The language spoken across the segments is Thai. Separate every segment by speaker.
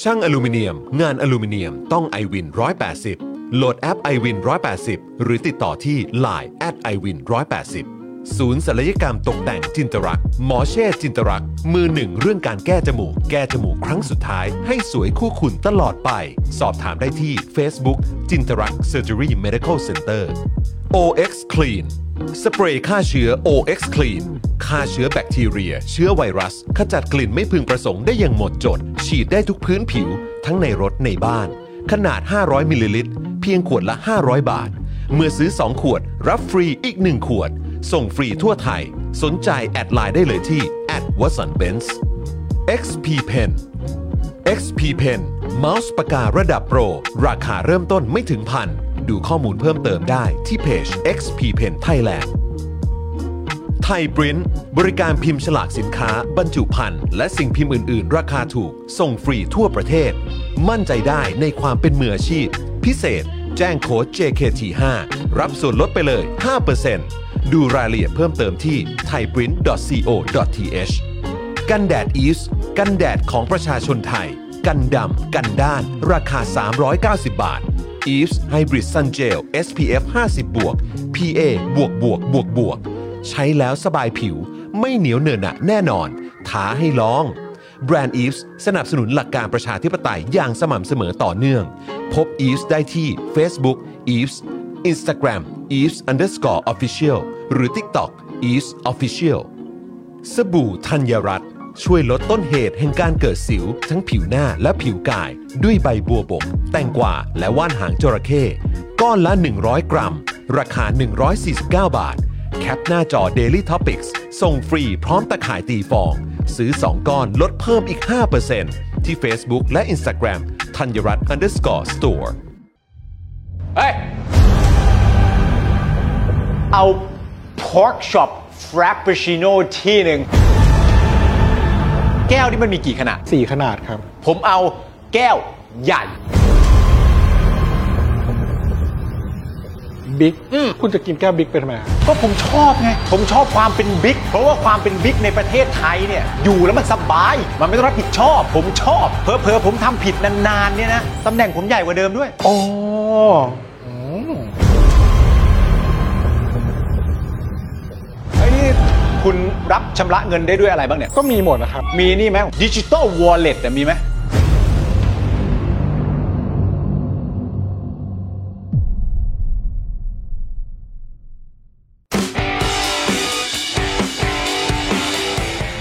Speaker 1: ช่างอลูมิเนียม งานอลูมิเนียมต้อง i w วิน180 โหลดแอป i w วิน180 หรือติดต่อที่ Line at i w วิน180 ศูนย์ศัลยกรรมตกแต่งจินตรัก หมอเช่จินตรัก มือหนึ่งเรื่องการแก้จมูก แก้จมูกครั้งสุดท้าย ให้สวยคู่คุณตลอดไป สอบถามได้ที่ Facebook จินตรัก Surgery Medical Center OX Clean สเปรย์ฆ่าเชื้อ OX Clean ฆ่าเชื้อแบคทีเรีย เชื้อไวรัส ขจัดกลิ่นไม่พึงประสงค์ได้อย่างหมดจด ฉีดได้ทุกพื้นผิว ทั้งในรถในบ้าน ขนาด 500มิลลิลิตร เพียงขวดละ 500 บาท เมื่อซื้อ 2 ขวด รับฟรีอีก 1 ขวด ส่งฟรีทั่วไทย สนใจแอดไลน์ได้เลยที่ w a t s o n b e n z XP Pen XP Pen เมาส์ปากการะดับโปร ราคาเริ่มต้นไม่ถึงพัน ดูข้อมูลเพิ่มเติมได้ที่เพจ XP Pen Thailand ไทยปริ้นบริการพิมพ์ฉลากสินค้า บรรจุภัณฑ์และสิ่งพิมพ์อื่น ๆ ราคาถูก ส่งฟรีทั่วประเทศ มั่นใจได้ในความเป็นมืออาชีพ พิเศษ แจ้งโค้ด JKT5 รับส่วนลดไปเลย 5%ดูรายละเอียดเพิ่มเติมที่ thaiprint.co.th กันแดดอีสกันแดดของประชาชนไทย กันดำ กันด้าน ราคา 390 บาท e v e s Hybrid Sun Gel SPF 50บวก PA บวกบวกบวกบวก ใช้แล้วสบายผิว ไม่เหนียวเหนอะหนะแน่นอน ท้าให้ลอง แบรนด์ e v e s สนับสนุนหลักการประชาธิปไตยอย่างสม่ำเสมอต่อเนื่อง พบ e v e s ได้ที่ Facebook e v e s Instagram e v e s underscore official หรือ TikTok e v e s official สบู่ธัญรัตน์ช่วยลดต้นเหตุแห่งการเกิดสิว ทั้งผิวหน้าและผิวกาย ด้วยใบบัวบก แตงกวาและว่านหางจระเข้ก้อนละ 100 กรัม ราคา 149 บาท แคปหน้าจอ Daily Topics ส่งฟรีพร้อมตะข่ายตีฟอง ซื้อ 2 ก้อนลดเพิ่มอีก 5%ที่ Facebook และ Instagram ธัญรัตน์ underscore store
Speaker 2: เฮ้ย
Speaker 3: เอา pork shop frappuccino ที่หนึ่งแก้วนี่มันมีกี่ขนาด
Speaker 4: 4 ขนาดครับ
Speaker 3: ผมเอาแก้วใหญ่
Speaker 4: บิ๊กคุณจะกินแก้วบิ๊กไปทำไมครับ
Speaker 3: ก็ผมชอบไง ผมชอบความเป็นบิ๊ก เพราะว่าความเป็นบิ๊กในประเทศไทยเนี่ย อยู่แล้วมันสบาย มันไม่ต้องรับผิดชอบ ผมชอบ เพอเพอๆผมทำผิดนานๆเนี่ยนะ ตำแหน่งผมใหญ่กว่าเดิมด้วย
Speaker 4: อ๋ออืม
Speaker 3: ไอ้นี่คุณรับชำระเงินได้ด้วยอะไรบ้างเนี่ย
Speaker 4: ก็มีหมดนะครับ
Speaker 3: มีนี่ไหมดิจิตอลวอลเล็ตมีไหม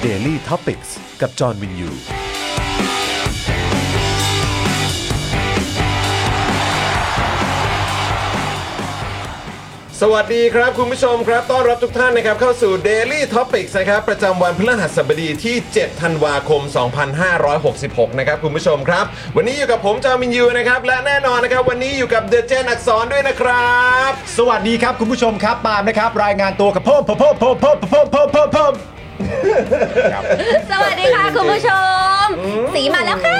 Speaker 1: Daily Topics กับจอห์นวินยู
Speaker 2: สวัสดีครับ คุณผู้ชมครับ ต้อนรับทุกท่านนะครับ เข้าสู่ Daily Topics นะครับ ประจำวันพฤหัสบดีที่ 7 ธันวาคม 2566 นะครับ คุณผู้ชมครับ วันนี้อยู่กับผมจามินยูนะครับ และแน่นอนนะครับ วันนี้อยู่กับเดอะเจนอักษรด้วยนะครับ
Speaker 3: สวัสดีครับ คุณผู้ชมครับปาล์มนะครับ รายงานตัวกับเพิ่มเพิ่มเพิ่มเพิ่มเพิ่มเพิ่มเพิ่มเพิ่ม
Speaker 5: สวัสดีค่ะ คุณผู้ชม สีมาแล้วค่ะ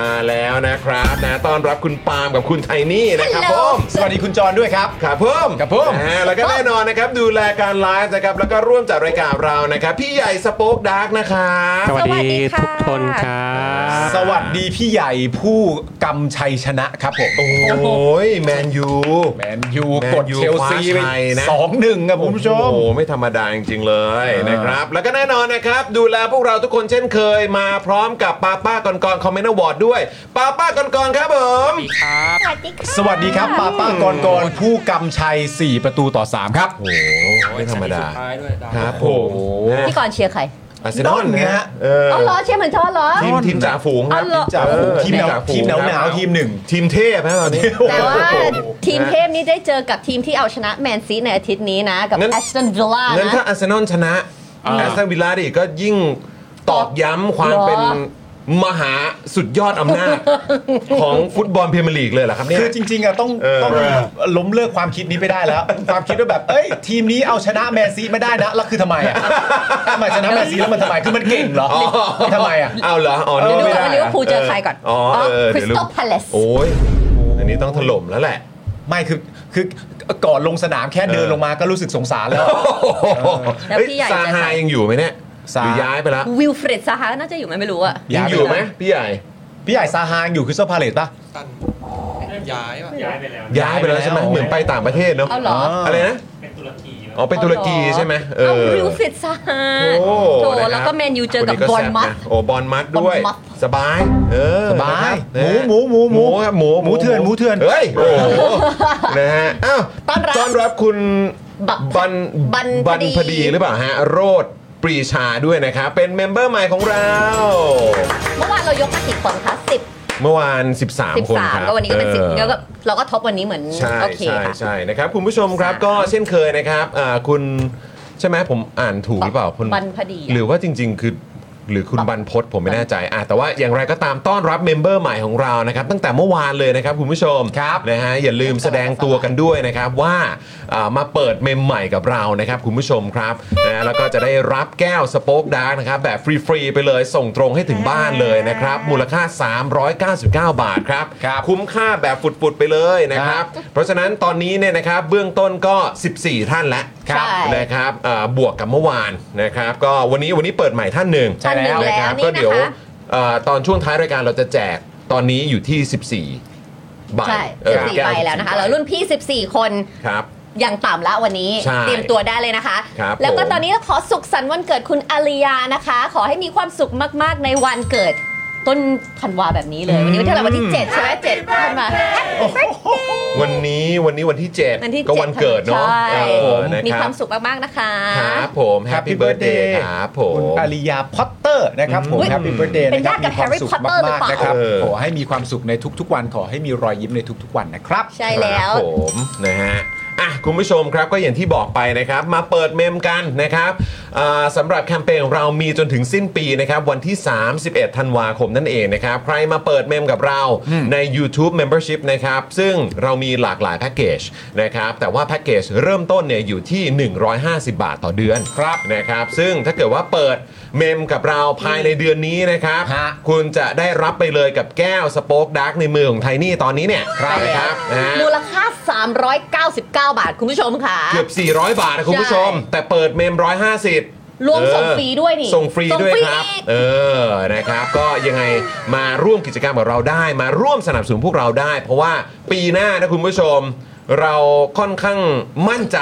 Speaker 1: มาแล้วนะครับนะต้อนรับคุณปาล์มกับคุณไทนี่นะครับผม
Speaker 6: สวัสดีคุณจรด้วยครับ
Speaker 1: ครับเพิ่ม
Speaker 6: ครับผม
Speaker 1: อ่าแล้วก็แน่นอนนะครับดูแลการไลฟ์นะครับแล้วก็ร่วมจัดรายการเรานะครับ พี่ใหญ่สป็อคดาร์กนะครับ
Speaker 7: สวัส
Speaker 5: สวัส
Speaker 7: ดี
Speaker 5: ดีค่ะ
Speaker 7: ทุกคนครับ
Speaker 6: สวัสดีพี่ใหญ่ผู้กำชัยชนะครับผม
Speaker 1: โอ้ยแมนยู
Speaker 6: แมนยู
Speaker 1: แมนยู
Speaker 6: กดเชลซี
Speaker 1: ค
Speaker 6: ไป
Speaker 1: ว้าชัยนะ
Speaker 6: สองหนึ่งครับคุณผู้ชม
Speaker 1: โอ้โหไม่ธรรมดาจริง ๆ เลย
Speaker 6: อ่าน
Speaker 1: นะครับ แล้วก็แน่นอนนะครับ ดูแลพวกเราทุกคนเช่นเคยมาพร้อมกับป้าป้าก่อนก่อนคอมเมนต์อวอร์ดด้วยป้าป้าก่อนก่อนครับผม
Speaker 5: สวัสดีค่ะ
Speaker 6: สวัสดีครับป้าป้ากรกรผู้กำชัย 4 ประตูต่อ 3 ครับ
Speaker 1: โอ้โหไม่ธรรมดา
Speaker 7: ท้ายด้วยดาว
Speaker 1: ครับผ
Speaker 6: โอ้
Speaker 1: ม
Speaker 6: โห
Speaker 5: พี่กรณ์เชียร์ใคร
Speaker 1: อา s e เซนอลนะฮะเออ
Speaker 5: เอาเหรอเชียร์เหมือนชอเหรอ
Speaker 1: ทีมทีมจ่าฝูงครับ
Speaker 5: อ๋อเหรอ
Speaker 1: จ่าฝูง
Speaker 6: ทีมหนาว
Speaker 1: จ่าฝูง
Speaker 6: ทีมหนาวหนาว
Speaker 1: ครับ
Speaker 6: ทีมหนึ่ง
Speaker 1: ทีมเทพนะตอนนี้
Speaker 5: แต่ว่าทีมเทพนี้ได้เจอกับทีมที่เอาชนะแมนซีในอาทิตย์นี้นะ กับ
Speaker 1: งั้น
Speaker 5: แอชตันวิลล่า
Speaker 1: งั้น
Speaker 5: นะ
Speaker 1: ถ้าอาร์เซนอลชนะ
Speaker 7: อ่า
Speaker 1: แอสตันวิลล่าดิก็ยิ่งตอกย้ำความ
Speaker 5: เหรอ
Speaker 1: เป็นมหาสุดยอดอำนาจ ของฟุตบอลพรีเมียร์ลีกเลยเหรอครับเนี่ย
Speaker 6: คือจริง ๆอะต้อง
Speaker 1: เออ
Speaker 6: ต้องล้มเลิกความคิดนี้ไปได้แล้ว ความคิดว่าแบบ เอ้ย ทีมนี้เอาชนะแมนซีไม่ได้นะ แล้วคือทำไมอะทำไมชนะแมนซีแล้วมันทำไม คือมันเก่งเหรอมันทำไมอะ
Speaker 1: เอาเหรออ๋อ
Speaker 5: เดี๋
Speaker 1: นี่
Speaker 5: ยวดู
Speaker 1: ไม่
Speaker 5: ก่อน
Speaker 1: ได้
Speaker 5: ว่าลิเวอร์พูลเจอใครก่อน
Speaker 1: อ๋อเออ
Speaker 5: คริส
Speaker 1: เดี๋ยว
Speaker 5: ตัลพาเลส
Speaker 1: โอ้ยอันนี้ต้องถล่มแล้วแหละ
Speaker 6: ไม่คือคือก่อนลงสนามแค่เดินลงมาก็รู้สึกสงสารแล้ว
Speaker 5: แล้ว
Speaker 1: เฮ้ย
Speaker 5: พี่ใหญ่
Speaker 1: ซา
Speaker 5: จะใส่
Speaker 1: ฮายังอยู่ไหมเนี่ย
Speaker 6: ซา
Speaker 1: หรือย้ายไปแล้ว
Speaker 5: วิลเฟรดซาฮาน่าจะอยู่ไหมไม่รู้อะ
Speaker 1: ยังอยู่ไหมพี่ใหญ่
Speaker 6: พี่ใหญ่ซาฮางอยู่คริสตัลพาเลตป่ะ
Speaker 7: ตันย้ายป่ะย้ายไปแล้ว
Speaker 1: ย้ายไปแล้วใช่ไหม
Speaker 6: ย้ายไปแล้ว
Speaker 1: เหมือนไปต่างประเทศเนาะ
Speaker 5: เอาเหรอ
Speaker 1: อะไรนะ เป็นตุรกีอ๋อ เป็นตุรกีใช่ไหมเอ
Speaker 5: เอา
Speaker 1: อ
Speaker 5: วิลเฟรดซาฮา
Speaker 1: โอ้
Speaker 5: โถ
Speaker 1: นะครับ
Speaker 5: แล้วก็แมนยูเจอกับ
Speaker 1: คนนี้
Speaker 5: บอล
Speaker 1: แซ่
Speaker 5: มัส
Speaker 1: นะโอ้บอลมัดด้วย
Speaker 5: บอลมัด
Speaker 1: สบาย เออ
Speaker 6: สบาย
Speaker 1: นะฮะ
Speaker 6: หมูหมูหมูหมู
Speaker 1: ครับหมู
Speaker 6: หมูเถื่อนหมูเถื่อน
Speaker 1: เฮ้ยโอ้โห นะฮะอ้าว
Speaker 5: ต้อนรับ
Speaker 1: ต้อนรับคุณ
Speaker 5: บัก
Speaker 1: บัน
Speaker 5: บันพอดี
Speaker 1: นพอดีหรือเปล่าฮะ โรดปรีชาด้วยนะครับ เป็นเมมเบอร์ใหม่ของเรา
Speaker 5: เมื่อวานเรายกมากี่คนคะสิบ
Speaker 1: เมื่อวาน
Speaker 5: สิบ
Speaker 1: 13 คน
Speaker 5: สาม
Speaker 1: ครับ
Speaker 5: ก็วันนี้ก็เป็น
Speaker 1: ออ
Speaker 5: สิบแล้วก็เราก็ท็อปวันนี้เหมือน
Speaker 1: ใช่
Speaker 5: โอเค
Speaker 1: ใช่
Speaker 5: ค่ะ
Speaker 1: ใช่นะครับคุณผู้ชมครับ
Speaker 5: สาม
Speaker 1: ก็เช่นเคยนะครับอ่าคุณใช่ไหมผมอ่านถูกหรือเปล่าคุณ
Speaker 5: บรรพดีอะ
Speaker 1: หรือว่าจริง ๆ คือหรือคุณบรรพศผมไม่แน่ใจอ่ะแต่ว่าอย่างไรก็ตามต้อนรับเมมเบอร์ใหม่ของเรานะครับตั้งแต่เมื่อวานเลยนะครับคุณผู้ชมครับนะฮะอย่าลืมแสดงตัวกันด้วยนะครับว่าอ่ามาเปิดเมมใหม่กับเรานะครับคุณผู้ชมครับนะฮะแล้วก็จะได้รับแก้วสป็อคดาร์กนะครับแบบฟรีๆไปเลยส่งตรงให้ถึงบ้านเลยนะครับมูลค่า 399 บาทครับ
Speaker 6: ครับ
Speaker 1: คุ้มค่าแบบฟุดๆไปเลยนะครับ เพราะฉะนั้นตอนนี้เนี่ยนะครับเบื้องต้นก็ 14 ท่านแล้ว
Speaker 5: ครับใช่
Speaker 1: นะครับเอ่อบวกกับเมื่อวานนะครับ ก็วันนี้วันนี้เปิดใหม่ท่านหนึ่ง
Speaker 5: ท่านหนึ่ง
Speaker 1: นะครั
Speaker 5: แล้วนี่นะคะ
Speaker 1: ก็เดี๋ยวเอ่อตอนช่วงท้ายรายการเราจะแจกตอนนี้อยู่ที่ 14ใบ
Speaker 5: ใช่
Speaker 1: เออ
Speaker 5: สิ
Speaker 1: บ
Speaker 5: สี่
Speaker 1: ก้
Speaker 5: ใบแล้วนะคะแล้วรุ่นพี่สิบสี่คน
Speaker 1: ครับ
Speaker 5: อย่างต่ำละวันนี้
Speaker 1: ใช่
Speaker 5: เตรียมตัวได้เลยนะคะ
Speaker 1: ครับ
Speaker 5: แล้วก็
Speaker 1: ผม
Speaker 5: ตอนนี้ขอสุขสันต์วันเกิดคุณอาริยานะคะ ขอให้มีความสุขมากๆในวันเกิด ต้นธันวาแบบนี้เลย วันนี้วันเท่าไหร่วันที่ 7 ใช่ไหมเจ็ดธันวา
Speaker 1: วันนี้วันนี้วันที่
Speaker 5: วันที่
Speaker 1: 7 ก็วัน
Speaker 5: เจ็ด
Speaker 1: เกิดเนาะ
Speaker 5: ใช่
Speaker 1: เออนะ
Speaker 5: มี
Speaker 1: รับ
Speaker 5: ความสุขมากๆนะคะ
Speaker 1: ครับผมแฮปปี้เบิร์ดเดย์ครับผม
Speaker 6: คุณอาริยาพอตเตอร์นะครับผม
Speaker 5: อุ๊ย
Speaker 6: แฮปปี้เบิร์ดเดย์
Speaker 5: เป็น
Speaker 6: นะครับ
Speaker 5: ญาติกับ
Speaker 6: มีความ
Speaker 5: Harry
Speaker 6: สุข
Speaker 5: Potter
Speaker 6: มาก
Speaker 5: ห
Speaker 6: ๆ
Speaker 5: รือเปล่า
Speaker 6: นะครับ
Speaker 1: เออ
Speaker 6: ขอให้มีความสุขในทุกๆวันขอให้มีรอยยิ้มในทุกๆวันนะครับ
Speaker 5: ใช่แล้ว
Speaker 1: ครับผมนะฮะอ่ะคุณผู้ชมครับก็อย่างที่บอกไปนะครับ มาเปิดเมมกันนะครับอ่าสำหรับแคมเปญของเรามีจนถึงสิ้นปีนะครับ วันที่ 31 ธันวาคมนั่นเองนะครับ ใครมาเปิดเมมกับเราใน YouTube Membership นะครับ ซึ่งเรามีหลากหลายแพ็กเกจนะครับ แต่ว่าแพ็กเกจเริ่มต้นเนี่ยอยู่ที่ 150 บาทต่อเดือน
Speaker 6: ครับ
Speaker 1: นะครับ ซึ่งถ้าเกิดว่าเปิดเมมกับเราภายในเดือนนี้นะครับ
Speaker 6: ฮะ
Speaker 1: คุณจะได้รับไปเลยกับแก้วสป็อคดาร์กในมือของไทนี่ตอนนี้เนี่ย
Speaker 5: ไปแล้ว
Speaker 1: นะครับนะฮะ
Speaker 5: มูลค่า 399 บาทคุณผู้ชมค่ะ
Speaker 1: เกือบ 400 บาทนะคุณผู้ชม
Speaker 5: ใช่
Speaker 1: แต่เปิดเมม 150
Speaker 5: รวมส่ง
Speaker 1: เออ
Speaker 5: ฟรีด้วยนี่
Speaker 1: ส่งฟรี
Speaker 5: ส่ง
Speaker 1: ด้วย
Speaker 5: ฟรี
Speaker 1: ครับ
Speaker 5: อีก
Speaker 1: เออนะครับ ก็ยังไงมาร่วมกิจกรรมกับเราได้ มาร่วมสนับสนุนพวกเราได้ เพราะว่าปีหน้านะคุณผู้ชม เราค่อนข้างมั่นใจ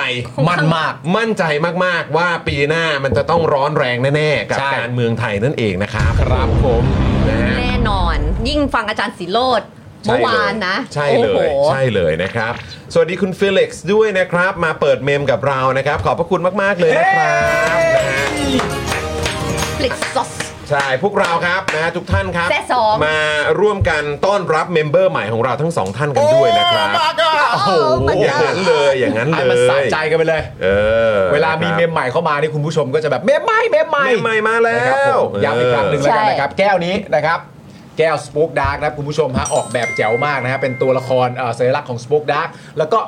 Speaker 6: มันมาก
Speaker 1: มั่นใจมาก ๆ ว่าปีหน้ามันจะต้องร้อนแรงแน่ ๆ กับ
Speaker 6: ใช่
Speaker 1: การเมืองไทยนั่นเองนะครับ
Speaker 6: ครับผม
Speaker 1: นะฮะ
Speaker 5: แน่นอน ยิ่งฟังอาจารย์สิโรด
Speaker 1: ใช่
Speaker 5: เมื่
Speaker 1: ลยว
Speaker 5: อานนะ
Speaker 1: ใช่
Speaker 5: โอ้
Speaker 1: เล
Speaker 5: โห
Speaker 1: ยใช่เลยนะครับ สวัสดีคุณฟิลิกซ์ด้วยนะครับ มาเปิดเมมกับเรานะครับ ขอบพระคุณมาก ๆ เลยนะครับนะฮะ
Speaker 5: Netflix Sauce
Speaker 1: ใช่พวกเราครับนะฮะทุกท่านครับ
Speaker 5: แซ่สอง
Speaker 1: มาร่วมกันต้อนรับเมมเบอร์ใหม่ของเราทั้งสองท่านกันด้วยนะครับ
Speaker 6: โอ้โห
Speaker 5: โอ้ my
Speaker 1: อ
Speaker 5: god
Speaker 1: ย่างนั้นเลยอย่างนั้นเล
Speaker 6: ให้
Speaker 1: ย
Speaker 6: มันสะใจกันไปเลย
Speaker 1: เออ
Speaker 6: เวลามีเมม
Speaker 1: นะครั
Speaker 6: ใหม่เข้ามานี่คุณผู้ชมก็จะแบบเมมใหม่เมมใหม่
Speaker 1: เมมใหม่มาแล้ว
Speaker 6: นะครับผมย้ำอีกครั้งหนึ่ง
Speaker 5: เออ
Speaker 6: แล้วกัน
Speaker 5: ใช่
Speaker 6: นะครับ แก้วนี้นะครับ แก้วสป o กดาร์กนะครับคุณผู้ชมฮะออกแบบแจ๋วมากนะฮะเป็นตัวละครเอ่อสัญลักษณ์ของสป o กดาร์กแล้วก็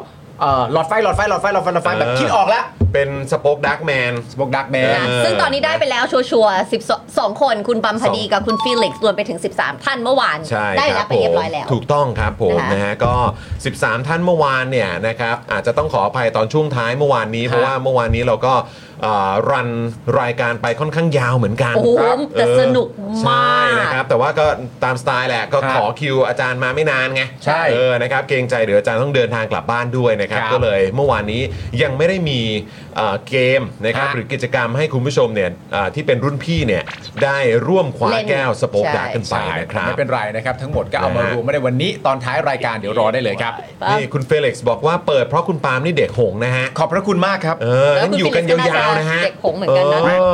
Speaker 3: เอ่อหลอดไฟหลอดไฟหลอดไฟหลอดไฟหลอดไฟแบบคิดออกแล้ว
Speaker 2: เป็นสป็อกดักแมน
Speaker 3: สปอกดักแมน
Speaker 5: นะ
Speaker 2: เออ
Speaker 5: ซึ่งตอนนี้ได้ไปแล้วชัวร์ๆสิบสองคนคุณปัมพดีกับคุณฟิลิกซ์รวมไปถึง 13 ท่านเมื่อวาน
Speaker 2: ใช่
Speaker 5: ได้
Speaker 2: ค
Speaker 5: แล้
Speaker 2: รั
Speaker 5: ว
Speaker 2: บ
Speaker 5: ไปเรียบร้อยแล้ว
Speaker 2: ผมถูกต้องครับผม
Speaker 5: นะคะ
Speaker 2: นะฮะก็ 13 ท่านเมื่อวานเนี่ยนะครับอาจจะต้องขออภัยตอนช่วงท้ายเมื่อวานนี้ เพราะว่าเมื่อวานนี้เราก็เอ่อรันรายการไปค่อนข้างยาวเหมือนกัน
Speaker 5: โอ้โห
Speaker 2: ครับ
Speaker 5: แต่
Speaker 2: เออ
Speaker 5: สนุกมาก
Speaker 2: ใช่นะครับแต่ว่าก็ตามสไตล์แหละก็
Speaker 3: ครับ
Speaker 2: ขอคิวอาจารย์มาไม่นานไง
Speaker 3: ใช่
Speaker 2: เออนะครับเกรงใจเดี๋ยวอาจารย์ต้องเดินทางกลับบ้านด้วยนะครับ
Speaker 3: ครับ
Speaker 2: ก็เลยเมื่อวานนี้ยังไม่ได้มีเอ่อเกมนะครับ
Speaker 3: ฮะ
Speaker 2: หรือกิจกรรมให้คุณผู้ชมเนี่ยเอ่อที่เป็นรุ่นพี่เนี่ยได้ร่วมคว้า
Speaker 5: เล่น
Speaker 2: แก้วสโป๊ก
Speaker 5: ใช่
Speaker 2: ดาร์กกันไปนะครับ
Speaker 6: ไม่เป็นไรนะครับ ทั้งหมดก็เอามารวมไม่ได้วันนี้ตอนท้ายรายการเดี๋ยวรอได้เลยครับ
Speaker 2: นี่คุณเฟลิกซ์บอกว่าเปิดเพราะคุณปาล์มนี่เด็กหงนะฮะ
Speaker 6: ขอบพระคุณมากครับ
Speaker 2: เออนั่นอยู่กันยาวๆนะฮะ
Speaker 5: เด็กหงเหมือนกันนะ
Speaker 2: นะค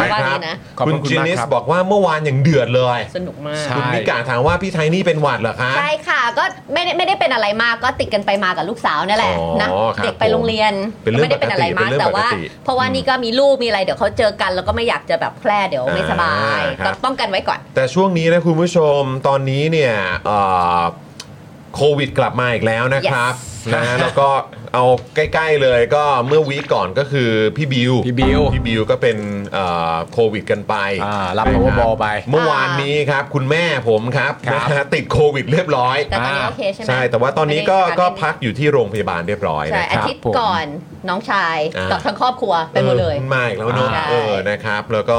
Speaker 5: ว่า
Speaker 2: รั
Speaker 5: นี้
Speaker 2: บ
Speaker 5: นะ
Speaker 6: ขอบ
Speaker 2: คุณ
Speaker 6: พระคุณ
Speaker 2: จิ
Speaker 6: มาก
Speaker 2: นิส
Speaker 6: ครับ
Speaker 2: บอกว่าเมื่อวานอย่างเดือดเลย
Speaker 5: สนุกมาก
Speaker 6: ใช่
Speaker 2: คุณนิกาถามว่าพี่ไทนี่เป็นหวัดเหรอคะ
Speaker 5: ใช่ค่ะก็ไม่ได้ไม่ได้เป็นอะไรมากก็ติดกันไปมากับลูกสาวเนี่ยแหละ
Speaker 2: อ๋อ
Speaker 5: นะครับ เด็กไปโรงเรียน
Speaker 2: เป็นเรื่อง
Speaker 5: ไม่ได้เป็นอะไร
Speaker 2: ปกติ
Speaker 5: มาก
Speaker 2: เป็นเรื่อง
Speaker 5: แต่ว่า
Speaker 2: ปกติ
Speaker 5: เพราะว่านี่ก็มีลูกมีอะไรเดี๋ยวเขาเจอกัน แล้วก็ไม่อยากจะแบบแพร่เดี๋ยวไม่สบาย
Speaker 2: อ่าครั
Speaker 5: ก็
Speaker 2: บ
Speaker 5: ป้องกันไว้ก่อน
Speaker 2: แต่ช่วงนี้นะคุณผู้ชมตอนนี้เนี่ยเอ่อโควิดกลับมาอีกแล้วนะครับนะแล้วก็เอาใกล้ ๆเลยก็เมื่อวีคก่อนก็คือพี่บิว
Speaker 6: พี่บิว
Speaker 2: พี่บิวก็เป็นเอ่อโควิดกันไป
Speaker 6: อ่ารับ power ball ไป
Speaker 2: เมื่อวานนี้ครับคุณแม่ผมครับ
Speaker 6: ครับ
Speaker 2: นะฮะติดโควิดเรียบร้อย
Speaker 5: แต่ตอนนี้
Speaker 6: อ่า
Speaker 5: โอเคใช่ไหม
Speaker 2: ใช่ แต่ว่าตอนนี้ก็
Speaker 5: ไม่ได้
Speaker 2: ก็
Speaker 5: อาาร
Speaker 2: พักอยู่ที่โรงพยาบาลเรียบร้อย
Speaker 5: ใช่
Speaker 2: นะค
Speaker 5: อา
Speaker 2: รับ
Speaker 5: ทิตย์
Speaker 6: ผม
Speaker 5: ก่อนน้องชาย
Speaker 2: อ่ากั
Speaker 5: กับทั้งครอบครัวไปหมดเลย
Speaker 2: ออมาอีกแล้วเนาะ
Speaker 5: ใช่
Speaker 2: เออนะครับ แล้วก็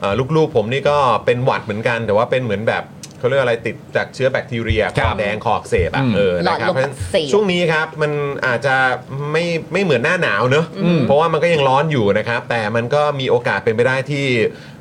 Speaker 2: เอ่อลูกๆผมนี่ก็เป็นหวัดเหมือนกัน แต่ว่าเป็นเหมือนแบบเขาเรียกอะไรติดจากเชื้อแบคทีเรียค
Speaker 6: ครั
Speaker 2: อบ แดงคออักเสบอ่ะ
Speaker 6: อืม
Speaker 2: เออ
Speaker 5: หลอ
Speaker 2: นะ
Speaker 5: ด
Speaker 2: ครับ
Speaker 5: ลม
Speaker 2: เพราะฉะ
Speaker 5: อั
Speaker 2: นั้น
Speaker 5: กเสบ
Speaker 2: ช่วงนี้ครับมันอาจจะไม่ไม่เหมือนหน้าหนาวเนอะเพราะว่ามันก็ยังร้อนอยู่นะครับ แต่มันก็มีโอกาสเป็นไปได้ที่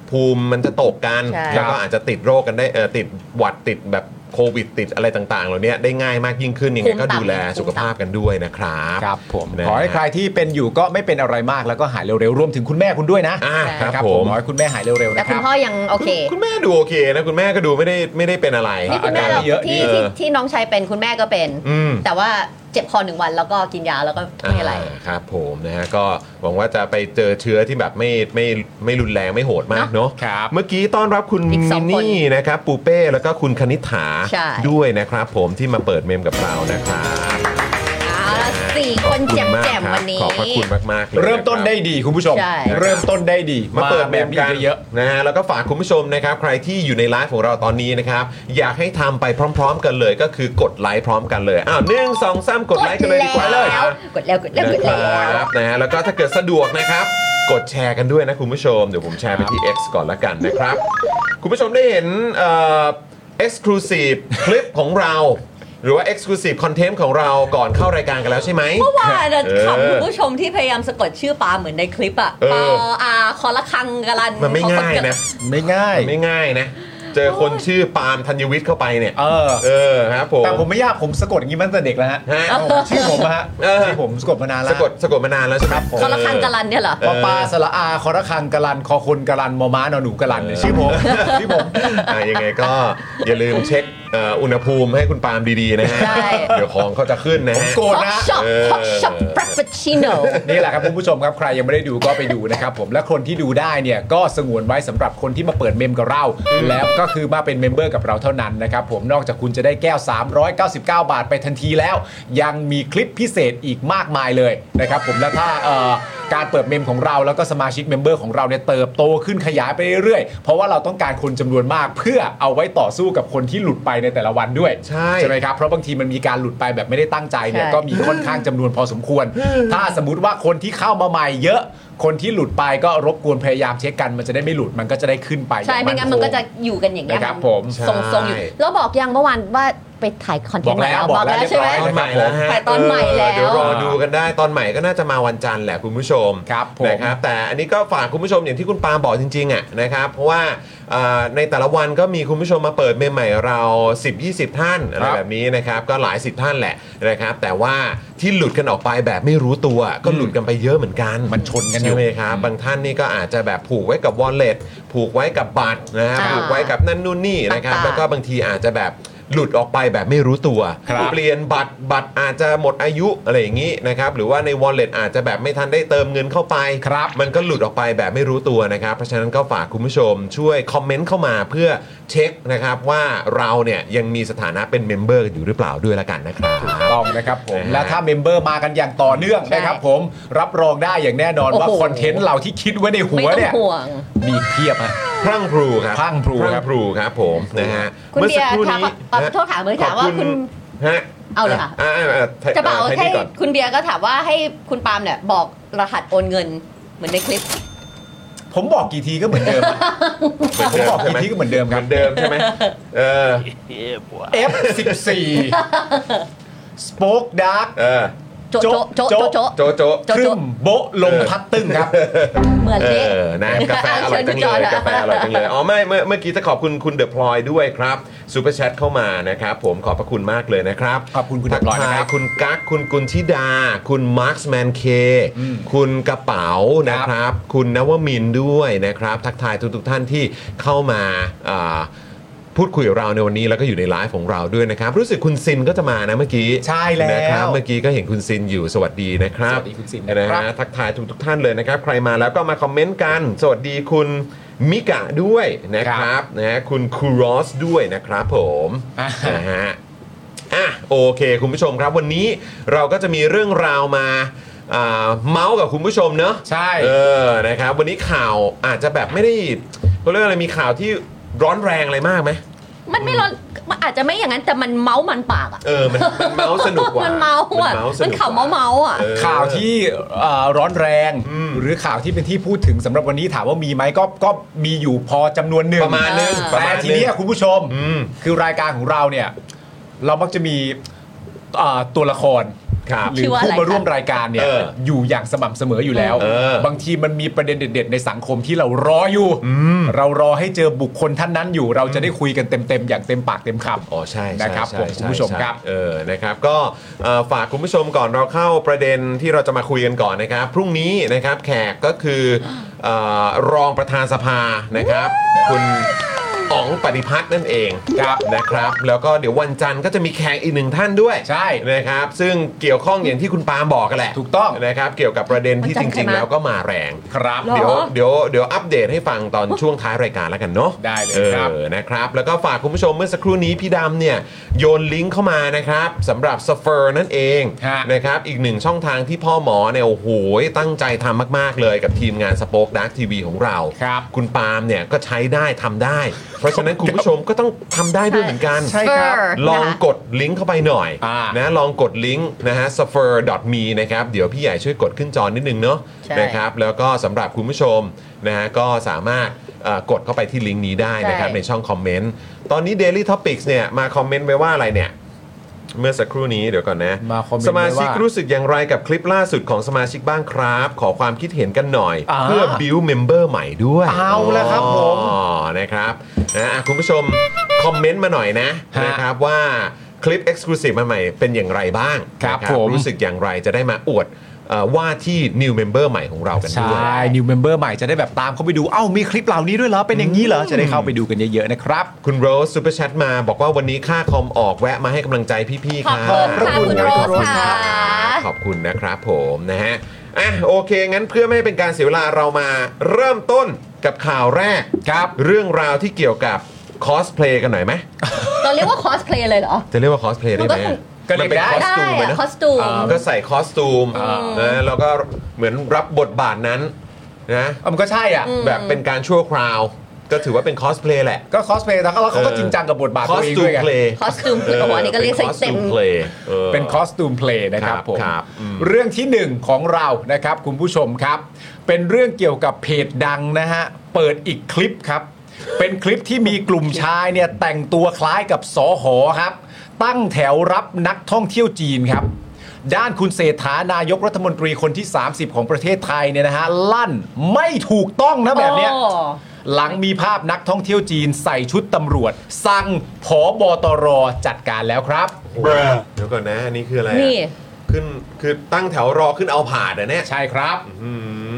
Speaker 2: ภูมิมันจะตกกัน
Speaker 5: ใช่
Speaker 2: แล้วก็อาจจะติดโรคกันได้เออติดหวัดติดแบบโควิดติดอะไรต่างๆเหล่านี้ได้ง่ายมากยิ่งขึ้นยังไงก็ดูแลสุขภาพกันด้วยนะครับ
Speaker 6: ครับผม
Speaker 2: นะฮะ
Speaker 6: ขอให้ใครที่เป็นอยู่ก็ไม่เป็นอะไรมากแล้วก็หายเร็วๆรวมถึงคุณแม่คุณด้วยนะ
Speaker 2: อ่าครับ
Speaker 6: นะครับ
Speaker 2: ผ
Speaker 6: ผม
Speaker 2: ม
Speaker 6: ขอให้คุณแม่หายเร็วๆ
Speaker 5: แต่
Speaker 6: นะค
Speaker 5: คุ
Speaker 6: รั
Speaker 5: ณ
Speaker 6: บ
Speaker 5: พ่อยังโอเค
Speaker 2: คุณแม่ดูโอเคนะ คุณแม่ก็ดูไม่ได้ไม่ได้เป็นอะไร
Speaker 5: นี่คุณแม่
Speaker 2: อาการ
Speaker 5: เรา
Speaker 6: เยอะดี
Speaker 5: ที่
Speaker 2: เอ
Speaker 5: ที่
Speaker 2: อ
Speaker 5: ที่น้องชายเป็นคุณแม่ก็เป็น
Speaker 2: อืม
Speaker 5: แต่ว่าเจ็บคอหนึ่งวันแล้วก็กินยาแล้วก็ไม่เป็นไร
Speaker 2: อ่าครับผมนะฮะก็หวังว่าจะไปเจอเชื้อที่แบบไม่ไม่ไม่รุนแรงไม่โหดมากเนาะ
Speaker 6: ครับ
Speaker 2: เมื่อกี้ต้อนรับคุณมิ
Speaker 5: อีกสองคน
Speaker 2: นี่นะครับปูเป้แล้วก็คุณคณิษฐา
Speaker 5: ใช่
Speaker 2: ด้วยนะครับผมที่มาเปิดเมมกับเรานะครับ
Speaker 5: เอาละสี่คนเจ็บ
Speaker 2: ขอบคุณมาก
Speaker 5: แจ่ม
Speaker 2: ครับ
Speaker 5: วันนี้
Speaker 2: ขอบพระคุณมากๆเลยะคบ
Speaker 6: เริ่มต้นได้ดีคุณผู้ชม
Speaker 5: ใช่
Speaker 6: เริ่มต้นได้ดี
Speaker 2: มาเปิด
Speaker 6: แบ
Speaker 2: แบบ บ
Speaker 6: ดี
Speaker 2: กัน
Speaker 6: เยอะ
Speaker 2: นะฮะแล้วก็ฝากคุณผู้ชมนะครับ ใครที่อยู่ในไลฟ์ของเราตอนนี้นะครับ อยากให้ทำไปพร้อม ๆ กันเลยก็คือกดไลค์พร้อมกันเลยอ้าวหนึ่งสองสามกดไลค์กันเลยดีกว่าเลย
Speaker 5: กดแล้วกดแล้วกด
Speaker 2: นะ
Speaker 5: แล้
Speaker 2: คว รับนะฮะแล้วก็ถ้าเกิดสะดวกนะครับ กดแชร์กันด้วยนะคุณผู้ชม เดี๋ยวผมแชร์ไปที่ X ก่อนละกันนะครับ คุณผู้ชมได้เห็นเอ่อ exclusive คลิปของเรา หรือว่า exclusive content ของเราก่อนเข้ารายการกันแล้วใช่ไหม
Speaker 5: เมื่อวานอะ
Speaker 2: เออ
Speaker 5: ขำคุณผู้ชมที่พยายามสะกดชื่อปาเหมือนในคลิปอะ
Speaker 2: เออ
Speaker 5: ปาอาคอละคังกะลัน
Speaker 2: มันไม่ง่ายนะ
Speaker 6: ไม่ง่าย
Speaker 2: ไม่ง่ายนะ เจอคนชื่อปาล์มธัญวิทย์เข้าไปเนี่ย
Speaker 6: เออ
Speaker 2: เออครับผม
Speaker 6: แต่ผมไม่ยากผมสะกดอย่างนี้มาตั้งแต่เด็กแล้วฮะ
Speaker 2: ฮะ
Speaker 6: ชื่อผมอะฮะ
Speaker 2: เออ
Speaker 6: ชื่อผมสะกดมานานแล้ว
Speaker 2: สะกดสะกดมานานแล้วใช่ไหม
Speaker 6: ครับผม
Speaker 5: คอละคังกะลันเนี่ยเหรอ
Speaker 6: ปอปลาสละอา คอระคังกะลัน คอคนกะลัน มอม้านอนหนูกะลันเนี่ยชื่อผมชื่อผม
Speaker 2: อ่ะยังไง ก็อย่าลืมเช็คเอ่ออุณหภูมิให้คุณปาล์มดีๆนะฮะ
Speaker 5: ใช่
Speaker 2: เดี๋ยวของเขาจะขึ้นนะ
Speaker 6: ผม
Speaker 2: ฮะ
Speaker 6: โกรธ
Speaker 5: ฮอก
Speaker 6: นะ
Speaker 5: ช็อป
Speaker 2: เออ
Speaker 5: ฮอกช็อปฟรปปชิโน
Speaker 6: นี่แหละครับคุณผู้ชมครับใครยังไม่ได้ดูก็ไปดูนะครับผมและคนที่ดูได้เนี่ยก็สงวนไว้สำหรับคนที่มาเปิดเมมกับเรา แล้วก็คือมาเป็นเมมเบอร์กับเราเท่านั้นนะครับผมนอกจากคุณจะได้แก้ว 399 บาทไปทันทีแล้ว ยังมีคลิปพิเศษอีกมากมายเลยนะครับผมและถ้าเอ่อการเปิดเมมของเราแล้วก็สมาชิกเมมเบอร์ของเราเนี่ยเติบโตขึ้นขยายไปเรื่อยๆเพราะว่าเราต้องการคนจำนวนมาก เพื่อเอาไว้ต่อสู้กับคนที่หลุดไปในแต่ละวันด้วย
Speaker 2: ใช่
Speaker 6: ไหมครับเพราะบางทีมันมีการหลุดไปแบบไม่ได้ตั้งใจเนี่ย
Speaker 5: ใช่
Speaker 6: ก็ มีค่อนข้างจำนวนพอสมควร ถ้าสมมติว่าคนที่เข้ามาใหม่เยอะ คนที่หลุดไปก็รบกวนพยายามเช็คกัน มันจะได้ไม่หลุด มันก็จะได้ขึ้นไป
Speaker 5: ใช่ ไม่งั้นมันก็จะอยู่กันอย่างเงี้ย
Speaker 6: นะครับผม
Speaker 5: ทรงทรงๆอยู่
Speaker 2: ใช่
Speaker 5: แล้วบอกยังเมื่อวานว่าไปถ่ายคอนเทนต์
Speaker 6: บอกแล้ว
Speaker 5: มาบอกแล้
Speaker 6: บอก
Speaker 5: ว
Speaker 6: แล้ว
Speaker 5: ใช่ไหม
Speaker 6: เรียบร้
Speaker 2: ตอนให
Speaker 6: อย
Speaker 2: ม่แล้วฮะ
Speaker 5: ไปตอนใหม่แล้
Speaker 2: เอ
Speaker 5: ว
Speaker 2: อเดี๋ยวรอดูกันได้ตอนใหม่ก็น่าจะมาวันจันทร์แหละคุณผู้ชม
Speaker 6: ครับผม
Speaker 2: นะครับแต่อันนี้ก็ฝากคุณผู้ชมอย่างที่คุณปาล์มบอกจริงๆอ่ะนะครับเพราะว่าเอ่อในแต่ละวันก็มีคุณผู้ชมมาเปิดเมมใหม่เรา 10 20 ท่านอะไร
Speaker 6: ครับ
Speaker 2: แบบนี้นะครับก็หลายสิบท่านแหละนะครับแต่ว่าที่หลุดกันออกไปแบบไม่รู้ตัวก็หลุดกันไปเยอะเหมือนกัน
Speaker 6: มันชนกันอยู่
Speaker 2: ใช่ไหมครับบางท่านนี่ก็อาจจะแบบผูกไว้กับวอลเล็ตผูกไว้กับบัตรนะฮะ
Speaker 5: อ่า
Speaker 2: ผูกไว้กับนั่นนู่นนี่นะครับ
Speaker 5: ต่างๆ
Speaker 2: แล้วก็บางทีอาจจะแบบหลุดออกไปแบบไม่รู้ตัว
Speaker 6: ครับ
Speaker 2: เปลี่ยนบัตรบัตรอาจจะหมดอายุอะไรอย่างนี้นะครับหรือว่าใน wallet อาจจะแบบไม่ทันได้เติมเงินเข้าไป
Speaker 6: ครับ
Speaker 2: มันก็หลุดออกไปแบบไม่รู้ตัวนะครับ เพราะฉะนั้นก็ฝากคุณผู้ชมช่วยคอมเมนต์เข้ามาเพื่อ เช็คนะครับว่าเราเนี่ยยังมีสถานะเป็นเมมเบอร์กันอยู่หรือเปล่าด้วยละกันนะครับ
Speaker 6: ต้องนะครับผม
Speaker 2: นะฮะ
Speaker 6: และถ้าเมมเบอร์มากันอย่างต่อเนื่องนะครับผม รับรองได้อย่างแน่นอนว่า
Speaker 5: โอ้โห
Speaker 6: คอนเทนต์เราที่คิดไว้ในหั
Speaker 5: ไม่
Speaker 6: ว
Speaker 5: ต้อง
Speaker 6: เนี่ย
Speaker 5: ห่วง
Speaker 6: มีเพียบฮะ
Speaker 2: พรั่งพรูครับ
Speaker 6: พรั่งพรู
Speaker 2: พ
Speaker 6: ครั
Speaker 2: รั่
Speaker 6: บ
Speaker 2: งพรูครับผมนะฮะ
Speaker 5: คุณเบียร์
Speaker 2: มื่อสัก
Speaker 5: ถามว่าเอ่อโทษถามเลยถามว่า
Speaker 2: ขอบ
Speaker 5: คุณ
Speaker 2: ฮะ
Speaker 5: เอาเลยค่ะ
Speaker 2: อ่าอ่าอ่าไทย
Speaker 5: จะบอก
Speaker 2: ไทย
Speaker 5: ให้
Speaker 2: นี่ก่อน
Speaker 5: คุณเบียร์ก็ถามว่าให้คุณปาล์มเนี่ยบอกรหัสโอนเงินเหมือนในคลิป
Speaker 6: ผมบอกกี่ทีก็เหมือนเดิม ผมบอกกี่ทีก็เหมือนเดิม
Speaker 2: เห
Speaker 6: ค
Speaker 2: มื
Speaker 6: รั
Speaker 2: อบ นเดิมใช่ไหมเออ
Speaker 6: F14 Spoke Dark
Speaker 2: เออ
Speaker 5: โจะโจะโจะโจะ
Speaker 2: โจ
Speaker 5: โจะ
Speaker 2: โจ
Speaker 5: โจะ
Speaker 6: ครึ่
Speaker 5: โจะ
Speaker 6: มโบะลมพัดตึ้งครับ
Speaker 5: เหมือน
Speaker 2: เอ
Speaker 5: เละ
Speaker 2: อนะกาแฟอร่อยจังเลยกาแฟอร่อยจังเลยอ๋อ ไม่เมื่อเมื่อกี้จะขอบคุณคุณเดอะพลอยด้วยครับซูเปอร์แชทเข้ามานะครับ ผมขอบพระคุณมากเลยนะครับ
Speaker 6: ขอบคุณคุณเด
Speaker 2: ทั
Speaker 6: อะพลอย
Speaker 2: ทา
Speaker 6: นะค
Speaker 2: ย
Speaker 6: รับ
Speaker 2: คุณกั๊กคุณกุลธิดา คุณมาร์คแมนเค
Speaker 6: อืม
Speaker 2: คุณกระเป๋านะค
Speaker 6: ครั
Speaker 2: รับ
Speaker 6: บ
Speaker 2: คุณนวมินทร์ด้วยนะครับ ทักทายทุกทุกๆท่านที่เข้ามาอ่าพูดคุยกับเราในวันนี้แล้วก็อยู่ในไลฟ์ของเราด้วยนะครับ รู้สึกคุณซินก็จะมานะเมื่อกี้
Speaker 6: ใช่แล้ว
Speaker 2: นะครับเมื่อกี้ก็เห็นคุณซินอยู่สวัสดีนะครับ
Speaker 6: สวัสดีคุณซินนะครับ
Speaker 2: ฮทักทายทุกทุกๆท่านเลยนะครับ ใครมาแล้วก็มาคอมเมนต์กัน สวัสดีคุณมิกะด้วยนะครับนะฮะคุณคูรอสด้วยนะครับผมนะฮะอ่ะโอเค คุณผู้ชมครับวันนี้เราก็จะมีเรื่องราวมาอ่าเมาส์กับคุณผู้ชมเนอะ
Speaker 6: ใช่
Speaker 2: เออ นะครับ วันนี้ข่าวอาจจะแบบไม่ได้เขาเรียกอะไร มีข่าวที่ร้อนแรงอะไรมากไหม
Speaker 5: มันไม่ร้อนมันอาจจะไม่อย่างนั้นแต่มันเมาส์มันปากอะ
Speaker 2: เออ มันมันเมาส์สนุกกว่า
Speaker 5: มั
Speaker 2: มัน
Speaker 5: เมาส์อะ
Speaker 2: ส
Speaker 5: มัน
Speaker 2: กก
Speaker 5: ข่าวเมาส์เมาส์อะ
Speaker 2: เออ
Speaker 6: ข่าวที่เอ่อร้อนแรง
Speaker 2: อืม
Speaker 6: หรือข่าวที่เป็นที่พูดถึงสำหรับวันนี้ถามว่ามีไหมก็ก็มีอยู่พอจำนวนหนึ่ง
Speaker 2: ประมาณนึง
Speaker 5: อ่า
Speaker 2: ประ
Speaker 6: แต่
Speaker 2: มาณ
Speaker 6: ที
Speaker 2: นึง
Speaker 6: เนี้ยคุณผู้ชม
Speaker 2: อืม
Speaker 6: คือรายการของเราเนี่ย เรามักจะมีเอ่อตัวละคร
Speaker 2: ครับ
Speaker 6: หรือผู้มาร่วมรายการเนี่ย
Speaker 2: เออ
Speaker 6: อยู่อย่างสม่ำเสมออยู่แล้ว
Speaker 2: เออบ
Speaker 6: างทีมันมีประเด็นเด็ด ๆ ในสังคมที่เรารออยู่
Speaker 2: ม
Speaker 6: เรารอให้เจอบุคคลท่านนั้นอยู่ เราจะได้คุยกันเต็มๆอย่างเต็มปากเต็มคำ
Speaker 2: อ๋อใช่ใช่
Speaker 6: นะครับ
Speaker 2: ใช่
Speaker 6: ผม
Speaker 2: ใ
Speaker 6: คุณผู้ชมครับ
Speaker 2: ใเออนะครับก็เอ่อฝากคุณผู้ชมก่อนเราเข้าประเด็นที่เราจะมาคุยกันก่อนนะครับ พรุ่งนี้นะครับแขกก็คือเอ่อรองประธานสภานะครับ คุณอ๋องปฏิพัฒน์นั่นเอง
Speaker 6: ครับ
Speaker 2: นะครับ แล้วก็เดี๋ยววันจันทร์ก็จะมีแขกอีกหนึ่งท่านด้วย
Speaker 6: ใช่
Speaker 2: นะครับ ซึ่งเกี่ยวข้องอย่างที่คุณปาล์มบอกกันแหละ
Speaker 6: ถูกต้อง
Speaker 2: นะครับเกี่ยวกับประเด็นที่
Speaker 5: วันจั
Speaker 2: จ
Speaker 5: นทร์
Speaker 2: ริงๆ
Speaker 5: ใช่ไหม
Speaker 2: แล้วก็มาแรง
Speaker 6: ครับ
Speaker 5: หรอ
Speaker 2: เดี๋ยวเดี๋ยวเดี๋ยวอัปเดตให้ฟังตอนช่วงท้ายรายการแล้วกันเนาะ
Speaker 6: ได้เลย
Speaker 2: ออ
Speaker 6: ครับ
Speaker 2: นะครับ แล้วก็ฝากคุณผู้ชมเมื่อสักครู่นี้พี่ดำเนี่ยโยนลิงก์เข้ามานะครับสำหรับสเฟอร์นั่นเอง
Speaker 6: ฮะ
Speaker 2: นะครับอีกหนึ่งช่องทางที่พ่อหมอเนี่ยโอ้โหตั้งใจทำมาก ๆ เลยกับทีมงานสป็อคดักทีวีของเรา
Speaker 6: ครับ
Speaker 2: ณปาล์มเนี่ยก็ใช้ได้ทำได้ เพราะฉะนั้นคุณผู้ชมก็ต้องทำได้ด้วยเหมือนกัน
Speaker 6: ใช่ครับ
Speaker 5: Spur
Speaker 2: ลอง
Speaker 5: นะคะ
Speaker 2: กดลิงก์เข้าไปหน่อย
Speaker 6: อ่า
Speaker 2: นะลองกดลิงก์นะฮะ suffer.me นะครับ เดี๋ยวพี่ใหญ่ช่วยกดขึ้นจอนิดนึงเนาะ
Speaker 5: ใช่
Speaker 2: นะครับแล้วก็สำหรับคุณผู้ชมนะฮะก็สามารถเอ่อกดเข้าไปที่ลิงก์นี้ได้นะครับ
Speaker 5: ใช่
Speaker 2: ในช่องคอมเมนต์ ตอนนี้ Daily Topics เนี่ยมาคอมเมนต์ไว้ว่าอะไรเนี่ย เมื่อสักครู่นี้เดี๋ยวก่อนนะ
Speaker 6: มาคอมเมนต์
Speaker 2: สมาชิก
Speaker 6: ไว้ว่ารู้
Speaker 2: รู้สึกอย่างไรกับคลิปล่าสุดของสมาชิกบ้างครับ ขอความคิดเห็นกันหน่อย
Speaker 6: อ่า
Speaker 2: เพื่อบิวเมมเบอร์ใหม่ด้วย
Speaker 6: เอาละครับผม
Speaker 2: อ๋อนะครับนะอ่ะคุณผู้ชมคอมเมนต์มาหน่อยนะ
Speaker 6: ฮะ
Speaker 2: นะครับว่าคลิป Exclusive มาใหม่เป็นอย่างไรบ้าง
Speaker 6: ครับ
Speaker 2: นะ
Speaker 6: ผม
Speaker 2: รู้สึกอย่างไรจะได้มาอวดเอ่อว่าที่ new member ใหม่ของเรากัน
Speaker 6: ใช
Speaker 2: ด้วย
Speaker 6: ่ new member ใหม่จะได้แบบตามเข้าไปดู เอ้า มีคลิปเหล่านี้ด้วยเหรอ เป็นอย่างนี้เหรอ จะได้เข้าไปดูกันเยอะๆนะครับ
Speaker 2: คุณโรสซูเปอร์แชทมาบอกว่าวันนี้ค่าคอมออกแวะมาให้กำลังใจพี่ๆ
Speaker 5: ขอบ
Speaker 2: ค่ะ
Speaker 5: คุณค่ะคุณโรสค่ะ
Speaker 2: ขอบคุณนะครับผมนะฮะ อ่ะโอเค งั้นเพื่อไม่ให้เป็นการเสียเวลาเรามาเริ่มต้นกับข่าวแรก
Speaker 6: ครับ
Speaker 2: เรื่องราวที่เกี่ยวกับคอสเพลย์กันหน่อยไหม
Speaker 5: เราเรียกว่าคอสเพลย์เลยเหรอ
Speaker 2: จะเรียกว่าคอสเพลย์ได้ไหม
Speaker 5: มัน
Speaker 6: ก็
Speaker 5: ก็
Speaker 6: เรียก
Speaker 2: เป็น
Speaker 6: ได้
Speaker 2: คอส
Speaker 5: ได้
Speaker 2: ตูม
Speaker 5: อะ
Speaker 2: นะ
Speaker 5: คอสตูม
Speaker 6: อ่า
Speaker 2: ก็ใส่คอสตูมนะแล้วก็เหมือนรับบทบาทนั้นนะ
Speaker 6: เอามันก็ใช่อ่ะ
Speaker 2: แบบเป็นการชั่วคราว ก็ถือว่าเป็นคอสเพลย์แหละ
Speaker 6: ก็คอสเพลย์แล้วก็แล้วเขาก็
Speaker 2: เออ
Speaker 6: จริงจังกับบทบาท
Speaker 2: คอ
Speaker 6: ตัว
Speaker 2: ส
Speaker 6: เอง
Speaker 2: ตู
Speaker 6: ด้
Speaker 2: ม
Speaker 6: วยไง
Speaker 2: เพลย์
Speaker 5: คอสตูมเพลย์โอ้โหอันนี้ก็เรียกใส่เต็ม
Speaker 2: ป็นคอสตูเพลย์ออ
Speaker 6: เป็นคอสตูมเพลย์นะค
Speaker 2: ค
Speaker 6: รั
Speaker 2: รับ บ
Speaker 6: ผม
Speaker 2: ครับอืม
Speaker 6: เรื่องที่หนึ่งของเรานะครับ คุณผู้ชมครับ เป็นเรื่องเกี่ยวกับเพจดังนะฮะ เปิดอีกคลิปครับ เป็นคลิปที่มีกลุ่มชายเนี่ยแต่งตัวคล้ายกับสอหอครับ ตั้งแถวรับนักท่องเที่ยวจีนครับ ด้านคุณเศรษฐานายกรัฐมนตรีคนที่ 30 ของประเทศไทยเนี่ยนะฮะลั่นไม่ถูกต้องนะแบบเนี้ย
Speaker 5: โอ้
Speaker 6: หลังมีภาพนักท่องเที่ยวจีนใส่ชุดตำรวจ สั่งผอบอตรจัดการแล้วครับ
Speaker 2: เดี๋ยวก่อนนะอันนี้คืออะไรอะ
Speaker 5: นี่
Speaker 2: ขึ้นคือตั้งแถวรอขึ้นเอาผาดอะเนี่ย
Speaker 6: ใช่ครับ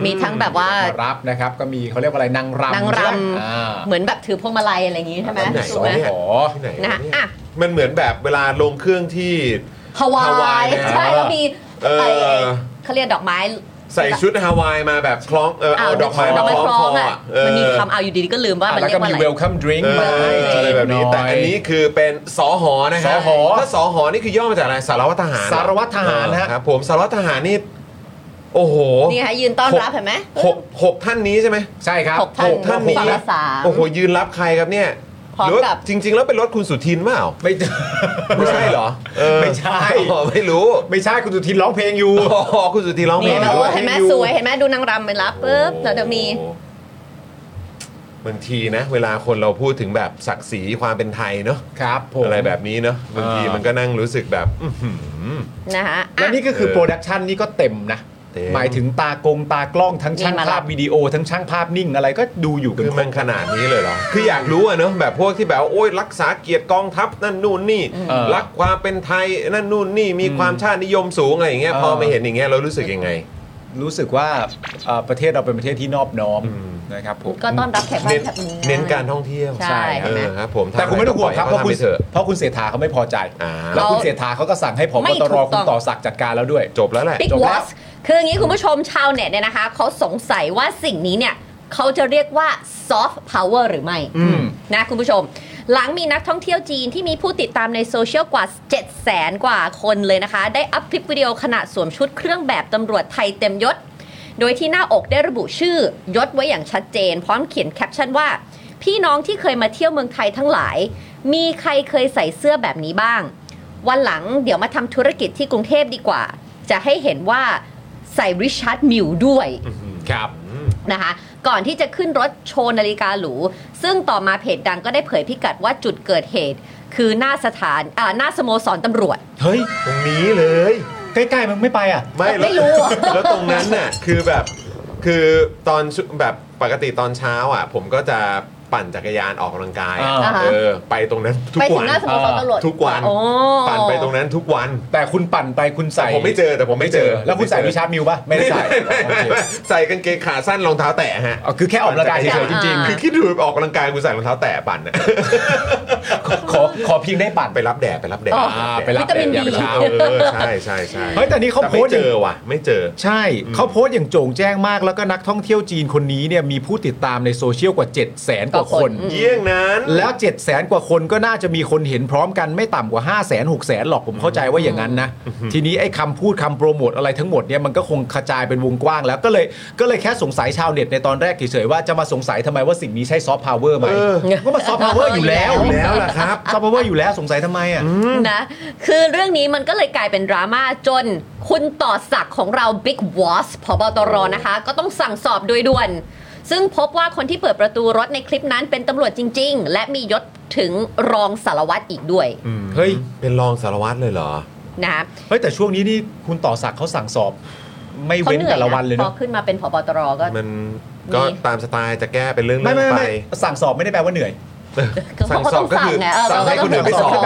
Speaker 5: มีทั้งแบบว่า
Speaker 6: มารับนะครับ ก็มีเขาเรียกว่าอะไรนางรำ
Speaker 5: นางร
Speaker 6: ใช่ไหมอ่า
Speaker 5: ำเหมือนแบบถือพวงมาลัยอะไรอย่างงี้ใช่ไหม
Speaker 2: อันไหน
Speaker 5: ถูกไหม
Speaker 2: วะเนี่ย
Speaker 6: สอหอ
Speaker 2: ที่ไหนว
Speaker 5: นะฮะอ่ะ
Speaker 2: มันเหมือนแบบเวลาลงเครื่องที่
Speaker 5: ฮาวา
Speaker 2: ฮาวาย
Speaker 5: ย
Speaker 2: นะ
Speaker 5: ใช่แล้วมี
Speaker 2: เออ
Speaker 5: ไอ้เขาเรียกดอกไม้
Speaker 2: ใส่ชุดฮาวายมาแบบคล้องเออเอาดอกไม้มาคล้องคออ่ะเออ
Speaker 5: มันมีคำเอาอยู่ดีๆก็ลืมว่ามัน
Speaker 6: แล้ว
Speaker 5: เรีย
Speaker 6: ก็
Speaker 5: กว่า
Speaker 6: มี
Speaker 5: อะไร
Speaker 6: welcome drink
Speaker 2: เอ
Speaker 6: มาให้
Speaker 2: ออะไรแบบนี้
Speaker 6: หย
Speaker 2: แต่อันนี้คือเป็นสอหอนะครั
Speaker 6: สอหอ
Speaker 2: ถ้าสอหอนี่คือย่อมาจากอะไรสารวัตรทหาร
Speaker 6: สารวัตรทหารฮะ
Speaker 2: ครับผมสารวัตรทหารนี่โอ้โห
Speaker 5: นี่ค่ะยืนต้อนรับเห็นไหม
Speaker 2: หกหกท่านนี้ใช่ไหม
Speaker 6: ใช่ครับ
Speaker 5: หกท่าน
Speaker 2: หกท่านนี้
Speaker 5: ฝั่งละสาม
Speaker 2: โอ้โหยืนรับใครครับเนี่ย
Speaker 5: พร้อ
Speaker 2: ห
Speaker 5: ม
Speaker 2: ว่า
Speaker 5: กับ
Speaker 2: จริง ๆ แล้วเป็นรถคุณสุทินเปล่า
Speaker 6: ไม่
Speaker 2: ไม่ใช่เหรอเออ
Speaker 6: ไม่ ใช่
Speaker 2: อ๋อไม่รู้
Speaker 6: ไม่ใช่คุณสุทินร้องเพลงอยู่
Speaker 2: อ๋อคุณสุทินร้องเพล
Speaker 5: นี่
Speaker 2: ง
Speaker 5: เห็นไหม
Speaker 2: ด้
Speaker 5: โอ้
Speaker 2: วย
Speaker 5: เห็นไหมสวยเห็นไหมดูนางรำไปรับปุ๊บแล้วเดี๋ยวมี
Speaker 2: โอ้โหบางทีนะ เวลาคนเราพูดถึงแบบศักดิ์ศรีความเป็นไทยเนอะ
Speaker 6: ครับผม
Speaker 2: อะไรแบบนี้เนอะบางที
Speaker 6: เออ
Speaker 2: มันก็นั่งรู้สึกแบบ
Speaker 5: นะคะอ่ะ
Speaker 6: และนี่ก็คือโปรดักชันนี่ก็เต็มนะ
Speaker 2: เต็ม
Speaker 6: หมายถึงตากงตากล้องทั้งช่าง
Speaker 5: นี่มาละ
Speaker 6: ภาพวิดีโอทั้งช่างภาพนิ่งอะไรก็ดูอยู่กัน
Speaker 2: คือ
Speaker 6: คร
Speaker 2: มัน
Speaker 6: บ
Speaker 2: ขนาดนี้เลยเหรอ คืออยากรู้อะเนอะแบบพวกที่แบบว่าโอ้ยรักษาเกียรติกองทัพนั่นนู่นนี่
Speaker 6: เออ
Speaker 2: รักความเป็นไทยนั่นนู่นนี่มีความชาตินิยมสูงอะไรอย่างเงี้ย
Speaker 6: เออ
Speaker 2: พอมาเห็นอย่างเงี้ยเรารู้สึกยังไง
Speaker 6: รู้สึกว่าเอ่อประเทศเราเป็นประเทศที่นอบน้อมนะครับผม
Speaker 5: ก็ต้อนรับแขกบ้า
Speaker 2: เน้
Speaker 5: น
Speaker 2: น
Speaker 5: แขกเมือง
Speaker 2: เน้นการท่องเที่ยว
Speaker 5: ใช่
Speaker 2: เอ
Speaker 5: เห็นไหม
Speaker 2: อครับผม
Speaker 6: แต่คุณไม่ต้องห่วงครับเพ
Speaker 2: ทำ
Speaker 6: ราะ
Speaker 2: ไป
Speaker 6: คุณ
Speaker 2: เถอะ
Speaker 6: เพราะคุณเสถาเขาไม่พอใจ
Speaker 2: อ่า
Speaker 6: แล้วคุณเสถาเขาก็สั่งให้ผบ
Speaker 5: ไม่
Speaker 6: ต
Speaker 5: ถู
Speaker 6: ร
Speaker 5: ก
Speaker 6: คุ
Speaker 5: ต้
Speaker 6: ณ
Speaker 5: อง
Speaker 6: ต่อสักดิ์จัดการแล้วด้วย
Speaker 2: จบแล้วแหละ
Speaker 5: Big
Speaker 6: จบ
Speaker 5: w
Speaker 6: แล้ว
Speaker 5: a s คืออย่างนี้คุณผู้ชมชาวเน็ตเนี่ยนะคะเขาสงสัยว่าสิ่งนี้เนี่ยเขาจะเรียกว่า soft power หรือไม่
Speaker 6: อืม
Speaker 5: นะคุณผู้ชม หลังมีนักท่องเที่ยวจีนที่มีผู้ติดตามในโซเชียลกว่า 7 0 0แสนกว่าคนเลยนะคะ ได้อัพคลิปวิดีโอขณะสวมชุดเครื่องแบบตำรวจไทยเต็มยศ โดยที่หน้าอกได้ระบุชื่อยศไว้อย่างชัดเจน พร้อมเขียนแคปชั่นว่า พี่น้องที่เคยมาเที่ยวเมืองไทยทั้งหลาย มีใครเคยใส่เสื้อแบบนี้บ้าง วันหลังเดี๋ยวมาทำธุรกิจที่กรุงเทพดีกว่า จะให้เห็นว่าใส่ริชาร์ดมิวด้วย
Speaker 6: ครับ
Speaker 5: นะคะ ก่อนที่จะขึ้นรถโชว์นาฬิกาหรู ซึ่งต่อมาเพจดังก็ได้เผยพิกัดว่าจุดเกิดเหตุ คือหน้าสถานอ่าหน้าสโมสรตำรวจ
Speaker 6: เฮ้ย
Speaker 2: ตรงนี้เลย
Speaker 6: ใกล้ๆมึงไม่ไปอ่ะ
Speaker 2: ไม่
Speaker 5: ไม่รู้อะ
Speaker 2: แล้วตรงนั้นน่ะคือแบบคือตอนชุแบบปกติตอนเช้าอ่ะ ผมก็จะปั่นจักรยานออกกำลังกายอะ
Speaker 6: อ่า
Speaker 2: เออไปตรงนั้นทุก
Speaker 5: ไปถึ
Speaker 2: วั
Speaker 5: ง
Speaker 2: น
Speaker 5: หน้าสโมสรตำรวจ
Speaker 2: ทุกวัน
Speaker 5: โอ้
Speaker 2: ปั่นไปตรงนั้นทุกวัน
Speaker 6: แต่คุณปั่นไปคุณ
Speaker 2: แต่
Speaker 6: ใส่
Speaker 2: ผมไม่เจอแต่ผมไม่เจอ
Speaker 6: แล้วคุณใส่วิชาร์ดมิวป่ะ ไม่ได้ใส่
Speaker 2: ไม่ไม่ไม่ใส่กางเกงขาสั้นรองเท้าแตะฮะ
Speaker 6: อ๋อคือแค่ออกกำลังกายเฉยๆจริง
Speaker 5: อ่า
Speaker 2: คือคิดดูออกกำลังกายกูใส่รองเท้าแตะปั่นน่ะ
Speaker 6: ๆขอขอเพียงได้ปั่น
Speaker 2: ไปรับแดดไปรับแดด
Speaker 5: อ๋อ
Speaker 2: แดด
Speaker 6: ไปรับแดด
Speaker 5: วิตามิน
Speaker 6: ยาม
Speaker 2: เช้า
Speaker 6: เช้า
Speaker 2: เออใช่ใช่ใช่
Speaker 6: เฮ้ยแต่นี่เขา
Speaker 2: ไม่
Speaker 6: โพสต์
Speaker 2: เจอว่ะ ไม่เจอ
Speaker 6: ใช่เขาโพสต์อย่างโจ่งแจ้งมากแล้วก็นักท่องเที่ยวจีนคนนี้เนี่ยมีผู้ติดตามในโซเชียลกว่า 7 0 0แสนกว่าคน
Speaker 2: เยี่ยงนั้น
Speaker 6: แล้ว 7 0 0แสนกว่าคนก็น่าจะมีคนเห็นพร้อมกันไม่ต่ำกว่า 5 0 0แสน6 0แสนหรอกผมเข้าใจว่าอย่างนั้นนะ ทีนี้ไอ้คำพูดคำโปรโมทอะไรทั้งหมดเนี่ยมันก็คงกระจายเป็นวงกว้างแล้วก็เลยก็เลยแค่สงสัยชาวเน็ตในตอนแรกเฉยๆว่าจะมาสงสัยทำไมว่าสิ่งนี้ใช่ซอฟต์พาวเวอร์ไหม
Speaker 2: เออ
Speaker 6: ก็มาซอฟต์พาวเวอร์อยู่แล้ว
Speaker 2: อยู่แล้วล่ะครับ
Speaker 6: ซอฟต์พาวเวอร์อยู่แล้วสงสัยทำไมอ่ะ
Speaker 5: นะคือเรื่องนี้มันก็เลยกลายเป็นดราม่าจนคุณต่อศักดิ์ของเรา Big w a s พบตรนะคะ ก็ต้องสั่งสอบโดยด่วน ซึ่งพบว่าคนที่เปิดประตูรถในคลิปนั้นเป็นตำรวจจริง ๆ และมียศถึงรองสารวัตรอีกด้วย
Speaker 6: เฮ้ย
Speaker 2: เป็นรองสารวัตรเลยเหรอ
Speaker 5: นะคะ
Speaker 6: เฮ้ยแต่ช่วงนี้นี่คุณต่อสักดิ์เขาสั่งสอบ ไม่
Speaker 5: เขา
Speaker 6: เว้น
Speaker 5: เหนื่อ
Speaker 6: แต่
Speaker 5: ย
Speaker 6: ละวันเลย
Speaker 5: นะพอ
Speaker 6: เนาะ
Speaker 5: ขึ้นมาเป็นพบตรก็
Speaker 2: มันก็ตามสไตล์จะแก้เป็นเรื่องๆ
Speaker 6: ไม่ไม่
Speaker 2: ไป
Speaker 6: ไม่สั่งสอบไม่ได้แปลว่าเหนื่อย
Speaker 5: คือเขาก็ต้องสั่งไงเออ
Speaker 2: สั่งให้คนอื่นไปสอบ
Speaker 6: เขา
Speaker 2: ไป
Speaker 6: ก็ต้องสั่ง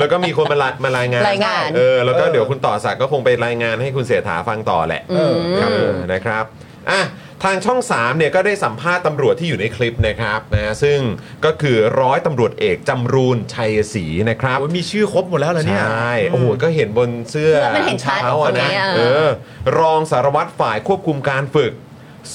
Speaker 2: แล้วก็มีคนมารามารายงาน
Speaker 5: รายงาน
Speaker 2: เออแล้วก็
Speaker 6: เออ
Speaker 2: เดี๋ยวคุณต่อสักดิ์ก็คงไปรายงานให้คุณเสถาฟังต่อแหละ
Speaker 5: อืม
Speaker 2: ครับผมนะครับอ่ะทางช่อง3เนี่ยก็ได้สัมภาษณ์ตำรวจที่อยู่ในคลิปนะครับนะซึ่งก็คือร้อยตำรวจเอกจำรูนชัยศรีนะครับ
Speaker 6: โอ้ยมีชื่อครบหมดแล้วเหรอ
Speaker 2: ใช
Speaker 6: เนี่ย
Speaker 2: ่ โอ้โห ก็เห็นบนเสื้อ
Speaker 5: มันเห็นชัด
Speaker 2: เขาอะ
Speaker 5: ตรง
Speaker 2: นะ
Speaker 5: นี้อะ
Speaker 2: เออ รองสารวัตรฝ่ายควบคุมการฝึก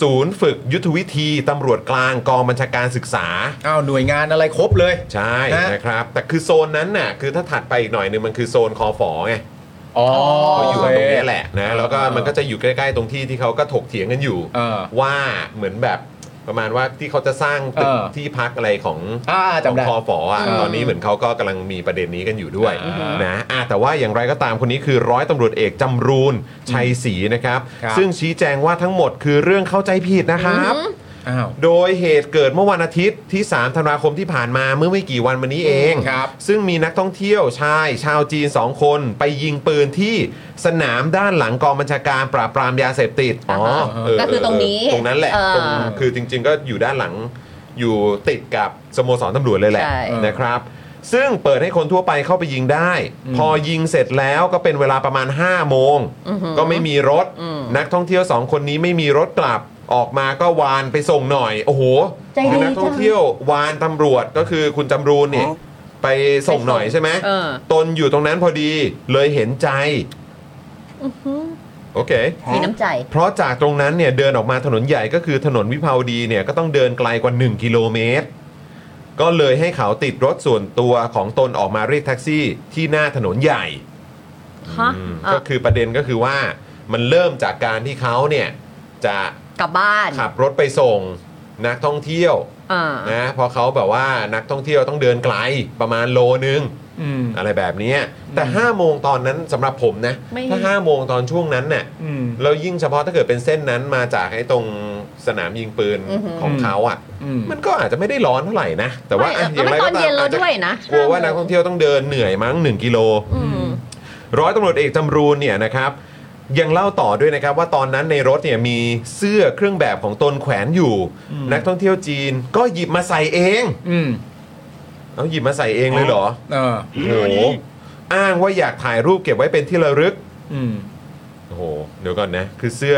Speaker 2: ศูนย์ฝึกยุทธวิธีตำรวจกลางกองบัญชาการศึกษา
Speaker 6: อ้าวหน่วยงานอะไรครบเลย
Speaker 2: ใช่
Speaker 6: นะ
Speaker 2: นะครับ แต่คือโซนนั้นน่ะ คือถ้าถัดไปอีกหน่อยนึงมันคือโซนคอฝอไง
Speaker 6: อ๋อ
Speaker 2: เขาอยู่กันตรงนี้แหละนะ
Speaker 6: เออ
Speaker 2: แล้วก็มันก็จะอยู่ใกล้ๆตรงที่ที่เขาก็ถกเถียงกันอยู่
Speaker 6: เออ
Speaker 2: ว่าเหมือนแบบประมาณว่าที่เขาจะสร้างตึก
Speaker 6: เออ
Speaker 2: ที่พักอะไรของ
Speaker 6: อ่า
Speaker 2: ข
Speaker 6: จำ
Speaker 2: อง
Speaker 6: ได้
Speaker 2: คอฝอ่ะ
Speaker 5: อืม
Speaker 2: ตอนนี้เหมือนเขาก็กำลังมีประเด็นนี้กันอยู่ด้วย
Speaker 6: อ่าน
Speaker 2: นะอ่ะแต่ว่าอย่างไรก็ตามคนนี้คือร้อยตำรวจเอกจำรูนชัยศรีนะครับ
Speaker 6: ครับ
Speaker 2: ซึ่งชี้แจงว่าทั้งหมดคือเรื่องเข้าใจผิดนะครับ
Speaker 6: อ้าว
Speaker 2: โดยเหตุเกิดเมื่อวันอาทิตย์ที่ 3 ธันวาคมที่ผ่านมาเมื่อไม่กี่วันมานี้เอง
Speaker 6: ครับ
Speaker 2: ซึ่งมีนักท่องเที่ยวชายชาวจีน 2 คนไปยิงปืนที่สนามด้านหลังกองบัญชาการปราบปรามยาเสพติด อ๋อเ
Speaker 5: ก็คือตรงนี้
Speaker 2: ตรงนั้นแหละ
Speaker 5: เออ
Speaker 2: ตรงคือจริง ๆ ก็อยู่ด้านหลังอยู่ติดกับสโมสรตำรวจเลยแหละ
Speaker 5: ใช่
Speaker 2: นะครับ ซึ่งเปิดให้คนทั่วไปเข้าไปยิงได้ พอยิงเสร็จแล้วก็เป็นเวลาประมาณ 5 โมง ก็ไม่มีรถ นักท่องเที่ยว 2 คนนี้ไม่มีรถกลับออกมาก็วานไปส่งหน่อย โอ้โห
Speaker 5: ใจดี
Speaker 2: คือนักท่องเที่ยววานตำรวจก็คือคุณจำรูนเนี่ยไปส่งหน่อยใช่ไหม
Speaker 5: เออ
Speaker 2: ตนอยู่ตรงนั้นพอดีเลยเห็นใจ โอเค
Speaker 5: มีน้ำใจ
Speaker 2: เพราะจากตรงนั้นเนี่ยเดินออกมาถนนใหญ่ก็คือถนนวิภาวดีเนี่ยก็ต้องเดินไกลกว่า 1 กิโลเมตร ก็เลยให้เขาติดรถส่วนตัวของตนออกมาเรียกแท็กซี่ที่หน้าถนนใหญ่
Speaker 5: ฮะ
Speaker 2: อืม
Speaker 5: อ่ะ
Speaker 2: ก็คือประเด็นก็คือว่ามันเริ่มจากการที่เขาเนี่ยจะ
Speaker 5: กลับบ้าน
Speaker 2: ขับรถไปส่งนักท่องเที่ยว
Speaker 5: อ่า
Speaker 2: นะเพอเขาแบบว่านักท่องเที่ยวต้องเดินไกลประมาณโลนึง
Speaker 6: อืม
Speaker 2: อะไรแบบเนี้ยแต่5โมงตอนนั้นสำหรับผมนะถ้า5โมงตอนช่วงนั้นเนี่ย
Speaker 6: อืม
Speaker 2: แล้วยิ่งเฉพาะถ้าเกิดเป็นเส้นนั้นมาจากไอ้ตรงสนามยิงปืนของเขาอ่ะ
Speaker 6: อืม
Speaker 2: มันก็อาจจะไม่ได้ร้อนเท่าไหร่นะ แต่ว่า
Speaker 5: ไม่
Speaker 2: อ่ะ
Speaker 5: แล้วไม่ตอนเย็นเรา
Speaker 2: อาจจะ
Speaker 5: ด้วยนะ
Speaker 2: กลัวว่านักท่องเที่ยวต้องเดินเหนื่อยมั้ง 1 กิโล
Speaker 5: อืม
Speaker 2: ร้อยตำรวจเอกจำรูนเนี่ยนะครับ ยังเล่าต่อด้วยนะครับว่าตอนนั้นในรถเนี่ยมีเสื้อเครื่องแบบของตนแขวนอยู่ นักท่องเที่ยวจีนก็หยิบมาใส่เอง
Speaker 6: อืม
Speaker 2: เอาหยิบมาใส่เองเลยเหรอ
Speaker 6: เออ
Speaker 2: โอ้โหอ้างว่าอยากถ่ายรูปเก็บไว้เป็นที่ระลึก
Speaker 6: อืม
Speaker 2: โอ้โห เดี๋ยวก่อนนะ คือเสื้อ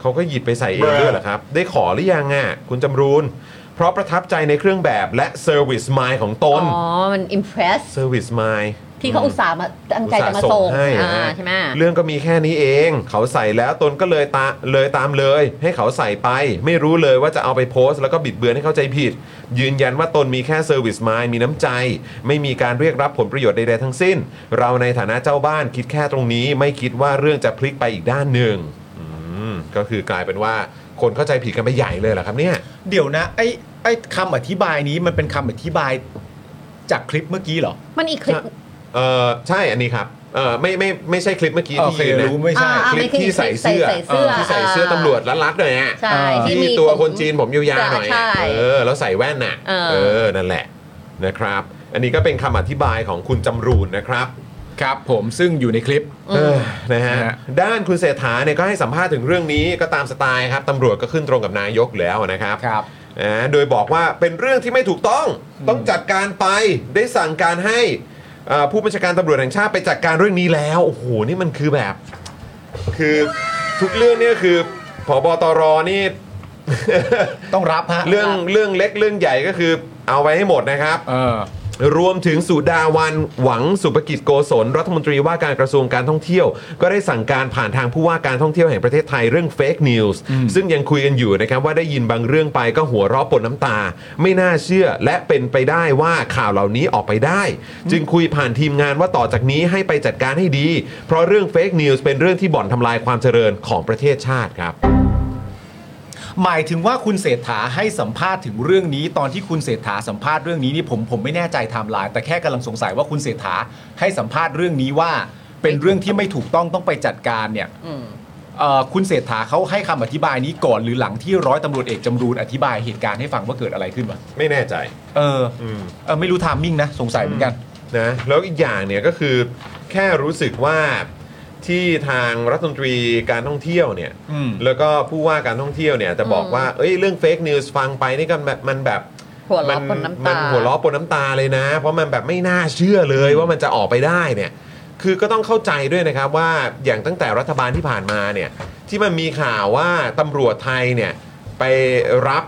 Speaker 2: เขาก็หยิบไปใส่เองด้วยเหรอครับ ได้ขอหรือยังอ่ะ คุณจำรูน เพราะประทับใจในเครื่องแบบและเซอร์วิสมายของตน
Speaker 5: อ๋อ มันอิมเพรส
Speaker 2: เซอร์วิสมาย
Speaker 5: ที่เขาอุตส่าห์มาตั้งใจจะมาส่งอ่าใช่ไหม
Speaker 2: เรื่องก็มีแค่นี้เอง เขาใส่แล้วตนก็เลยตาเลยตามเลย ให้เขาใส่ไป ไม่รู้เลยว่าจะเอาไปโพสต์แล้วก็บิดเบือนให้เข้าใจผิด ยืนยันว่าตนมีแค่เซอร์วิสมายมีน้ำใจ ไม่มีการเรียกรับผลประโยชน์ใดๆทั้งสิ้น เราในฐานะเจ้าบ้านคิดแค่ตรงนี้ ไม่คิดว่าเรื่องจะพลิกไปอีกด้านหนึ่ง อืมก็คือกลายเป็นว่าคนเข้าใจผิดกันไปใหญ่เลยเหรอครับเนี่ย
Speaker 6: เดี๋ยวนะไอ้ไอ้คำอธิบายนี้มันเป็นคำอธิบายจากคลิปเมื่อกี้เหรอ
Speaker 5: มันอีกคลิป
Speaker 2: เออใช่อันนี้ครับเออไม่ไม่ไม่ใช่คลิปเมื่อกี้
Speaker 6: โอ
Speaker 2: ที่
Speaker 6: เค
Speaker 2: ยืนนะ
Speaker 6: รู้ไม่ใช่
Speaker 5: อ่า
Speaker 2: คลิปที่ใส่เสื้อ
Speaker 5: ใส่เสื้อ
Speaker 2: เออที่ใส่เสื้อตำรวจรัดๆหน่อยอ่ะ
Speaker 5: ใช่
Speaker 6: อ่า
Speaker 2: ที่
Speaker 5: ที่มี
Speaker 2: ตัว
Speaker 5: ผม
Speaker 2: คนจีนผมยาวๆหน่อย
Speaker 5: ใช่
Speaker 2: อะเออแล้วใส่แว่นน่ะ
Speaker 5: เอ
Speaker 2: อ
Speaker 5: อ
Speaker 2: นั่นแหละนะครับ อันนี้ก็เป็นคำอธิบายของคุณจำรูนนะครับ
Speaker 6: ครับผมซึ่งอยู่ในคลิป
Speaker 2: เออนะฮะ
Speaker 6: นะฮะ
Speaker 2: ด้านคุณเศรษฐาเนี่ยก็ให้สัมภาษณ์ถึงเรื่องนี้ก็ตามสไตล์ครับตำรวจก็ขึ้นตรงกับนายกอยู่แล้วนะครับ
Speaker 6: ครับ
Speaker 2: นะโดยบอกว่าเป็นเรื่องที่ไม่ถูกต้องต้องจัดการไปได้สั่งการให้เอ่อผู้บัญชาการตำรวจแห่งชาติไปจัดการเรื่องนี้แล้วโอ้โหนี่มันคือแบบ คือทุกเรื่องเนี่ยคือผบตรนี่
Speaker 6: ต้องรับฮะ
Speaker 2: เรื่องเรื่องเล็กเรื่องใหญ่ก็คือเอาไว้ให้หมดนะครับ
Speaker 6: เออ
Speaker 2: รวมถึงสุดาวันหวังสุภกิจโกศลรัฐมนตรีว่าการกระทรวงการท่องเที่ยว ก็ได้สั่งการผ่านทางผู้ว่าการท่องเที่ยวแห่งประเทศไทยเรื่องเฟกนิวส์ซึ่งยังคุยกันอยู่นะครับว่าได้ยินบางเรื่องไปก็หัวเราะปนน้ำตา ไม่น่าเชื่อและเป็นไปได้ว่าข่าวเหล่านี้ออกไปได้ จึงคุยผ่านทีมงานว่าต่อจากนี้ให้ไปจัดการให้ดี เพราะเรื่องเฟกนิวส์เป็นเรื่องที่บ่อนทำลายความเจริญของประเทศชาติครับ
Speaker 6: หมายถึงว่าคุณเศรษฐาให้สัมภาษณ์ถึงเรื่องนี้ ตอนที่คุณเศรษฐาสัมภาษณ์เรื่องนี้นี่ผมผมไม่แน่ใจไทม์ไลน์แต่แค่กำลังสงสัยว่าคุณเศรษฐาให้สัมภาษณ์เรื่องนี้ว่า เป็นเรื่องที่ไม่ถูกต้องต้องไปจัดการเนี่ย
Speaker 5: อืม
Speaker 6: เอ่อคุณเศรษฐาเขาให้คำอธิบายนี้ก่อนหรือหลังที่ร้อยตำรวจเอกจำรูนอธิบายเหตุการณ์ให้ฟังว่าเกิดอะไรขึ้นวะ
Speaker 2: ไม่แน่ใจ
Speaker 6: เออ
Speaker 2: อืม
Speaker 6: เออไม่รู้ไทามมิ่งนะสงสัยเหมือนกัน
Speaker 2: นะแล้วอีกอย่างเนี่ยก็คือแค่รู้สึกว่าที่ทางรัฐมนตรีการท่องเที่ยวเนี่ย
Speaker 6: อืม
Speaker 2: แล้วก็ผู้ว่าการท่องเที่ยวเนี่ยจะบอกว่าเอ้ยเรื่องเฟกนิวส์ฟังไปนี่ก็แบบมันแบบ
Speaker 5: หัวล้อ
Speaker 2: มั
Speaker 5: บนน้ำ
Speaker 2: มั
Speaker 5: ตา
Speaker 2: หัวล้อปนน้ำตาเลยนะ เพราะมันแบบไม่น่าเชื่อเลยว่ามันจะออกไปได้เนี่ยคือก็ต้องเข้าใจด้วยนะครับว่าอย่างตั้งแต่รัฐบาลที่ผ่านมาเนี่ยที่มันมีข่าวว่าตำรวจไทยเนี่ยไปรับ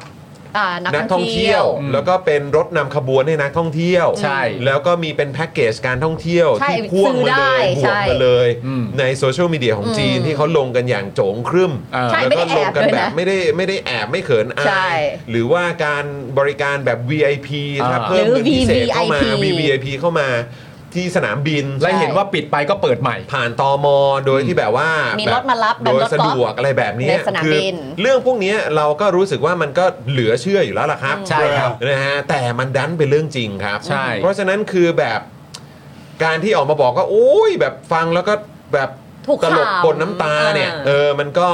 Speaker 5: อ่า
Speaker 2: นั
Speaker 5: นั
Speaker 2: ก
Speaker 5: ก
Speaker 2: ท่
Speaker 5: ท่
Speaker 2: อ
Speaker 5: อง ง
Speaker 2: เที่
Speaker 5: เที่
Speaker 2: ย
Speaker 5: ยว ว
Speaker 2: แล้วก็เป็นรถนำขบวนให้นักท่องเที่ยว
Speaker 6: ใช่
Speaker 2: แล้วก็มีเป็นแพ็กเกจการท่องเที่ยว
Speaker 5: ใช่
Speaker 2: ที่พ่วงมา
Speaker 5: ซื้อได้
Speaker 2: เลยบว
Speaker 5: ใช่
Speaker 2: กมาเลย
Speaker 6: อืม
Speaker 2: ในโซเชียลมีเดียของจีน
Speaker 5: อืม
Speaker 2: ที่เขาลงกันอย่างโจงครึ่ม
Speaker 6: เออ
Speaker 5: ใช่
Speaker 2: แล้วก็
Speaker 5: ไม่
Speaker 2: ล
Speaker 5: ได้แอง บ
Speaker 2: กัน
Speaker 5: ด้วยนะ
Speaker 2: แบบไม่ได้ไม่ได้แอบไม่เขินอา
Speaker 5: ใช่
Speaker 2: ยหรือว่าการบริการแบบ VIP ถ้าเพิ่ม
Speaker 5: หรือ
Speaker 2: เงินพิเศษเข้ามา
Speaker 5: VVIP
Speaker 2: VVIP เข้ามาที่สนามบิน
Speaker 6: และเห็นว่าปิดไปก็เปิดใหม่
Speaker 2: ผ่านตอมอโดยที่แบบว่า
Speaker 5: มี
Speaker 2: แ
Speaker 5: รถมารับ
Speaker 2: โดย
Speaker 5: แบบรถ
Speaker 2: สะดวกอะไรแบบเนี้ย
Speaker 5: ในสนาม
Speaker 2: คือ
Speaker 5: บิน
Speaker 2: เรื่องพวกเนี้ยเราก็รู้สึกว่ามันก็เหลือเชื่ออยู่แล้วล่ะครับ
Speaker 6: ใช่ครับ
Speaker 2: นะฮะแต่มันดันเป็นเรื่องจริงครับ
Speaker 6: ใช่
Speaker 2: เพราะฉะนั้นคือแบบการที่ออกมาบอกก็โอ้ยแบบฟังแล้วก็แบบ
Speaker 5: ถูก
Speaker 2: ตลก
Speaker 5: ข่าว
Speaker 2: ปนน้ำตาเนี่ย
Speaker 5: อ่า
Speaker 2: เออมันก็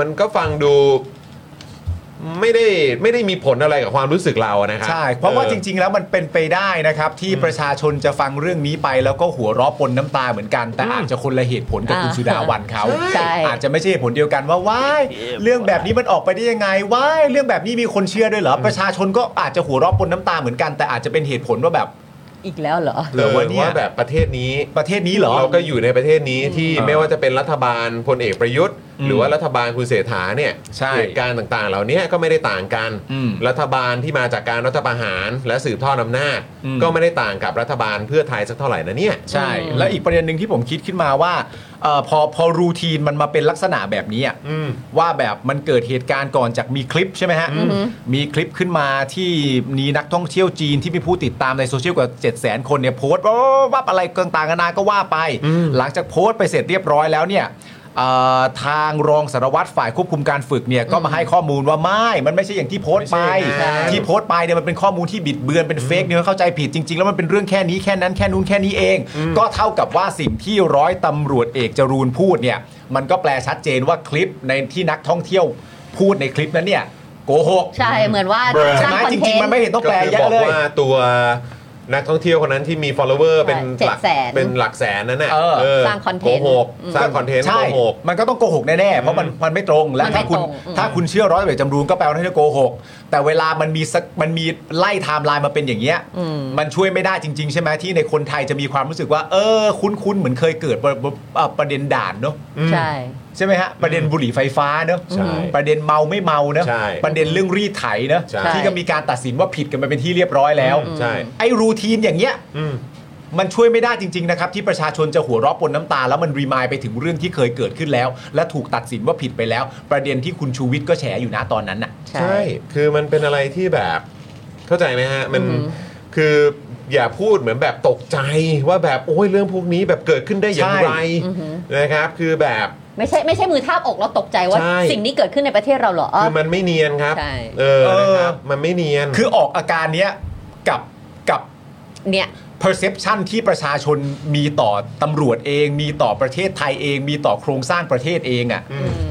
Speaker 2: มันก็ฟังดูไม่ได้ไม่ได้มีผลอะไรกับความรู้สึกเราอะนะครับ
Speaker 6: ใช่ เพราะว่า
Speaker 2: ออ
Speaker 6: จริง ๆ แล้วมันเป็นไปได้นะครับ ที่ประชาชนจะฟังเรื่องนี้ไปแล้วก็หัวเราะปนน้ำตาเหมือนกัน แต่อาจจะคนละเหตุผลกับ
Speaker 5: อ่า
Speaker 6: คุณสุดาวันเขา
Speaker 5: ใช่
Speaker 6: อาจจะไม่ใช่เหตุผลเดียวกันว่าว้ายเรื่องแบบนี้มันออกไปได้ยังไงว้ายเรื่องแบบนี้มีคนเชื่อด้วยเหรอประชาชนก็อาจจะหัวเราะปนน้ำตาเหมือนกัน แต่อาจจะเป็นเหตุผลว่าแบบ
Speaker 5: อีกแล้วเหรอ
Speaker 2: เออ
Speaker 6: เหรอวะเนี่ย
Speaker 2: ว่าแบบประเทศนี้
Speaker 6: ประเทศนี้เหรอ
Speaker 2: เราก็อยู่ในประเทศนี้ที่
Speaker 6: เออ
Speaker 2: ไม่ว่าจะเป็นรัฐบาลพลเอกประยุทธ์ หรือว่ารัฐบาลคุณเสถาเนี่ย
Speaker 6: ใช่
Speaker 2: เหตุการณ์ต่างๆ เหล่านี้ก็ไม่ได้ต่างกัน
Speaker 6: อืม
Speaker 2: รัฐบาลที่มาจากการรัฐประหาร และสืบทอดอำนาจ
Speaker 6: อืม
Speaker 2: ก็ไม่ได้ต่างกับรัฐบาลเพื่อไทยสักเท่าไหร่นะเนี่ย
Speaker 6: ใช่ แล้วอีกประเด็นหนึ่งที่ผมคิดขึ้นมาว่าเออพอพอรูทีนมันมาเป็นลักษณะแบบนี้อะ
Speaker 2: อืม
Speaker 6: ว่าแบบมันเกิดเหตุการณ์ก่อนจากมีคลิปใช่ไหมฮะ มีคลิปขึ้นมาที่มีนักท่องเที่ยวจีนที่มีผู้ติดตามในโซเชียลกว่า 7 0 0 0 0 คนเนี่ยโพสต์ว่าว่าอะไรต่างๆนานาก็ว่าไป หลังจากโพสต์ไปเสร็จเรียบร้อยแล้วเนี่ยเอ่อทางรองสารวัตรฝ่ายควบคุมการฝึกเนี่ยก็มาให้ข้อมูลว่าไม่ มันไม่ใช่อย่างที่โพสต์ไป
Speaker 2: ไม่ใช่อย่างนั้น
Speaker 6: ที่โพสต์ไปเนี่ยมันเป็นข้อมูลที่บิดเบือนเป็นเฟกเนี่ยเข้าใจผิดจริง ๆ แล้วมันเป็นเรื่องแค่นี้แค่นั้นแค่นู้นแค่นี้เอง ก็เท่ากับว่าสิ่งที่ร้อยตำรวจเอกจรูนพูดเนี่ยมันก็แปลชัดเจนว่าคลิปในที่นักท่องเที่ยวพูดในคลิปนั้นเนี่ยโกหก
Speaker 5: ใช่เหมือนว่า
Speaker 2: Bruh
Speaker 5: ส
Speaker 6: ใช่
Speaker 5: ร้าง
Speaker 6: ไหม
Speaker 5: คอน
Speaker 6: จ
Speaker 5: เท
Speaker 6: ริง
Speaker 5: น
Speaker 6: ๆ มัน
Speaker 5: ต์
Speaker 6: ไม่เห็นต้องแปล
Speaker 2: คือ
Speaker 6: เย
Speaker 2: บอ
Speaker 6: อะ
Speaker 2: ก
Speaker 6: เลย
Speaker 2: ว่าตัวนักท่องเที่ยวคนนั้นที่มี follower เป็นหลัก
Speaker 5: เจ็ดแสน
Speaker 2: เป็นหลักแสนนั่นน่ะ
Speaker 6: เออ
Speaker 2: เออ
Speaker 5: สร้างคอนเทนต์
Speaker 2: โกหกสร้างคอนเทนต์โก
Speaker 6: ใช่
Speaker 2: หก
Speaker 6: มันก็ต้องโกหกแน่ๆ เพราะมันมันไม่ตรง และ
Speaker 5: มันไม่
Speaker 6: ถ้าคุณ
Speaker 5: ตรงอืม
Speaker 6: ถ้าคุณเชื่อร้อยเบจำรูนก็แปลว่าท่านโกหก แต่เวลามันมีสักมันมีไล่ไทม์ไลน์มาเป็นอย่างเงี้ย มันช่วยไม่ได้จริง ๆ ใช่ไหมที่ในคนไทยจะมีความรู้สึกว่า เออ คุ้นๆ เหมือนเคยเกิดประเอ่อประเด็นด่านเนอะ
Speaker 5: ใช่
Speaker 6: ใช่ไหมฮะ ประเด็นบุหรี่ไฟฟ้าเนอะ
Speaker 2: ใช่
Speaker 6: ประเด็นเมาไม่เมาเนอะ
Speaker 2: ใช่
Speaker 6: ประเด็นเรื่องรีดไถเนอะ
Speaker 2: ใช่
Speaker 6: ที่ก็มีการตัดสินว่าผิดกันไปเป็นที่เรียบร้อยแล้ว
Speaker 2: ใช่
Speaker 6: ไอ้รูทีนอย่างเงี้ย
Speaker 2: อืม
Speaker 6: มันช่วยไม่ได้จริง ๆ นะครับ ที่ประชาชนจะหัวเราะปนน้ำตา แล้วมันรีมายไปถึงเรื่องที่เคยเกิดขึ้นแล้ว และถูกตัดสินว่าผิดไปแล้ว ประเด็นที่คุณชูวิทย์ก็แฉอยู่นะตอนนั้นน่ะ
Speaker 2: ใช่ คือมันเป็นอะไรที่แบบเข้าใจไหมฮะ มันคืออย่าพูดเหมือนแบบตกใจว่าแบบโอ้ยเรื่องพวกนี้แบบเกิดขึ้นได้อย่างไร
Speaker 5: อือหือ
Speaker 2: นะครับ คือแบบ
Speaker 5: ไม่ใช่ไม่ใช่มือทาบอกแล้วตกใจว่า
Speaker 2: ใช่
Speaker 5: สิ่งนี้เกิดขึ้นในประเทศเราเหรอ
Speaker 2: คือมันไม่เนียนครับ
Speaker 5: ใช่
Speaker 2: เออ
Speaker 6: เออ
Speaker 2: นะครับมันไม่เนียน
Speaker 6: คือออกอาการเนี้ยกับกับ
Speaker 5: เนี่ย
Speaker 6: perception ที่ประชาชนมีต่อตำรวจเอง มีต่อประเทศไทยเอง มีต่อโครงสร้างประเทศเองอะ่ะ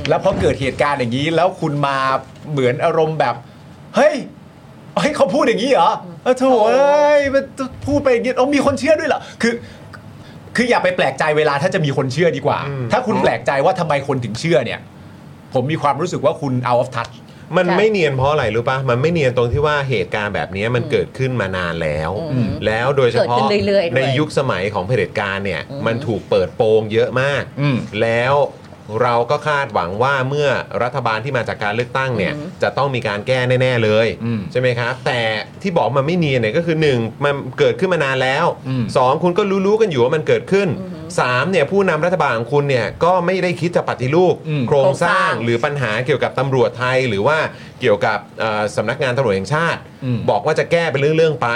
Speaker 6: แล้วพอเกิดเหตุการณ์อย่างนี้ แล้วคุณมาเหมือนอารมณ์แบบ เฮ้ยเฮ้ยเขาพูดอย่างนี้เหรอเออโถเอ้ยมันพูดไปอย่างนี้เอามีคนเชื่อด้วยเหรอคือ คืออย่าไปแปลกใจเวลาถ้าจะมีคนเชื่อดีกว่า
Speaker 2: อืม
Speaker 6: ถ้าคุณแปลกใจว่าทำไมคนถึงเชื่อเนี่ย ผมมีความรู้สึกว่าคุณ out of touch
Speaker 2: มัน
Speaker 5: ใช่
Speaker 2: ไม่เนียนเพราะอะไรรู้ปะมันไม่เนียนตรงที่ว่าเหตุการณ์แบบนี้มันเกิดขึ้นมานานแล้ว
Speaker 5: อืม
Speaker 2: แล้วโดยเฉพาะ
Speaker 5: เกิดขึ้นเรื่อยๆด้วย
Speaker 2: ในยุคสมัยของเผด็จการเนี่ย มันถูกเปิดโปงเยอะมาก
Speaker 6: อืม
Speaker 2: แล้วเราก็คาดหวังว่าเมื่อรัฐบาลที่มาจากการเลือกตั้งเนี่ย จะต้องมีการแก้แน่ ๆ เลย ใช่ไหมครับ แต่ที่บอกมันไม่เนียนเนี่ยก็คือ 1 มันเกิดขึ้นมานานแล้ว
Speaker 6: อืม
Speaker 2: 2 คุณก็รู้ๆกันอยู่ว่ามันเกิดขึ้น 3 เนี่ยผู้นำรัฐบาลของคุณเนี่ยก็ไม่ได้คิดจะปฏิรูป
Speaker 6: อืม
Speaker 2: โครงสร้าง
Speaker 5: โครงสร้าง
Speaker 2: หรือปัญหาเกี่ยวกับตำรวจไทย หรือว่าเกี่ยวกับเอ่อสำนักงานตำรวจแห่งชาติ บอกว่าจะแก้เป็นเรื่องๆไป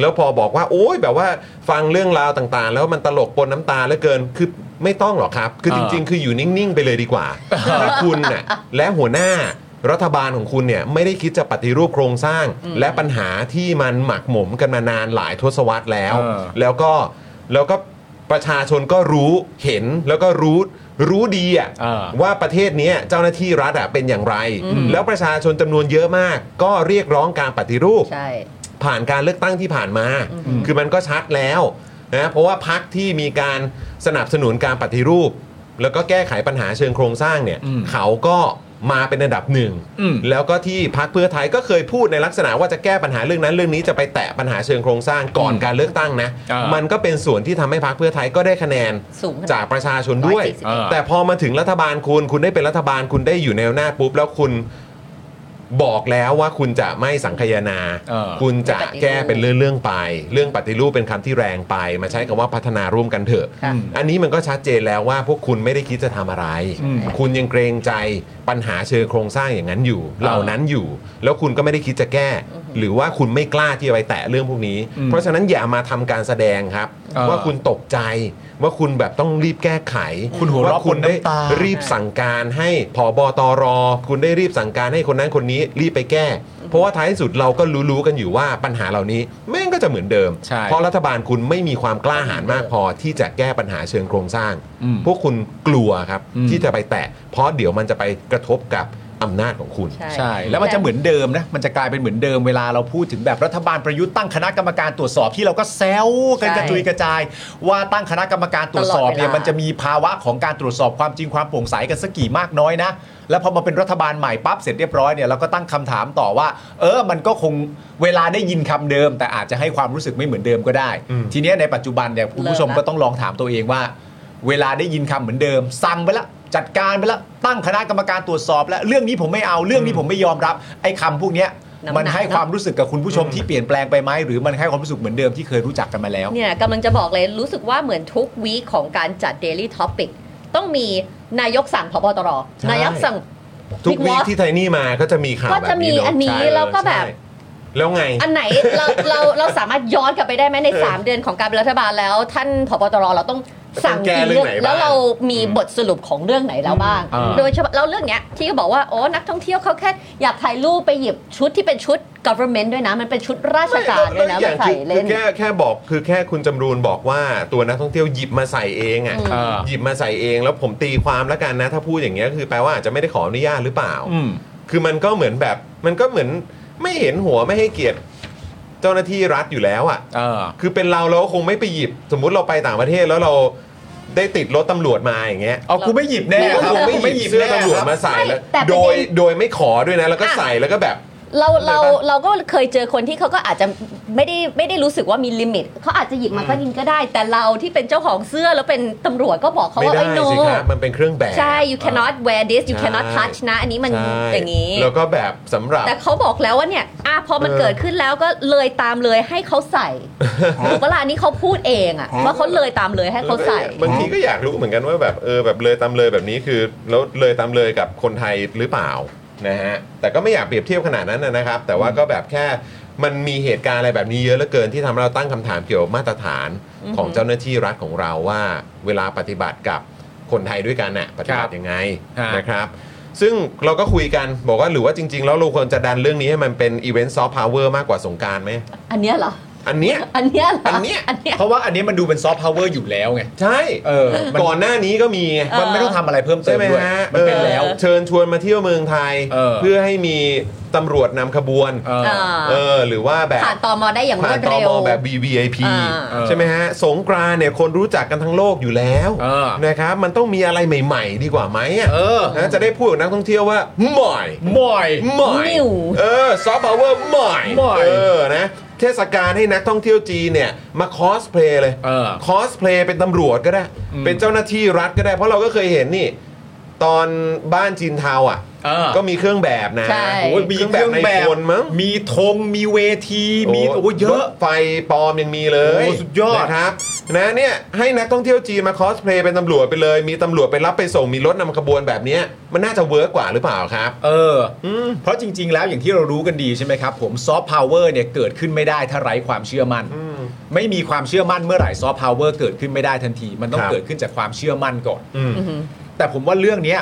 Speaker 2: แล้วพอบอกว่าโอ๊ยแบบว่าฟังเรื่องราวต่างๆ แล้วมันตลกปนน้ำตาเหลือเกินคือไม่ต้องหรอกครับ คือจริง ๆ คืออยู่นิ่งๆไปเลยดีกว่าถ้าคุณน่ะและหัวหน้ารัฐบาลของคุณเนี่ยไม่ได้คิดจะปฏิรูปโครงสร้าง และปัญหาที่มันหมักหมมกันมานานหลายทศวรรษแล้ว
Speaker 6: เออ
Speaker 2: แล้วก็แล้วก็ประชาชนก็รู้เห็นแล้วก็รู้รู้ดีอ่ะ
Speaker 6: เออ
Speaker 2: ว่าประเทศเนี้ยเจ้าหน้าที่รัฐอ่ะเป็นอย่างไร แล้วประชาชนจำนวนเยอะมาก ก็เรียกร้องการปฏิรูป
Speaker 5: ใช่
Speaker 2: ผ่านการเลือกตั้งที่ผ่านมา คือมันก็ชัดแล้วนะเพราะว่าพักที่มีการสนับสนุนการปฏิรูป แล้วก็แก้ไขปัญหาเชิงโครงสร้างเนี่ย
Speaker 6: อืม
Speaker 2: เขาก็มาเป็นอันดับหนึ่ง
Speaker 6: อืม
Speaker 2: แล้วก็ที่พักเพื่อไทยก็เคยพูดในลักษณะว่าจะแก้ปัญหาเรื่องนั้นเรื่องนี้จะไปแตะปัญหาเชิงโครงสร้างก่อนการเลือกตั้งนะ
Speaker 6: อ่ามั
Speaker 2: มันก็เป็นส่วนที่ทำให้พักเพื่อไทยก็ได้คะแนน
Speaker 5: สูงขนาด
Speaker 2: จากประชาชนด้วย
Speaker 5: 141
Speaker 6: อ่า
Speaker 2: แต่พอมาถึงรัฐบาลคุณคุณได้เป็นรัฐบาลคุณได้อยู่ในอำนาจปุ๊บแล้วคุณ บอกแล้วว่าคุณจะไม่สังคายนา
Speaker 6: เออ
Speaker 2: คุณจะแก้เป็นเรื่องเรื่องๆไป เรื่องปฏิรูปเป็นคำที่แรงไป มาใช้คำว่าพัฒนาร่วมกันเถอะ
Speaker 5: ค่ะ
Speaker 2: อันนี้มันก็ชัดเจนแล้วว่าพวกคุณไม่ได้คิดจะทำอะไร คุณยังเกรงใจปัญหาเชิงโครงสร้างอย่างนั้นอยู่ เหล่านั้นอยู่ แล้วคุณก็ไม่ได้คิดจะแก้ หรือว่าคุณไม่กล้าที่จะไปแตะเรื่องพวกนี้ เพราะฉะนั้นอย่ามาทำการแสดงครับ
Speaker 6: เออ
Speaker 2: ว่าคุณตกใจ ว่าคุณแบบต้องรีบแก้ไข
Speaker 6: คุณหัวเราะ
Speaker 2: คุณได้
Speaker 6: บนน้ำตา
Speaker 2: รีบสั่งการให้ผอบอตรคุณได้รีบสั่งการให้คนนั้นคนนี้รีบไปแก้ เพราะว่าท้ายที่สุดเราก็รู้ๆกันอยู่ว่าปัญหาเหล่านี้แม่งก็จะเหมือนเดิม
Speaker 6: ใช่
Speaker 2: เพราะรัฐบาลคุณไม่มีความกล้าหาญมากพอที่จะแก้ปัญหาเชิงโครงสร้าง พวกคุณกลัวครับที่จะไปแตะ เพราะเดี๋ยวมันจะไปกระทบกับอำนาจของคุณ
Speaker 6: ใช่ แล้วมันจะเหมือนเดิมนะ มันจะกลายเป็นเหมือนเดิมเวลาเราพูดถึงแบบรัฐบาลประยุทธ์ตั้งคณะกรรมการตรวจสอบที่เราก็แซวกันกระจุยกระจาย ว่าตั้งคณะกรรมการตรวจสอบเนี่ย
Speaker 5: ตลอดเวลามั
Speaker 6: มันจะมีภาวะของการตรวจสอบความจริงความโปร่งใสกันสักกี่มากน้อยนะ แล้วพอมาเป็นรัฐบาลใหม่ปั๊บเสร็จเรียบร้อยเนี่ยเราก็ตั้งคำถามต่อว่า เออมันก็คงเวลาได้ยินคำเดิม แต่อาจจะให้ความรู้สึกไม่เหมือนเดิมก็ได้ ทีเนี้ยในปัจจุบันเนี่ยคุณผู้ชมก็ต้องลองถามตัวเองว่า เวลาได้ยินคำเหมือนเดิม สั่งไปละ จัดการไปแล้วตั้งคณะกรรมการตรวจสอบแล้วเรื่องนี้ผมไม่เอาเรื่องนี้ผมไม่ยอมรับ ไอ้คำพวกเนี้ย
Speaker 5: น้ำหนัก
Speaker 6: มันให้ความรู้สึกกับคุณผู้ชมที่เปลี่ยนแปลงไปไหมหรือมันให้ความรู้สึกเหมือนเดิมที่เคยรู้จักกันมาแล้ว
Speaker 5: เนี่ยกำลังจะบอกเลยรู้สึกว่าเหมือนทุกวีคของการจัด Daily Topic ต้องมีนายกสั่งพบตร
Speaker 2: ใช่
Speaker 5: นายกสั่ง
Speaker 2: ทุก
Speaker 5: Big
Speaker 2: วีค
Speaker 5: Boss
Speaker 2: ที่ไทนี่มาก็จะมีข่าว
Speaker 5: ก็
Speaker 2: แบบ
Speaker 5: จะมี
Speaker 2: นี้เะ
Speaker 5: อันนี้
Speaker 2: ใช่
Speaker 5: แล้วก็แบบ
Speaker 2: ใช่แล้วไง
Speaker 5: อันไหนเราเราเราสามารถย้อนกลับไปได้ไหมใน
Speaker 2: เออ
Speaker 5: 3 เดือนของการเป็นรัฐบาลแล้ว ท่านพบตรเราต้องสั่ง
Speaker 2: ต้องแก้เรื่องไหนบ้าง
Speaker 5: แล้วเรามีบทสรุปของเรื่องไหนแล้วบ้าง
Speaker 6: อืมอ่า
Speaker 5: โดยเฉพาะแล้วเรื่องเนี้ยที่ก็บอกว่าโอ้นักท่องเที่ยวเขาแค่อยากถ่ายรูปไปหยิบชุดที่เป็นชุด government ด้วยนะ มันเป็นชุดราชการด้วยนะ
Speaker 2: แล้
Speaker 5: มา
Speaker 2: อีกอาง
Speaker 5: ใส่
Speaker 2: คือ
Speaker 5: เล่น
Speaker 2: คือแค่แค่บอกคือแค่คุณจำรูนบอกว่าตัวนักท่องเที่ยวหยิบมาใส่เองอ่ะ
Speaker 5: อืม
Speaker 2: เออหยิบมาใส่เองแล้วผมตีความแล้วกันนะ ถ้าพูดอย่างเงี้ยคือแปลว่าอาจจะไม่ได้ขออนุญาตหรือเปล่า
Speaker 6: อืม
Speaker 2: คือมันก็เหมือนแบบมันก็เหมือนไม่เห็นหัวไม่ให้เกียรติเจ้าหน้าที่รัฐอยู่แล้วอ่ะ
Speaker 6: เออ
Speaker 2: คือเป็นเราเราก็คงไม่ไปหยิบ สมมุติเราไปต่างประเทศแล้วเราได้ติดรถตำรวจมาอย่างเงี้ย
Speaker 6: เอากูไม่หยิบแน่
Speaker 2: เรา
Speaker 6: ค
Speaker 2: ก็
Speaker 6: รับ
Speaker 2: คงไม่
Speaker 6: กู
Speaker 2: หยิบเสื้อตำรวจมาใส่แล้ว
Speaker 5: ไม่แต่ประเด็น
Speaker 2: โดยโดยไม่ขอด้วยนะ แล้วก็ใส่แล้วก็แบบ
Speaker 5: เรา
Speaker 2: เข้าใจ
Speaker 5: เรา
Speaker 2: ปะ
Speaker 5: เราก็เคยเจอคนที่เขาก็อาจจะไม่ได้ไม่ได้รู้สึกว่ามีลิมิตเขาอาจจะหยิบมาก็ยิงก็ได้ แต่เราที่เป็นเจ้าของเสื้อแล้วเป็นตำรวจก็บอกเขา
Speaker 2: ไม่
Speaker 5: ว่า
Speaker 2: ได้
Speaker 5: ไอ้โน
Speaker 2: สิครับมันเป็นเครื่องแบบ
Speaker 5: ใช่ you cannot wear this you
Speaker 2: ใช่
Speaker 5: cannot touch นะ อันนี้มัน
Speaker 2: ใช่
Speaker 5: อย่างนี้
Speaker 2: แล้วก็แบบสำหรับ
Speaker 5: แต่เขาบอกแล้วว่าเนี่ยอ่ะพอมัน
Speaker 2: เออ
Speaker 5: เกิดขึ้นแล้วก็เลยตามเลยให้เขาใส่ถูกปะล่ะอันนี้เขาพูดเองอะว่าเขาเลยตามเลยให้เขาใส่
Speaker 2: บางทีก็อยากรู้เหมือนกันว่าแบบเออแบบเลยตามเลยแบบนี้คือแล้วเลยตามเลยกับคนไทยหรือเปล่านะฮะแต่ก็ไม่อยากเปรียบเทียบขนาดนั้นนะนะครับ แต่ว่าก็แบบแค่มันมีเหตุการณ์อะไรแบบนี้เยอะเหลือเกินที่ทำให้เราตั้งคำถามเกี่ยวกับมาตรฐานของเจ้าหน้าที่รัฐของเราว่า เวลาปฏิบัติกับคนไทยด้วยกันน่ะปฏิบัติยังไง
Speaker 6: ฮะ
Speaker 2: นะครับ ซึ่งเราก็คุยกันบอกว่าหรือว่าจริง ๆ แล้วเราควรจะดันเรื่องนี้ให้มันเป็นอีเวนต์ซอฟต์พาวเวอร์มากกว่าสงกรารไหม
Speaker 5: อันเนี้ยเหรอ
Speaker 2: อันเนี้ย
Speaker 5: อันเนี้ยเหรอ
Speaker 2: อั
Speaker 5: อั
Speaker 2: นเนี้ย
Speaker 5: อันเนี้ย
Speaker 6: เพราะว่าอันนี้มันดูเป็นซอฟต์พาวเวอร์อยู่แล้วไง
Speaker 2: ใช่
Speaker 6: เออมัน
Speaker 2: ก่อนหน้านี้ก็มีไง
Speaker 5: เออ
Speaker 6: มันไม่ต้องทำอะไรเพิ่มเติ
Speaker 2: ใช่
Speaker 6: ม
Speaker 2: ไหม
Speaker 6: ด้วย
Speaker 2: ฮะ
Speaker 6: มันเป็นแล้ว
Speaker 2: ออเชิญชวนมาเที่ยวเมืองไทย
Speaker 6: เออ
Speaker 2: อให้มีตำรวจนำขบวน
Speaker 6: เออ
Speaker 5: อ่า
Speaker 2: เออหรือว่าแบบ
Speaker 5: ผ่านตอมอได้อย่างร
Speaker 2: ผ่าว
Speaker 5: ด
Speaker 2: นต
Speaker 5: เร็
Speaker 2: ม
Speaker 5: ว
Speaker 2: แบบ VVIP
Speaker 5: อ่
Speaker 6: า
Speaker 2: ใช่ไหมฮะสงกรานต์เนี่ยคนรู้จักกันทั้งโลกอยู่แล้ว
Speaker 6: เออ
Speaker 2: นะครับมันต้องมีอะไรใหม่ ๆ ดีกว่าไหมอะ
Speaker 6: เออ
Speaker 2: นะจะได้พูดกับนักท่องเที่ยวว่าใหม่
Speaker 6: หม่อย
Speaker 2: ใหม่
Speaker 5: นิว
Speaker 2: เออซอฟต์พาวเวอร์ใหม่
Speaker 6: ใหม่
Speaker 2: เออนะเทศกาลให้นักท่องเที่ยวจีนเนี่ยมาคอสเพลย์เลย
Speaker 6: เออ
Speaker 2: คอสเพลย์เป็นตำรวจก็ได้ เป็นเจ้าหน้าที่รัฐก็ได้ เพราะเราก็เคยเห็นนี่ ตอนบ้านจีนเทาอ่ะ
Speaker 6: เออ
Speaker 2: ก็มีเครื่องแบบนะ
Speaker 5: ใช่
Speaker 2: โอ้ยมีเครื่องแบบในคนมั้ง
Speaker 6: มีธง มีเวที มีโอ้เย
Speaker 2: ร
Speaker 6: อะ
Speaker 2: ถไฟปลอมยังมีเลย
Speaker 6: โอ้สุดยอด
Speaker 2: นะครับนะเนี่ยให้นักท่องเที่ยวจีนมาคอสเพลย์เป็นตำรวจไปเลย มีตำรวจไปรับไปส่งมีรถนำขบวนแบบเนี้ยมันน่าจะเวิร์กกว่าหรือเปล่าครับ
Speaker 6: เอออ เพราะจริง ๆ แล้วอย่างที่เรารู้กันดีใช่ไหมครับผมซอฟต์พาวเวอร์เนี่ยเกิดขึ้นไม่ได้ถ้าไร้ความเชื่อมั่น ไม่มีความเชื่อมั่นเมื่อไหร่ซอฟต์พาวเวอร์เกิดขึ้นไม่ได้ทันที มันต้อ
Speaker 2: ค
Speaker 6: ง
Speaker 2: รับ
Speaker 6: เกิดขึ้นจากความเชื่อมั่นก่อน
Speaker 2: อืม
Speaker 5: อือหือ
Speaker 6: แต่ผมว่าเรื่องเนี้ย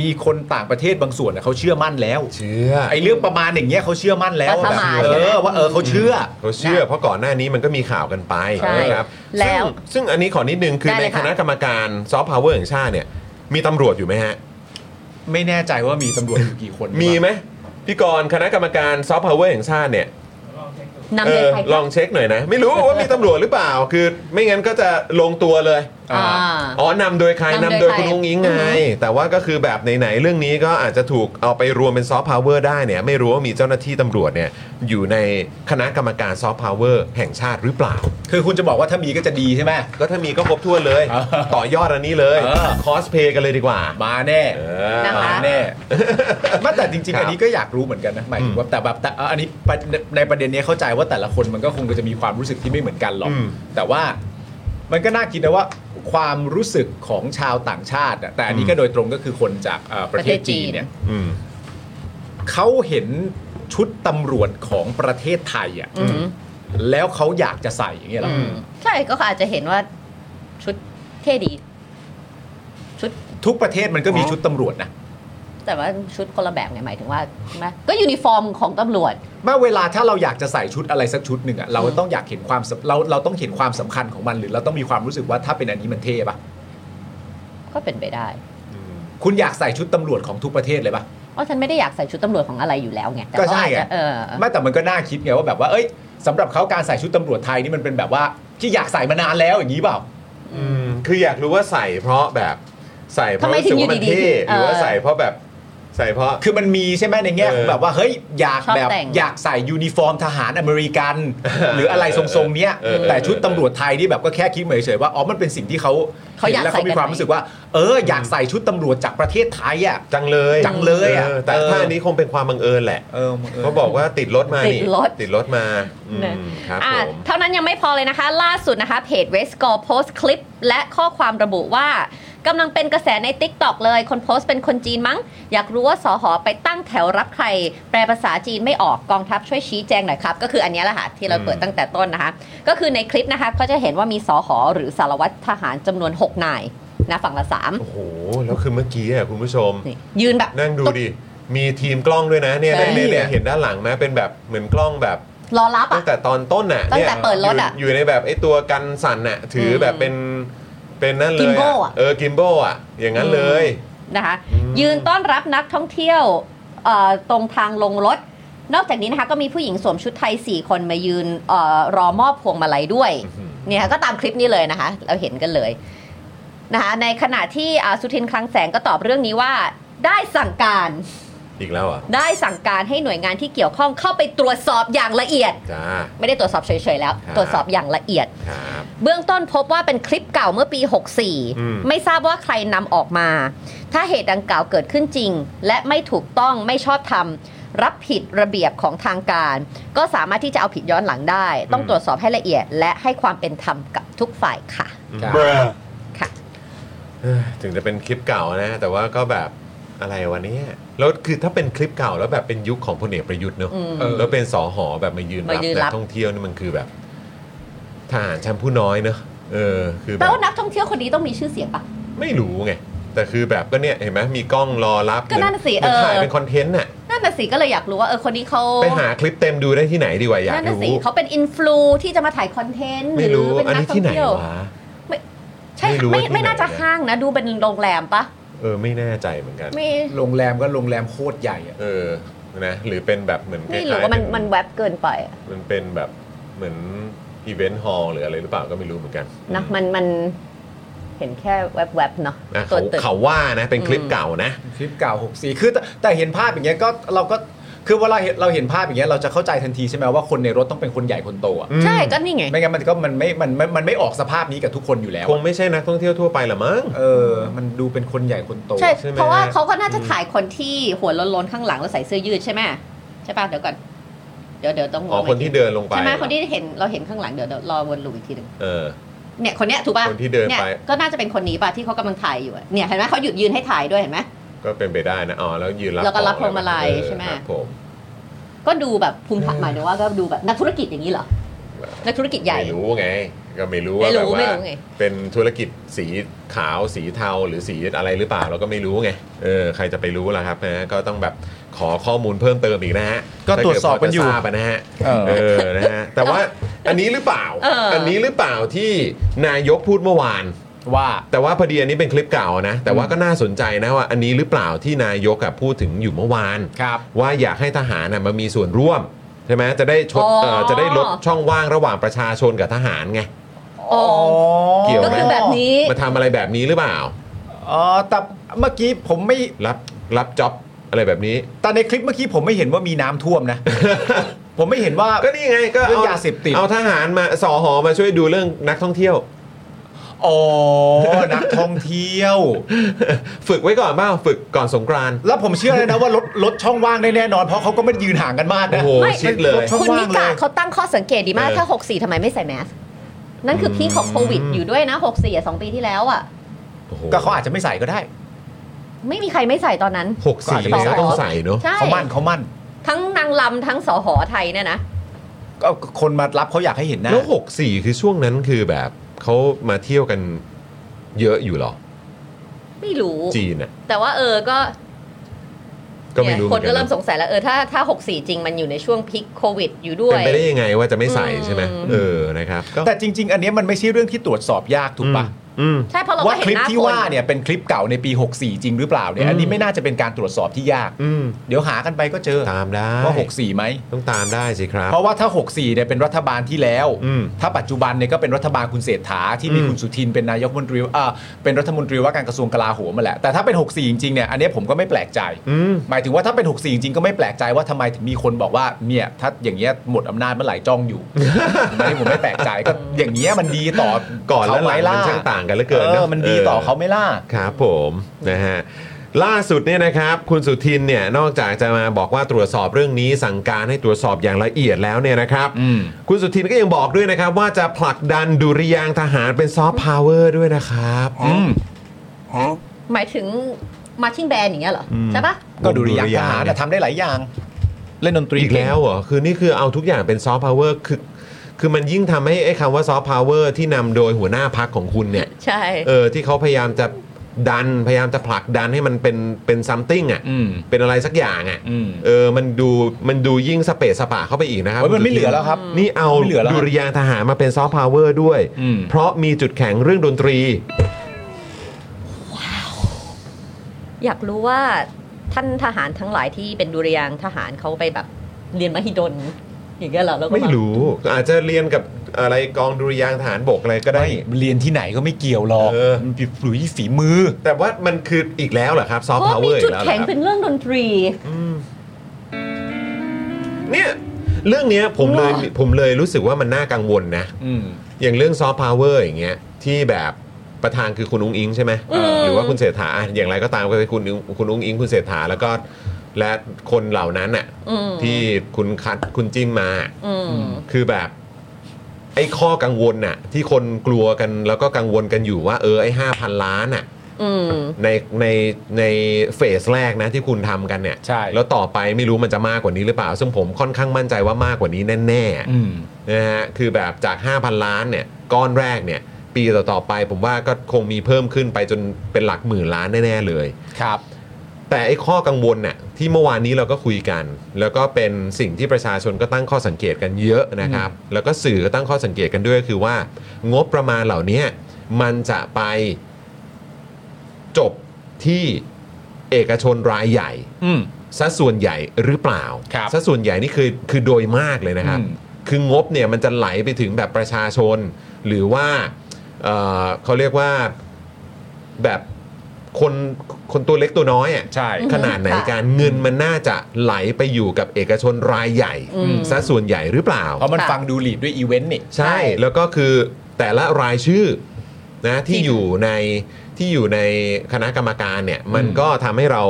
Speaker 6: มีคนต่างประเทศบางส่วนน่ะเขาเชื่อมั่นแล้ว
Speaker 2: เชื่อ
Speaker 6: ไอ้เรื่องประมาณอย่างเงี้ยเขาเชื่อมั่นแล้ว
Speaker 5: รัฐบาล
Speaker 6: เอ
Speaker 5: ใช่ไหม
Speaker 6: อว่าเออเขาเชื่อ
Speaker 2: เขาเชื่อเพราะก่อนหน้านี้มันก็มีข่าวกันไป
Speaker 5: ใช่
Speaker 2: นะครับ
Speaker 5: แล้ว
Speaker 2: ซึ่งซึ่งอันนี้ขอนิดนึงคือ
Speaker 5: ได้
Speaker 2: ใน
Speaker 5: เลย
Speaker 2: ค
Speaker 5: ค่ะ
Speaker 2: ณะกรรมการซอฟต์พาวเวอร์แห่งชาติเนี่ยมีตำรวจอยู่ไหมฮะ
Speaker 6: ไม่แน่ใจว่ามีตำรวจอยู่กี่คน
Speaker 2: มีไหมพี่กรณ์คณะกรรมการซอฟต์พาวเวอร์แห่งชาติเนี่ย
Speaker 5: นำเลยใคร
Speaker 2: ลองเช็คหน่อยนะ ไม่รู้ว่ามีตำรวจหรือเปล่า คือไม่งั้นก็จะลงตัวเลย
Speaker 5: อ่า
Speaker 2: อ๋อนำโดยใคร
Speaker 5: นำ
Speaker 2: นำ
Speaker 5: โดย
Speaker 2: โดย
Speaker 5: ใคร
Speaker 2: คุณองอิงไง แต่ว่าก็คือแบบไหนๆเรื่องนี้ก็อาจจะถูกเอาไปรวมเป็นซอฟต์พาวเวอร์ได้เนี่ย ไม่รู้ว่ามีเจ้าหน้าที่ตำรวจเนี่ย อยู่ในคณะกรรมการซอฟต์พาวเวอร์แห่งชาติหรือเปล่า
Speaker 6: คือคุณจะบอกว่าถ้ามีก็จะดีใช่ไหม
Speaker 2: ก็ถ้ามีก็ครบถ้วนเลย
Speaker 6: เออ
Speaker 2: ต่อยอดอันนี้เลย
Speaker 6: เออ
Speaker 2: คอสเพย์กันเลยดีกว่า
Speaker 6: มาแน่
Speaker 2: เออ
Speaker 5: นะคะ
Speaker 6: มาแน่ไมาแต่จริง
Speaker 2: ครับ
Speaker 6: ๆอันนี้ก็อยากรู้เหมือนกันนะหมายถึงว่าแต่แบบแต่เอ่ออันนี้ประในประเด็นนี้เข้าใจว่าแต่ละคนมันก็คงจะมีความรู้สึกที่ไม่เหมือนกันหรอก
Speaker 2: อืม
Speaker 6: แต่ว่ามันก็น่าคิดนะว่าความรู้สึกของชาวต่างชาติอะแต่อันนี้ก็โดยตรงก็คือคนจากเอ่อประเทศจีนเนี่ย
Speaker 2: อืม
Speaker 6: เขาเห็นชุดตำรวจของประเทศไทยอ่ะ
Speaker 5: อือหือ
Speaker 6: แล้วเขาอยากจะใส่อย่างเงี้ยเหรออ
Speaker 5: ใช่ก็เขาอาจจะเห็นว่าชุดเท่ดี ชุด
Speaker 6: ทุกประเทศมันก็มีชุดตำรวจนะ
Speaker 5: แต่ว่าชุดคนละแบบไงหมายถึงว่าใช่ไหมก็ยูนิฟอร์มของตำรวจ
Speaker 6: เมื่อเวลาถ้าเราอยากจะใส่ชุดอะไรสักชุดหนึ่งอะเราต้องอยากเห็นความสำเราเราต้องเห็นความสำคัญของมันหรือเราต้องมีความรู้สึกว่าถ้าเป็นอันนี้มันเท่ปะ
Speaker 5: ก็เป็นไปได้
Speaker 6: คุณอยากใส่ชุดตำรวจของทุกประเทศเลยปะ
Speaker 5: เพราะฉันไม่ได้อยากใส่ชุดตำรวจของอะไรอยู่แล้วไงแต่
Speaker 6: ก็ใช่
Speaker 5: เขาอาจ
Speaker 6: ไง
Speaker 5: จะเออ
Speaker 6: ไม่แต่มันก็น่าคิดไงว่าแบบว่าเอ้ยสำหรับเขาการใส่ชุดตำรวจไทยนี่มันเป็นแบบว่าที่อยากใส่มานานแล้วอย่างนี้เปล่า
Speaker 2: อืมคืออยากรู้ว่าใส่เพราะแบบใส่เพราะรู้สึกว่ามันเท่หรือว่าใส่เพราะแบบ ใส่เพราะ
Speaker 6: คือมันมีใช่ไหมในแง่ของ
Speaker 2: เออ
Speaker 6: แบบว่าเฮ้ยอยาก
Speaker 5: ชอบ
Speaker 6: แบบ
Speaker 5: แต่ง
Speaker 6: อยากใส่ยูนิฟอร์มทหารอเมริกัน หรืออะไรทรงๆเนี้ย
Speaker 2: เออเออ
Speaker 6: แต่ชุดตำรวจไทยที่แบบก็แค่คิดเฉยๆว่าอ๋อมันเป็นสิ่งที่เขา
Speaker 5: เขาอยา
Speaker 6: ห็น
Speaker 5: ก
Speaker 6: แล้ว
Speaker 5: ใส่
Speaker 6: เขา
Speaker 5: กัน
Speaker 6: มีความ
Speaker 5: ไหม
Speaker 6: รู้สึกว่า เอออยากใส่ชุดตำรวจจากประเทศไทยอ่ะ
Speaker 2: จังเลย
Speaker 6: จังเลยอะ
Speaker 2: แต่
Speaker 6: เออ
Speaker 2: ท่านี้คงเป็นความบังเอิญแหละ
Speaker 6: เออมึงเออ
Speaker 2: เขาบอกว่าติดรถมานี่
Speaker 5: ติดรถ
Speaker 2: ติดรถมาอืม
Speaker 5: นะครับ อ่ะ
Speaker 2: ผม
Speaker 5: เท่านั้นยังไม่พอเลยนะคะ ล่าสุดนะคะเพจเวสกอร์โพสต์คลิป และข้อความระบุว่ากำลังเป็นกระแสใน t ิ k t o k เลย คนโพสต์เป็นคนจีนมั้ง อยากรู้ว่าสอหอไปตั้งแถวรับใคร แปลภาษาจีนไม่ออกกองทัพช่วยชี้แจงหน่อยครับ ก็คืออันเนี้ยแหละค่ะ ที่เราเปิดตั้งแต่ต้นนะคะ ก็คือในคลิปนะคะก็จะเห็นว่ามีสอหอหรือสารวัตรทหารจำนวน 6 นายนะฝั่งละสาม
Speaker 2: โอ้โห แล้วคือเมื่อกี้อะคุณผู้ชม
Speaker 5: นี่ยืนแบบ
Speaker 2: นั่งดูดิ มีทีมกล้องด้วยนะเนี่ย
Speaker 5: ใช่
Speaker 2: เนี่ยเนี่ยเนี่ยเห็นด้านหลังไหมเป็นแบบเหมือนกล้องแบบ
Speaker 5: รอรับ
Speaker 2: ตั้
Speaker 5: อ่ะ
Speaker 2: งแต่ตอนต้นน่ะ
Speaker 5: ตั้ง
Speaker 2: นี่ย
Speaker 5: แต่เปิดรถอะ
Speaker 2: ยู่อยู่ในแบบไอ้ตัวกันสั่นน่ะถืออ
Speaker 5: ม
Speaker 2: แบบเป็นเป็นนั่นเลย
Speaker 5: กิมโบ้อะ
Speaker 2: เออกิมโบอะอย่างนั้นเลย
Speaker 5: นะคะ
Speaker 2: อืม
Speaker 5: ยืนต้อนรับนักท่องเที่ยวเอ่อตรงทางลงรถ นอกจากนี้นะคะก็มีผู้หญิงสวมชุดไทย 4 คนมายืนเออรอมอบพวงมาลัยด้วยเนี่ยค่ะก็ตามคลิปนี้เลยนะคะ เราเห็นกันเลยนะคะในขณะที่อ่าสุทินคลังแสงก็ตอบเรื่องนี้ว่า ได้สั่งการ
Speaker 2: อีกแล้วอ่ะ
Speaker 5: ได้สั่งการให้หน่วยงานที่เกี่ยวข้องเข้าไปตรวจสอบอย่างละเอียด
Speaker 2: จ้า
Speaker 5: ไม่ได้ตรวจสอบเฉยๆแล้ว
Speaker 2: ครับ
Speaker 5: ตรวจสอบอย่างละเอียด
Speaker 2: ครับ
Speaker 5: เบื้องต้นพบว่าเป็นคลิปเก่าเมื่อปี
Speaker 2: อืม
Speaker 5: 64 ไม่ทราบว่าใครนำออกมา ถ้าเหตุดังกล่าวเกิดขึ้นจริง และไม่ถูกต้องไม่ชอบธรรมรับผิดระเบียบของทางการ ก็สามารถที่จะเอาผิดย้อนหลังได้ ต้องตรวจสอบให้ละเอียด และให้ความเป็นธรรมกับทุกฝ่ายค่ะ
Speaker 6: ครับ
Speaker 5: ค่ะ
Speaker 2: เอ้ยถึงจะเป็นคลิปเก่านะ แต่ว่าก็แบบอะไรวันนี้แล้วคือถ้าเป็นคลิปเก่าแล้วแบบเป็นยุคของพลเอกประยุทธ์เนอะ
Speaker 5: อืม
Speaker 2: เออแล้วเป็นสอหอแบบมายืนรับ
Speaker 5: มายืน
Speaker 2: นั
Speaker 5: รับ
Speaker 2: กท่องเที่ยวนี่มันคือแบบทหารชั้นผู้น้อยเนอะเออคือ
Speaker 5: แป
Speaker 2: แบ
Speaker 5: ล
Speaker 2: บ
Speaker 5: ว่านักท่องเที่ยวคนนี้ต้องมีชื่อเสียงปะ
Speaker 2: ไม่รู้ไง แต่คือแบบก็เนี่ยเห็นไหมมีกล้องรอรับ
Speaker 5: ก็นั่นน่ะสิ
Speaker 2: หมื
Speaker 5: เออ
Speaker 2: ถ่ายเป็นคอนเทนต์น่ะ
Speaker 5: นั่นน่ะสิก็เลยอยากรู้ว่าเออคนนี้เขา
Speaker 2: ไปหาคลิปเต็มดูได้ที่ไหนดีกว่าอยาก
Speaker 5: นั่นน่ะสิ
Speaker 2: รู้
Speaker 5: เขาเป็นอินฟลูที่จะมาถ่ายคอนเทนต์
Speaker 2: ไม่รู้
Speaker 5: หรือเป็
Speaker 2: อัน
Speaker 5: นนั
Speaker 2: นี้
Speaker 5: กท่
Speaker 2: ที่
Speaker 5: อง
Speaker 2: ไหน
Speaker 5: เที่ยว
Speaker 2: วะ
Speaker 5: ใช่
Speaker 2: ไม่รู้ว่า
Speaker 5: ไม่
Speaker 2: ที่ไหน
Speaker 5: ไม่น่าจะห้างนะดูเป็นโรงแรมปะ
Speaker 2: เออไม่แน่ใจเหมือนกัน
Speaker 5: ไม่
Speaker 6: โรงแรมก็โรงแรมโคตรใหญ่อะ
Speaker 2: เออนะหรือเป็นแบบเหมือน
Speaker 5: ไม่
Speaker 2: ค
Speaker 5: รู้
Speaker 2: ล้ยๆ
Speaker 5: ว่ามัน
Speaker 2: เป็
Speaker 5: มันแวบเกินไป
Speaker 2: มันเป็นแบบเหมือนอีเวนต์ฮอลล์หรืออะไรหรือเปล่าก็ไม่รู้เหมือนกัน
Speaker 5: นะมันมันเห็นแค่แวบๆเนาะ
Speaker 2: นะ
Speaker 5: ตั
Speaker 2: เขา
Speaker 5: วตึก
Speaker 2: เขาว่านะ เป็นคลิป
Speaker 5: อืม
Speaker 2: เก่านะ
Speaker 6: คลิปเก่า64คือแต่แต่เห็นภาพอย่างเงี้ยก็เราก็คือเวลาเห็นเราเห็นภาพอย่างเงี้ยเราจะเข้าใจทันทีใช่ไหมว่าคนในรถต้องเป็นคนใหญ่คนโตอ่ะ
Speaker 5: ใช่ก็นี่ไง
Speaker 6: ไม่งั้นมันก็มันไม่มันมันมันไม่ออกสภาพนี้กับทุกคนอยู่แล้ว
Speaker 2: คงไม่ใช่นักท่องเที่ยวทั่วไปหรอมั้ง
Speaker 6: เออ มันดูเป็นคนใหญ่คนโต
Speaker 5: ใช่
Speaker 2: ใช่ไหม
Speaker 5: เพราะว่า
Speaker 2: ฮะ
Speaker 5: เขาก็น่าจะถ่ายคนที่หัวโล้นๆข้างหลังแล้วใส่เสื้อยืดใช่ไหมใช่ป่ะเดี๋ยวก่อนเดี๋ยวเดี๋ยวต้อง
Speaker 2: อ๋อ
Speaker 5: ว
Speaker 2: คนที่เดินลงไป
Speaker 5: ใช่ไหมคนที่เห็นเราเห็นข้างหลังเดี๋ยวเดี๋ยวรอวนลูปอีกทีหนึ่ง
Speaker 2: เออ
Speaker 5: เนี่ยคนเนี้ยถูกป่ะ
Speaker 2: คนที่เดินไป
Speaker 5: ยก็น่าจะเป็นคนนี้ป่ะที่เขากำลังถ่ายอยู่อะเนี่ยเห็นไหมเขาหยุดยืนให้ถ่ายด้วยเห็นไหม
Speaker 2: ก็เป็นไปได้นะอ๋อแล้วยืนรับ
Speaker 5: แล้วก็รับ
Speaker 2: ขอ
Speaker 5: พวงมาลัย
Speaker 2: เออ
Speaker 5: ใช่ไหม
Speaker 2: ครับผม
Speaker 5: ก็ดูแบบภูมิฐานหมายถึงว่าก็ดูแบบนักธุรกิจอย่างนี้เหรอนักธุรกิจใหญ่
Speaker 2: ไม่รู้ไง ก็ไม่รู้
Speaker 5: ไม่
Speaker 2: ว่าแบ
Speaker 5: รู้
Speaker 2: บ
Speaker 5: ไม่
Speaker 2: ว่า
Speaker 5: รู้ไง
Speaker 2: เป็นธุรกิจสีขาวสีเทาหรือสีอะไรหรือเปล่าเราก็ไม่รู้ไงเออใครจะไปรู้ล่ะครับนะฮะก็ต้องแบบขอข้อมูลเพิ่มเติมอีกนะฮะ
Speaker 3: ก็ตรวจสอบกันอยู่
Speaker 2: ถ้าเดพจะทราบะนะฮะเออนะฮะแต่ว่าอันนี้หรือเปล่า
Speaker 5: เอออั
Speaker 2: อันนี้หรือเปล่าที่นายกพูดเมื่อวาน
Speaker 6: ว่า
Speaker 2: แต่ว่าพอดีอันนี้เป็นคลิปเก่านะ แต่ว่าก็น่าสนใจนะว่า อันนี้หรือเปล่าที่นายกอะพูดถึงอยู่เมื่อวาน
Speaker 6: ครับ
Speaker 2: ว่าอยากให้ทหารน่ะมามีส่วนร่วม ใช่ไหมจะได้ชด
Speaker 5: อ๋อ
Speaker 2: เอ่อจะได้ลดช่องว่างระหว่างประชาชนกับทหารไง
Speaker 5: อ๋อ
Speaker 2: เกี่ยวไหม
Speaker 5: ก็คือแบบนี้
Speaker 2: มาทำอะไรแบบนี้หรือเปล่า
Speaker 6: อ๋อแต่เมื่อกี้ผมไม่
Speaker 2: รับรับจ็อบอะไรแบบนี้
Speaker 6: แต่ในคลิปเมื่อกี้ผมไม่เห็นว่ามีน้ำท่วม นะ ผมไม่เห็นว่า
Speaker 2: ก็นี่ไงก็
Speaker 6: เรื่องยาเสพติด
Speaker 2: เอาทหารมาสอหอมาช่วยดูเรื่องนักท่องเที่ยว
Speaker 6: อ๋อนักท่องเที่ยว
Speaker 2: ฝึกไว้ก่อนเปล่าฝึกก่อนสงกรานต์
Speaker 6: แล้วผมเชื่อเลยนะว่าลดลดช่องว่างได้แน่นอน เพราะเขาก็ไม่ได้ยืนห่างกันมาก
Speaker 2: โอ้
Speaker 6: นะ
Speaker 2: โห
Speaker 5: ไม่
Speaker 2: ชิดเลย
Speaker 6: ช่อง
Speaker 5: คุณ
Speaker 6: ว่า
Speaker 5: นิ
Speaker 6: งเล
Speaker 5: กาย เขาตั้งข้อสังเกตดีมาก
Speaker 2: เออ
Speaker 5: ถ้า 64ทำไมไม่ใส่แมส นั่นคือพีคของโควิดอยู่ด้วยนะ 64อ่ะสองปีที่แล้วอ่ะ
Speaker 2: โอ้โห
Speaker 6: ก็เขาอาจจะไม่ใส่ก็ได้
Speaker 5: ไม่มีใครไม่ใส่ตอนนั้น
Speaker 2: หกสี่แล้
Speaker 6: ก็
Speaker 2: ว
Speaker 6: อาจจะไม่
Speaker 2: ต้องใส่เนอะ
Speaker 5: ใช่
Speaker 6: เขามั่นเขามั่น
Speaker 5: ทั้งนางลำทั้งสอหอไทยเนี่ยนะ
Speaker 6: ก็คนมารับเขาอยากให้เห็นหน้า
Speaker 2: แล้วหกสี่คือช่วงนั้นคือแบบเขามาเที่ยวกันเยอะอยู่เหรอ
Speaker 5: ไม่รู้
Speaker 2: จีนอ่ะ
Speaker 5: แต่ว่าเออก็
Speaker 2: ก็ไม่รู้
Speaker 5: เนี่ยคนก็
Speaker 2: หอ
Speaker 5: เริ่ม
Speaker 2: กั
Speaker 5: สงสัยแล้วเออถ้าถ้า 64 จริงมันอยู่ในช่วงพีคโควิดอยู่ด้ว
Speaker 2: เป็น
Speaker 5: ย
Speaker 2: ไปได้ยังไงว่าจะไม่ใส่ใช่ไหม
Speaker 5: อืม
Speaker 2: เออนะครับก็
Speaker 6: แต่จริง ๆ อันเนี้ยมันไม่ใช่เรื่องที่ตรวจสอบยากถูกปะ
Speaker 2: อืม อืม
Speaker 5: ใช่เพราะเรา
Speaker 6: ว่า
Speaker 5: ก็
Speaker 6: คน ลิ
Speaker 5: เห็
Speaker 6: ป
Speaker 5: หน้า
Speaker 6: ที่
Speaker 5: คน
Speaker 6: ว่าเนี่ยเป็นคลิปเก่าในปี 64 จริงหรือเปล่าเนี่ยอันนี้ไม่น่าจะเป็นการตรวจสอบที่ยาก
Speaker 2: อืม
Speaker 6: เดี๋ยวหากันไปก็เจอ
Speaker 2: ตามได้
Speaker 6: ว่า 64ไหม
Speaker 2: ต้องตามได้สิครับ
Speaker 6: เพราะว่าถ้า 64เนี่ยเป็นรัฐบาลที่แล้ว
Speaker 2: อืม
Speaker 6: ถ้าปัจจุบันเนี่ยก็เป็นรัฐบาลคุณเศรษฐาที่มี
Speaker 2: อืม
Speaker 6: คุณสุทินเป็นนายกรัฐมนตรีอ่าเป็นรัฐมนตรีว่าการกระทรวงกลาโหมมาแหละ แต่ถ้าเป็น 64 จริงๆเนี่ยอันเนี้ยผมก็ไม่แปลกใจ
Speaker 2: อืม
Speaker 6: หมายถึงว่าถ้าเป็น 64 จริงๆก็ไม่แปลกใจว่าทำไมถึงมีคนบอกว่าเนี่ยถ้าอย่างเงี้ยหมดอำนาจเมื่อไหร่จ้องอยู่ ไม่ผมไม่แปลกใจก็อย่างเงี้ยมันดีต่อ
Speaker 2: ก่อนและหลัง
Speaker 6: เขาไหม
Speaker 2: มันช่างต่างกันเหลือเกิน
Speaker 6: เอ
Speaker 2: เน
Speaker 6: อ
Speaker 2: อะ
Speaker 6: มันดีต่อเขาไหม่ล่ะ
Speaker 2: ครับผมนะฮะล่าสุดเนี่ยนะครับคุณสุทินเนี่ยนอกจากจะมาบอกว่าตรวจสอบเรื่องนี้สั่งการให้ตรวจสอบอย่างละเอียดแล้วเนี่ยนะครับ
Speaker 6: อืม
Speaker 2: คุณสุทินก็ยังบอกด้วยนะครับ ว่าจะผลักดันดุริยางค์ทหารเป็นซอฟต์พาวเวอร์ด้วยนะครับ
Speaker 6: อืม
Speaker 5: หมายถึงมาชิ่งแบนอย่างเงี้ยเหรออใช่ปะ
Speaker 6: ก็ดูริยางค์ทหารน่ะทำได้หลายอย่าง เล่นดนตรี
Speaker 2: อีกแล้วเหรอ คือนี่คือเอาทุกอย่างเป็นซอฟต์พาวเวอร์คือคือมันยิ่งทำให้ไอ้คำว่าซอฟต์พาวเวอร์ที่นำโดยหัวหน้าพักของคุณเนี่ย
Speaker 5: ใช่
Speaker 2: เออที่เขาพยายามจะดันพยายามจะผลักดันให้มันเป็นเป็นซัมติงอ่ะ
Speaker 6: อืม
Speaker 2: เป็นอะไรสักอย่างอ่ะ
Speaker 6: อืม
Speaker 2: เออ มันดู มันดูยิ่งสเปซสปะเข้าไปอีกนะครับ
Speaker 6: โอ้ยมันไม่เหลือแล้วครับ
Speaker 2: นี่เอา
Speaker 6: ไม่เหลือแล้ว
Speaker 2: ดุริยางค์ทหารมาเป็นซอฟต์พาวเวอร์ด้วย
Speaker 6: อืม
Speaker 2: เพราะมีจุดแข็งเรื่องดนตรี
Speaker 5: อยากรู้ว่าท่านทหารทั้งหลายที่เป็นดุริยางค์ทหารเขาไปแบบเรียนมหิดลอย่างเงี้ยเหรอแล้วก็า
Speaker 2: ไม่รู้ อาจจะเรียนกับอะไรกองดุริยางค์ทหารบกอะไรก็ได้
Speaker 6: เรียนที่ไหนก็ไม่เกี่ยวหรอก
Speaker 2: เออ
Speaker 6: มันผิดหรือฝีมือ
Speaker 2: แต่ว่ามันคืออีกแล้วเหรอครับซอฟ
Speaker 5: เพ
Speaker 2: ต์พาว
Speaker 5: ราะ
Speaker 2: เว
Speaker 5: มี
Speaker 2: อร์อี
Speaker 5: จุ
Speaker 2: ก
Speaker 5: ด
Speaker 2: แล้วเหรอ
Speaker 5: แข็ง
Speaker 2: ครับ
Speaker 5: เป็นเรื่องดนตรี
Speaker 2: เนี่ยเรื่องเนี้ยผมเลยผมเลยรู้สึกว่ามันน่ากังวลนะ
Speaker 6: อืม
Speaker 2: อย่างเรื่องซอฟต์พาวเวอร์อย่างเงี้ยที่แบบประธานคือคุณอุ้งอิงใช่ไหม
Speaker 5: อืม
Speaker 2: หรือว่าคุณเศรษฐาอ่ะอย่างไรก็ตามก็คือคุณอุ๊งคุณอุ้งอิงคุณเศรษฐาแล้วก็และคนเหล่านั้นน่ะ
Speaker 5: อืม
Speaker 2: ที่คุณคัดคุณจิ้มมา
Speaker 5: อืม
Speaker 2: คือแบบ ไอ้ข้อกังวลน่ะ ที่คนกลัวกันแล้วก็กังวลกันอยู่ว่า เออไอ้ห้าพันล้านน่ะ
Speaker 5: อืม
Speaker 2: ในในในเฟสแรกนะที่คุณทำกันเนี่ย
Speaker 6: ใช่
Speaker 2: แล้วต่อไปไม่รู้มันจะมากกว่านี้หรือเปล่า ซึ่งผมค่อนข้างมั่นใจว่ามากกว่านี้แน่
Speaker 6: อืม
Speaker 2: ๆนะฮะคือแบบจาก 5,000 ล้านเนี่ยก้อนแรกเนี่ย ปีต่อๆไป ผมว่าก็คงมีเพิ่มขึ้นไปจนเป็นหลักหมื่นล้านแน่ๆเลย
Speaker 6: ครับ
Speaker 2: แต่ไอ้ข้อกังวลเนี่ยที่เมื่อวานนี้เราก็คุยกัน แล้วก็เป็นสิ่งที่ประชาชนก็ตั้งข้อสังเกตกันเยอะนะครับ แล้วก็สื่อก็ตั้งข้อสังเกตกันด้วยก็คือว่า งบประมาณเหล่านี้มันจะไปจบที่เอกชนรายใหญ่
Speaker 6: อืม
Speaker 2: ซะส่วนใหญ่หรือเปล่า
Speaker 6: ครับ
Speaker 2: ซะส่วนใหญ่นี่คือคือโดยมากเลยนะครับ
Speaker 6: อืม
Speaker 2: คืองบเนี่ยมันจะไหลไปถึงแบบประชาชน หรือว่าเอ่อเขาเรียกว่าแบบคนคนตัวเล็กตัวน้อยอ่ะ
Speaker 6: ใช่
Speaker 2: ขนาดไหน
Speaker 5: ค่ะ
Speaker 2: การเงินมันน่าจะไหลไปอยู่กับเอกชนรายใหญ่
Speaker 5: อืม
Speaker 2: ซะส่วนใหญ่หรือเปล่า
Speaker 6: เพราะมันฟังดูหลีดด้วยอีเวนต์นี่
Speaker 2: ใช่แล้วก็คือแต่ละรายชื่อนะที่
Speaker 5: ที่
Speaker 2: อยู่ในที่อยู่ในคณะกรรมการเนี่ยมันก็ทำให้เรา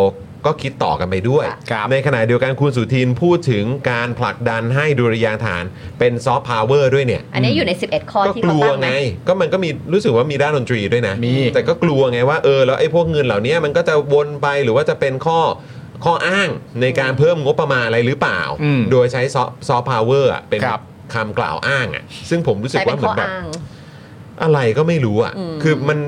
Speaker 2: ก็คิดต่อกันไปด้วย
Speaker 6: ครับ
Speaker 2: ในขณะเดียวกันคุณสุทินพูดถึงการผลักดันให้ดุริยางค์ฐานเป็นซอฟต์พาวเวอร์ด้วยเนี่ย
Speaker 5: อันนี้อยู่ใน 11 ข้อ
Speaker 2: ก็
Speaker 5: ที่
Speaker 2: ก
Speaker 5: เขา
Speaker 2: ลัว
Speaker 5: ตั้งไหม
Speaker 2: ไง ก็มันก็มีรู้สึกว่ามีด้านดนตรีด้วยนะ
Speaker 6: มี
Speaker 2: แต่ก็กลัวไงว่าเออแล้วไอ้พวกเงินเหล่านี้มันก็จะวนไปหรือว่าจะเป็นข้อข้ออ้างในการเพิ่มงบประมาณอะไรหรือเปล่า
Speaker 6: อืม
Speaker 2: โดยใช้ซอซอฟต์พาวเวอร์อะเป็น
Speaker 6: ครับ
Speaker 2: คำกล่าวอ้างอ่ะ ซึ่งผมรู้สึก
Speaker 5: ใช้เป็
Speaker 2: ว่าน เหมือแบ
Speaker 5: ข้อน
Speaker 2: บ
Speaker 5: อ้าง
Speaker 2: อะไรก็ไม่รู้อ่ะ
Speaker 5: อืม
Speaker 2: คือมัน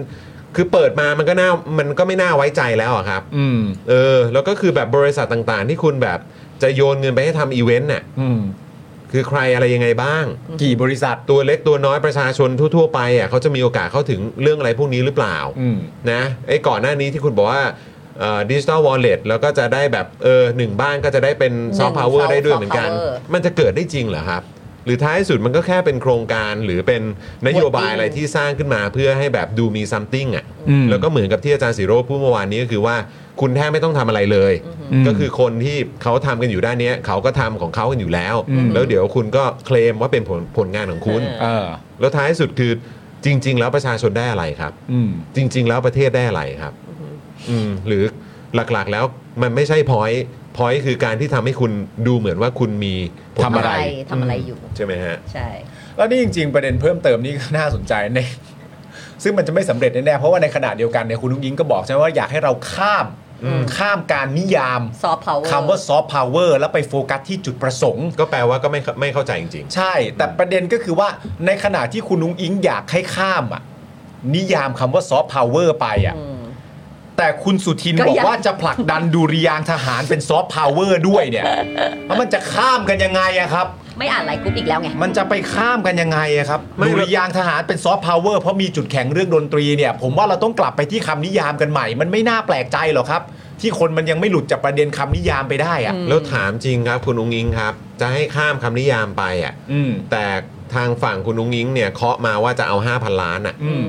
Speaker 2: คือเปิดมามันก็น่ามันก็ไม่น่าไว้ใจแล้วอะครับ
Speaker 6: อืม
Speaker 2: เออ แล้วก็คือแบบบริษัทต่างๆ ที่คุณแบบจะโยนเงินไปให้ทำอีเวนต์น่ะ
Speaker 6: อืม
Speaker 2: คือใครอะไรยังไงบ้าง
Speaker 6: กี่บริษัท
Speaker 2: ตัวเล็กตัวน้อยประชาชนทั่ว ๆ ไปอ่ะเขาจะมีโอกาสเข้าถึงเรื่องอะไรพวกนี้หรือเปล่า
Speaker 6: อืม
Speaker 2: นะไอ้ก่อนหน้านี้ที่คุณบอกว่าดิจิตอลวอลเล็ตแล้วก็จะได้แบบเออหนึ่งบ้านก็จะได้เป็นซอฟต์พาวเวอร์ได้ด้วยเหมือนกัน
Speaker 5: soft power
Speaker 2: มันจะเกิดได้จริงเหรอครับ หรือท้ายสุดมันก็แค่เป็นโครงการหรือเป็นนโยบาย
Speaker 5: Working
Speaker 2: อะไรที่สร้างขึ้นมาเพื่อให้แบบดูมีซัมติงอ่ะ
Speaker 6: อืม
Speaker 2: แล้วก็เหมือนกับที่อาจารย์สิโรจน์พูดเมื่อวานนี้ก็คือว่าคุณแทบไม่ต้องทำอะไรเลย
Speaker 6: อืม
Speaker 2: ก็คือคนที่เขาทำกันอยู่ด้านเนี้ยเขาก็ทำของเขากันอยู่แล้ว
Speaker 6: อืม
Speaker 2: แล้วเดี๋ยวคุณก็เคลมว่าเป็นผลผลงานของคุณ
Speaker 5: เอ
Speaker 6: เอ
Speaker 5: อ
Speaker 6: อ
Speaker 2: แล้วท้ายสุดคือจริง ๆ แล้วประชาชนได้อะไรครับ
Speaker 6: อืม
Speaker 2: จริง ๆ แล้วประเทศได้อะไรครับ อืมหรือหลักๆแล้วมันไม่ใช่พอยพอยคือการที่ทำให้คุณดูเหมือนว่าคุณมีผล
Speaker 6: ทำอะไร
Speaker 5: ทำอะไรอยู่
Speaker 2: ใช่ไหมฮะ
Speaker 5: ใช่
Speaker 6: แล้วนี่จริง ๆ ประเด็นเพิ่มเติมนี่ก็น่าสนใจ ใน ซึ่งมันจะไม่สำเร็จแน่ๆเพราะว่าในขณะเดียวกันเนี่ยคุณนุ้งยิงก็บอกใช่ไหมว่าอยากให้เราข้าม ข้ามการนิยาม
Speaker 5: ซอฟต์พาวเวอร์
Speaker 6: คำว่าซอฟต์พาวเวอร์แล้วไปโฟกัสที่จุดประสงค์
Speaker 2: ก็แปลว่าก็ไม่เข้าไม่เข้าใจจริง
Speaker 6: ใช่ แต่ประเด็นก็คือว่าในขณะที่คุณนุ้งอิงอยากให้ข้ามอ่ะ นิยามคำว่าซอฟต์พาวเวอร์ไปอ่ะ แต่คุณสุทิน
Speaker 5: ก็
Speaker 6: บอ
Speaker 5: ยั
Speaker 6: ก
Speaker 5: ง
Speaker 6: ว่าจะผลัก ดันดุริยางค์ทหารเป็นซอฟต์พาวเวอร์ด้วยเนี่ย แล้วมันจะข้ามกันยังไงอะครับ
Speaker 5: ไม่อ่านไลน์กรุ๊ปอีกแล้วไง
Speaker 6: มันจะไปข้ามกันยังไงอะครับ
Speaker 1: ไม่
Speaker 6: ดุริยางค์ทหารเป็นซอฟต์พาวเวอร์เพราะมีจุดแข็งเรื่องดนตรีเนี่ย ผมว่าเราต้องกลับไปที่คำนิยามกันใหม่ มันไม่น่าแปลกใจหรอกครับ ที่คนมันยังไม่หลุดจากประเด็นคำนิยามไปได้อะ
Speaker 2: แล้วถามจริงครับคุณอุ้งอิงครับ จะให้ข้ามคำนิยามไปอ่ะ
Speaker 6: อืม
Speaker 2: แต่ทางฝั่งคุณอุ้งอิงเนี่ยเคาะมาว่าจะเอา 5,000 ล้านอ่ะ
Speaker 6: อืม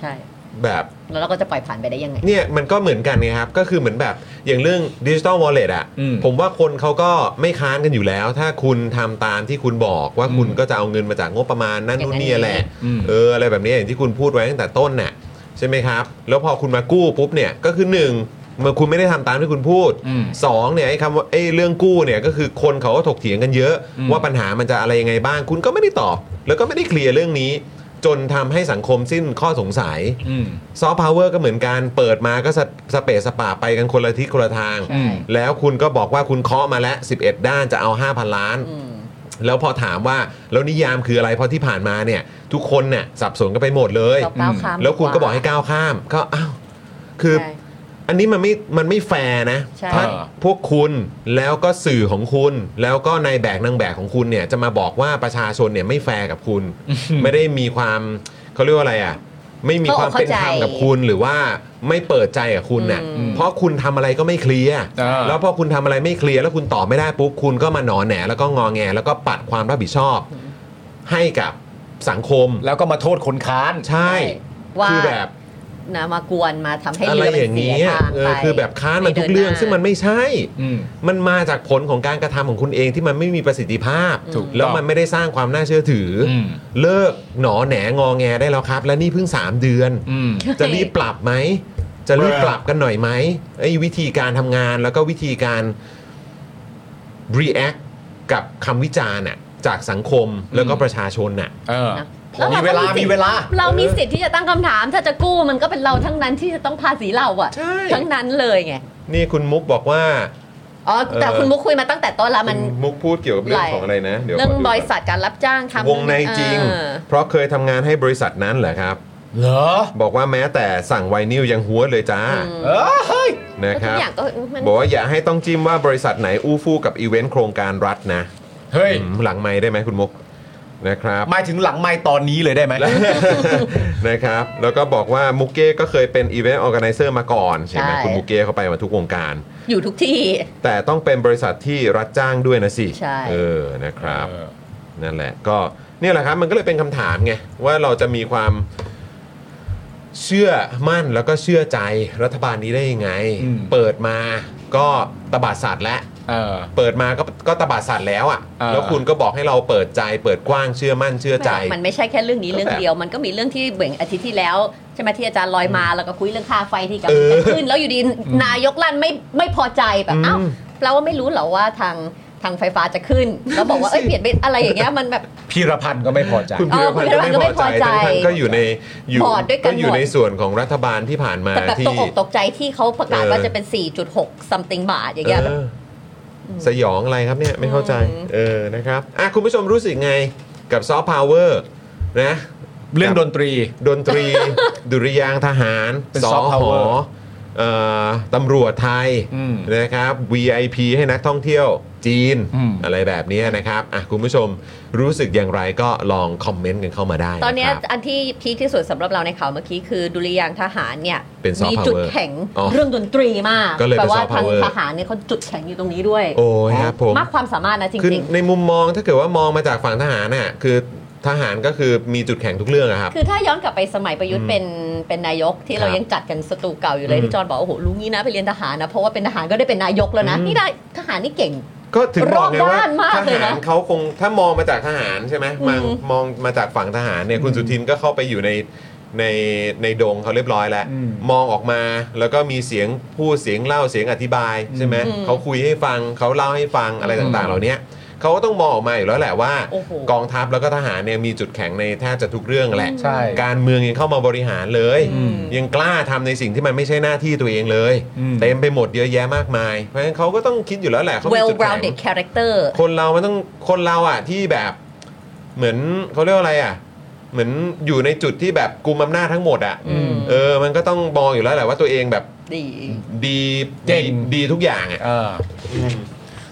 Speaker 5: ใช่
Speaker 2: แบบ
Speaker 5: แล้วเราก็จะปล่อยผ่านไปได้ยังไง
Speaker 2: เนี่ยมันก็เหมือนกันไงครับ ก็คือเหมือนแบบอย่างเรื่องดิจิ t a ลวอลเล็ตอ่ะ
Speaker 6: อืม
Speaker 2: ผมว่าคนเขาก็ไม่ค้านกันอยู่แล้ว ถ้าคุณทำตามที่คุณบอกว่าคุณ
Speaker 6: อืม
Speaker 2: ก็จะเอาเงินมาจากงบประมาณนั่น
Speaker 5: อย่าง
Speaker 2: นู่
Speaker 5: นั้นน
Speaker 2: นี่แหละ
Speaker 6: อืม
Speaker 2: เอออะไรแบบนี้อย่างที่คุณพูดไว้ตั้งแต่ต้นน่ะใช่ไหมครับ แล้วพอคุณมากู้ปุ๊บเนี่ยก็คือหนึ่งมันคุณไม่ได้ทำตามที่คุณพูด
Speaker 6: อืม
Speaker 2: สองเนี่ยไอ้คำว่าไอ้เรื่องกู้เนี่ยก็คือคนเขาก็ถกเถียงกันเยอะ
Speaker 6: อืม
Speaker 2: ว่าปัญหามันจะอะไรยังไงบ้าง คุณก็ไม่ได้ตอบ แล้วก็ไม่ได้เคลียร์เรื่องนี้ จนทำให้สังคมสิ้นข้อสงสัย
Speaker 6: อืม
Speaker 2: ซอฟต์พาวเวอร์ก็เหมือนกันเปิดมาก็สะสเปซสปาไปกันคนละทิศคนละทาง
Speaker 6: อืม
Speaker 2: แล้วคุณก็บอกว่าคุณเคาะมาแล้ว 11 ด้านจะเอา 5,000 ล้าน
Speaker 5: อืม
Speaker 2: แล้วพอถามว่าแล้วนิยามคืออะไรเพราะที่ผ่านมาเนี่ย ทุกคนเนี่ยสับสนกันไปหมดเลย
Speaker 5: เราก้าวข้าม
Speaker 2: แล้วคุณก็
Speaker 5: ดี
Speaker 2: บอกให้ก้าวข้ามก็อ้าวคือ
Speaker 5: ใช่
Speaker 2: อันนี้มันไม่ มันไม่แฟร์นะ
Speaker 5: ใช่
Speaker 2: ถ้าพวกคุณแล้วก็สื่อของคุณ แล้วก็นายแบกนางแบกของคุณเนี่ยจะมาบอกว่าประชาชนเนี่ยไม่แฟร์กับคุณ ไม่ได้มีความเขาเรียกว่าอะไรอ่ะ ไม่มีความเป็นธรรมกับคุณหรือว่าไม่เปิดใจกับคุณน่ะ
Speaker 6: อืม
Speaker 2: เพราะคุณทำอะไรก็ไม่เคลียร์
Speaker 6: อ่า
Speaker 2: แล้วพอคุณทำอะไรไม่เคลียร์แล้วคุณตอบไม่ได้ปุ๊บคุณก็มาหนอแหนแล้วก็งอแง แล้วก็ปัดความรับผิดชอบ ให้กับสังคม
Speaker 6: แล้วก็มาโทษคนค้าน
Speaker 2: ใช่
Speaker 5: ว่า
Speaker 2: คือแบบ
Speaker 5: นะมากวนมาทำให้
Speaker 2: อะไรอ
Speaker 5: เรืออย่า
Speaker 2: ย่าง ง
Speaker 5: นี้
Speaker 2: นี้อะเออคือแบบค้านมันทุกเรื่องซึ่งมันไม่ใช่
Speaker 6: อืม
Speaker 2: มันมาจากผลของการกระทำของคุณเองที่มันไม่มีประสิทธิภาพ
Speaker 6: ถูกต้อง
Speaker 2: แล้วมันไม่ได้สร้างความน่าเชื่อถืออ
Speaker 6: ม
Speaker 2: เลิกหนอแหนงอแงได้แล้วครับ และนี่เพิ่ง 3 เดือน
Speaker 6: อืม
Speaker 2: จะรีบปรับไหม จะรีบปรับกันหน่อยไหมไอ้วิธีการทำงานแล้วก็วิธีการ react กับคำวิจารณ์อะจากสังคมแล้วก็ประชาชนน่ะ
Speaker 6: เออ
Speaker 5: นะ
Speaker 6: ผมมีเวลา
Speaker 5: แรก็
Speaker 6: มีเวลา
Speaker 5: เรามีสิทธิ์ที่จะตั้งคำถาม ถ้าจะกู้มันก็เป็นเราทั้งนั้นที่จะต้องภาษีเราอ่ะ
Speaker 2: ใช่
Speaker 5: ทั้งนั้นเลยไง
Speaker 2: นี่คุณมุกบอกว่า
Speaker 5: อ๋อแต่
Speaker 2: เออ
Speaker 5: คุณมุกคุยมาตั้งแต่ต้นแล้วมัน
Speaker 2: คุณมุกพูดเกี่ยวกับเรื่องของอะไรนะเดี๋ยว
Speaker 5: เรื่อง
Speaker 2: ขดูก่
Speaker 5: บ
Speaker 2: น
Speaker 5: ริษัทการรับจ้างทำ
Speaker 2: วงในจริง
Speaker 5: เออ
Speaker 2: เพราะเคยทำงานให้บริษัทนั้นเหรอครับ
Speaker 6: เหรอ
Speaker 2: บอกว่าแม้แต่สั่งไวนิลยังหัวเลยจ้า
Speaker 5: อืม
Speaker 6: เออเฮ้ย
Speaker 2: นะค
Speaker 5: ทุ
Speaker 2: รั
Speaker 5: ก
Speaker 2: บ
Speaker 5: อย่างก็มัน
Speaker 2: บอกว่าอย่าให้ต้องจิ้มว่าบริษัทไหนอู้ฟู่กับอีเวนต์โครงการรัฐนะ
Speaker 6: เฮ้ย
Speaker 2: อืมหลังไม่ได้ไหมคุณมุกนะครับ
Speaker 6: หมายถึงหลังไม่ตอนนี้เลยได้ไหม
Speaker 2: นะครับ แล้วก็บอกว่ามุกเก้ก็เคยเป็นอีเวนต์ออแกไนเซอร์มาก่อนใช่ไหมคุณมุกเก้เข้าไปมาทุกวงการ
Speaker 5: อยู่ทุกที่
Speaker 2: แต่ต้องเป็นบริษัทที่รัฐจ้างด้วยนะสิ
Speaker 5: ใช่
Speaker 2: เออนะครับ
Speaker 6: เออ
Speaker 2: นั่นแหละก็เนี่ยแหละครับมันก็เลยเป็นคำถามไงว่าเราจะมีความเชื่อมั่นแล้วก็เชื่อใจรัฐบาลนี้ได้ยังไง
Speaker 6: อืม
Speaker 2: เปิดมาก็ตบาดสัตว์และ
Speaker 6: เออ
Speaker 2: เปิดมาก็ก็ตบาดสัตว์แล้วอะ
Speaker 6: เออ
Speaker 2: ่ะแล้วคุณก็บอกให้เราเปิดใจ เปิดกว้างเชื่อมั่นเชื่อใจ
Speaker 5: มันไม่ใช่แค่เรื่องนี้
Speaker 2: ก็แบบ
Speaker 5: เรื่องเดียว มันก็มีเรื่องที่เบ่งอาทิตย์ที่แล้วใช่ไหมที่อาจารย์ลอยมาแล้วก็คุยเรื่องค่าไฟที่กำลังจะขึ้น แล้วอยู่ดีนายกลั่นไม่ไม่พอใจแบบเอ้าแปลว่าไม่รู้เหรอว่าทางทางไฟฟ้าจะขึ้น แล้วบอกว่าเอ้ยเป ลี่ยนเป็นอะไรอย่างเงี้ยมันแบบ
Speaker 6: พีรพันธ์ก็ไม่พอใจ
Speaker 2: คุณพิรพันธ์ก็ไม่พอใจทั้งทก็อยู่ในอยู่
Speaker 5: บอร์ดด้วยกัน
Speaker 2: ก็อยู่
Speaker 5: หมด
Speaker 2: ในส่วนของรัฐบาลที่ผ่านมา
Speaker 5: แต่แบบตก
Speaker 2: ที่
Speaker 5: อกตกใจที่เขาประกาศ
Speaker 2: เออ
Speaker 5: ว่าจะเป็น 4.6 something บาทอย่างเงี้ยแบบ
Speaker 2: เออสยองอะไรครับเนี่ยไม่เข้าใจ
Speaker 5: อืม
Speaker 2: เออนะครับอ่ะคุณผู้ชมรู้สึกไงกับซอฟต์พาวเวอร์นะ
Speaker 6: เรื่องดนตรี
Speaker 2: ดนต รี ดุริยางค์ทหาร
Speaker 6: เป็น
Speaker 2: ส
Speaker 6: soft
Speaker 2: ห
Speaker 6: power
Speaker 2: เอ่อตำรวจไทย
Speaker 6: อืม
Speaker 2: นะครับ VIP ให้นักท่องเที่ยวจีน
Speaker 6: อืม
Speaker 2: ไรแบบเนี้ยนะครับอ่ะคุณผู้ชมรู้สึกอย่างไรก็ลองคอมเมนต์กันเข้ามาได้
Speaker 5: ตอนเนี้ย
Speaker 2: ะครับ
Speaker 5: อันที่พีคที่สุดสำหรับเราในข่าวเมื่อกี้คือดุริยางค์ทหารเนี่ย
Speaker 2: เป็น soft
Speaker 5: มีจุดแข็ง
Speaker 2: อ๋อ
Speaker 5: เรื่องดนตรีมาก
Speaker 2: ก็เลย
Speaker 5: แป
Speaker 2: เป็น
Speaker 5: ลว่า
Speaker 2: soft
Speaker 5: ทาง
Speaker 2: power
Speaker 5: ทหารเนี่ยเขาจุดแข็งอยู่ตรงนี้ด้วย
Speaker 2: โอ้ยครับผม
Speaker 5: มากความสามารถนะจ
Speaker 2: คือ
Speaker 5: ริง
Speaker 2: ในมุมมองถ้าเกิดว่ามองมาจากฝั่งทหารน่ะคือทหารก็คือมีจุดแข็งทุกเรื่องอะครับ
Speaker 5: ๆ คือถ้าย้อนกลับไปสมัยประยุทธ์เป็นเป็นนายกที่เรา
Speaker 2: ครับ
Speaker 5: ยังจัดกันสตูเก่าอยู่เลย
Speaker 2: อืม
Speaker 5: ที่จอนบอกโอ้โหรู้งี้นะไปเรียนทหารนะเพราะว่าเป็นทหารก็ได้เป็นนายกแล้วนะนี่ได้ทหารนี่เก่ง
Speaker 2: ก็ถึงบอกไง
Speaker 5: รอบ
Speaker 2: ว่า
Speaker 5: ด้านมาก
Speaker 2: ท
Speaker 5: เลย
Speaker 2: หาร
Speaker 5: นะ
Speaker 2: เขาคงถ้ามองมาจากทหารใช่ไหมมอง
Speaker 5: อืม
Speaker 2: มองมาจากฝั่งทหารเนี่ยคุณสุทินก็เข้าไปอยู่ในในในดงเขาเรียบร้อยแล้ว
Speaker 6: อืม
Speaker 2: มองออกมาแล้วก็มีเสียงพูดเสียงเล่าเสียงอธิบายใช่ไหมเขาคุยให้ฟังเขาเล่าให้ฟังอะไร
Speaker 6: อืม
Speaker 2: ต่างๆ เหล่านี้เขาก็ต้องมองออกมาอยู่แล้วแหละว่า
Speaker 5: โอ้โห
Speaker 2: กองทัพแล้วก็ทหารเนี่ยมีจุดแข็งในแทบจะทุกเรื่องแหละ
Speaker 6: ใช่
Speaker 2: การเมืองยังเข้ามาบริหารเลย
Speaker 6: อืม
Speaker 2: ยังกล้าทำในสิ่งที่มันไม่ใช่หน้าที่ตัวเองเลย
Speaker 6: อืม
Speaker 2: เต็มไปหมดเยอะแยะมากมาย เพราะฉะนั้นเขาก็ต้องคิดอยู่แล้วแหละเขามีจุดแข็ง
Speaker 5: well-rounded character
Speaker 2: คนเรามันต้องคนเราอ่ะที่แบบเหมือนเขาเรียกว่าอะไรอ่ะ เหมือนอยู่ในจุดที่แบบกุมอำนาจทั้งหมดอ่ะ
Speaker 5: อืม
Speaker 2: เออ มันก็ต้องมองอยู่แล้วแหละว่าตัวเองแบบ
Speaker 5: ดี
Speaker 2: ดี
Speaker 6: เก่ง
Speaker 2: ดีดีทุกอย่างอ่ะ
Speaker 6: เออ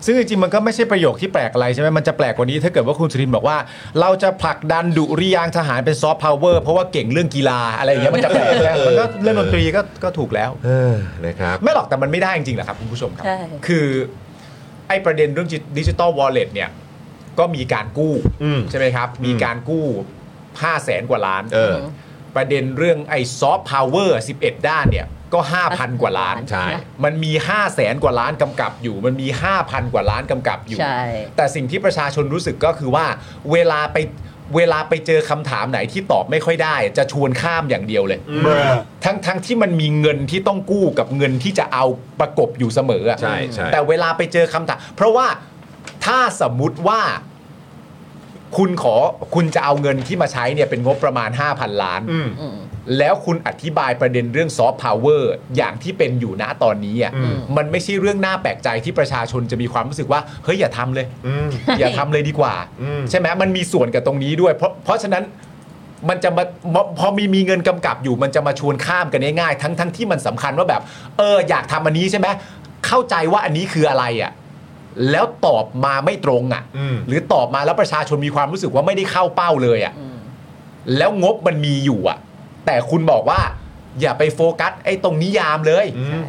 Speaker 6: ซึ่งจริงๆมันก็ไม่ใช่ประโยคที่แปลกอะไรใช่ไหมมันจะแปลกกว่านี้ถ้าเกิดว่าคุณสุทินบอกว่า เราจะผลักดันดุริยางค์ทหารเป็นซอฟต์พาวเวอร์เพราะว่าเก่งเรื่องกีฬาอะไรอย่างเงี้ยมันจะแปลกแล้วมันก็เรื่องดนตรีก็ก็ถูกแล้ว
Speaker 2: เออนะครับ
Speaker 6: ไม่หรอกแต่มันไม่ได้จริงๆแหละครับคุณผู้ชมครับ
Speaker 5: ใช่
Speaker 6: คือไอ้ประเด็นเรื่องดิจิตอลวอลเล็ตเนี่ย ก็มีการกู้
Speaker 2: อืม
Speaker 6: ใช่ไหมครับ มีการกู้5้าแสนกว่าล้าน
Speaker 2: เออ
Speaker 6: ประเด็นเรื่องไอ้ซอฟต์พาวเวอร์11 ด้านเนี่ย ก็ 5,000 กว่าล้าน
Speaker 2: ใช่
Speaker 6: มันมี 5 0 0แสนกว่าล้านกำกับอยู่ มันมี 5,000 กว่าล้านกำกับอยู่
Speaker 5: ใช่
Speaker 6: แต่สิ่งที่ประชาชนรู้สึกก็คือว่า เวลาไปเวลาไปเจอคำถามไหนที่ตอบไม่ค่อยได้ จะชวนข้ามอย่างเดียวเลย ทั้งทั้งที่มันมีเงินที่ต้องกู้กับเงินที่จะเอาประกบอยู่เสมออะ
Speaker 2: ใช่ใช่
Speaker 6: แต่เวลาไปเจอคำถามเพราะว่าถ้าสมมุติว่า คุณขอคุณจะเอาเงินที่มาใช้เนี่ยเป็นงบประมาณ 5,000 ล้าน
Speaker 2: อืม
Speaker 5: อืม
Speaker 6: แล้วคุณอธิบายประเด็นเรื่องซอฟต์พาวเวอร์อย่างที่เป็นอยู่ณตอนนี้อ่ะ
Speaker 2: อืม
Speaker 6: มันไม่ใช่เรื่องน่าแปลกใจที่ประชาชนจะมีความรู้สึกว่า เฮ้ยอย่าทำเลย
Speaker 2: อืม
Speaker 6: อย่าทำเลยดีกว่า
Speaker 2: อืม
Speaker 6: ใช่ไหมมันมีส่วนกับตรงนี้ด้วย เพราะเพราะฉะนั้นมันจะมาพอพอมีมีเงินกำกับอยู่ มันจะมาชวนข้ามกันง่ายๆทั้งทั้งที่มันสำคัญว่าแบบ เอออยากทำอันนี้ใช่ไหมเข้าใจว่าอันนี้คืออะไรอ่ะแล้วตอบมาไม่ตรงอ่ะ
Speaker 2: อืม
Speaker 6: หรือตอบมาแล้วประชาชนมีความรู้สึกว่าไม่ได้เข้าเป้าเลยอ่ะ แล้วงบมันมีอยู่อ่ะ แต่คุณบอกว่า อย่าไปโฟกัสไอ้ตรงนิยามเลย
Speaker 2: อืม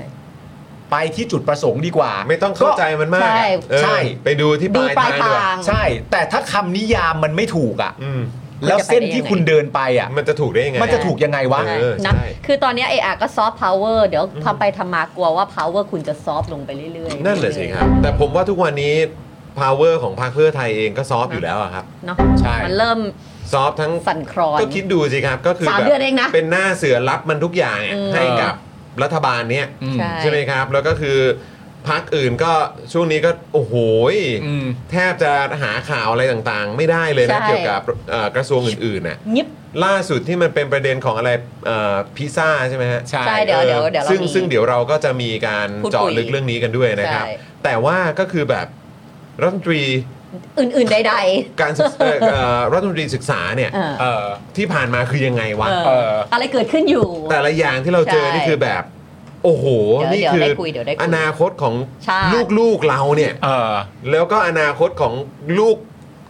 Speaker 6: ไปที่จุดประสงค์ดีกว่า
Speaker 2: ไม่ต้องเข้าใจมันมาก
Speaker 5: ใช่
Speaker 2: เออ
Speaker 6: ใช่
Speaker 2: ไปดูที่ป
Speaker 5: ดู
Speaker 2: ลาย
Speaker 5: ปลาย
Speaker 2: ทางดีก
Speaker 5: ทา
Speaker 2: ว่าง
Speaker 6: ใช่ แต่ถ้าคำนิยามมันไม่ถูกอ่ะ
Speaker 2: อืม
Speaker 6: แล้วเส้นที่คุณเดินไปอ่ะ
Speaker 2: มันจะถูกได้ยังไง
Speaker 6: มันจะถูกยังไงวะ
Speaker 5: ใช่
Speaker 2: เออ
Speaker 5: นะ
Speaker 2: ใช่
Speaker 5: คือตอนเนี้ไออาก็ซอฟต์พาวเวอร์เดี๋ยวทำไปทำมากลัวว่าพาวเวอร์คุณจะซอฟต์ลงไปเรื่อยๆ
Speaker 2: นั่นแหละสิครับ แต่ผมว่าทุกวันนี้ power ของพรรคเพื่อไทยเองก็ซอฟต์อยู่แล้วอะครับ
Speaker 5: เนาะ
Speaker 6: ใช่
Speaker 5: มันเริ่ม
Speaker 2: ซอฟต์ทั้ง
Speaker 5: สั่นคลอน
Speaker 2: ก็คิดดูสิครับ ก็คือ
Speaker 5: สาม
Speaker 2: แบบ
Speaker 5: เดือนเองนะ
Speaker 2: นหน้าเสือรับมันทุกอย่างเนี่ย
Speaker 5: อืม
Speaker 2: ให้กับรัฐบาลเนี้ย
Speaker 6: อืม
Speaker 5: ใช่
Speaker 2: ใช่ไหมครับ แล้วก็คือพักอื่นก็ช่วงนี้ก็โอ้โหย
Speaker 6: อืม
Speaker 2: แทบจะหาข่าวอะไรต่างๆ ไม่ได้เลยนะเกี่ยวกับเอ่อกระทรวงอื่นๆน่ะ
Speaker 5: ยิบ
Speaker 2: ล่าสุดที่มันเป็นประเด็นของอะไรเอ่อพิซซ่าใช่ไหมฮะ
Speaker 6: ใช่
Speaker 5: ใช่เดี๋ยว
Speaker 2: ออ
Speaker 5: เดี๋ยวเรา
Speaker 2: ซึ่ง
Speaker 5: มี
Speaker 2: ซึ่งเดี๋ยวเราก็จะมีการ
Speaker 5: พูดคุย
Speaker 2: เจาะลึกเรื่องนี้กันด้วยนะครับ
Speaker 5: ใช่
Speaker 2: แต่ว่าก็คือแบบรัฐมนตรี
Speaker 5: อื่นๆใด
Speaker 2: การ ศึกเอ่อเอ่อรัฐมนตรีศึกษาเนี่ย
Speaker 5: เออ
Speaker 6: เออ
Speaker 2: ที่ผ่านมาคือยังไง
Speaker 5: ๆ
Speaker 2: วะ
Speaker 5: เออ
Speaker 6: เออ
Speaker 5: อะไรเกิดขึ้นอยู่
Speaker 2: แต่ละอย่างที่เราเจอ
Speaker 5: ใช่
Speaker 2: นี่คือแบบ โอ้โห
Speaker 5: เดี๋ยว
Speaker 2: นี่คือ
Speaker 5: เดี๋ยวได้คุยเดี๋ยวได้คุย
Speaker 2: อนาคตของ
Speaker 5: ใช่
Speaker 2: ลูกๆเราเนี่ย
Speaker 6: เออ
Speaker 2: แล้วก็อนาคตของลูก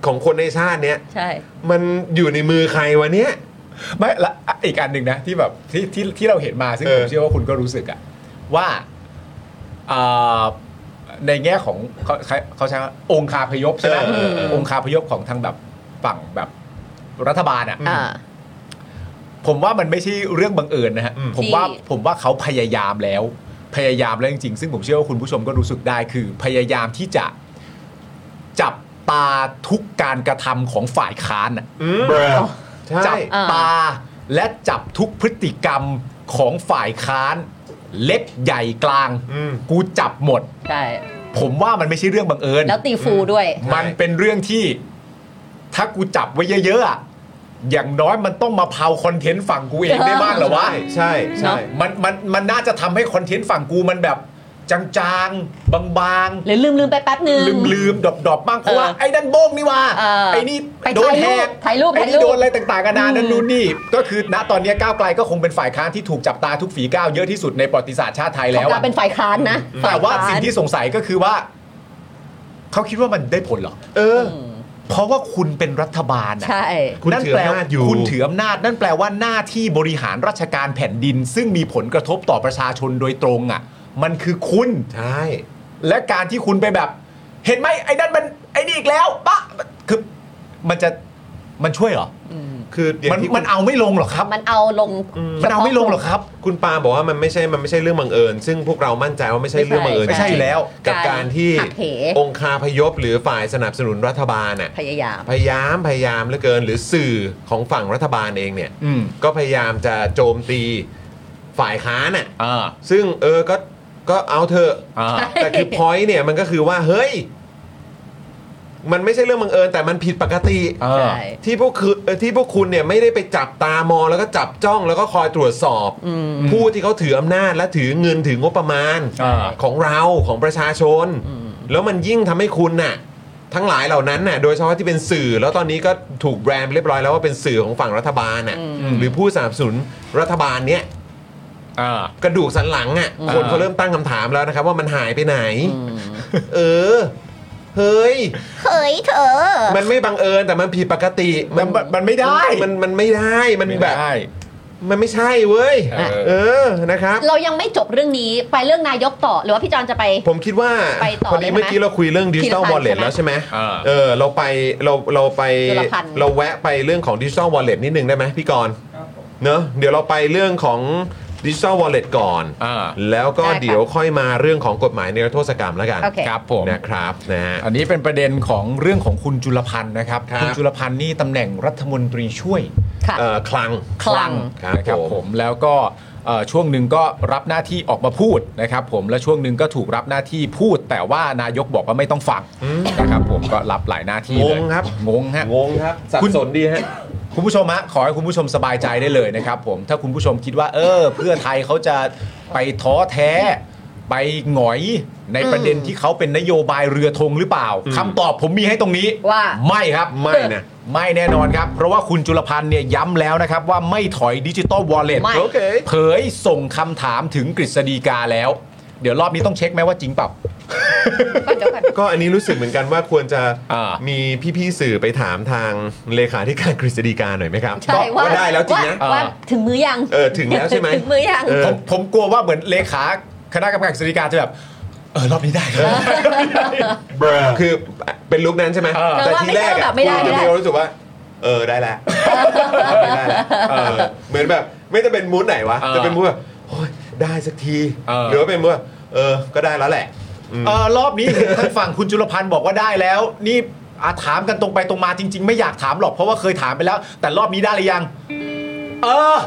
Speaker 2: ของคนในชาติเนี่ย
Speaker 5: ใช่
Speaker 2: มันอยู่ในมือใครวะเนี่ย
Speaker 6: ไม่ละอีกอันหนึ่งนะที่แบบที่ที่ที่เราเห็นมาซึ่ง
Speaker 2: เออ
Speaker 6: ผมเชื่อว่าคุณก็รู้สึกอะว่าอ่าในแง่ของเขาเขาเขาใช้ว่าองคาพยพใช่ไหม
Speaker 2: เออเออ
Speaker 6: องคาพยพของทางแบบฝั่งแบบรัฐบาลอะ
Speaker 5: อ่า
Speaker 6: ผมว่ามันไม่ใช่เรื่องบังเอิญนะฮะ
Speaker 2: อืม
Speaker 6: ผมว่า
Speaker 5: ที่
Speaker 6: ผมว่าเขาพยายามแล้ว พยายามแล้วจริงๆ ซึ่งผมเชื่อว่าคุณผู้ชมก็รู้สึกได้คือ พยายามที่จะจับตาทุกการกระทำของฝ่ายค้านอะ
Speaker 2: อืมใช่
Speaker 6: จับ
Speaker 5: อ่า
Speaker 6: ตาและจับทุกพฤติกรรมของฝ่ายค้าน เล็กใหญ่กลาง
Speaker 2: อืม
Speaker 6: กูจับหมด
Speaker 5: ใช่
Speaker 6: ผมว่ามันไม่ใช่เรื่องบังเอิญ
Speaker 5: แล้วตีฟูด้วย
Speaker 6: มันเป็นเรื่องที่ ถ้ากูจับไว้เยอะๆอะอย่างน้อยมันต้องมาเผาคอนเทนต์ฝั่งกูเองได้บ้างเหรอวะ
Speaker 2: ใช่ใช่ใช่
Speaker 5: เนอะ
Speaker 6: มันมันมันน่าจะทำให้คอนเทนต์ฝั่งกูมันแบบ จางๆ บางๆ
Speaker 5: หรือลืมลืมๆไปแป๊บหนึ่ง
Speaker 6: ลืมลืมดอบดอบๆบ้างเพราะว่า
Speaker 5: เออ
Speaker 6: ไอ้นั่นโบกนี่ว่า
Speaker 5: เออ
Speaker 6: ไอ้นี่
Speaker 5: ไป
Speaker 6: โดนแหก
Speaker 5: ถ่ายรูป
Speaker 6: ไอ้
Speaker 5: ถ่ายรูปถ่ายรู
Speaker 6: นี่
Speaker 5: ป
Speaker 6: โดนอะไรต่างๆกันานานั่นนู่นนี่ ก็คือณตอนนี้ก้าวไกลก็คงเป็นฝ่ายค้านที่ถูกจับตาทุกฝีก้าวเยอะที่สุดในประวัติศาสตร์ชาติไทย
Speaker 5: ขอ
Speaker 6: แล้ว
Speaker 5: งการ
Speaker 6: อะ
Speaker 5: เป็นฝ่ายค้านนะ
Speaker 6: แต่ว่า
Speaker 5: ฝ่ยค้น
Speaker 6: สิ่งที่สงสัยก็คือว่า เขาคิดว่ามันได้ผลเหรอ
Speaker 2: เออ
Speaker 6: เพราะว่าคุณเป็นรัฐบาลอะ
Speaker 5: ใช่
Speaker 2: คุณ
Speaker 6: นั่น
Speaker 2: ถือ
Speaker 6: แปล
Speaker 2: อำนาจอยู่
Speaker 6: คุณถืออำนาจ นั่นแปลว่าหน้าที่บริหารราชการแผ่นดิน ซึ่งมีผลกระทบต่อประชาชนโดยตรงอ่ะ มันคือคุณ
Speaker 2: ใช่
Speaker 6: และการที่คุณไปแบบ เห็นไหมไอ้นั่นมันไอ้นี่อีกแล้วปะคือมันจะมันช่วยเหรอ
Speaker 2: คืออย่าง
Speaker 6: มัน
Speaker 2: ที่คุณ
Speaker 6: มันเอาไม่ลงหรอครับ
Speaker 5: มันเอาลง
Speaker 6: มันเอาไม่ลงหรอครับ
Speaker 2: คุณปาบอกว่ามันไม่ใช่ มันไม่ใช่เรื่องบังเอิญ ซึ่งพวกเรามั่นใจว่าไม่ใช่เรื่องบังเอิญ
Speaker 6: ไม่ใช่
Speaker 2: จริงๆ
Speaker 6: แล้ว
Speaker 2: กับการที่
Speaker 5: หักเห
Speaker 2: องคาพยพหรือฝ่ายสนับสนุนรัฐบาลน่ะ
Speaker 5: พยายาม
Speaker 2: พยายามพยายามเหลือเกิน หรือสื่อของฝั่งรัฐบาลเองเนี่ย
Speaker 6: อืม
Speaker 2: ก็พยายามจะโจมตีฝ่ายค้านน่ะ
Speaker 6: อ่า
Speaker 2: ซึ่งเออ ก็ ก็เอาเถอะ
Speaker 6: อ่า
Speaker 2: แต่คือ พอยต์เนี่ยมันก็คือว่า เฮ้ย มันไม่ใช่เรื่องบังเอิญแต่มันผิดปกติ
Speaker 6: เออ
Speaker 5: ใช่
Speaker 2: ที่พวกคือเอ่อที่พวกคุณเนี่ยไม่ได้ไปจับตามองแล้วก็จับจ้องแล้วก็คอยตรวจสอบ ผู้ที่เขาถืออำนาจและถือเงินถืองบประมาณ
Speaker 6: อ่า
Speaker 2: ของเราของประชาชน แล้วมันยิ่งทำให้คุณน่ะ ทั้งหลายเหล่านั้นน่ะโดยเฉพาะที่เป็นสื่อ แล้วตอนนี้ก็ถูกแบรนด์ไปเรียบร้อยแล้วว่าเป็นสื่อของฝั่งรัฐบาลน่ะหรือผู้สนับสนุนรัฐบาลเนี่ย
Speaker 6: อ่า
Speaker 2: กระดูกสันหลังอ่ะ
Speaker 6: อ่า
Speaker 2: คนเขาเริ่มตั้งคำถามแล้วนะครับว่ามันหายไปไหน เออ เฮ้ย
Speaker 5: เฮ้ยเธอ
Speaker 2: มันไม่บังเอิญแต่มันผิดปกติ
Speaker 6: แต่มันมันไม่ได้
Speaker 2: มันมันไม่ได้มัน
Speaker 6: ไม่
Speaker 2: แบบ
Speaker 6: ได้
Speaker 2: มันไม่ใช่เว้ย
Speaker 6: เออ
Speaker 2: เออนะครับ
Speaker 5: เรายังไม่จบเรื่องนี้ไปเรื่องนายกต่อหรือว่าพี่จอนจะไป
Speaker 2: ผมคิดว่า
Speaker 5: ไปต่อ
Speaker 2: พอดี
Speaker 5: เลยไหม
Speaker 2: เมื่อกี้เราคุยเรื่องดิจิตอล
Speaker 5: พีรพั
Speaker 2: วอน ล
Speaker 5: ธ์
Speaker 2: เล็ตแล้ว
Speaker 5: ใช่
Speaker 2: ใช่ไห
Speaker 5: ไห
Speaker 2: ม
Speaker 5: ม
Speaker 6: อ่า
Speaker 2: เออเราไปเราเราไป
Speaker 5: จุลพันธ์
Speaker 2: เราแวะไปเรื่องของดิจิตอลวอลเล็ตนิดนึงได้ไหมพี่กรณ์เนอะเดี๋ยวเราไปเรื่องของดิจิตอลวอลเล็ตก่อน
Speaker 6: อ่า
Speaker 2: แล้วก็
Speaker 5: ได้ค่ะ
Speaker 2: เดี๋ยวค่อยมาเรื่องของกฎหมายเนรโทษกรรมแล้วกัน
Speaker 5: โอเค
Speaker 6: ครับผม
Speaker 2: นะครับนะฮะ
Speaker 6: อันนี้เป็นประเด็นของเรื่องของคุณจุลพันธ์นะครับ
Speaker 2: ครับ
Speaker 6: ณจุลพันธ์นี่ตำแหน่งรัฐมนตรีช่วย
Speaker 5: ค่ะ
Speaker 2: เอ่อคลัง
Speaker 5: คลัง
Speaker 2: ครับ
Speaker 6: นะครับ
Speaker 2: ผ
Speaker 6: ผม มแล้วก็เอ่อช่วงหนึ่งก็รับหน้าที่ออกมาพูดนะครับผมและช่วงหนึ่งก็ถูกรับหน้าที่พูด แต่ว่านายกบอกว่าไม่ต้องฟังนะครับผมก็รับหลายหน้าที่เลย
Speaker 2: งงครับ
Speaker 6: งงฮะ
Speaker 2: งงครับสับสนดีฮะ
Speaker 6: คุณผู้ชมฮะขอให้คุณผู้ชมสบายใจได้เลยนะครับผมถ้าคุณผู้ชมคิดว่า เออ เพื่อไทยเขาจะไปท้อแท้ ไปหงอยในประเด็นที่เขาเป็นนโยบายเรือธงหรือเปล่าคำตอบผมมีให้ตรงนี้
Speaker 5: ว่า
Speaker 6: ไม่ครับ
Speaker 2: ไม่นะ
Speaker 6: ไม่แน่นอนครับ เพราะว่าคุณจุลพันธ์เนี่ยย้ำแล้วนะครับ ว่าไม่ถอยดิจิตอลวอลเล็ต
Speaker 5: ไม่
Speaker 2: โอเค
Speaker 6: เผยส่งคำถามถึงกฤษฎีกาแล้ว เดี๋ยวรอบนี้ต้องเช็คไหมว่าจริงเปล่า
Speaker 5: ก็เดี๋ยวก่อน
Speaker 2: ก็อันนี้รู้สึกเหมือนกันว่าควรจะ
Speaker 6: อ่ามี
Speaker 2: มีพี่ๆสื่อไปถามทางเลขาธิการกฤษฎีกาหน่อยไหมครับ
Speaker 5: ใช่ว่า
Speaker 2: ก็ได้แล้วจริงนะ
Speaker 5: ว่าว่าถึงมือยัง
Speaker 2: เออถึงแล้วใช่ไหม
Speaker 5: ถึงมือยัง
Speaker 2: เออ
Speaker 6: ผมผมกลัวว่าเหมือนเลขาคณะกรรมการกฤษฎีกาจะแบบ เออ รอบนี้ได้ครับ
Speaker 2: คือเป็นลุคนั้นใช่ไหม
Speaker 6: เออ
Speaker 2: แต่ทีแรก
Speaker 5: แต่
Speaker 2: อะ
Speaker 5: ว่าไม่ได้แบบไม่ได้ไม่ได้
Speaker 2: เรารู้สึกว่า เออได้แล้วได้แล้วเออเหมือนแบบไม่จะเป็นมูดไหนวะ
Speaker 6: เออ
Speaker 2: จะเป็นมูดแบบโอ๊ยได้สักที
Speaker 6: เออ
Speaker 2: หรือว่าเป็นมูดแบบเออก็ได้แล้วแหละอืม
Speaker 6: เออรอบนี้เห็นทางฝั่งคุณจุลพันธ์บอกว่าได้แล้ว นี่อาถามกันตรงไปตรงมาจริง ๆ ไม่อยากถามหรอกเพราะว่าเคยถามไปแล้ว แต่รอบนี้ได้หรือยัง เออ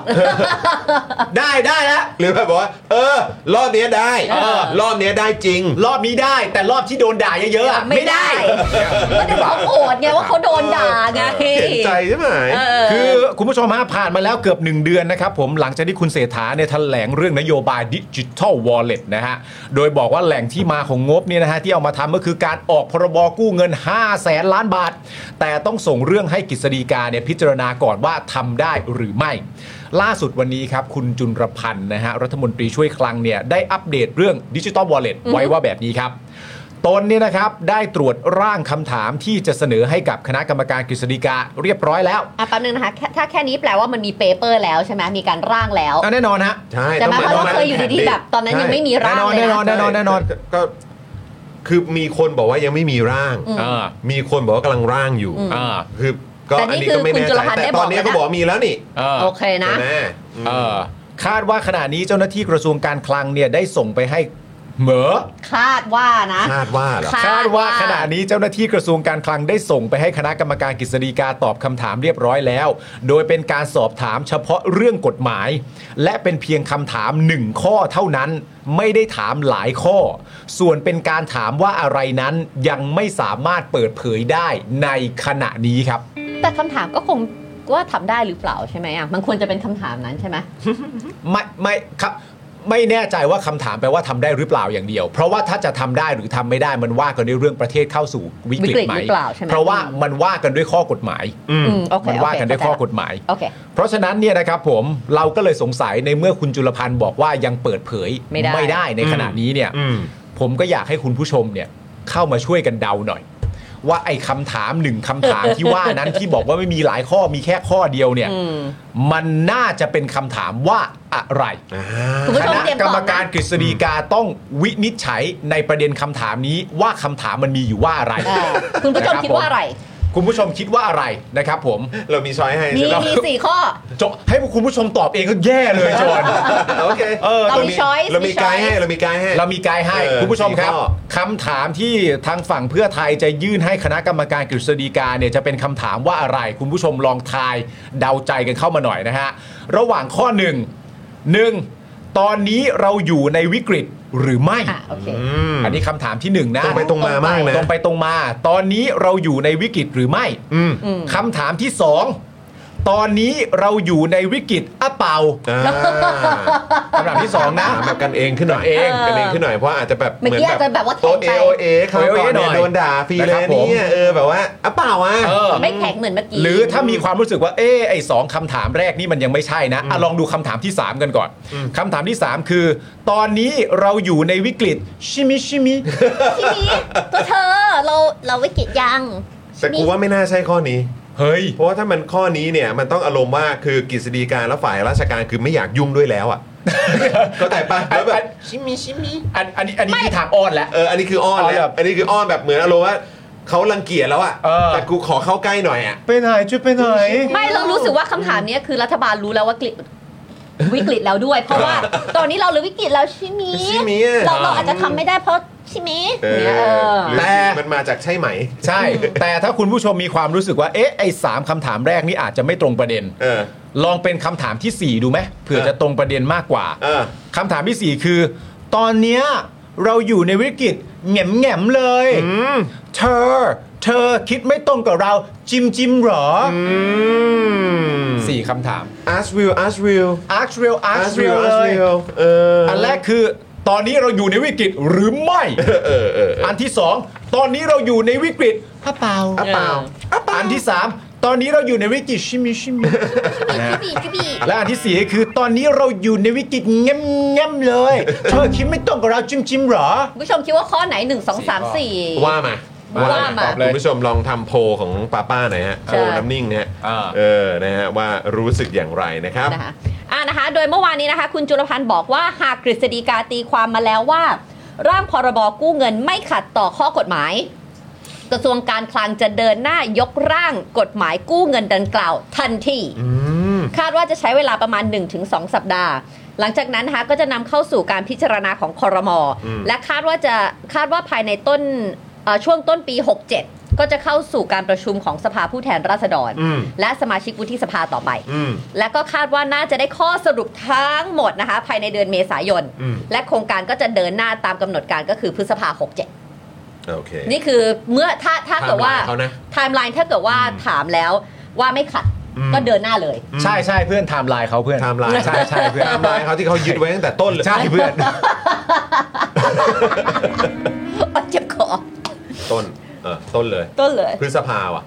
Speaker 6: ได้ได้แล้ว
Speaker 2: หรือแบบว่า เออ รอบเนี้ยได้
Speaker 6: เออ
Speaker 2: รอบเนี้ยได้จริง
Speaker 6: รอบนี้ได้ แต่รอบที่โดนด่าเยอะๆอะ
Speaker 5: ไม่ได้ก็ถึงเขาโกรธไงว่าเขาโดนด่าไง
Speaker 2: เห็นใจใช่ไหม
Speaker 5: เออ
Speaker 6: คือคุณผู้ชมฮะผ่านมาแล้วเกือบ 1 เดือนนะครับผมหลังจากที่คุณเศรษฐาเนี่ยแถลงเรื่องนโยบายดิจิทัลวอลเล็ตนะฮะ โดยบอกว่าแหล่งที่มาของงบเนี่ยนะฮะที่เอามาทำก็คือการออกพรบกู้เงิน 5 0 0แสนล้านบาท แต่ต้องส่งเรื่องให้กฤษฎีกาเนี่ยพิจารณาก่อนว่าทำได้หรือไม่ ล่าสุดวันนี้ครับ คุณจุนรพันธ์นะฮะรัฐมนตรีช่วยคลังเนี่ยได้อัปเดตเรื่องดิจิทัลวอลเล็ตไว้ว่าแบบนี้ครับ ตนเนี่ยนะครับได้ตรวจร่างคำถามที่จะเสนอให้กับคณะกรรมการกฤษฎีกาเรียบร้อยแล้ว
Speaker 5: อ่ะแป๊บนึงนะคะแค่ถ้าแค่นี้แปลว่ามันมีเปเปอร์แล้วใช่ไหมมีการร่างแล้ว
Speaker 6: อ่ะแน่นอนฮะ
Speaker 2: ใช่
Speaker 5: ใช่ไหม
Speaker 2: ต้ง
Speaker 5: เพราะ
Speaker 2: ต้ง
Speaker 5: เราเคยอยู่ดีๆแบบ ตอนนั้นยังไม่มีร่างเลย
Speaker 6: แน่นอนแน่นอน
Speaker 5: นะ
Speaker 2: ก็ก็คือมีคนบอกว่ายังไม่มีร่าง
Speaker 6: อ่า
Speaker 2: มีคนบอกว่ากำลังร่างอยู่
Speaker 6: อ่า
Speaker 2: คือก็
Speaker 5: แต่
Speaker 2: อัน
Speaker 5: นี่
Speaker 2: นี้
Speaker 5: คือ
Speaker 2: ก็ไม่
Speaker 5: คุณ
Speaker 2: แน่
Speaker 5: จุ
Speaker 2: ใจ
Speaker 5: ลพันธ์
Speaker 2: แต่
Speaker 5: ได้
Speaker 2: ต
Speaker 5: บอก
Speaker 2: อนนี้
Speaker 5: แล้วนะ
Speaker 2: ก็บอกว่ามีแล้วนี่
Speaker 6: อ่า
Speaker 5: โอเคนะ
Speaker 2: ใช่ไหม
Speaker 6: เออคาดว่าขณะนี้เจ้าหน้าที่กระทรวงการคลังเนี่ยได้ส่งไปให้เหมอ
Speaker 5: คาดว่านะ
Speaker 2: คาดว่าเหรอ
Speaker 5: คาดว่า
Speaker 6: คาดว่าขณะนี้เจ้าหน้าที่กระทรวงการคลังได้ส่งไปให้คณะกรรมการกฤษฎีกาตอบคำถามเรียบร้อยแล้ว โดยเป็นการสอบถามเฉพาะเรื่องกฎหมาย และเป็นเพียงคำถามหนึ่งข้อเท่านั้น ไม่ได้ถามหลายข้อ ส่วนเป็นการถามว่าอะไรนั้นยังไม่สามารถเปิดเผยได้ในขณะนี้ครับ
Speaker 5: แต่คำถามก็คงว่าทำได้หรือเปล่าใช่ไหมอ่ะมันควรจะเป็นคำถามนั้นใช่ไหม
Speaker 6: ไม่ไม่ครับไม่แน่ใจว่าคำถามแปลว่าทำได้หรือเปล่าอย่างเดียว เพราะว่าถ้าจะทำได้หรือทำไม่ได้มันว่ากันด้วยเรื่องประเทศเข้าสู่วิกฤต
Speaker 5: วิกฤต
Speaker 6: ไหม
Speaker 5: หรือเปล่าใช่ไหม
Speaker 6: เพราะว่ามันว่ากันด้วยข้อกฎหมาย
Speaker 5: อืมโอเค
Speaker 6: มันว่ากันด้วยข้อกฎหมาย
Speaker 5: โอเค
Speaker 6: เพราะฉะนั้นเนี่ยนะครับผมเราก็เลยสงสัยในเมื่อคุณจุลพันธ์บอกว่ายังเปิดเผย
Speaker 5: ไม่ได้
Speaker 6: ในขณะนี้เนี่ยผมก็อยากให้คุณผู้ชมเนี่ยเข้ามาช่วยกันเดาหน่อย ว่าไอ้คำถามหนึ่งคำถามที่ว่านั้นที่บอกว่าไม่มีหลายข้อมีแค่ข้อเดียวเนี่ย
Speaker 5: อืม
Speaker 6: มันน่าจะเป็นคำถามว่าอะไร
Speaker 5: คุณผู้
Speaker 6: ค
Speaker 5: ชม
Speaker 6: ณะ
Speaker 5: เตรียม
Speaker 6: กร
Speaker 5: ต
Speaker 6: ร
Speaker 5: อ
Speaker 6: ม
Speaker 5: บ
Speaker 6: การ
Speaker 5: นะ
Speaker 6: กฤษฎีกาต้องวินิจฉัยในประเด็นคำถามนี้ว่าคำถามมันมีอยู่ว่าอะไร
Speaker 5: อ่าคุณผู้ชม
Speaker 6: นะรับ
Speaker 5: คิดว่าอะไร
Speaker 6: คุณผู้ชมคิดว่าอะไรนะครับผม
Speaker 2: เรามีช้อยให้
Speaker 5: มี
Speaker 2: ใช่ไหม
Speaker 5: มีสี่ข้อ
Speaker 6: จบให้คุณผู้ชมตอบเองก็แย่เลยจอ น
Speaker 2: โอเค
Speaker 6: เออ
Speaker 5: เรามี choice
Speaker 2: เรามี
Speaker 5: มี
Speaker 2: ไกด์ให้
Speaker 5: choice
Speaker 2: เรามีไกด์ให้
Speaker 6: เรามีไกด์ให้
Speaker 2: เออ
Speaker 6: คุณผู้ชมครับ
Speaker 2: สี่ข้อ
Speaker 6: คำถามที่ทางฝั่งเพื่อไทยจะยื่นให้คณะกรรมการกฤษฎีกาเนี่ยจะเป็นคำถามว่าอะไร คุณผู้ชมลองทายเดาใจกันเข้ามาหน่อยนะฮะระหว่างข้อหนึ่งหนึ่งตอนนี้เราอยู่ในวิกฤตหรือไม่
Speaker 5: อ่ะโอเค
Speaker 2: อืม
Speaker 6: อันนี้คำถามที่หนึ่งนะ
Speaker 2: ตรงไปตรงมามากนะ
Speaker 6: ตรงไปตรงมา ตอนนี้เราอยู่ในวิกฤตหรือไม่
Speaker 2: อืม
Speaker 5: อืม
Speaker 6: คำถามที่สอง ตอนนี้เราอยู่ในวิกฤตอะเป่า
Speaker 2: อ่า
Speaker 6: สำหรับที่สองนะ
Speaker 2: ถามแบบกันเองขึ้นหน่อยเองกันเองขึ้นหน่อยเพราะอาจจะแบบ
Speaker 5: เมื่อกี้อาจจะแบบว่าแข็
Speaker 2: โอง เอ
Speaker 5: ไป
Speaker 2: โอเอเขาวก่อน
Speaker 6: โอเอหน่
Speaker 2: เนี่
Speaker 6: อย
Speaker 2: ยโดนด่าฟรีเล
Speaker 6: นะครั
Speaker 2: ย
Speaker 6: บผม
Speaker 2: เนี่ยเออแบบว่าอ่ะเปล่าอ่ะ
Speaker 6: เออ
Speaker 5: ไม่แข็งเหมือนเมื่อกี้
Speaker 6: หรือถ้ามีความรู้สึกว่า เออไอสองคำถามแรกนี่มันยังไม่ใช่นะอะลองดูคำถามที่ 3 กันก่อนคำถามที่ 3 คือ ตอนนี้เราอยู่ในวิกฤตชิมิชิมิ
Speaker 5: ทีนี้ตัวเธอเราเราวิกฤตยัง
Speaker 2: แต่กูว่าไม่น่าใช่ข้อนี้
Speaker 6: เฮ้ย
Speaker 2: เพราะว่าถ้ามันข้อนี้เนี่ยมันต้องอารมณ์ว่าคือกฤษฎีการและฝ่ายราชการคือไม่อยากยุ่งด้วยแล้วอ่ะ เข้าใจปะแล้วแบบชิมิชิมิ
Speaker 6: อันอันนี้อันนี้ที่ทางอ้อนแล้ว
Speaker 2: เอออันนี้คืออ้อน
Speaker 6: เอา
Speaker 2: แล้
Speaker 6: แบ
Speaker 2: ว
Speaker 6: บ
Speaker 2: อันนี้คืออ้อนแบบเหมือนอารมณ์ว่าเขารังเกียจแล้วอ่ะ
Speaker 6: เออ
Speaker 2: แต่กูขอเข้าใกล้หน่อยอ่ะ
Speaker 6: ไปไหนช่วยไปไหน
Speaker 5: ไม่เรารู้สึกว่าคำถามเนี้ยคือรัฐบาลรู้แล้วว่ากฤตวิกฤตแล้วด้วย เพราะว่าตอนนี้เราเหรือวิกฤตแล้วใช่ไหม
Speaker 2: ใช่ไหมอะ
Speaker 5: เราเราอาจจะทำไม่ได้เพราะใช่ไหม
Speaker 2: เออ
Speaker 5: เนี่ยเออ
Speaker 2: หรือ
Speaker 6: แต่
Speaker 2: มันมาจากใช่ไหม
Speaker 6: ใช่ แต่ถ้าคุณผู้ชมมีความรู้สึกว่า เอ๊ะ ไอสามคำถามแรกนี่อาจจะไม่ตรงประเด็น
Speaker 2: เออ
Speaker 6: ลองเป็นคำถามที่ 4 ดูไหมเผื่อ
Speaker 2: เออ
Speaker 6: จะตรงประเด็นมากกว่า
Speaker 2: เออ
Speaker 6: คำถามที่ 4 คือ ตอนเนี้ยเราอยู่ในวิกฤตแง่มแง่มๆเลย เธอ เธอคิดไม่ตรงกับเราจิมจิมเหรอ
Speaker 2: อืม
Speaker 6: สี่คำถาม
Speaker 2: ask real ask real
Speaker 6: a r c h r e a l a r c h r e a l เลย
Speaker 2: เออ
Speaker 6: อั
Speaker 2: อั
Speaker 6: นแรกคือ ตอนนี้เราอยู่ในวิกฤตหรือไม่
Speaker 2: เออเออเออ
Speaker 6: อันที่สองตอนนี้เราอยู่ในวิกฤตพระเปล่า
Speaker 2: อ่ะเปล่า
Speaker 6: อันที่สามตอนนี้เราอยู่ในวิกฤตชิมิชิมิ
Speaker 5: บีกระบี่
Speaker 6: และอันที่สี่คือตอนนี้เราอยู่ในวิกฤตเง้มเง้มๆเลย เธอคิดไม่ตรงกับเราจิมจิมๆเหรอ
Speaker 5: คุณผู้ชมคิดว่าข้อไหน 1 2 3 4
Speaker 2: ว่ามา
Speaker 5: ว่ามา
Speaker 2: ตอบเลยคุณผู้ชมลองทำโพลของป้าป้าหน่อยฮะ
Speaker 5: ใช่
Speaker 2: โพลน้ำนิ่งเนี่ย
Speaker 6: อ่า
Speaker 2: เออนะฮะว่ารู้สึกอย่างไรนะครับ
Speaker 5: นะคะอ่านะคะ โดยเมื่อวานนี้นะคะ คุณจุลพันธ์บอกว่าหากกฤษฎีกาตีความมาแล้วว่า ร่างพรบกู้เงินไม่ขัดต่อข้อกฎหมาย กระทรวงการคลังจะเดินหน้ายกร่างกฎหมายกู้เงินดังกล่าวทันที คาดว่าจะใช้เวลาประมาณ 1-2 สัปดาห์ หลังจากนั้นนะคะก็จะนำเข้าสู่การพิจารณาของคอรมอ
Speaker 2: อืม
Speaker 5: และคาดว่าจะคาดว่าภายในต้นเอ่อช่วงต้นปี 67 ก็จะเข้าสู่การประชุมของสภาผู้แทนราษฎร
Speaker 2: อืม
Speaker 5: และสมาชิกวุฒิสภาต่อไป
Speaker 2: อืม
Speaker 5: และก็คาดว่าน่าจะได้ข้อสรุปทั้งหมดนะคะ ภายในเดือนเมษายน
Speaker 2: อืม
Speaker 5: และโครงการก็จะเดินหน้าตามกำหนดการก็คือพฤษภา
Speaker 2: โอเค
Speaker 5: 67 นี่คือเมื่อถ้าถ้าเกิดว่า
Speaker 2: ไลน์เขานะ
Speaker 5: ไทม์ไลน์ถ้าเกิดว่าถามแล้วว่าไม่ขัด
Speaker 2: อืม
Speaker 5: ก็เดินหน้าเลย
Speaker 6: ใช่ใช่เพื่อนไทม์ไลน์เขาเพื่อน
Speaker 2: ไทม์ไลน์
Speaker 6: ใช่ใช่เพื่อน
Speaker 2: ไทม์ไลน์เขาที่เขายึดไว้ตั้งแต่ต้นเลย
Speaker 6: ใช่เพื่อน
Speaker 5: เจ็บคอ
Speaker 2: ต้นเออต้นเลย
Speaker 5: ต้นเลย
Speaker 2: พฤษภาว่ะ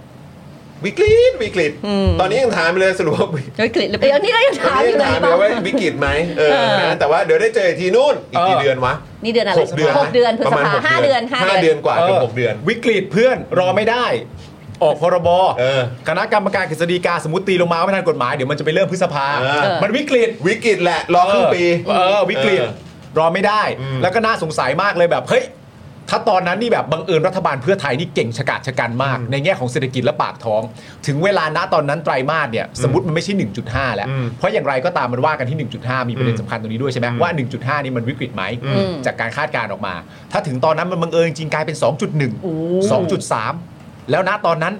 Speaker 2: วิกฤตวิกฤต
Speaker 5: อืม
Speaker 2: ตอนนี้ยังถามไปเลยสรุปว่าวิ
Speaker 5: เฮ้ยกลิ่นหรือเปล่านี่ก็ยัง
Speaker 2: ตอน
Speaker 5: ถาม
Speaker 2: นี้
Speaker 5: อ
Speaker 2: ยัง
Speaker 5: ยู่เลย
Speaker 2: ถาม
Speaker 5: บ
Speaker 2: เล
Speaker 5: อยก
Speaker 2: ว่าวิกฤตไหมเออนะแต่ว่าเดี๋ยวได้เจออีกทีนู่นอีกกี่เดือนวะ
Speaker 5: นี่เดือนอะไร
Speaker 2: หกเดือน
Speaker 5: หกเดือนพฤ
Speaker 2: ป
Speaker 5: ษ
Speaker 2: ระมณ
Speaker 5: ภาห้าเดือนห้า
Speaker 2: ห้า
Speaker 5: เดื
Speaker 2: เดื
Speaker 5: อ
Speaker 2: อน นกว่าเกือบหกเดือน
Speaker 6: วิกฤตเพื่อนรอไม่ได้ ออกพรบ
Speaker 2: เออ
Speaker 6: คณะกรรมการกฤษฎีกาสมมติตีลงมาว่าไม่ทันกฎหมายเดี๋ยวมันจะไปเริ่มพฤษภา
Speaker 2: เออ
Speaker 6: มันวิกฤต
Speaker 2: วิกฤตแหละรอครึ่งปี
Speaker 6: เออวิกฤต
Speaker 2: เออ
Speaker 6: รอไม่ได้
Speaker 2: อืม
Speaker 6: แล้วก็น่าสงสัยมากเลยแบบเฮ้ยถ้าตอนนั้นนี่แบบบังเอิญรัฐบาลเพื่อไทยนี่เก่งชะกาจชะกันมาก ในแง่ของเศรษฐกิจและปากท้อง ถึงเวลาณตอนนั้นไตรมาสเนี่ยสมมติมันไม่ใช่ 1.5 แล้ว เพราะอย่างไรก็ตามมันว่ากันที่ 1.5 มีประเด็นสำคัญตรงนี้ด้วยใช่ไหมว่า 1.5 นี่มันวิกฤตไหม
Speaker 5: อืม
Speaker 6: จากการคาดการณ์ออกมา ถ้าถึงตอนนั้นมันบังเอิญจริงกลายเป็น 2.1 2.3 แล้วณตอนนั้น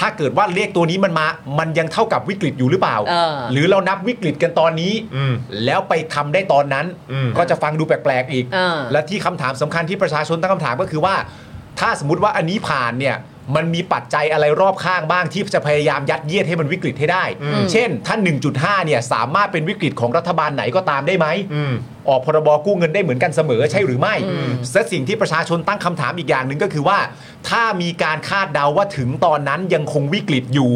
Speaker 6: ถ้าเกิดว่าเลขตัวนี้มันมา มันยังเท่ากับวิกฤตอยู่หรือเปล่า
Speaker 5: เออ
Speaker 6: หรือเรานับวิกฤตกันตอนนี้
Speaker 2: อืม
Speaker 6: แล้วไปทำได้ตอนนั้น
Speaker 2: อืม
Speaker 6: ก็จะฟังดูแปลกๆอีก
Speaker 5: อ่า
Speaker 6: และที่คำถามสำคัญที่ประชาชนตั้งคำถามก็คือว่า ถ้าสมมติว่าอันนี้ผ่านเนี่ยมันมีปัจจัยอะไรรอบข้างบ้างที่จะพยายามยัดเยียดให้มันวิกฤตให้ได้ เช่น ถ้า 1.5 เนี่ยสามารถเป็นวิกฤตของรัฐบาลไหนก็ตามได้ไหม
Speaker 2: อืม
Speaker 6: ออกพรบกู้เงินได้เหมือนกันเสมอใช่หรือไม่และสิ่งที่ประชาชนตั้งคำถามอีกอย่างหนึ่งก็คือว่า ถ้ามีการคาดเดาว่าถึงตอนนั้นยังคงวิกฤตอยู่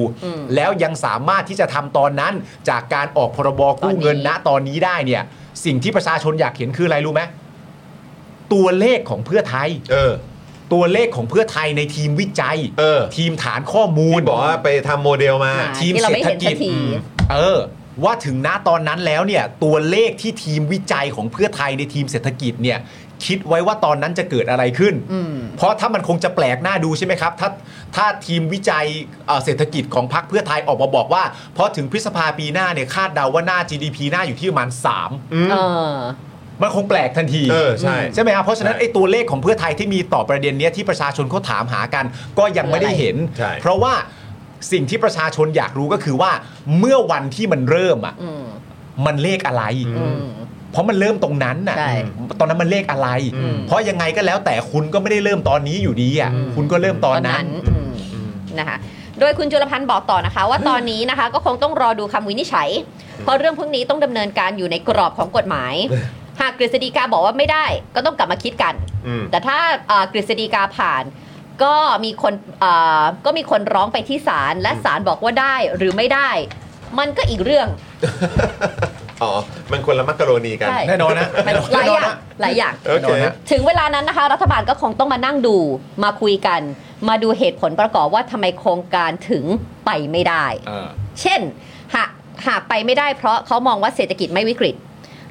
Speaker 6: แล้วยังสามารถที่จะทำตอนนั้นจากการออกพรบกู้เงินณตอนนี้ได้เนี่ย สิ่งที่ประชาชนอยากเห็นคืออะไรรู้ไหมตัวเลขของเพื่อไทย
Speaker 2: เออ
Speaker 6: ตัวเลขของเพื่อไทยในทีมวิจัย
Speaker 2: เออ
Speaker 6: ทีมฐานข้อมูล
Speaker 2: ที่บอกว่าไปทำโมเดลมา
Speaker 5: อ่า
Speaker 6: ทีม
Speaker 5: ที่เรา
Speaker 6: เศร
Speaker 5: ไม่
Speaker 6: ษฐ
Speaker 5: เห็นสั
Speaker 6: กิจ
Speaker 5: กที
Speaker 6: อืมเออ ว่าถึงณตอนนั้นแล้วเนี่ย ตัวเลขที่ทีมวิจัยของเพื่อไทยในทีมเศรษฐกิจเนี่ย คิดไว้ว่าตอนนั้นจะเกิดอะไรขึ้น เพราะถ้ามันคงจะแปลกหน้าดูใช่ไหมครับ ถ้าถ้าทีมวิจัยเอ่อเศรษฐกิจของพรรคเพื่อไทยออกมาบอกว่าพอถึงพฤษภาปีหน้าเนี่ยคาดเดาว่าหน้า GDP หน้าอยู่ที่ประมาณ3
Speaker 5: เออ
Speaker 6: มันคงแปลกทันที
Speaker 2: เออ ใช่
Speaker 6: ใช่ไหมครับเพราะฉะนั้น
Speaker 2: ใช่
Speaker 6: ไอ้ตัวเลขของเพื่อไทยที่มีต่อประเด็นเนี้ยที่ประชาชนเขาถามหากัน ก็ยังไม่ได้เห็น
Speaker 2: ใช่
Speaker 6: เพราะว่าสิ่งที่ประชาชนอยากรู้ก็คือว่าเมื่อวันที่มันเริ่มอ่ะ
Speaker 5: อืม
Speaker 6: มันเลขอะไร
Speaker 5: อืม
Speaker 6: เพราะมันเริ่มตรงนั้นน่ะ
Speaker 5: ใช่
Speaker 6: ตอนนั้นมันเลขอะไร
Speaker 5: อืม
Speaker 6: เพราะยังไงก็แล้วแต่คุณก็ไม่ได้เริ่มตอนนี้อยู่ดีอ่ะคุณก็เริ่มต
Speaker 5: ต
Speaker 6: อ
Speaker 5: อน น
Speaker 6: นั้
Speaker 5: นั้น นอืมนะคะ โดยคุณจุลพันธ์บอกต่อนะคะ ว่าตอนนี้นะคะก็คงต้องรอดูคำวินิจฉัย เพราะเรื่องพวกนี้ต้องดำเนินการอยู่ในกรอบของกฎหมาย หากกฤษฎีกาบอกว่าไม่ได้ ก็ต้องกลับมาคิดกัน
Speaker 2: อืม
Speaker 5: แต่ถ้าเอ่อกฤษฎีกาผ่าน ก็มีคนเอ่อก็มีคนร้องไปที่ศาลและศาลบอกว่าได้หรือไม่ได้ มันก็อีกเรื่อง
Speaker 2: อ๋อ มันคนละมักกะโรนีกัน
Speaker 5: ใช่
Speaker 6: แน่นอนนะ
Speaker 5: มันหลายอย่างหลายอย่าง
Speaker 2: โอเค
Speaker 5: ถึงเวลานั้นนะคะ รัฐบาลก็คงต้องมานั่งดูมาคุยกัน มาดูเหตุผลประกอบว่าทำไมโครงการถึงไปไม่ได้
Speaker 6: เออ
Speaker 5: เช่นหากหากไปไม่ได้เพราะเขามองว่าเศรษฐกิจไม่วิกฤต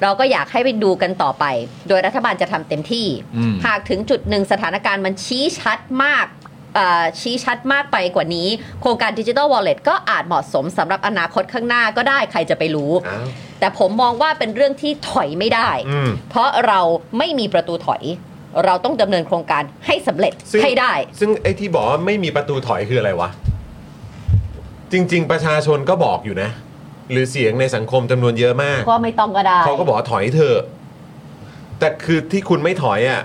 Speaker 5: เราก็อยากให้ไปดูกันต่อไป โดยรัฐบาลจะทำเต็มที่
Speaker 6: อืม
Speaker 5: หากถึงจุดหนึ่งสถานการณ์มันชี้ชัดมากเอ่อชี้ชัดมากไปกว่านี้ โครงการดิจิ t a ลวอลเล็ตก็อาจเหมาะสมสำหรับอนาคตข้างหน้าก็ได้ใครจะไปรู้
Speaker 2: อ้าว
Speaker 5: แต่ผมมองว่าเป็นเรื่องที่ถอยไม่ได้
Speaker 2: อืม
Speaker 5: เพราะเราไม่มีประตูถอย เราต้องดำเนินโครงการให้สำเร็จ
Speaker 2: ซึ่ง
Speaker 5: ให้ได้
Speaker 2: ซึ่งไอ้ที่บอกว่าไม่มีประตูถอยคืออะไรวะ จริง ๆ ประชาชนก็บอกอยู่นะ หรือเสียงในสังคมจำนวนเยอะมาก
Speaker 5: ก็ไม่ต้องก็ได้
Speaker 2: เขาก็บอกว่าถอยเถอะ แต่คือที่คุณไม่ถอยอ่ะ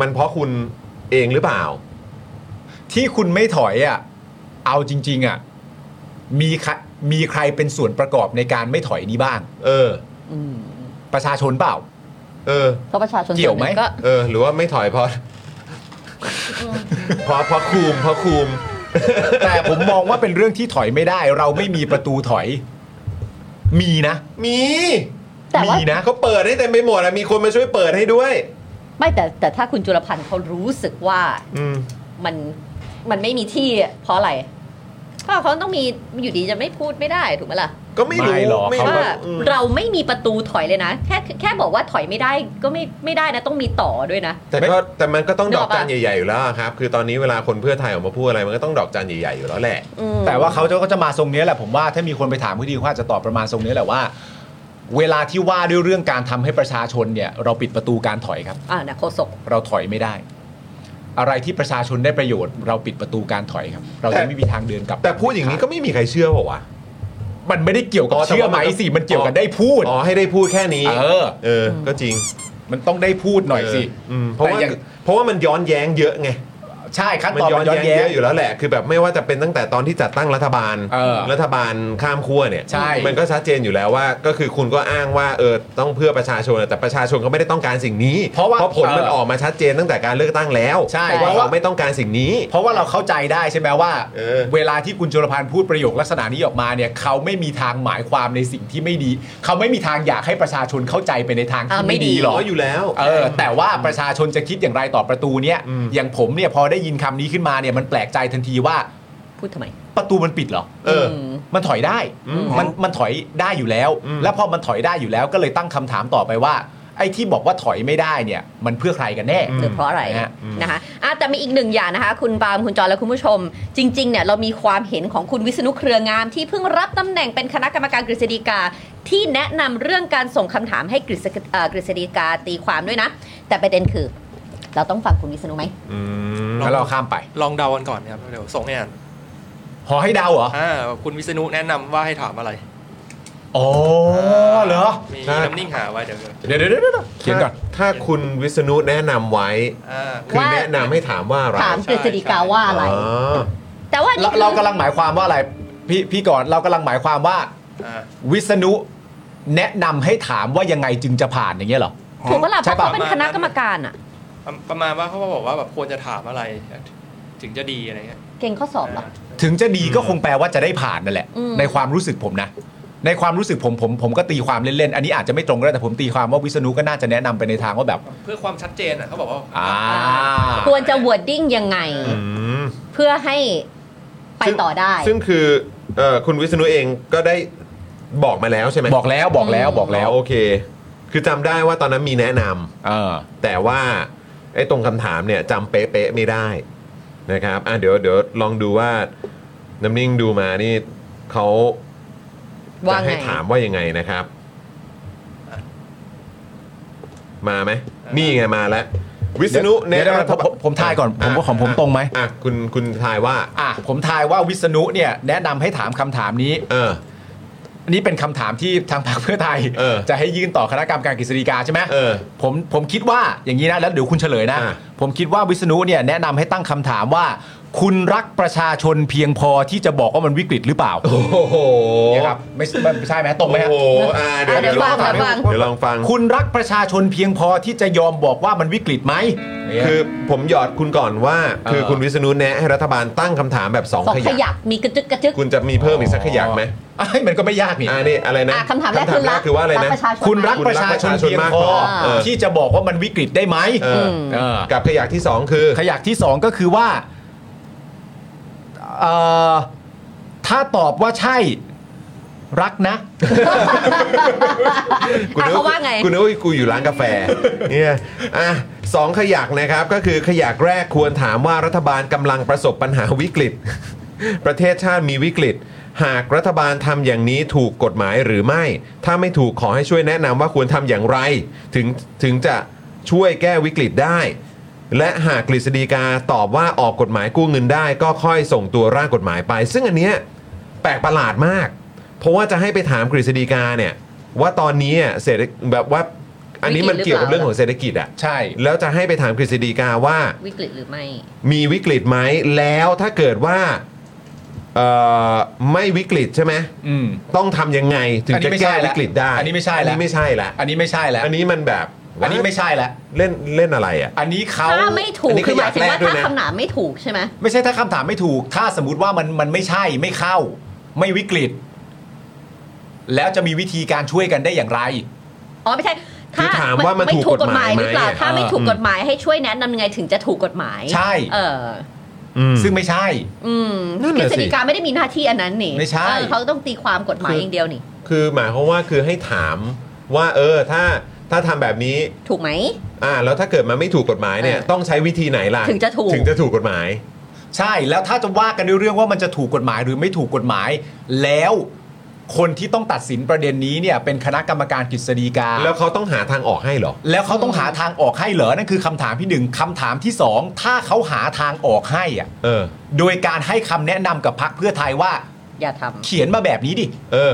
Speaker 2: มันเพราะคุณเองหรือเปล่า
Speaker 6: ที่คุณไม่ถอยอ่ะ เอาจริง ๆ อ่ะ มีใครมีใครเป็นส่วนประกอบในการไม่ถอยนี้บ้าง
Speaker 2: เออ
Speaker 5: อืม
Speaker 6: ประชาชนเปล่า
Speaker 2: เออ
Speaker 5: ก็ประชาชน
Speaker 6: เกี่ยวไหม
Speaker 5: ส่นนึ่งก็
Speaker 2: เออ หรือว่าไม่ถอยเพ ราะเพราะเพราะคุมเพราะคุม
Speaker 6: แต่ผมมองว่าเป็นเรื่องที่ถอยไม่ได้ เราไม่มีประตูถอย มีนะ
Speaker 2: มี
Speaker 5: แต่ว่า
Speaker 6: มีนะ
Speaker 2: เขาเปิดให้เต็มไปหมดอะมีคนมาช่วยเปิดให้ด้วย
Speaker 5: ไม่แต่แต่ถ้าคุณจุลพันธ์เขารู้สึกว่า
Speaker 2: อืม
Speaker 5: มันมันไม่มีที่เพราะอะไรก็เขาต้องมีอยู่ดีจะไม่พูดไม่ได้ถูกไหมล่ะ
Speaker 2: ก็ไม่รู้
Speaker 6: ไม่หรอก
Speaker 2: ไม่
Speaker 6: เขา
Speaker 2: รู้
Speaker 6: ก็
Speaker 5: ว่า
Speaker 2: อืม
Speaker 5: เราไม่มีประตูถอยเลยนะ แค่แค่บอกว่าถอยไม่ได้ก็ไม่ไม่ได้นะต้องมีต่อด้วยนะ
Speaker 2: แต่ก็แต่มันก็ต้อง
Speaker 5: นึ
Speaker 2: ด
Speaker 5: กอ
Speaker 2: อ
Speaker 5: อก ก
Speaker 2: จัน
Speaker 5: ปะ
Speaker 2: ใหญ่ๆอยู่แล้วอะครับ คือตอนนี้เวลาคนเพื่อไทยออกมาพูดอะไรมันก็ต้องดอกจันใหญ่ๆอยู่แล้วแหละ
Speaker 5: อืม
Speaker 6: แต่ว่าเขาจะก็จะมาทรงเนี้ยแหละผมว่าถ้ามีคนไปถามก็ดีกว่าจะตอบประมาณทรงเนี้ยแหละว่า เวลาที่ว่าด้วยเรื่องการทำให้ประชาชนเนี่ย เราปิดประตูการถอยครับ
Speaker 5: อ่านะโคศก
Speaker 6: เราถอยไม่ได้ อะไรที่ประชาชนได้ประโยชน์ เราปิดประตูการถอยครับ เราจะไม่มีทางเดินกลับ
Speaker 2: แต่พูดอย่างนี้ก็ไม่มีใครเชื่อเปล่าวะ
Speaker 6: มันไม่ได้เกี่ยวกับ
Speaker 2: อ๋อแต่ว่า
Speaker 6: เชื่อไหม
Speaker 2: มันก็
Speaker 6: สิมันเกี่ยวกับได้พูด
Speaker 2: อ๋อให้ได้พูดแค่นี้
Speaker 6: เออ
Speaker 2: เออ ก็จริง
Speaker 6: มันต้องได้พูดหน่อยสิ
Speaker 2: เอมเพราะว่า
Speaker 6: แต่อย่าง
Speaker 2: เพราะว่ามันย้อนแย้งเยอะไง
Speaker 6: ใช่ขั้น
Speaker 2: มัน
Speaker 6: ตอน
Speaker 2: ย้อ
Speaker 6: มัน นย้อน
Speaker 2: แย้งเย
Speaker 6: แย้ง
Speaker 2: อะอยู่แล้วแหละ คือแบบไม่ว่าจะเป็นตั้งแต่ตอนที่จัดตั้งรัฐบาล
Speaker 6: เออ
Speaker 2: รัฐบาลข้ามขั้วเนี่ย
Speaker 6: ใช่
Speaker 2: มันก็ชัดเจนอยู่แล้วว่า ก็คือคุณก็อ้างว่าเออต้องเพื่อประชาชน แต่ประชาชนเขาไม่ได้ต้องการสิ่งนี้
Speaker 6: เพราะว่า
Speaker 2: เพราะผลมัน
Speaker 6: เออ
Speaker 2: ออกมาชัดเจนตั้งแต่การเลือกตั้งแล้ว
Speaker 6: ใช่เพ
Speaker 2: ว่า
Speaker 6: ราะว่า
Speaker 2: เขาไม่ต้องการสิ่งนี้
Speaker 6: เพราะว่าเราเข้าใจได้ใช่ไหมว่า
Speaker 2: เออ
Speaker 6: เวลาที่คุณจุลพันธ์พูดประโยคลักษณะนี้ออกมาเนี่ย เขาไม่มีทางหมายความในสิ่งที่ไม่ดี เขาไม่มีทางอยากให้ประชาชนเข้าใจไปในทางที่ไม่ดีหรอก
Speaker 2: อยู่แล้ว
Speaker 6: เออแต่ว่าประชาชนจะคิดอย่างไรต่อประตูเนี้ย
Speaker 2: อืม
Speaker 6: อย่างผมเนี่ยพอได้ยินคำนี้ขึ้นมาเนี่ยมันแปลกใจทันทีว่า
Speaker 5: พูดทำไม
Speaker 6: ประตูมันปิดเหรอ
Speaker 2: เออ
Speaker 5: ม
Speaker 6: มันถอยได้ มันมันถอยได้อยู่แล้ว
Speaker 2: อืม
Speaker 6: แล้วพอมันถอยได้อยู่แล้วก็เลยตั้งคำถามต่อไปว่า ไอ้ที่บอกว่าถอยไม่ได้เนี่ย มันเพื่อใครกันแน่
Speaker 5: หรือเพราะอะไร
Speaker 6: นะฮะอืม
Speaker 5: นะคะอ่ะแต่มีอีกหนึ่งอย่างนะคะ คุณปาล์มคุณจอนและคุณผู้ชม จริงๆเนี่ยเรามีความเห็นของคุณวิษณุเครืองาม ที่เพิ่งรับตำแหน่งเป็นคณะกรรมการกฤษฎีกา ที่แนะนำเรื่องการส่งคำถามให้กฤษเอ่อกฤษฎีกาตีความด้วยนะ แต่ประเด็นคือ เราต้องฟังคุณวิษณุไหม
Speaker 2: อืม
Speaker 6: แล้วเราข้ามไป
Speaker 8: ลองเดากันก่อนครับเดี๋ยวส่งให้อ่าน
Speaker 6: หอให้เดาเหรอ
Speaker 8: อ่าคุณวิษณุแนะนำว่าให้ถามอะไร
Speaker 6: อ๋อเหรอ
Speaker 8: มี
Speaker 2: ใช่
Speaker 8: น้ำนิ่งหาไว้เดี๋ยวเดี๋ยว
Speaker 6: เดี๋ยวเดี๋ยวเดี๋ยวเดี๋ยวเขียนก่อน
Speaker 2: ถ้าคุณวิษณุแนะนำไว้
Speaker 8: อ่า
Speaker 2: คือแนะนำให้ถามว่าอะไร
Speaker 5: ถามกฤษฎีกาว่าอะไร
Speaker 2: อ๋อ
Speaker 5: แต่ว่า
Speaker 6: เรา
Speaker 5: นี่คือ
Speaker 6: เรากำลังหมายความว่าอะไรพี่พี่ก่อนเรากำลังหมายความว่า
Speaker 8: อ่า
Speaker 6: วิษณุแนะนำให้ถามว่ายังไงจึงจะผ่านอย่างเงี้ยเหรอ
Speaker 5: ถูกเวลาเพ
Speaker 6: ใช่
Speaker 5: ราะ
Speaker 6: ปะ
Speaker 5: เขาเป็นคณะกรรมการอะ
Speaker 8: ประประมาณว่าเขาบอกว่าแบบควรจะถามอะไร ถึงจะดีอะไรเงี้ย
Speaker 5: เก่งข้อสอบเหรอ
Speaker 6: ถึงจะดีก็คงแปลว่าจะได้ผ่านนั่นแหละ
Speaker 5: อืม
Speaker 6: ในความรู้สึกผมนะ ในความรู้สึกผมผมผมก็ตีความเล่นๆ อันนี้อาจจะไม่ตรงก็ได้แต่ผมตีความว่าวิษณุก็น่าจะแนะนำไปในทางว่าแบบ
Speaker 8: เพื่อความชัดเจนอ่ะเขาบอกว่า
Speaker 6: อ่า
Speaker 5: ควรจะวอร์ดิ้งยังไง
Speaker 2: อืม
Speaker 5: เพื่อให้ไปต่อได้
Speaker 2: ซึ่งคือเอ่อคุณวิษณุเองก็ได้บอกมาแล้วใช่ไหม
Speaker 6: บอกแล้วบอกแล้วบอกแล้ว
Speaker 2: โอเค คือจำได้ว่าตอนนั้นมีแนะนำ
Speaker 6: เออ
Speaker 2: แต่ว่าไอ้ตรงคำถามเนี่ยจำเป๊ะๆไม่ได้นะครับอ่ะเดี๋ยวเดี๋ยวลองดูว่าน้ำนิ่งดูมานี่เขา
Speaker 5: ว่า
Speaker 2: จะ
Speaker 5: ไง
Speaker 2: ให้ถามว่ายังไงนะครับ มาไหมนี่ไงมาแล้ว วิษณุ
Speaker 6: เดี๋ยวเดี๋ยว
Speaker 2: แนะำ
Speaker 6: ผมผมผมทายก่อนผมว่าของผมตรงไหม
Speaker 2: อ่ะคุณคุณทายว่า
Speaker 6: อ่ะผมทายว่าวิษณุเนี่ยแนะนำให้ถามคำถามนี้
Speaker 2: เออ
Speaker 6: อันนี้เป็นคำถามที่ทางพรรคเพื่อไทย
Speaker 2: เออ
Speaker 6: จะให้ยื่นต่อคณะกรรมการกฤษฎีกาใช่ไหม
Speaker 2: เออ
Speaker 6: ผมผมคิดว่าอย่างนี้นะแล้วเดี๋ยวคุณเฉลยนะ
Speaker 2: อ่ะ
Speaker 6: ผมคิดว่าวิษณุเนี่ยแนะนำให้ตั้งคำถามว่า
Speaker 3: คุณรักประชาชนเพียงพอที่จะบอกว่ามันวิกฤตหรือเปล่า
Speaker 2: โอ้โห
Speaker 6: เนี่ยครับไม่ไม่ใช่ไหมตรงไหม
Speaker 2: โอ้
Speaker 6: ฮะ
Speaker 2: โหอ่าเดี๋ยว
Speaker 5: อ่ะเดี๋
Speaker 2: เดี๋ย
Speaker 5: ยว ว
Speaker 2: ลองฟัง
Speaker 5: ฟัง
Speaker 2: เดี๋ยวลองฟัง
Speaker 3: คุณรักประชาชนเพียงพอที่จะยอมบอกว่ามันวิกฤตไหมเนี่ย
Speaker 2: คือผมหยอดคุณก่อนว่า คือ
Speaker 6: เออ
Speaker 2: คุณวิษณุแนะให้รัฐบาลตั้งคำถามแบบ
Speaker 5: สอง
Speaker 2: 2 ข
Speaker 5: ข
Speaker 2: ยัก
Speaker 5: ยักมีกระจึกกระจึก
Speaker 2: คุณจะมีเพิ่มอีกสักขยักไหม
Speaker 6: ไอ้ยมันก็ไม่ยากนี่
Speaker 2: อ่านี่อะไรนะ
Speaker 5: อ่ะคำถามแรกคือรัก
Speaker 2: คือว่าอะไรนะ
Speaker 5: ประชาชน
Speaker 3: คุณ
Speaker 5: ไหม
Speaker 3: รักประชาชนเพียงพอ
Speaker 2: เออ
Speaker 3: ที่จะบอกว่ามันวิกฤตได้ไหม
Speaker 2: เอออ
Speaker 3: เออ
Speaker 2: กับขยักที่ 2 คือ
Speaker 3: ขยักที่สองก็คือว่าเอ่อถ้าตอบว่าใช่รักนะ
Speaker 2: กูนึก
Speaker 5: อ่ะเขาว่าไง
Speaker 2: กูนึกว่ากูอยู่ร้านกาแฟ เนี่ยอ่ะสองขยักนะครับก็คือขยักแรกควรถามว่ารัฐบาลกำลังประสบปัญหาวิกฤต ประเทศชาติมีวิกฤต หากรัฐบาลทำอย่างนี้ถูกกฎหมายหรือไม่ ถ้าไม่ถูกขอให้ช่วยแนะนำว่าควรทำอย่างไร ถึงถึงจะช่วยแก้วิกฤตได้ และหากกฤษฎีกาตอบว่าออกกฎหมายกู้เงินได้ ก็ค่อยส่งตัวร่างกฎหมายไป ซึ่งอันเนี้ย แปลกประหลาดมาก เพราะว่าจะให้ไปถามกฤษฎีกาเนี่ย ว่าตอนนี้อะเศรษฐแบบว่า อันนี้มันเกี่ยวกับเรื่องของเศรษฐกิจอ่ะ
Speaker 6: ใช่
Speaker 2: แล้วจะให้ไปถามกฤษฎีกาว่า
Speaker 5: วิกฤตหรือไม่
Speaker 2: มีวิกฤตไหมแล้วถ้าเกิดว่าเอ่อไม่วิกฤตใช่ไหม
Speaker 6: อืม
Speaker 2: ต้องทำยังไงถึง
Speaker 6: อันนี้
Speaker 2: จะ
Speaker 6: ไม่ใช่
Speaker 2: แก้
Speaker 6: ละ
Speaker 2: วิกฤตได้
Speaker 6: อันนี้ไม่ใช่ละ
Speaker 2: อันนี้ไม่ใช่ละ
Speaker 6: อันนี้ไม่ใช่แล้ว
Speaker 2: อันนี้มันแบบ
Speaker 6: อันนี้ไม่ใช่แล้ว
Speaker 2: เล่นเล่นอะไรอ่ะ
Speaker 6: อันนี้เขา
Speaker 5: ถ้าไม่ถู
Speaker 2: อัน
Speaker 5: ก
Speaker 2: นี้
Speaker 5: คือหมายถึงว่า
Speaker 2: ขยักแรกด้วย
Speaker 5: ถ้า
Speaker 2: นะ
Speaker 5: คำถามไม่ถูกใช่ไหม
Speaker 6: ไม่ใช่ถ้าคำถามไม่ถูก ถ้าสมมติว่ามันมันไม่ใช่ไม่เข้า ไม่วิกฤต แล้วจะมีวิธีการช่วยกันได้อย่างไร
Speaker 5: อ๋อไม่ใช่
Speaker 2: คือถามว่ามัน
Speaker 5: ไ
Speaker 2: ถูกกฎหมายไหม
Speaker 5: หรือเปล่า
Speaker 2: อ่ะ
Speaker 5: ถ้าไม่ถูกกฎหมายให้ช่วยแนะนำยังไงถึงจะถูกกฎหมาย
Speaker 6: ใช่
Speaker 5: เออ
Speaker 2: อืม
Speaker 6: ซึ่งไม่ใช่
Speaker 5: อืม
Speaker 2: นั่น
Speaker 5: กฤ
Speaker 2: น่ะ
Speaker 5: ษ
Speaker 2: สิ
Speaker 5: ฎีกาไม่ได้มีหน้าที่อันนั้นนี่
Speaker 6: ไม่ใช่
Speaker 5: เออเขาต้องตีความกฎหมาย
Speaker 2: คือ
Speaker 5: อ
Speaker 2: อ
Speaker 5: ย่างเดียวนี่
Speaker 2: คือหมายความว่าคือให้ถามว่า เออถ้าถ้าทำแบบนี้
Speaker 5: ถูกไหม
Speaker 2: อ่าแล้วถ้าเกิดมันไม่ถูกกฎหมายเนี่ย
Speaker 5: เออ
Speaker 2: ต้องใช้วิธีไหนล่ะ
Speaker 5: ถึงจะถูก
Speaker 2: ถึงจะถูกกฎหมาย
Speaker 6: ใช่แล้วถ้าจะว่ากันด้วยเรื่องว่ามันจะถูกกฎหมายหรือไม่ถูกกฎหมาย แล้วคนที่ต้องตัดสินประเด็นนี้เนี่ย เป็นคณะกรรมการกฤษฎีกา
Speaker 2: แล้วเขาต้องหาทางออกให้เหรอ
Speaker 6: แล้วเขาต้องหาทางออกให้เหรอนั่นคือคำถามที่หนึ่งคำถามที่สองถ้าเขาหาทางออกให้อะ
Speaker 2: เออ
Speaker 6: โดยการให้คำแนะนำกับพักเพื่อไทยว่า
Speaker 5: อย่าท
Speaker 6: เขียนมาแบบนี้ดิ
Speaker 2: เออ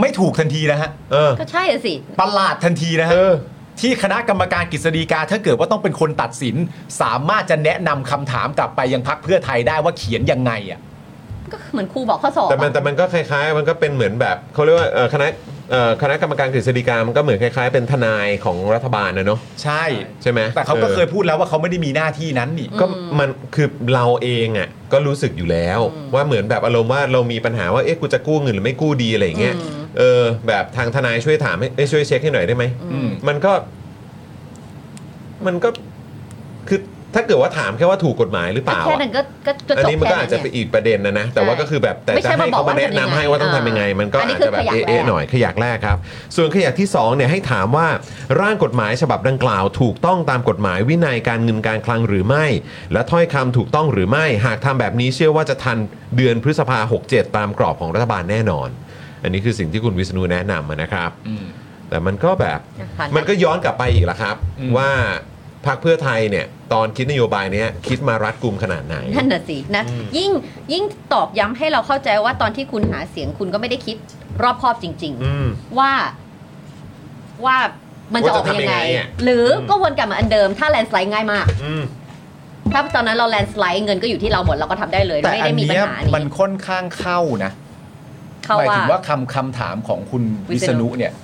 Speaker 6: ไม่ถูกทันทีนะฮะ
Speaker 2: เออ
Speaker 5: ำก็ใช่อะสิ
Speaker 6: ประหลาดทันทีนะ
Speaker 2: เอ
Speaker 6: ฮะ
Speaker 2: อ
Speaker 6: ที่คณะกรรมการกฤษฎีกาถ้าเกิดว่าต้องเป็นคนตัดสิน สามารถจะแนะนำคำถามกลับไปยังพักเพื่อไทยได้ว่าเขียนยังไงอ่ะ
Speaker 5: ก็เหมือนครูบอกข้อสอบ
Speaker 2: แต่มัน
Speaker 5: อะ
Speaker 2: แต่มันก็คล้ายๆ มันก็เป็นเหมือนแบบเขาเรียกว่าเอ่อคณะเอ่อคณะกรรมการกฤษฎีกามันก็เหมือนคล้ายๆ เป็นทนายของรัฐบาลนะเนาะ
Speaker 6: ใช่
Speaker 2: ใช่ไหม
Speaker 6: แต่เขาก็เคย
Speaker 2: ออ
Speaker 6: พูดแล้วว่าเขาไม่ได้มีหน้าที่นั้นนี่
Speaker 2: ก็มันคือเราเองอ่ะก็รู้สึกอยู่แล้ว ว่าเหมือนแบบอารมณ์ว่าเรามีปัญหาว่าเอ๊ะกูจะกู้เงินหรือไม่กู้ดีอะไรอย่างเงี้ยเออแบบทางทนายช่วยถามให้เอ้ยช่วยเช็คให้หน่อยได้ไหม
Speaker 6: อืม
Speaker 2: มันก็ มันก็คือถ้าเกิดว่าถามแค่ว่าถูกกฎหมายหรือเปล่า
Speaker 5: แค่
Speaker 2: อะ
Speaker 5: นั้นก็ก็ก็
Speaker 2: อัน
Speaker 5: จบ
Speaker 2: นี้มัน
Speaker 5: แค่
Speaker 2: ก็อา
Speaker 5: นั้
Speaker 2: จ
Speaker 5: น
Speaker 2: จะ
Speaker 5: เนี่ย
Speaker 2: เป็นอีกประเด็นนะนะ แต่ว่าก็คือแบบแต่
Speaker 5: ไม่
Speaker 2: จะ
Speaker 5: ใช่
Speaker 2: ให้เขามาแนะนำให้ว่าต้องทำยังไง มันก็
Speaker 5: อันนี้
Speaker 2: อาจ
Speaker 5: คือ
Speaker 2: จะแบบ
Speaker 5: ขยักแรก
Speaker 2: เอ๊ะๆหน่อยขยักแรกครับ ส่วนขยักที่สองเนี่ยให้ถามว่าร่างกฎหมายฉบับดังกล่าว ถูกต้องตามกฎหมายวินัยการเงินการคลังหรือไม่ และถ้อยคำถูกต้องหรือไม่ หากทำแบบนี้เชื่อว่าจะทันเดือนพฤษภา67 ตามกรอบของรัฐบาลแน่นอน อันนี้คือสิ่งที่คุณวิษณุแนะนำอะนะครับ แต่มันก็แบบ
Speaker 5: ผ่านนะ
Speaker 2: มันก็ย้อนกลับไปอีกละครับ
Speaker 6: อืม
Speaker 2: ว่าพรรคเพื่อไทยเนี่ย ตอนคิดนโยบายเนี้ยคิดมารัดกลุ่มขนาดไหน
Speaker 5: นั่นน่ะสินะยิ่งยิ่งตอบย้ำให้เราเข้าใจว่าตอนที่คุณหาเสียงคุณก็ไม่ได้คิดรอบคอบจริง
Speaker 2: อืม
Speaker 5: ๆ ว่าว่ามันจะออกมายัง
Speaker 2: ว่าจะทำยัง
Speaker 5: ไง
Speaker 2: ไงอะ
Speaker 5: หรือก็วนกลับมาอันเดิม ถ้าแลนสไลด์ง่ายมาก
Speaker 2: อืม
Speaker 5: ถ้าตอนนั้นเราแลนสไลด์เงินก็อยู่ที่เราหมดเราก็ทำได้เลย
Speaker 6: แต่
Speaker 5: ไม่
Speaker 6: อั
Speaker 5: ได้
Speaker 6: น
Speaker 5: มีปัญ
Speaker 6: เนี้ย
Speaker 5: หา
Speaker 6: มัน
Speaker 5: นี้
Speaker 6: ค่อนข้างเข้านะ
Speaker 5: เข้า
Speaker 6: หมาย
Speaker 5: ว่า
Speaker 6: ถึงว่าคำคำถามของคุณ
Speaker 5: วิ
Speaker 6: วิ
Speaker 5: ษณุ
Speaker 6: ษณุเนี่ย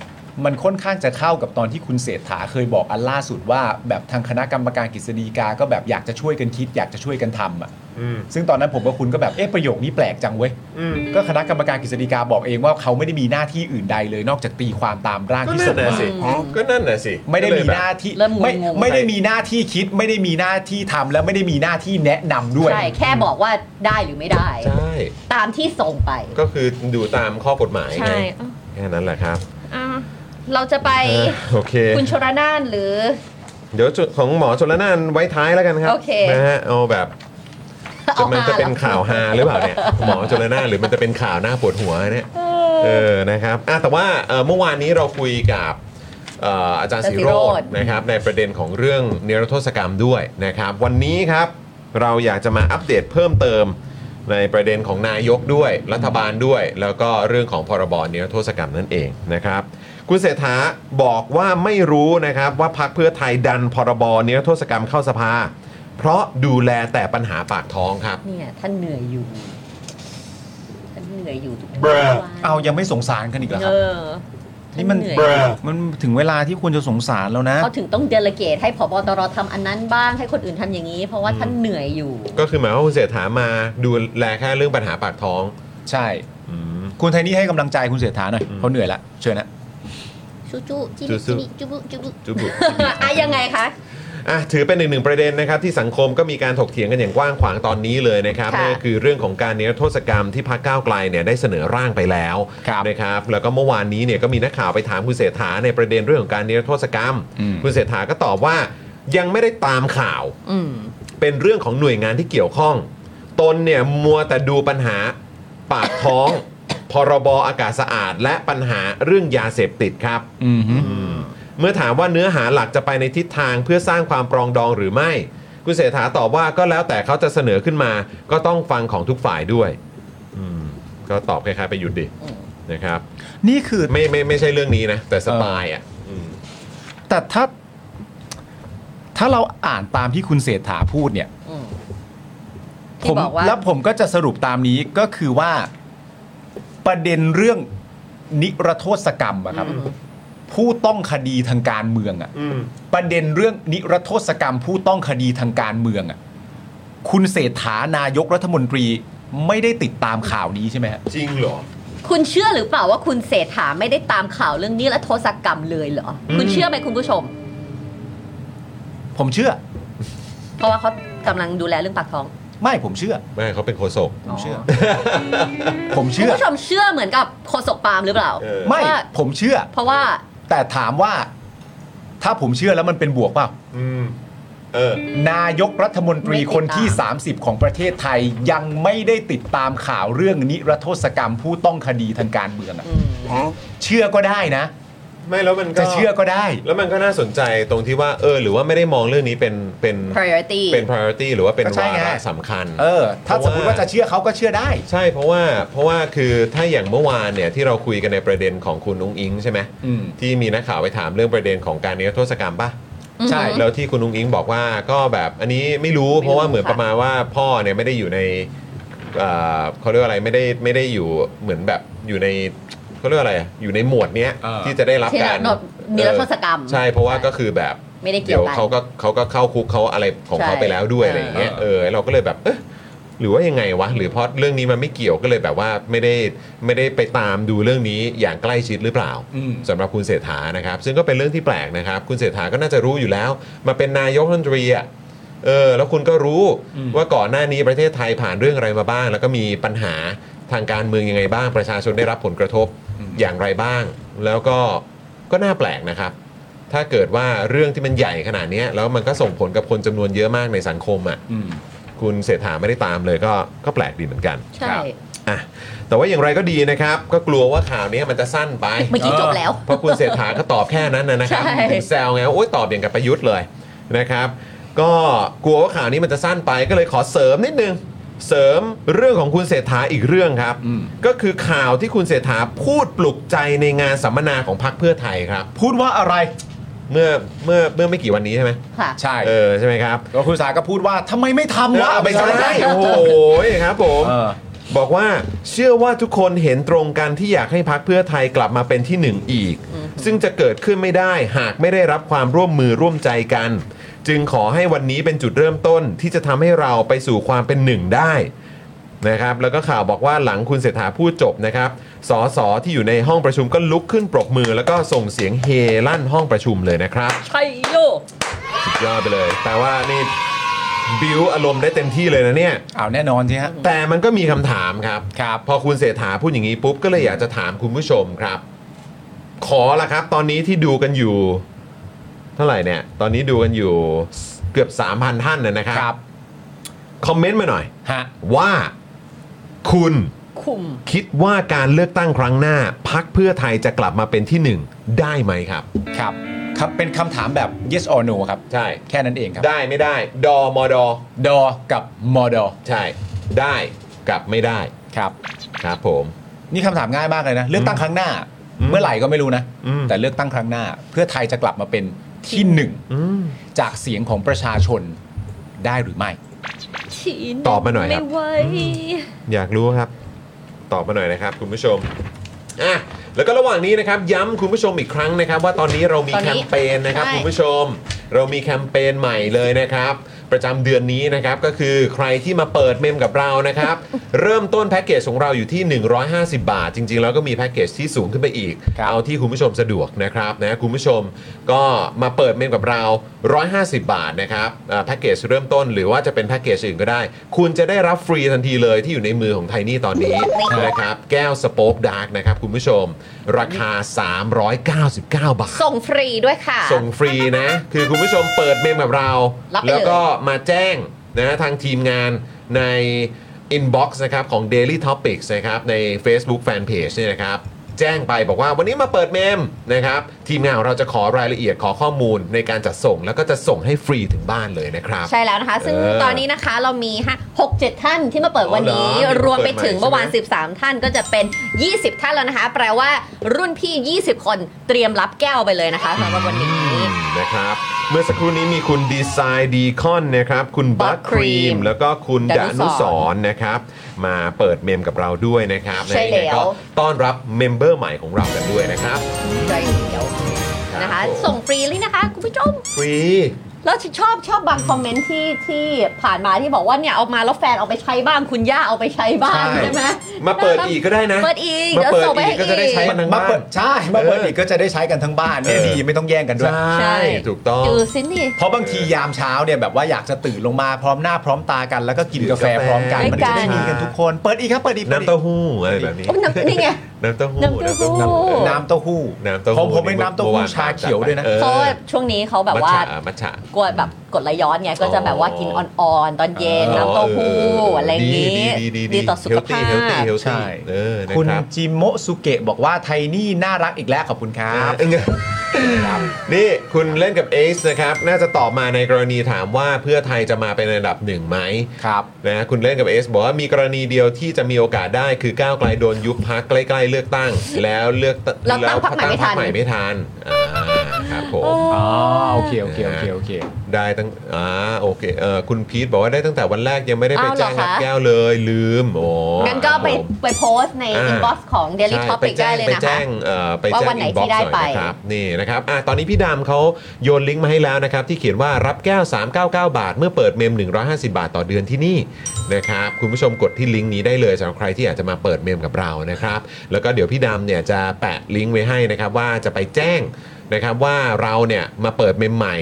Speaker 6: มันค่อนข้างจะเข้ากับตอนที่คุณเศรษฐาเคยบอกอันล่าสุดว่า แบบทางคณะกรรมการกฤษฎีกาก็แบบอยากจะช่วยกันคิด อยากจะช่วยกันทำอ่ะ
Speaker 2: อืม
Speaker 6: ซึ่งตอนนั้นผมกับคุณก็แบบเอ๊ะประโยคนี้แปลกจังเว้ย
Speaker 2: อืม
Speaker 6: ก็คณะกรรมการกฤษฎีกาบอกเองว่าเขาไม่ได้มีหน้าที่อื่นใดเลยนอกจากตีความตามร่าง
Speaker 2: ก็
Speaker 6: ที่
Speaker 2: นั่
Speaker 6: ส่
Speaker 2: น
Speaker 6: ง
Speaker 2: น่ะ
Speaker 6: มา
Speaker 2: สิก็นั่นน่ะสิ
Speaker 6: ไม่ได้มีหน้า
Speaker 2: ก็เลยแบบ
Speaker 6: ที่
Speaker 5: เริ่มงงๆ
Speaker 6: ไม่ไม่ได้มีหน้าที่คิด ไม่ได้มีหน้าที่ทำและไม่ได้มีหน้าที่แนะนำด้วย
Speaker 5: ใช่แค่บอกว่าได้หรือไม่ได้
Speaker 2: ใช่
Speaker 5: ตามที่ส่งไป
Speaker 2: ก็คือดูตามข้อกฎหมายไง
Speaker 5: ใช่อ่ะ
Speaker 2: แค่นั้นแหละครับ
Speaker 5: อ่ะเราจะไป
Speaker 2: เออโอเค
Speaker 5: คุณชรนานหรือ
Speaker 2: เดี๋ยวจุดของหมอชนละนานไว้ท้ายแล้วกันครับ
Speaker 5: โอเค
Speaker 2: นะฮะเอาแบบจะมันจะเป็นข่าวฮาหรือเปล่าเนี่ยหมอชนละนานหรือมันจะเป็นข่าวหน้าปวดหัวเนี่ย เออ นะครับอ่ะแต่ว่าเอ่อเมื่อวานนี้เราคุยกับเอ่ออาจารย์ศิโรจน์นะครับในประเด็นของเรื่องเนรโทษกรรมด้วยนะครับ วันนี้ครับเราอยากจะมาอัปเดตเพิ่มเติมในประเด็นของนายกด้วย รัฐบาลด้วย แล้วก็เรื่องของพรบเนรโทษกรรมนั่นเองนะครับ คุณเศรษฐาบอกว่าไม่รู้นะครับว่าพักเพื่อไทยดันพรบเนรโทษกรรมเข้าสภา เพราะดูแลแต่ปัญหาปากท้องครับ
Speaker 5: เนี่ยท่านเหนื่อยอยู่ ท่านเหนื่อยอยู่ทุก
Speaker 4: เบรอ
Speaker 5: วัน
Speaker 6: เอายังไม่สงสารกันอีกเหรอค
Speaker 5: เอ
Speaker 6: รับ
Speaker 5: อ
Speaker 6: นี่มัน
Speaker 5: ท่าเหอย
Speaker 4: เบรอ
Speaker 6: มันถึงเวลาที่ควรจะสงสารแล้วนะ
Speaker 5: เขาถึงต้องเดลเกตให้ผบตรทำอันนั้นบ้างให้คนอื่นทำอย่างนี้ เพราะว่าท่านเหนื่อยอยู่
Speaker 2: ก็คือหมายความว่าคุณเศรษฐามาดูแลแค่เรื่องปัญหาปากท้อง
Speaker 6: ใช่ คุณไทยนี่ให้กำลังใจคุณเสถาหน่อยเขาเหนื่อยละเชิญนะ
Speaker 5: จูจูจิ
Speaker 2: จู
Speaker 5: บิ
Speaker 2: จู
Speaker 5: จิบิจูบุจูบุ
Speaker 2: จุบุ
Speaker 5: อ่ะยังไงคะ
Speaker 2: อ่ะถือเป็นอีกหนึ่งประเด็นนะครับที่สังคมก็มีการถกเถียงกันอย่างกว้างขวางตอนนี้เลยนะครับ
Speaker 5: ค่ะ
Speaker 2: นั่นก็คือเรื่องของการเนรโทษกรรมที่พรรคก้าวไกลเนี่ยได้เสนอร่างไปแล้ว
Speaker 6: ครับ
Speaker 2: นะครับแล้วก็เมื่อวานนี้เนี่ยก็มีนักข่าวไปถามคุณเศรษฐาในประเด็นเรื่องของการเนรโทษกรรม
Speaker 6: อืม
Speaker 2: คุณเศรษฐาก็ตอบว่ายังไม่ได้ตามข่าว
Speaker 5: อืม
Speaker 2: เป็นเรื่องของหน่วยงานที่เกี่ยวข้อง ตนเนี่ยมัวแต่ดูปัญหาปากท้อง พรบอากาศสะอาด และปัญหาเรื่องยาเสพติดครับ
Speaker 6: อืมฮึ
Speaker 2: เมื่อถามว่าเนื้อหาหลักจะไปในทิศทางเพื่อสร้างความปรองดองหรือไม่ คุณเศรษฐาตอบว่าก็แล้วแต่เขาจะเสนอขึ้นมา ก็ต้องฟังของทุกฝ่ายด้วยอืมก็ตอบคล้ายๆไปหยุดดิ
Speaker 5: อืม
Speaker 2: นะครับ
Speaker 6: นี่คือ
Speaker 2: ไม่ไม่ไม่ใช่เรื่องนี้นะ แต่สปายอ่ะอืม
Speaker 6: แต่ถ้า ถ้าเราอ่านตามที่คุณเศรษฐาพูดเนี่ย
Speaker 5: อืม
Speaker 6: ผ
Speaker 5: ที่
Speaker 6: ม
Speaker 5: บอกว่า
Speaker 6: แล้วผมก็จะสรุปตามนี้ก็คือว่าประเด็นเรื่องนิรโทษกรรมอะครับ
Speaker 5: อืม
Speaker 6: ผู้ต้องคดีทางการเมืองอะ
Speaker 4: อืม
Speaker 6: ประเด็นเรื่องนิรโทษกรรม ผู้ต้องคดีทางการเมืองอะคุณเศรษฐานายกรัฐมนตรีไม่ได้ติดตามข่าวนี้ใช่ไหมฮะ
Speaker 4: จริงเหรอ
Speaker 5: คุณเชื่อหรือเปล่าว่าคุณเศรษฐาไม่ได้ตามข่าวเรื่องนี้และโทษกรรมเลยเหรอ คุณเชื่อไหมคุณผู้ชม
Speaker 6: ผมเชื่อ
Speaker 5: เพราะว่าเขากำลังดูแลเรื่องปากท้อง
Speaker 6: ไม่ผมเชื่อ
Speaker 2: ไม่เขาเป็นโฆษก
Speaker 6: ผมเชื่อ ผม
Speaker 5: คุณ
Speaker 6: เชื่อ
Speaker 5: ผู้ชมเชื่อเหมือนกับโฆษกปาล์มหรือเปล่า
Speaker 4: เออ
Speaker 6: ไม่ผมเชื่อ
Speaker 5: เพราะว่า
Speaker 6: แต่ถามว่า ถ้าผมเชื่อแล้วมันเป็นบวกเปล่า
Speaker 4: อืม เออ
Speaker 6: นายกรัฐมนตรี
Speaker 5: ไม่ติดตาม
Speaker 6: คนที่ 30 ของประเทศไทยยังไม่ได้ติดตามข่าวเรื่องนิรโทษกรรมผู้ต้องคดีทางการเมืองอะ
Speaker 5: อืม
Speaker 6: เชื่อก็ได้นะ
Speaker 4: ไม่แล้วมันก็
Speaker 6: จะเชื่อก็ได้
Speaker 2: แล้วมันก็น่าสนใจตรงที่ว่าเออ หรือว่าไม่ได้มองเรื่องนี้เป็นเป็น
Speaker 5: priority
Speaker 2: เป็น priority หรือว่าเป็น
Speaker 6: ก็ใช่
Speaker 2: วา
Speaker 6: ไง
Speaker 2: ระสำคัญ
Speaker 6: เออ ถ้า
Speaker 2: เพ
Speaker 6: ส
Speaker 2: ราะว่า
Speaker 6: มมติว่าจะเชื่อเขาก็เชื่อได้
Speaker 2: ใช่เพราะว่าเพราะว่าคือถ้าอย่างเมื่อวานเนี่ยที่เราคุยกันในประเด็นของคุณนุ้งอิงใช่ไหม
Speaker 6: อืม
Speaker 2: ที่มีนักข่าวไปถามเรื่องประเด็นของการนิรโทษกรรมป่ะ
Speaker 5: อืม
Speaker 6: ใช่
Speaker 2: แล้วที่คุณนุ้งอิงบอกว่าก็แบบอันนี้ไม่รู้
Speaker 5: ไม่รู้
Speaker 2: เพราะว่าเหมือน
Speaker 5: ค่ะ
Speaker 2: ประมาณว่าพ่อเนี่ยไม่ได้อยู่ในเอ่อเขาเรียกว่าอะไรไม่ได้ไม่ได้อยู่เหมือนแบบอยู่ในเขาเรียกว่าอะไรอะอยู่ในหมวดเนี้ย
Speaker 6: เออ
Speaker 2: ที่จะได้รับ
Speaker 5: ที่
Speaker 2: การ
Speaker 5: เรานิรโทษกรรม
Speaker 2: เออใช่เพราะว่าก็คือแบบ
Speaker 5: ไม่ได้เกี่
Speaker 2: เดี๋ย
Speaker 5: ย
Speaker 2: ว ว
Speaker 5: กัน
Speaker 2: เขาก็เขาก็เข้าคุกเขาอะไรของเขา
Speaker 5: ใช่
Speaker 2: ไปแล้วด้วยอะไรอย่างเงี้ยเออเราก็เลยแบบเอ๊ะหรือว่ายังไงวะหรือเพราะเรื่องนี้มันไม่เกี่ยวก็เลยแบบว่าไม่ได้ไม่ได้ไปตามดูเรื่องนี้อย่างใกล้ชิดหรือเปล่า
Speaker 6: อืม
Speaker 2: สำหรับคุณเศรษฐานะครับ ซึ่งก็เป็นเรื่องที่แปลกนะครับ คุณเศรษฐาก็น่าจะรู้อยู่แล้ว มาเป็นนายกรัฐมนตรีอ่ะเออแล้วคุณก็รู้
Speaker 6: อืม
Speaker 2: ว่าก่อนหน้านี้ประเทศไทยผ่านเรื่องอะไรมาบ้าง แล้วก็มีปัญหาทางการเมืองยังไงบ้าง ประชาชนได้รับผลกระทบอย่างไรบ้าง แล้วก็ก็น่าแปลกนะครับ ถ้าเกิดว่าเรื่องที่มันใหญ่ขนาดเนี้ยแล้วมันก็ส่งผลกับคนจำนวนเยอะมากในสังคมอ่ะ
Speaker 6: อืม
Speaker 2: คุณเศรษฐาไม่ได้ตามเลยก็ก็แปลกดีเหมือนกัน
Speaker 5: ใช่
Speaker 2: อ่ะแต่ว่าอย่างไรก็ดีนะครับ ก็กลัวว่าข่าวนี้มันจะสั้นไป
Speaker 5: เมื่อกี้จบแล้ว
Speaker 2: เพราะคุณเศรษฐาก็ตอบแค่นั้นนะนะครับ
Speaker 5: ใช่
Speaker 2: ถึงแซวไงว่าโอ้ยตอบอย่างกับประยุทธ์เลยนะครับ ก็กลัวว่าข่าวนี้มันจะสั้นไปก็เลยขอเสริมนิดนึง เสริมเรื่องของคุณเศรษฐาอีกเรื่องครับ
Speaker 6: อืม
Speaker 2: ก็คือข่าวที่คุณเศรษฐาพูดปลุกใจในงานสัมมนาของพรรคเพื่อไทยครับ
Speaker 6: พูดว่าอะไร
Speaker 2: เมื่อเมื่อเมื่อไม่กี่วันนี้ใช่ไหม
Speaker 5: ค่ะ
Speaker 6: ใช่
Speaker 2: เออใช่ไหมครับ
Speaker 6: แล้วคุณสาก็พูดว่าทำไมไม่ทำวะ
Speaker 2: เอาไป
Speaker 6: ใช่
Speaker 2: ใช่โอ้โหครับผม
Speaker 6: เออ
Speaker 2: บอกว่าเชื่อว่าทุกคนเห็นตรงกันที่อยากให้พักเพื่อไทยกลับมาเป็นที่หนึ่งอีก ซึ่งจะเกิดขึ้นไม่ได้หากไม่ได้รับความร่วมมือร่วมใจกัน จึงขอให้วันนี้เป็นจุดเริ่มต้นที่จะทำให้เราไปสู่ความเป็นหนึ่งได้นะครับแล้วก็ข่าวบอกว่าหลังคุณเศรษฐาพูดจบนะครับสสที่อยู่ในห้องประชุมก็ลุกขึ้นปรบมือ แล้วก็ส่งเสียงเฮลั่นห้องประชุมเลยนะครับ
Speaker 5: ใช่โย
Speaker 2: สุดยอดไปเลยแปลว่านี่บิวอารมณ์ได้เต็มที่เลยนะเนี่ย
Speaker 6: เอาแน่นอนสิฮะ
Speaker 2: แต่มันก็มีคำถามครับ
Speaker 6: ครับ
Speaker 2: พอคุณเศรษฐาพูดอย่างนี้ปุ๊บ ก็เลยอยากจะถามคุณผู้ชมครับ ขอละครับ ตอนนี้ที่ดูกันอยู่ เท่าไหร่เนี่ย ตอนนี้ดูกันอยู่เกือบ 3,000 ท่านนะนะครับ
Speaker 6: ครับ
Speaker 2: คอมเมนต์มาหน่อย
Speaker 6: ฮะ
Speaker 2: ว่าคุณ
Speaker 5: คุม
Speaker 2: คิดว่าการเลือกตั้งครั้งหน้าพักเพื่อไทยจะกลับมาเป็นที่หนึ่งได้ไหมครับ
Speaker 6: ครับ ครับเป็นคำถามแบบ yes or no ครับ
Speaker 2: ใช่
Speaker 6: แค่นั้นเองครับ
Speaker 2: ได้ไม่ได้ ดอมอดอ
Speaker 6: ดอกับมอดอ
Speaker 2: ใช่ ได้กับไม่ได้
Speaker 6: ครับ
Speaker 2: ครับผม
Speaker 6: นี่คำถามง่ายมากเลยนะ เลือกตั้งครั้งหน้า เมื่อไหร่ก็ไม่รู้นะ
Speaker 2: อืม
Speaker 6: แต่เลือกตั้งครั้งหน้า เพื่อไทยจะกลับมาเป็นที่หนึ่ง
Speaker 2: อืม
Speaker 6: จากเสียงของประชาชน ได้หรือไม่
Speaker 5: ฉี่
Speaker 2: ตอบมาหน่อยครับ
Speaker 5: ไม่ไหว
Speaker 2: อยากรู้ครับ ตอบมาหน่อยนะครับ คุณผู้ชมอ่ะแล้วก็ระหว่างนี้นะครับ ย้ำคุณผู้ชมอีกครั้งนะครับ ว่าตอนนี้เรามี
Speaker 5: ตอน
Speaker 2: แค
Speaker 5: นี้
Speaker 2: มเปญนะครับ
Speaker 5: ใช่
Speaker 2: คุณผู้ชม เรามีแคมเปญใหม่เลยนะครับ ประจำเดือนนี้นะครับ ก็คือใครที่มาเปิดเมมกับเรานะครับ เริ่มต้นแพ็กเกจของเราอยู่ที่ 150 บาท จริง ๆ แล้วก็มีแพ็กเกจที่สูงขึ้นไปอีก
Speaker 6: ครับ
Speaker 2: เอาที่คุณผู้ชมสะดวกนะครับนะคุณผู้ชมก็มาเปิดเมมกับเรา 150 บาทนะครับอ่าแพ็กเกจเริ่มต้นหรือว่าจะเป็นแพ็กเกจอื่นก็ได้ คุณจะได้รับฟรีทันทีเลยที่อยู่ในมือของไทนี่ตอนนี้นะครับแก้วสโป๊กดาร์กนะครับคุณผู้ชม ราคา 399 บาท
Speaker 5: ส่งฟรีด้วยค่ะ
Speaker 2: ส่งฟรีนะ คือคุณผู้ชมเปิดเมมกับเรา
Speaker 5: รับไปเลย
Speaker 2: แล้วก็มาแจ้งนะทางทีมงานใน inbox นะครับของ Daily Topics นะครับใน Facebook Fanpage เนี่ยนะครับ แจ้งไปบอกว่าวันนี้มาเปิดเมมนะครับ ทีมงานของเราจะขอรายละเอียดขอข้อมูลในการจัดส่ง แล้วก็จะส่งให้ฟรีถึงบ้านเลยนะครับ
Speaker 5: ใช่แล้วนะคะ ซึ่ง
Speaker 2: เออ
Speaker 5: ตอนนี้นะคะเรามีห้าหกเจ็ดท่านที่มาเปิดวันนี้
Speaker 2: อ๋อเหรอ
Speaker 5: รวมไปถึง
Speaker 2: เปิดใหม่
Speaker 5: เมื่อวาน
Speaker 2: ใช่ไหม
Speaker 5: 13 ท่านก็จะเป็น 20 ท่านแล้วนะคะ แปลว่ารุ่นพี่ 20 คนเตรียมรับแก้วไปเลยนะคะสำหรับวันนี้
Speaker 2: อืมนะครับ เมื่อสักครู่นี้มีคุณดีไซน์ดีคอนนะครับ คุณบัค
Speaker 5: Buck
Speaker 2: ครีม
Speaker 5: Cream
Speaker 2: แล้วก็คุณดา
Speaker 5: ดานุ
Speaker 2: นุส
Speaker 5: ส
Speaker 2: รณ์นะครับ มาเปิดเมมกับเราด้วยนะครับ
Speaker 5: ใช่
Speaker 2: ยัง
Speaker 5: แล้ว
Speaker 2: ไงก็ต้อนรับเมมเบอร์ใหม่ของเรากันด้วยนะครับ
Speaker 5: ใจเดียวนะคะ
Speaker 2: รับผม
Speaker 5: ส่งฟรีเลยนะคะคุณผู้ชม
Speaker 2: ฟรี
Speaker 5: แล้วชอบชอบบางคอมเมนต์ที่ที่ผ่านมาที่บอกว่าเนี่ยเอามาแล้วแฟนเอาไปใช้บ้างคุณย่าเอาไปใช้บ้าง
Speaker 2: ใช่
Speaker 5: ใช่ไหม
Speaker 2: มาเปิดอีกก็ได้นะ
Speaker 5: เปิดอีก
Speaker 2: มา
Speaker 5: เดี๋ยว
Speaker 2: เปิด
Speaker 5: ส่งไป
Speaker 2: อีก
Speaker 5: ให้
Speaker 2: ก็
Speaker 5: อี
Speaker 2: จะได้ใช้
Speaker 5: ก
Speaker 2: มันทั้ง
Speaker 6: มา
Speaker 2: บ้า
Speaker 6: เปิ
Speaker 2: น
Speaker 6: ดใช่มาเปิด
Speaker 2: เอออี
Speaker 6: อีกก็จะได้ใช้กันทั้งบ้านเนี่ย
Speaker 2: เออ
Speaker 6: ดีไม่ต้องแย่งกันด้วย
Speaker 2: ใช่ ถูกต้อง
Speaker 5: ดูสินี่
Speaker 6: เพราะบางทียามเช้าเนี่ยแบบว่าอยากจะตื่นลงมาพร้อมหน้าพร้อมตากันแล้วก็กินกาแฟพร้อมกัน
Speaker 5: ด้วย
Speaker 6: มัน
Speaker 5: กั
Speaker 6: จะ
Speaker 5: น
Speaker 6: ได้มีกันทุกคนเปิดอีกครับเปิดอีกเปิด
Speaker 2: น้ำ
Speaker 6: อีก
Speaker 2: เต้าหู้อะไรแบบนี้
Speaker 5: โอ้ยน้ำนี่ไง
Speaker 2: น้ำเต้าหู้
Speaker 5: น้ำเต้าหู้
Speaker 2: น้ำเต้าหู้น้ำเต้า
Speaker 6: น้ำเต้าหู้
Speaker 2: หู้
Speaker 6: ของผมเป็นน้ำเต้า
Speaker 2: เมื่
Speaker 6: หู้
Speaker 2: อวาน
Speaker 6: ชาเขียวด้วยนะ
Speaker 2: เออ
Speaker 5: เพราะว่าช่วงนี้เขาแบบว่า
Speaker 2: มัทฉะมัทฉะ
Speaker 5: กลัวแบบกดไหลย้อนไงก็จะแบบว่ากินอ่อนๆ ตอนเย็น น้ำเต้าหู้อะไรอย่างนี้ ดีต่อสุขภาพ
Speaker 6: ใช่
Speaker 2: ใช่เออนะ
Speaker 6: คุณ
Speaker 2: ครับ
Speaker 6: จิโมะสุเกะบอกว่าไทนี่น่ารักอีกแล้วขอบคุณครับ
Speaker 2: นี่คุณเล่นกับเอซนะครับ น่าจะตอบมาในกรณีถามว่าเพื่อไทยจะมาเป็นอันดับหนึ่งไหม
Speaker 6: ครับ
Speaker 2: นะคุณเล่นกับเอซบอกว่ามีกรณีเดียวที่จะมีโอกาสได้คือก้าวไกลโดนยุบพักใกล้ๆเลือกตั้ง แล้วเลือกตั้ง
Speaker 5: เราตั้งพรรคใหม่ไม่ทัน
Speaker 2: แล้วตั้งพรรคใหม่ไม่ทันอ่าครับผม
Speaker 6: อ๋อโอเคโอเคโอเคโอเค
Speaker 2: ได้ตั้งอ่าโอเคเออคุณพีทบอกว่าได้ตั้งแต่วันแรกยังไม่ได้ไป
Speaker 5: อ้าวเหรอ
Speaker 2: แจ้งรับ
Speaker 5: คะ
Speaker 2: แก้วเลยลืมโอ้
Speaker 5: งั้นก็ไป
Speaker 2: ครับผม
Speaker 5: ไปโพสต์ใน
Speaker 2: อ่า
Speaker 5: อินบ็อกซ์ของ Daily
Speaker 2: ใช่
Speaker 5: Topic ได้เลย
Speaker 2: ไป
Speaker 5: นะคะ
Speaker 2: แจ้งเอ่อไปแจ้
Speaker 5: ว่าวั
Speaker 2: ง
Speaker 5: นไหน
Speaker 2: อินบ็อกซ์หน่
Speaker 5: ที่ได้
Speaker 2: อย
Speaker 5: ไป
Speaker 2: นะครับนี่นะครับอ่ะตอนนี้พี่ดำเขาโยนลิงก์มาให้แล้วนะครับ ที่เขียนว่ารับแก้ว 399 บาท เมื่อเปิดเมม 150 บาทต่อเดือนที่นี่นะครับ คุณผู้ชมกดที่ลิงก์นี้ได้เลยสำหรับใครที่อยากจะมาเปิดเมมกับเรานะครับ แล้วก็เดี๋ยวพี่ดำเนี่ยจะแปะลิงก์ไว้ให้นะครับ ว่าจะไปแจ้งนะครับว่าเราเนี่ยมาเปิดเมมใหม่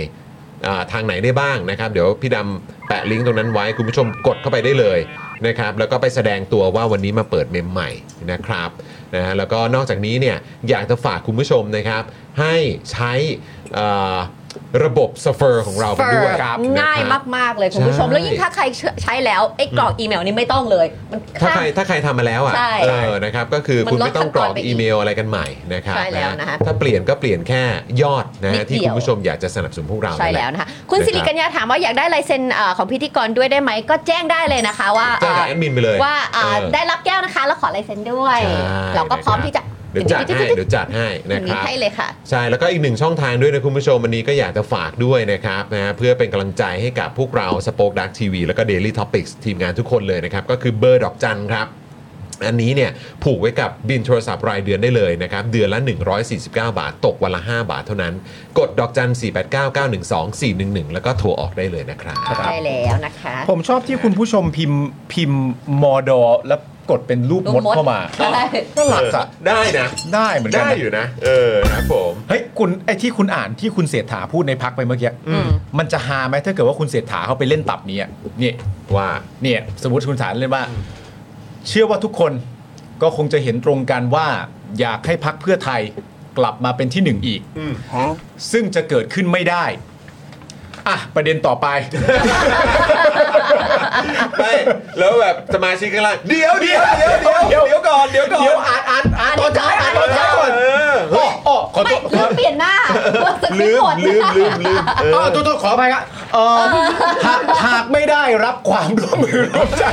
Speaker 2: อ่าทางไหนได้บ้างนะครับ เดี๋ยวพี่ดำแปะลิงก์ตรงนั้นไว้คุณผู้ชมกดเข้าไปได้เลยนะครับแล้วก็ไปแสดงตัวว่าวันนี้มาเปิดเมมใหม่นะครับ นะฮะแล้วก็นอกจากนี้เนี่ยอยากจะฝากคุณผู้ชมนะครับ ให้ใช้เอ่อระบบสเฟอร์ของเรากันด้วย
Speaker 6: ครับ
Speaker 5: ง่าย
Speaker 2: นะครับ
Speaker 5: มากๆเลยคุณผู้ชม
Speaker 2: ใช่
Speaker 5: แล้วยิ่งถ้าใครใช้แล้วไอ้กรอกอีเมลนี้ไม่ต้องเลย มัน
Speaker 2: ถ้า
Speaker 5: ข้าม
Speaker 2: ใครถ้าใครทำมาแล้วอ่ะ
Speaker 5: ใช่
Speaker 2: เออนะครับก็คือ
Speaker 5: มัน
Speaker 2: คุณ
Speaker 5: ลด
Speaker 2: ไม่ต้องกรอก
Speaker 5: ขั้นตอนไปอีก
Speaker 2: อีเมลอะไรกันใหม่นะครับ
Speaker 5: ใช่แล้วนะคะ
Speaker 2: ถ้าเปลี่ยนก็เปลี่ยนแค่ยอดนะ
Speaker 5: นิ
Speaker 2: ฮะ
Speaker 5: ดเดียว
Speaker 2: ที่คุณผู้ชมอยากจะสนับสนุนพวกเรา
Speaker 5: ใช่
Speaker 2: นั่นหะ
Speaker 5: แล้วนะคะ คุณ
Speaker 2: นะครับ
Speaker 5: สิริกัญญาถามว่าอยากได้ลายเซ็นเอ่อของพิธีกรด้วยได้ไหม ก็แจ้งได้เลยนะคะว่า
Speaker 2: แจ้งกับแอดมินไปเลย
Speaker 5: ว่าเอ่อ
Speaker 2: เออ
Speaker 5: ได้รับแก้วนะคะ แล้วขอลายเซ็นด้วย
Speaker 2: ใช่
Speaker 5: เราก็พร้อมที่จะ
Speaker 2: เดี๋ยวจัดให้เดี๋ยวจัดให้นะค
Speaker 5: มี
Speaker 2: รับ
Speaker 5: ให้เลยค่ะ
Speaker 2: ใช่ แล้วก็อีกหนึ่งช่องทางด้วยนะคุณผู้ชมวันนี้ก็อยากจะฝากด้วยนะครับนะฮะเพื่อเป็นกำลังใจให้กับพวกเราสป็อคดักทีวีแล้วก็ Daily Topics ทีมงานทุกคนเลยนะครับ ก็คือเบอร์ดอกจันครับ อันนี้เนี่ยผูกไว้กับบินโทรศัพท์รายเดือนได้เลยนะครับ เดือนละ 149 บาท ตกวันละ 5 บาทเท่านั้น กดดอกจัน 489912411 แล้วก็โทรออกได้เลยนะครับ
Speaker 5: ใช่แล้วนะคะ
Speaker 6: ผมชอบที่คุณผู้ชมพิมพ์พิมพ์มอดอแล้วกดเป็นรูป
Speaker 5: รูป
Speaker 6: ม
Speaker 5: ม
Speaker 6: ด
Speaker 5: ด
Speaker 6: เข้ามา
Speaker 5: ใช่
Speaker 6: น่ารักอ่ะ
Speaker 2: ได้นะ
Speaker 6: ได้เหมือนกัน
Speaker 2: ได้
Speaker 6: นะ
Speaker 2: อยู่นะ เออครับผม
Speaker 6: เฮ้ยคุณไอ้ที่คุณอ่านที่คุณเศรษฐาพูดในพักไปเมื่อกี้
Speaker 5: อืม
Speaker 6: มันจะหาไหมถ้าเกิดว่าคุณเศรษฐาเขาไปเล่นตับนี้อะนี่
Speaker 2: ว่า
Speaker 6: เนี่ยสมมติคุณสารเล่นว่า เชื่อว่าทุกคนก็คงจะเห็นตรงกันว่า อยากให้พักเพื่อไทยกลับมาเป็นที่หนึ่งอีก ซึ่งจะเกิดขึ้นไม่ได้ อ่ะ ประเด็นต่อไป
Speaker 2: ไม่แล้วแบบสมาชิกกันละเดี๋ยวเดี๋ยวเดี๋ยวเดี๋ยวเดี๋ยวก่อนเดี๋ยวก่อน
Speaker 6: เดี๋ยวอ่านอ่านอ่านตอนท้ายอ่านตอนท้ายก่อน
Speaker 2: เออ
Speaker 6: อ้ออ้อขอโท
Speaker 5: ไม่
Speaker 6: ษ
Speaker 5: หรือเปลี่ยนหน้าเมื่อสัก
Speaker 2: ลืม
Speaker 5: ไม่กด
Speaker 2: ลืมลืมลืมเออ
Speaker 6: อ้าวโทษโทษขออภัยครับเออหากหากไม่ได้รับความร่วมมือร่วมใจ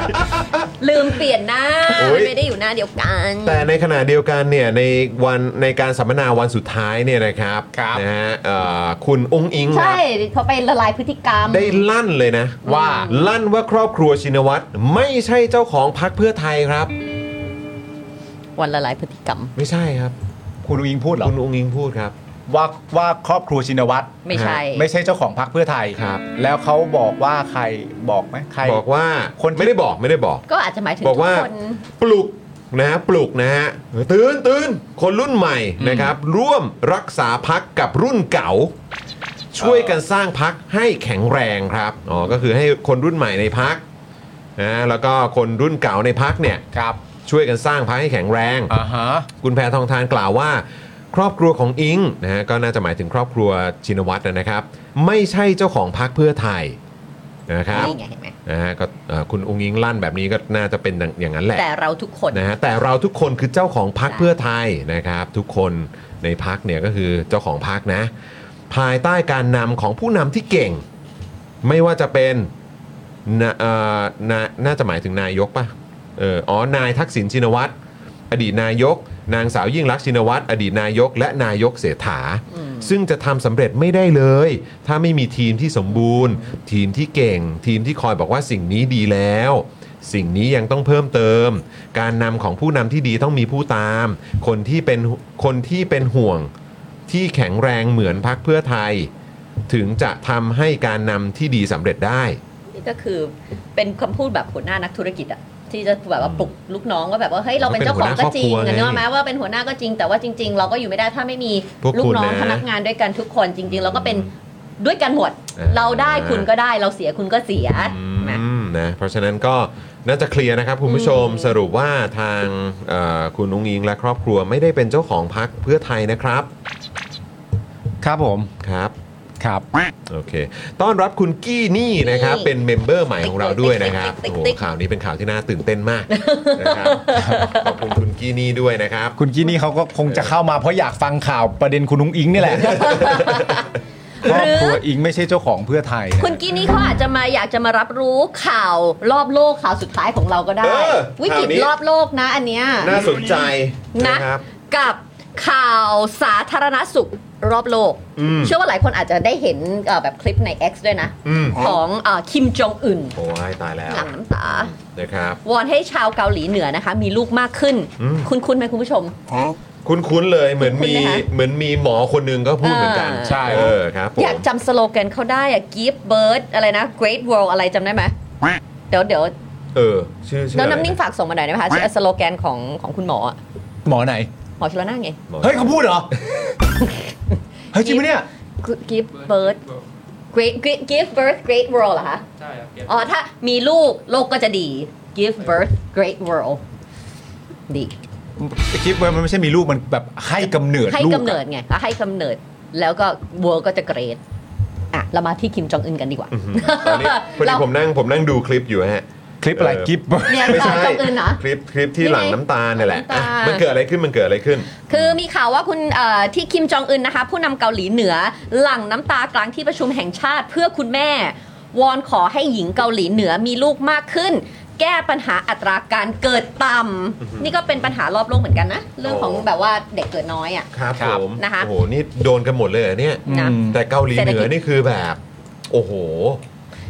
Speaker 5: ลืมเปลี่ยนหน้า
Speaker 2: โอ้ย
Speaker 5: มันไม่ได้อยู่หน้าเดียวกัน
Speaker 2: แต่ในขณะเดียวกันเนี่ยในวันในการสัมมนาวันสุดท้ายเนี่ยนะครับ
Speaker 6: ครับ
Speaker 2: นะฮะเอ่อคุณองค์อิงค
Speaker 5: ใช่
Speaker 2: รับ
Speaker 5: เขาไปละลายพฤติกรรม
Speaker 2: ได้ลั่นเลยนะ
Speaker 6: ว่า
Speaker 2: ลั่นว่าครอบครัวชินวัตรไม่ใช่เจ้าของพักเพื่อไทยครับ
Speaker 5: วันละลายพฤติกรรม
Speaker 2: ไม่ใช่ครับ
Speaker 6: คุณอุงอิงพูดเหรอ
Speaker 2: คุณองค์อิงพูดครับ
Speaker 6: ว่าว่าครอบครัวชินวัตร
Speaker 5: ไม่ใช่
Speaker 6: ไม่ใช่เจ้าของพรรคเพื่อไทย
Speaker 2: ครับ
Speaker 6: แล้วเขาบอกว่าใครบอกไหมใคร
Speaker 2: บอกว่า
Speaker 6: คนที่
Speaker 2: ไม่ได้บอกไม่ได้บอก
Speaker 5: ก็อาจจะหมายถึง
Speaker 2: บ
Speaker 5: ทุ
Speaker 2: อก
Speaker 5: ก
Speaker 2: ว่า
Speaker 5: คน
Speaker 2: ปลุกนะฮะปลุกนะฮะตื่นตื่นคนรุ่นใหม่นะครับ ร่วมรักษาพักกับรุ่นเก่า ช่วยกันสร้างพักให้แข็งแรงครับอ๋อก็คือให้คนรุ่นใหม่ในพักนะแล้วก็คนรุ่นเก่าในพักเนี่ย
Speaker 6: ครับ
Speaker 2: ช่วยกันสร้างพักให้แข็งแรง
Speaker 6: อ่าฮะ
Speaker 2: คุณแพทองทานกล่าวว่า ครอบครัวของอิงนะฮะก็น่าจะหมายถึงครอบครัวชินวัตรนะครับ ไม่ใช่เจ้าของพักเพื่อไทยนะครับ
Speaker 5: นี่ไงเห็นไหม
Speaker 2: นะฮะก็เอ่อคุณองค์อิงลั่นแบบนี้ก็น่าจะเป็นอย่างนั้นแหละ
Speaker 5: แต่เราทุกคน
Speaker 2: นะฮะแต่เราทุกคนคือเจ้าของพักเพื่อไทยนะครับ ทุกคนในพักเนี่ยก็คือเจ้าของพักนะ ภายใต้การนำของผู้นำที่เก่ง ไม่ว่าจะเป็นนะเอ่อนาน่าจะหมายถึงนายกปะเอออ๋อนายทักษิณชินวัตรอดีตนายก นางสาวยิ่งรักษณ์ชินวัตรอดีตนายก และนายกเศรษฐา ซึ่งจะทำสำเร็จไม่ได้เลย ถ้าไม่มีทีมที่สมบูรณ์ ทีมที่เก่ง ทีมที่คอยบอกว่าสิ่งนี้ดีแล้ว สิ่งนี้ยังต้องเพิ่มเติม การนำของผู้นำที่ดีต้องมีผู้ตาม คนที่เป็นคนที่เป็นห่วงที่แข็งแรงเหมือนพักเพื่อไทย ถึงจะทำให้การนำที่ดีสำเร็จได้
Speaker 5: นี่ก็คือเป็นคำพูดแบบหัวหน้านักธุรกิจอะที่จะแบบว่าปลุกลูกน้องว่าแบบว่าเฮ้ยเราเป็นเจ้าของก็จริง
Speaker 2: เป็นหัวหน้าครอบครัวไง
Speaker 5: เนอะแม้ว่าเป็นหัวหน้าก็จริงแต่ว่าจริง ๆ เราก็อยู่ไม่ได้ถ้าไม่มี
Speaker 2: พวกคุณ
Speaker 5: ลูกน้อง
Speaker 2: นะ
Speaker 5: พนักงานด้วยกันทุกคนจริง ๆ เราก็เป็นด้วยกันหมด
Speaker 2: เออ
Speaker 5: เราได้คุณก็ได้เราเสียคุณก็เสียนะ
Speaker 2: อืมนะเพราะฉะนั้นก็น่าจะเคลียร์นะครับคุณผู้ชมสรุปว่าทางเอ่อคุณนุ้งอิงและครอบครัวไม่ได้เป็นเจ้าของพักเพื่อไทยนะครับ
Speaker 6: ครับผม
Speaker 2: ครับ
Speaker 6: ครับ
Speaker 2: โอเค ต้อนรับคุณกี้นี่นะครับ
Speaker 5: นี่
Speaker 2: เป็นเมมเบอร์ใหม่ของเราด้วยนะครับ
Speaker 5: ติ๊
Speaker 2: โอ้
Speaker 5: ก
Speaker 2: โห
Speaker 5: ติ๊กติ๊ก
Speaker 2: ข่าวนี้เป็นข่าวที่น่าตื่นเต้นมากนะครับ ขอบคุณคุณกี้นี่ด้วยนะครับ
Speaker 6: คุณกี้นี่เขาก็คงจะเข้ามาเพราะอยากฟังข่าวประเด็นคุณนุ้งอิง นี่แหละครอบครัวอิงไม่ใช่เจ้าของเพื่อไทยนะ
Speaker 5: คุณกี้นี่เขาอาจจะมาอยากจะมารับรู้ข่าวรอบโลกข่าวสุดท้ายของเราก็ได้
Speaker 2: เออ
Speaker 5: วิกฤ
Speaker 2: ข่า
Speaker 5: ต
Speaker 2: วนี้
Speaker 5: รอบโลกนะ อันเนี้ย
Speaker 2: น่าสนใจ
Speaker 5: นะ
Speaker 2: นะครับ
Speaker 5: กับข่าวสาธารณสุขรอบโลก
Speaker 2: อืม
Speaker 5: เชื่อว่าหลายคนอาจจะได้เห็นเอ่อแบบคลิปใน X ด้วยนะ
Speaker 2: อืม
Speaker 5: ของเออคิมจองอึน
Speaker 2: โอ้ยตายแล้ว
Speaker 5: หลังน้ำตา
Speaker 2: นะครับ
Speaker 5: วอนให้ชาวเกาหลีเหนือนะคะ มีลูกมากขึ้น
Speaker 2: อืม
Speaker 5: คุณคุณไหมคุณผู้ชม
Speaker 2: คุ้นๆเลยเหมือนมี
Speaker 5: คุ้นๆไหมคะ
Speaker 2: เหมือนมีหมอคนหนึงก็พูดเหมือนกัน
Speaker 5: อ่า
Speaker 2: ใช่เออครับผม
Speaker 5: อยากจำสโลแกนเขาได้อะ give birth อะไรนะ great world อะไรจำได้ไหมเดี๋ยวเดี๋ยว
Speaker 2: เออชื่อชื่อ
Speaker 5: น้อง
Speaker 2: อะไร
Speaker 5: น้ำนิ่ง
Speaker 2: นะ
Speaker 5: ฝากส่งมาหน่อยได้ไหมคะชื่อสโลแกนของของคุณหมออะ
Speaker 6: หมอไหน
Speaker 5: หมอชลน่านไง
Speaker 2: หมอ
Speaker 6: เฮ้ยเขาพูดเหรอ เฮ้ยจริงปะเนี่ย
Speaker 5: give birth great great- give birth great world เหรอคะ
Speaker 8: ใช่ครับเก็บ
Speaker 5: อ๋อ ถ้ามีลูก โลกก็จะดี give birth great world ดี
Speaker 6: คลิปมันไม่ใช่มีลูกมันแบบให้กำเนิด
Speaker 5: ให้
Speaker 6: ลูก
Speaker 5: กำเนิ
Speaker 6: อะ
Speaker 5: ดไงอ่ะให้กำเนิด แล้วก็ world ก็จะ great อ่ะ เรามาที่คิมจองอึนกันดีกว่า
Speaker 2: ตอนนี้พอดี
Speaker 5: เรา
Speaker 2: ผมนั่งผมนั่งดูคลิปอยู่ฮะ
Speaker 6: คลิปอะไร
Speaker 2: เออ
Speaker 6: คลิป
Speaker 5: เนี่ย
Speaker 2: ไม่ใช่
Speaker 5: จองอึนเหรอ
Speaker 2: คลิปคลิปที่หลังน้ำตาลเนี่ยแหละ
Speaker 5: น้ำตาล
Speaker 2: อ่ะมันเกิดอะไรขึ้นมันเกิดอะไรขึ้น
Speaker 5: คือมีข่าวว่าคุณเอ่อที่คิมจองอึนนะคะ ผู้นำเกาหลีเหนือ หลั่งน้ำตากลางที่ประชุมแห่งชาติเพื่อคุณแม่ วอนขอให้หญิงเกาหลีเหนือมีลูกมากขึ้น แก้ปัญหาอัตราการเกิดต่ำนี่ก็เป็นปัญหารอบโลกเหมือนกันนะ เรื่องของแบบว่าเด็กเกิดน้อยอ่ะ
Speaker 2: ครับ
Speaker 6: ครับ
Speaker 2: ผม
Speaker 5: นะคะ
Speaker 2: โอ้โห นี่โดนกันหมดเลยเหรอเนี่ย
Speaker 5: นะ
Speaker 6: อืม
Speaker 2: แต่เกาหลีเหนือนี่คือแบบ โอ้โห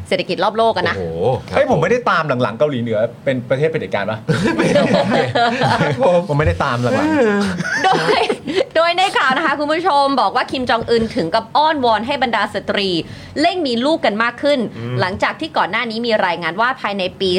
Speaker 5: เศรษฐกิจรอบโลกอะนะ
Speaker 2: โอ้โหครับ
Speaker 6: เฮ้ยผมไม่ได้ตามหลังๆเกาหลีเหนือ เป็นประเทศเผด็จการปะผมไม่ได้ตามหลัง
Speaker 5: โดย โดยในข่าวนะคะ คุณผู้ชมบอกว่าคิมจองอึนถึงกับอ้อนวอนให้บรรดาสตรี เร่งมีลูกกันมากขึ้น หลังจากที่ก่อนหน้านี้มีรายงานว่าภายในปี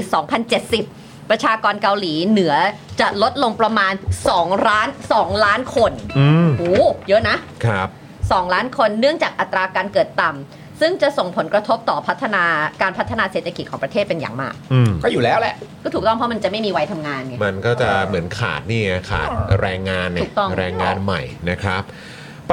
Speaker 5: 2070 ประชากรเกาหลีเหนือจะลดลงประมาณ 2 ล้าน 2 ล้านคน
Speaker 2: อืม
Speaker 5: โอ้เยอะนะ
Speaker 2: ครับ
Speaker 5: 2 ล้านคนเนื่องจากอัตราการเกิดต่ำซึ่งจะส่งผลกระทบต่อพัฒนาการพัฒนาเศรษฐกิจของประเทศเป็นอย่างมาก
Speaker 2: อืม
Speaker 6: ๆก็อยู่แล้วแหละ
Speaker 5: ก็ถูกต้องเพราะมันจะไม่มีวัยทำงานไง
Speaker 2: มันก็จะเหมือนขาดนี่ไงขาดแรงงานเนี่ย
Speaker 5: ถูกต้อง
Speaker 2: แรงงานใหม่นะครับ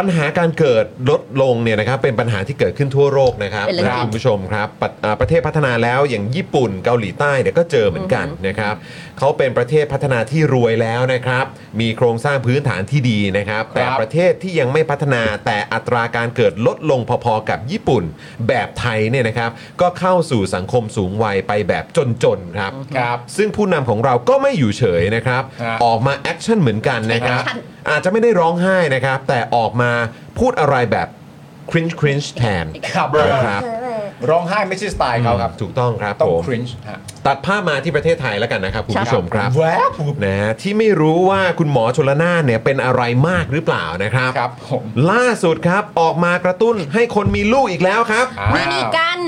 Speaker 2: ปัญหาการเกิดลดลงเนี่ยนะครับเป็นปัญหาที่เกิดขึ้นทั่วโลกนะครับ
Speaker 5: เป็นเรื่อง
Speaker 2: นะ
Speaker 5: จริง
Speaker 2: คุณผู้ชมครับปะอ่าประเทศพัฒนาแล้วอย่างญี่ปุ่นเกาหลีใต้เนี่ยก็เจอเหมือนกันนะครับเขาเป็นประเทศพัฒนาที่รวยแล้วนะครับ มีโครงสร้างพื้นฐานที่ดีนะครับ แต่ประเทศที่ยังไม่พัฒนาแต่อัตราการเกิดลดลงพอๆกับญี่ปุ่น แบบไทยเนี่ยนะครับ ก็เข้าสู่สังคมสูงวัยไปแบบจนๆครับ
Speaker 6: ครับ
Speaker 2: ซึ่งผู้นำของเราก็ไม่อยู่เฉยนะครับ
Speaker 6: ฮะ
Speaker 2: ออกมาแอคชั่นเหมือนกันนะครับ
Speaker 5: แอคชั่น
Speaker 2: อาจจะไม่ได้ร้องไห้นะครับ แต่ออกมาพูดอะไรแบบคริ้นคริ้นแทน
Speaker 6: ครับ
Speaker 2: นะครับ
Speaker 6: ร้องไห้ไม่ใช่สไตล์เขาครับ
Speaker 2: ถูกต้องครับ
Speaker 6: ต้อง
Speaker 2: ผม
Speaker 6: คริ้นช์ฮะ
Speaker 2: ตัดภาพมาที่ประเทศไทยแล้วกันนะครับ คุณผู้ชมครับ
Speaker 6: แวบปุ๊บ
Speaker 2: นะฮะที่ไม่รู้ว่าคุณหมอชลนานเนี่ยเป็นอะไรมากหรือเปล่านะครับ
Speaker 6: ครับผม
Speaker 2: ล่าสุดครับออกมากระตุ้นให้คนมีลูกอีกแล้วครับ
Speaker 6: อ้าว
Speaker 5: มีนี่กัน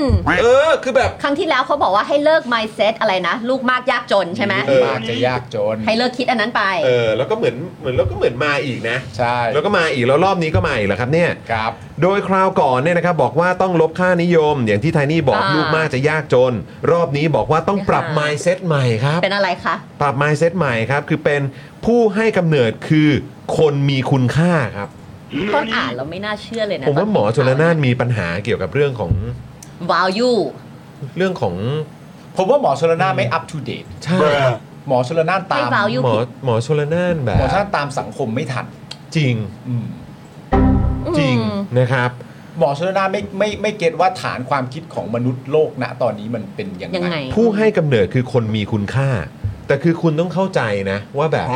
Speaker 2: เออคือแบบ
Speaker 5: ครั้งที่แล้วเขาบอกว่าให้เลิก mindset อะไรนะ ลูกมากยากจนใช่ไหม
Speaker 2: เออ
Speaker 6: มากจะยากจน
Speaker 5: ให้เลิกคิดอันนั้นไป
Speaker 2: เออแล้วก็เหมือนเหมือนแล้วก็เหมือนมาอีกนะ
Speaker 6: ใช่
Speaker 2: แล้วก็มาอีกแล้วรอบนี้ก็มาอีกแล้วครับเนี่ย
Speaker 6: ครับ
Speaker 2: โดยคราวก่อนเนี่ยนะครับบอกว่าต้องลบค่านิยม อย่างที่ไทนี่บอก
Speaker 5: อ่า
Speaker 2: ลูกมากจะยากจน รอบนี้บอกว่าต้องปรับ mindset ใหม่ครับ
Speaker 5: เป็นอะไรคะ
Speaker 2: ปรับ mindset ใหม่ครับ คือเป็นผู้ให้กำเนิดคือคนมีคุณค่าครับ
Speaker 5: ต้นอ่านเราไม่น่าเชื่อเลยนะ
Speaker 2: ผมว่าหมอชลนานมีปัญหาเกี่ยวกับเรื่องของ
Speaker 5: วาวยู
Speaker 2: เรื่องของ
Speaker 6: ผมว่าหมอชลนานไม่อัปทูเดต
Speaker 2: ใช่
Speaker 6: หมอชลนานตาม
Speaker 5: ไม่ value
Speaker 2: หมอหมอชลนานแบบ
Speaker 6: หมอชลนานตามสังคมไม่ทัน
Speaker 2: จริง
Speaker 6: อืม
Speaker 2: จริงนะครับ
Speaker 6: หมอชลนานไม่ไม่ไม่เก็ตว่าฐานความคิดของมนุษย์โลกณตอนนี้มันเป็นยัง
Speaker 5: ยัง
Speaker 6: ไง
Speaker 5: ไง
Speaker 2: ผู้ให้กำเนิดคือคนมีคุณค่า แต่คือคุณต้องเข้าใจนะ ว่าแบบ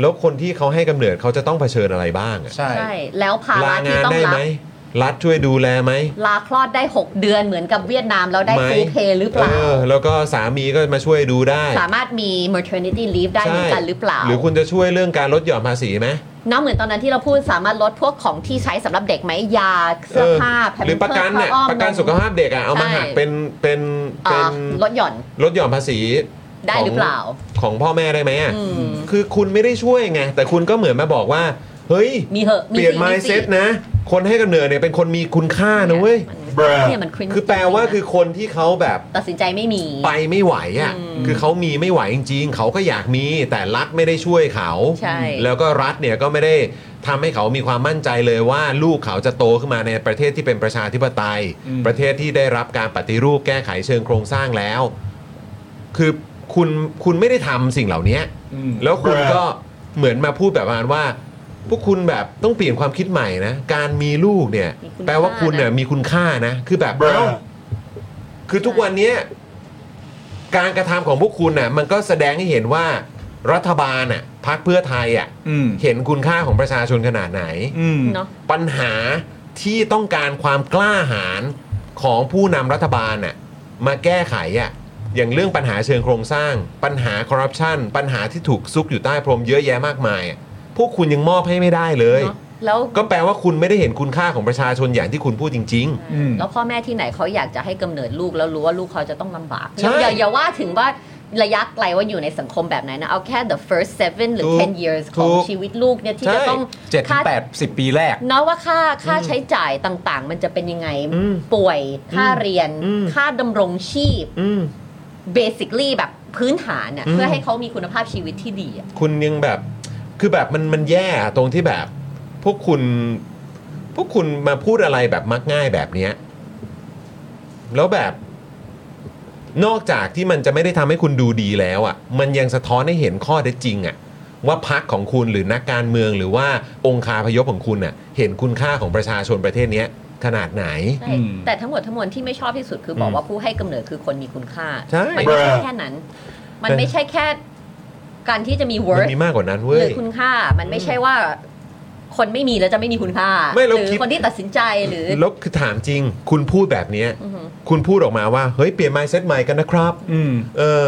Speaker 2: แล้วคนที่เขาให้กำเนิดเขาจะต้องเผชิญอะไรบ้างอะ
Speaker 6: ใช่
Speaker 5: ใช่ แล้วภา
Speaker 2: ลา
Speaker 5: ระที่
Speaker 2: งาน
Speaker 5: ต้อง
Speaker 2: ได้
Speaker 5: รับ
Speaker 2: ไหมรัฐช่วยดูแลไหม
Speaker 5: ลาคลอดได้ 6 เดือนเหมือนกับเวียดนามแล้วได้
Speaker 2: ไหม
Speaker 5: ฟูเพหรือเปล่า
Speaker 2: ออแล้วก็สามีก็มาช่วยดูได้
Speaker 5: สามารถมี maternity leave ได้เหมือนกันหรือเปล่า
Speaker 2: หรือคุณจะช่วยเรื่องการลดหย่อนภาษีไหม
Speaker 5: เนาะเหมือนตอนนั้นที่เราพูดสามารถลดพวกของที่ใช้สำหรับเด็กไหมยาเสื้อผ้าแผ่น
Speaker 2: หรือประกัน
Speaker 5: ผ้า
Speaker 2: เนี่ย
Speaker 5: อ้อม
Speaker 2: ประกัน
Speaker 5: ม
Speaker 2: สุขภาพเด็กอะเอามา
Speaker 5: ใช่
Speaker 2: หักเป็นเป็นเป็
Speaker 5: อ่าน ลดหย่อน
Speaker 2: ลดหย่อนภาษี
Speaker 5: ได้หรือเปล่า
Speaker 2: ของของพ่อแม่ได้ไหมอะ
Speaker 5: อืม
Speaker 2: คือคุณไม่ได้ช่วยไงแต่คุณก็เหมือนมาบอกว่า เฮ้ย
Speaker 5: มีเหอะ
Speaker 2: เปลี่ยน
Speaker 5: สิ
Speaker 2: mindset
Speaker 5: สิ
Speaker 2: นะ คนให้กำเนิดเนี่ยเป็นคนมีคุณค่านะเว้ย
Speaker 5: มันเนี่ยมัน cringe
Speaker 2: คือแปลว่าคือคนที่เขาแบบ
Speaker 5: ตัดสินใจไม่มี
Speaker 2: ไปไม่ไหวอ่ะ คือเขามีไม่ไหวจริงๆ เขาก็อยากมี แต่รัฐไม่ได้ช่วยเขา
Speaker 5: ใช่
Speaker 2: แล้วก็รัฐเนี่ยก็ไม่ได้ทำให้เขามีความมั่นใจเลยว่าลูกเขาจะโตขึ้นมาในประเทศที่เป็นประชาธิปไตย
Speaker 6: อืม
Speaker 2: ประเทศที่ได้รับการปฏิรูปแก้ไขเชิงโครงสร้างแล้ว คือคุณคุณไม่ได้ทำสิ่งเหล่านี้
Speaker 6: อืม
Speaker 2: แล้วคุณก็เหมือนมาพูดแบบประมาณว่า พวกคุณแบบต้องเปลี่ยนความคิดใหม่นะ การมีลูกเนี่ย
Speaker 5: มีคุณ
Speaker 2: แปลว่าคุณเนี่ย
Speaker 5: ค่านะ
Speaker 2: มีคุณค่านะ คือแบบเอ้าคือทุกวันเนี้ยการกระทำของพวกคุณน่ะ มันก็แสดงให้เห็นว่ารัฐบาลน่ะพักเพื่อไทยอ่ะ
Speaker 6: อืม
Speaker 2: เห็นคุณค่าของประชาชนขนาดไหน
Speaker 6: อืม
Speaker 5: เนาะ
Speaker 2: ปัญหาที่ต้องการความกล้าหาญของผู้นำรัฐบาลน่ะมาแก้ไขอ่ะอย่างเรื่องปัญหาเชิงโครงสร้าง ปัญหาคอร์รัปชันปัญหาที่ถูกซุกอยู่ใต้พรมเยอะแยะมากมายอะพวกคุณยังมอบให้ไม่ได้เลย
Speaker 5: เนาะแล้ว
Speaker 2: ก็แปลว่าคุณไม่ได้เห็นคุณค่าของประชาชนอย่างที่คุณพูดจริง
Speaker 6: อืม
Speaker 5: แล้วพ่อแม่ที่ไหนเขาอยากจะให้กำเนิดลูกแล้วรู้ว่าลูกเขาจะต้องลำบาก
Speaker 2: ใช่
Speaker 5: อย่าอย่าว่าถึงว่าระยะไกลว่าอยู่ในสังคมแบบไหนนะ เอาแค่ the first seven หรือ
Speaker 2: ถูก
Speaker 5: 10 years ข
Speaker 2: ถู
Speaker 5: อง
Speaker 2: ก
Speaker 5: ชีวิตลูกเนี่ยที่
Speaker 2: ใช่
Speaker 5: จะต้อง
Speaker 6: เจ็ดถึ
Speaker 5: ค่าง
Speaker 6: แปดสิบปีแรก
Speaker 5: เนาะว่าค่าค่าใช้จ่ายต่างๆ มันจะเป็นยังไง
Speaker 2: อืม
Speaker 5: ป่วยค่าเรียน
Speaker 2: อืม
Speaker 5: ค่าดำรงชีพ
Speaker 2: ๆ อืม
Speaker 5: basically แบบพื้นฐานน่ะ
Speaker 2: อืม
Speaker 5: เพื่อให้เขามีคุณภาพชีวิตที่ดีอะ
Speaker 2: คุณยังแบบ คือแบบมันมันแย่อะตรงที่แบบ พวกคุณ พวกคุณมาพูดอะไรแบบมักง่ายแบบเนี้ยแล้วแบบ นอกจากที่มันจะไม่ได้ทำให้คุณดูดีแล้วอะ่ะ มันยังสะท้อนให้เห็นข้อเท็จจริงอะ่ะ ว่าพักของคุณหรือนักการเมืองหรือว่าองค์คาพยพของคุณอ่ะ เห็นคุณค่าของประชาชนประเทศเนี้ยขนาดไหน
Speaker 5: ใช่
Speaker 6: อืม
Speaker 5: แต่ทั้งหมดทั้งมวลที่ไม่ชอบที่สุดคือ
Speaker 2: ม
Speaker 5: บอกว่าผู้ให้กำเนิดคือคนมีคุณค่า
Speaker 2: ใช่
Speaker 5: มัไม่ใช่แค่นั้น มันไม่ใช่แค่การที่จะมี
Speaker 2: มัน
Speaker 5: worth
Speaker 2: มีมากกว่านั้น
Speaker 5: ห
Speaker 2: เว้
Speaker 5: รื
Speaker 2: ย
Speaker 5: อคุณค่า มันไม่ใช่ว่า คนไม่มีแล้วจะไม่มีคุณค่า
Speaker 2: ไม่
Speaker 5: ห
Speaker 2: เรา
Speaker 5: รือ
Speaker 2: คิด
Speaker 5: คนที่ตัดสินใจหรือ
Speaker 2: แล้วคือถามจริง คุณพูดแบบเนี้ย
Speaker 5: อือหือ
Speaker 2: คุณพูดออกมาว่าเฮ้ยเปลี่ยน mindset ใหม่กันนะครับ
Speaker 6: อืม
Speaker 2: เออ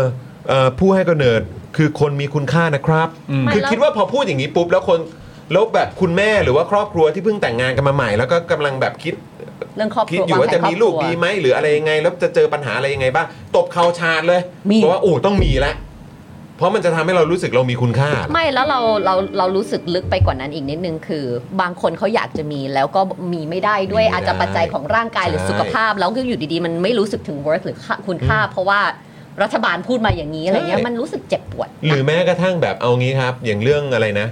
Speaker 2: เอ่อผู้ให้กำเนิดคือคนมีคุณค่านะครับ
Speaker 6: อืม
Speaker 2: คือคิดว่าพอพูดอย่างนี้ปุ๊บแล้วคนแล้วแบบคุณแม่หรือว่าครอบครัวที่เพิ่งแต่งงานกันมาใหม่ แล้วก็กำลังแบบคิด
Speaker 5: เรื่องครอบค
Speaker 2: คิด
Speaker 5: รัว
Speaker 2: อยู่ว่าจะมีลูกดี
Speaker 5: ไหม
Speaker 2: ไหมหรืออะไรยังไง แล้วจะเจอปัญหาอะไรยังไงบ้างตบเข่าชาดเลย
Speaker 5: มี
Speaker 2: เพราะว่าโอ้ต้องมีละเพราะมันจะทำให้เรารู้สึกเรามีคุณค่า
Speaker 5: ไม่แล้วเราเราเรารู้สึกลึกไปกว่านั้นอีกนิดนึงคือ บางคนเขาอยากจะมีแล้วก็มีไม่ได้ด้วย
Speaker 2: มีไม่ได้
Speaker 5: อาจจะปัจจัยของร่างกายหรือ
Speaker 2: ใช่
Speaker 5: สุขภาพ แล้วก็อยู่ดีๆ มันไม่รู้สึกถึง worth หรือค่าคุณค่า เพราะว่ารัฐบาลพูดมาอย่างนี้อะไรเงี้
Speaker 2: ใช่
Speaker 5: ยมันรู้สึกเจ็บปวด
Speaker 2: หรือแม้กระทั่งแบบเอางี้ครับ อย่างเรื่องอะไรนะ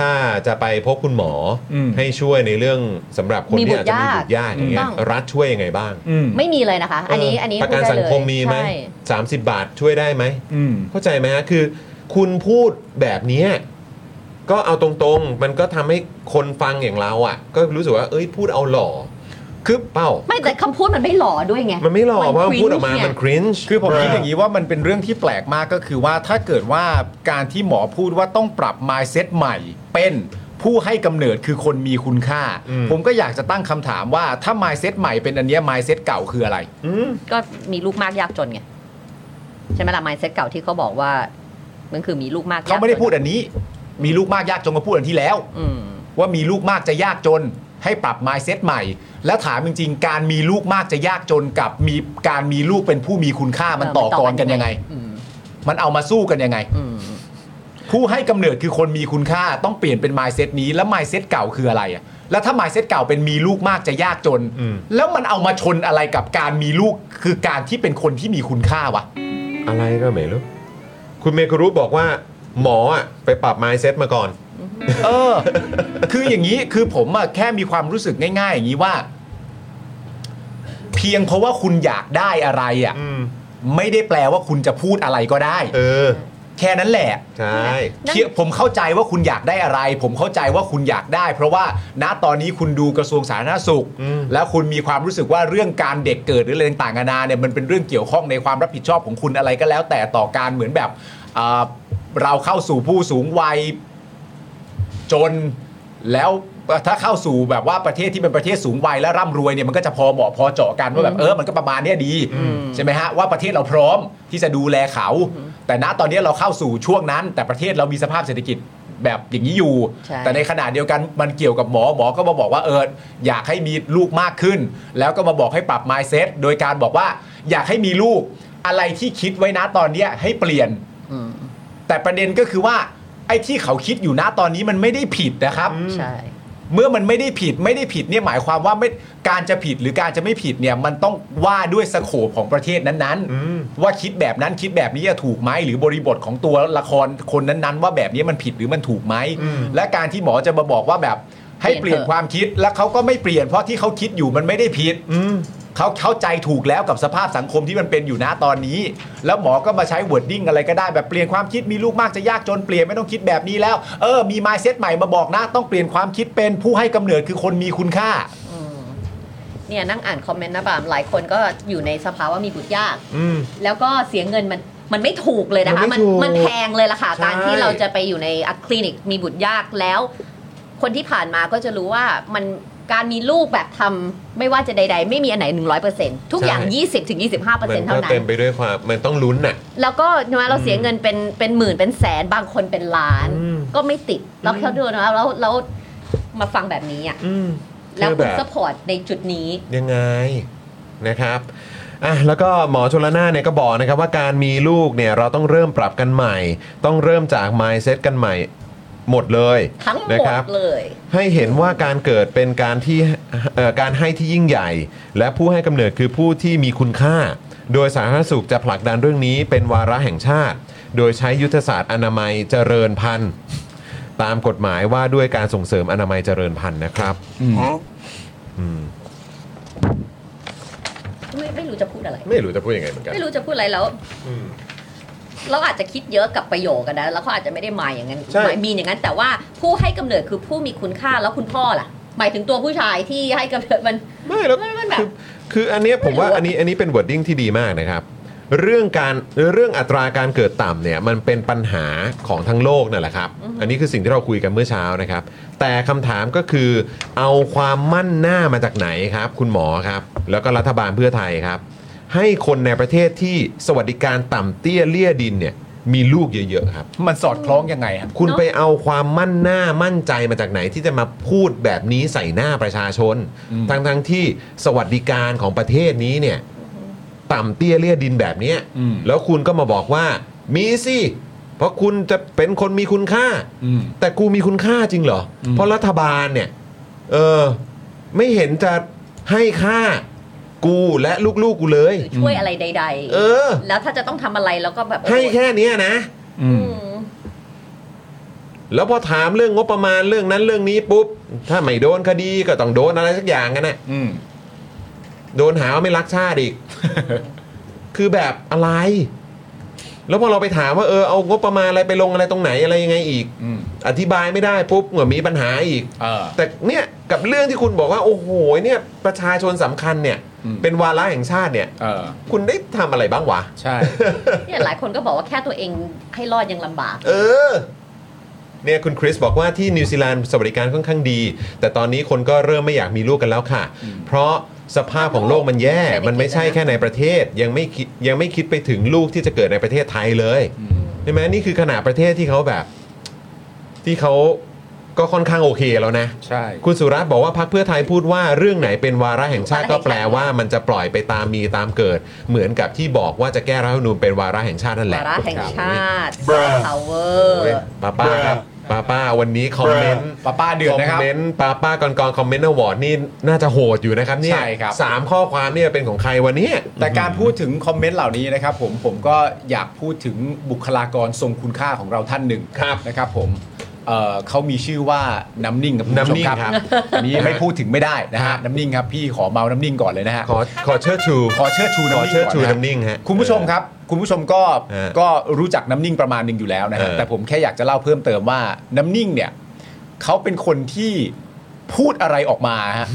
Speaker 2: ถ้าจะไปพบคุณหมออ
Speaker 6: ม
Speaker 2: ให้ช่วยในเรื่องสำหรับคน
Speaker 5: มี
Speaker 2: ที่
Speaker 5: บุตร
Speaker 2: อาจจะมีบุตรยากอย่างเงี้
Speaker 5: ต้
Speaker 2: ย
Speaker 5: อง
Speaker 2: รัฐช่วยยังไงบ้าง
Speaker 6: อืม
Speaker 5: ไม่มีเลยนะคะ อันนี้อันนี้
Speaker 2: เประกัน
Speaker 5: พูด
Speaker 2: สัง
Speaker 5: ด้เลย
Speaker 2: คมมีไหม
Speaker 5: ใช่
Speaker 2: สามสิบบาทช่วยได้ไหม
Speaker 6: อืม
Speaker 2: เข้าใจไหมฮะคือคุณพูดแบบเนี้ยก็เอาตรงๆ มันก็ทำให้คนฟังอย่างเราอ่ะ ก็รู้สึกว่า เอ้ยพูดเอาหล่อ คือเป้า
Speaker 5: ไม่แต่คำพูดมันไม่หล่อด้วยไง
Speaker 2: มันไม่หล่อเพราะมันพูดออกมา
Speaker 5: ควิ้ง
Speaker 2: มันคริ้น
Speaker 6: คือผมคิดอย่างนี้ว่ามันเป็นเรื่องที่แปลกมากก็คือว่าถ้าเกิดว่าการที่หมอพูดว่าต้องปรับ mindset ใหม่ เป็นผู้ให้กำเนิดคือคนมีคุณค่า ผมก็อยากจะตั้งคำถามว่าถ้า mindset ใหม่เป็นอันเนี้ย mindset เก่าคืออะไร
Speaker 5: ก็มีลูกมากยากจนไงใช่ไหมล่ะไมเซ็ตเก่าที่เขาบอกว่า มันคือมีลูกมากยกจน
Speaker 6: เขาไม่ได้พูดอันนี้ มีลูกมากยากจนก็พูดอันที่แล้ว
Speaker 5: อืม
Speaker 6: ว่ามีลูกมากจะยากจน ให้ปรับ mindset ใหม่ และถามจริงๆ การมีลูกมากจะยากจนกับมีการมีลูกเป็นผู้มีคุณค่ามัน
Speaker 5: เออมัน
Speaker 6: ต่อกรกัน
Speaker 5: ต่อกันยั
Speaker 6: ยัง
Speaker 5: ง
Speaker 6: ไง
Speaker 5: ไง อืม
Speaker 6: มันเอามาสู้กันยังไง
Speaker 5: อืม
Speaker 6: ผู้ให้กำเนิดคือคนมีคุณค่าต้องเปลี่ยนเป็น mindset นี้แล้ว mindset เก่าคืออะไรอ่ะแล้วถ้า mindset เก่าเป็นมีลูกมากจะยากจน แล้วมันเอามาชนอะไรกับการมีลูกคือการที่เป็นคนที่มีคุณค่าวะ
Speaker 2: อะไรก็ไม่รู้ คุณเมคุรุบอกว่า หมออ่ะไปปรับ mindset มาก่อน
Speaker 6: เออ คืออย่างนี้คือผมอะแค่มีความรู้สึกง่าย ๆ อย่างนี้ว่า เพียงเพราะว่าคุณอยากได้อะไรอ่ะ
Speaker 2: อืม
Speaker 6: ไม่ได้แปลว่าคุณจะพูดอะไรก็ได้
Speaker 2: เออ
Speaker 6: แค่นั้นแหละ
Speaker 2: ใช่
Speaker 5: นั่น
Speaker 6: เชื่อผมเข้าใจว่าคุณอยากได้อะไร ผมเข้าใจว่าคุณอยากได้ เพราะว่าณตอนนี้คุณดูกระทรวงสาธารณสุข แล้วคุณมีความรู้สึกว่าเรื่องการเด็กเกิดหรืออะไรต่างๆนานาเนี่ยมันเป็นเรื่องเกี่ยวข้องในความรับผิดชอบของคุณอะไรก็แล้ว แต่ต่อการเหมือนแบบเอ่อเราเข้าสู่ผู้สูงวัย จนแล้วถ้าเข้าสู่แบบว่าประเทศที่เป็นประเทศสูงวัยและร่ำรวยเนี่ยมันก็จะพอเหมาะพอเจาะกันว่าแบบเออมันก็ประมาณเนี้ยดี ใช่ไหมฮะ ว่าประเทศเราพร้อมที่จะดูแลเขา แต่ณตอนนี้เราเข้าสู่ช่วงนั้น แต่ประเทศเรามีสภาพเศรษฐกิจแบบอย่างนี้อยู่
Speaker 5: ใช่
Speaker 6: แต่ในขณะเดียวกันมันเกี่ยวกับหมอหมอก็มาบอกว่าเอออยากให้มีลูกมากขึ้น แล้วก็มาบอกให้ปรับ mindset โดยการบอกว่า อยากให้มีลูกอะไรที่คิดไว้นะตอนเนี้ยให้เปลี่ยน
Speaker 5: อืม
Speaker 6: แต่ประเด็นก็คือว่าไอ้ที่เขาคิดอยู่นะตอนนี้มันไม่ได้ผิดนะครับ
Speaker 5: ใช่
Speaker 6: เมื่อมันไม่ได้ผิดไม่ได้ผิดเนี่ยหมายความว่าไม่การจะผิดหรือการจะไม่ผิดเนี่ยมันต้องว่าด้วยสโคปของประเทศนั้นๆ ว่าคิดแบบนั้นคิดแบบนี้จะถูกไหมหรือบริบทของตัวละครคนนั้นๆ ว่าแบบนี้มันผิดหรือมันถูกไหมและการที่หมอจะมาบอกว่าแบบให้เป
Speaker 5: เปลี่
Speaker 6: ลี่ย
Speaker 5: ย
Speaker 6: น
Speaker 5: นเถอะ
Speaker 6: ความคิดแล้วเขาก็ไม่เปลี่ยนเพราะที่เขาคิดอยู่มันไม่ได้ผิด เขาเข้าใจถูกแล้วกับสภาพสังคมที่มันเป็นอยู่นะตอนนี้ แล้วหมอก็มาใช้ wording อะไรก็ได้แบบเปลี่ยนความคิดมีลูกมากจะยากจนเปลี่ยนไม่ต้องคิดแบบนี้แล้ว เออมี mindset ใหม่มาบอกนะ ต้องเปลี่ยนความคิดเป็นผู้ให้กำเนิดคือคนมีคุณค่า
Speaker 5: เนี่ยนั่งอ่านคอมเมนต์นะบามหลายคนก็อยู่ในสภาวะมีบุตรยาก
Speaker 2: อืม
Speaker 5: แล้วก็เสียเงินมันมันไม่ถูกเลยนะคะ
Speaker 2: มั
Speaker 5: มั
Speaker 2: ไม่
Speaker 5: น น
Speaker 2: ถูก
Speaker 5: มันแพงเลยล่ะค่ะ
Speaker 2: ใช่
Speaker 5: การที่เราจะไปอยู่ในอ่ะคลินิกมีบุตรยากแล้ว คนที่ผ่านมาก็จะรู้ว่ามันการมีลูกแบบทำไม่ว่าจะใด ๆ ไม่มีอันไหน 100%ทุกอย่าง
Speaker 2: มั
Speaker 5: 20-25%
Speaker 2: นก็
Speaker 5: เท่านั้
Speaker 2: เต็
Speaker 5: น
Speaker 2: มไปด้วยความ มันต้องลุ้นน่ะ
Speaker 5: แล้วก็เนะเราเสียเงินเป็นเป็นหมื่นเป็นแสนบางคนเป็นล้าน ก็ไม่ติดแล้วเขาดูนะแล้วแล้วมาฟังแบบนี้อ่ะ
Speaker 2: อืม
Speaker 5: แล้ว
Speaker 2: คือ
Speaker 5: คุณ
Speaker 2: บบ
Speaker 5: สปอร์ตในจุดนี้
Speaker 2: ยังไงนะครับอ่ะแล้วก็หมอชลนานเนี่ยก็บอกนะครับว่าการมีลูกเนี่ยเราต้องเริ่มปรับกันใหม่ ต้องเริ่มจาก mindset กันใหม่หมดเลย
Speaker 5: ทั้งหม
Speaker 2: นะ
Speaker 5: ด
Speaker 2: ครับ
Speaker 5: เลย
Speaker 2: ให้เห็นว่าการเกิดเป็นการที่เอ่อการให้ที่ยิ่งใหญ่ และผู้ให้กำเนิดคือผู้ที่มีคุณค่า โดยสาธารณสุขจะผลักดันเรื่องนี้เป็นวาระแห่งชาติ โดยใช้ยุทธศาสตร์อนามัยเจริญพันธุ์ ตามกฎหมายว่าด้วยการส่งเสริมอนามัยเจริญพันธุ์นะครับ
Speaker 5: ไม่ไม่รู้จะพูดอะไร
Speaker 2: ไม่รู้จะพูดยังไงเหมือนกัน
Speaker 5: ไม่รู้จะพูดอะไรแล้ว เราอาจจะคิดเยอะกับประโยคกันนะ แล้วเขาอาจจะไม่ได้หมายอย่างนั้น
Speaker 2: ใช่
Speaker 5: หมายมีนอย่างนั้น แต่ว่าผู้ให้กำเนิดคือผู้มีคุณค่าแล้วคุณพ่อล่ะ หมายถึงตัวผู้ชายที่ให้กำเนิดมัน
Speaker 2: ไม่แล้ว
Speaker 5: ไม่มันแบ
Speaker 2: คื
Speaker 5: บ
Speaker 2: อคืออันเนี้ยผมว่า
Speaker 5: ไม่รู้อะ
Speaker 2: อันนี้อันนี้เป็น wording ที่ดีมากนะครับ เรื่องการเรื่องอัตราการเกิดต่ำเนี่ยมันเป็นปัญหาของทั้งโลกนั่นแหละครับ อันนี้คือสิ่งที่เราคุยกันเมื่อเช้านะครับ แต่คำถามก็คือเอาความมั่นหน้ามาจากไหนครับ คุณหมอครับ แล้วก็รัฐบาลเพื่อไทยครับ ให้คนในประเทศที่สวัสดิการต่ำเตี้ยเลี่ยดินเนี่ยมีลูกเยอะๆครับ
Speaker 6: มันสอดคล้องยังไงฮะ
Speaker 2: คุณไปเอาความมั่นหน้ามั่นใจมาจากไหนที่จะมาพูดแบบนี้ใส่หน้าประชาชน ทั้งทั้งๆที่สวัสดิการของประเทศนี้เนี่ยต่ำเตี้ยเลี่ยดินแบบเนี้ย
Speaker 6: อืม
Speaker 2: แล้วคุณก็มาบอกว่า มีสิเพราะคุณจะเป็นคนมีคุณค่า
Speaker 6: อืม
Speaker 2: แต่กูมีคุณค่าจริงเหรอ
Speaker 6: อืม
Speaker 2: เพราะรัฐบาลเนี่ย เออ ไม่เห็นจะให้ค่ากูและลูกๆกูเลย
Speaker 5: หรือช่วยอะไรใด
Speaker 2: เออ
Speaker 5: ๆ แล้วถ้าจะต้องทำอะไรแล้วก็แบบ
Speaker 2: ให้แค่เนี้ยนะ
Speaker 6: อืม
Speaker 5: อืม
Speaker 2: แล้วพอถามเรื่องงบประมาณเรื่องนั้นเรื่องนี้ปุ๊บ ถ้าไม่โดนคดีก็ต้องโดนอะไรสักอย่างกันน่ะ
Speaker 6: อืม
Speaker 2: โดนหาว่าไม่รักชาติอีก คือแบบอะไร แล้วพอเราไปถามว่าเออเอางบประมาณอะไรไปลงอะไรตรงไหนอะไรยังไงอีก
Speaker 6: อืม
Speaker 2: อธิบายไม่ได้ปุ๊บเหมือนมีปัญหาอีก
Speaker 6: เออ
Speaker 2: แต่เนี่ยกับเรื่องที่คุณบอกว่าโอ้โหเนี่ยประชาชนสำคัญเนี่ย
Speaker 6: อืม
Speaker 2: เป็นวาระแห่งชาติเนี่ย
Speaker 6: เออ
Speaker 2: คุณได้ทำอะไรบ้างวะ
Speaker 6: ใช่
Speaker 5: เนี่ยหลายคนก็บอกว่าแค่ตัวเองให้รอดยังลำบาก
Speaker 2: เออ เนี่ยคุณคริสบอกว่าที่นิวซีแลนด์สวัสดิการค่อนข้างดี แต่ตอนนี้คนก็เริ่มไม่อยากมีลูกกันแล้วค่ะ เพราะสภาพของโลกมันแย่
Speaker 5: เศรษฐกิจ
Speaker 2: มันไม่ใช่แค่ในประเทศยังไม่คิดยังไม่คิดไปถึงลูกที่จะเกิดในประเทศไทยเลยใช่ไหมนี่คือขนาดประเทศที่เขาแบบ ที่เขาก็ค่อนข้างโอเคแล้วนะ
Speaker 6: ใช่
Speaker 2: คุณสุรัตน์บอกว่าพักเพื่อไทยพูดว่าเรื่องไหนเป็นวาระแห่งชาติก็แปลว่ามันจะปล่อยไปตามมีตามเกิด เหมือนกับที่บอกว่าจะแก้รัฐธรรมนูญเป็นวาระแห่งชาตินั่นแห
Speaker 5: วา
Speaker 2: ละ
Speaker 5: ระแห่งชาติ
Speaker 4: Bruh
Speaker 5: พาวเวอ
Speaker 2: โอ้ย
Speaker 5: ร์
Speaker 2: ป้าป้าครับป้าป้าวันนี้คอมเมนต์
Speaker 6: ป้าป้าเดือดนะครั
Speaker 2: ค
Speaker 6: บ
Speaker 2: อมเมนต์ป้าป้าก่อนก่อนคอมเมนต์อวอร์ดนี่น่าจะโหดอยู่นะครับเนี่ย
Speaker 6: ใช่ครับ
Speaker 2: สามข้อความเนี่ยเป็นของใครวันนี้
Speaker 6: แต่การพูดถึงคอมเมนต์เหล่านี้นะครับผมผมก็อยากพูดถึงบุคลากรทรงคุณค่าของเราท่านหนึ่ง
Speaker 2: ครับ
Speaker 6: นะครับผมเอ่อเขามีชื่อว่าน้ำนิ่งครับคุณผู้ชม
Speaker 2: น้ำนิ่งครับ
Speaker 6: อันนี้ไม่พูดถึงไม่ได้นะ
Speaker 2: ครั
Speaker 6: ฮะ
Speaker 2: บ
Speaker 6: น้ำนิ่งครับพี่ขอเมาน้ำนิ่งก่อนเลยนะฮะ
Speaker 2: ขอขอเชิดชู
Speaker 6: ขอเชิดชู
Speaker 2: ขอ
Speaker 6: น้ำนิ่ง
Speaker 2: เชิดชู
Speaker 6: ก่อ
Speaker 2: น้ำนิ่งฮะ
Speaker 6: คุณผู้ชมครับ คุณผู้ชมก็
Speaker 2: เออ
Speaker 6: ก็รู้จักน้ำนิ่งประมาณหนึ่งอยู่แล้วนะฮะ
Speaker 2: เออ
Speaker 6: แต่ผมแค่อยากจะเล่าเพิ่มเติมว่าน้ำนิ่งเนี่ยเขาเป็นคนที่พูดอะไรออกมาฮะ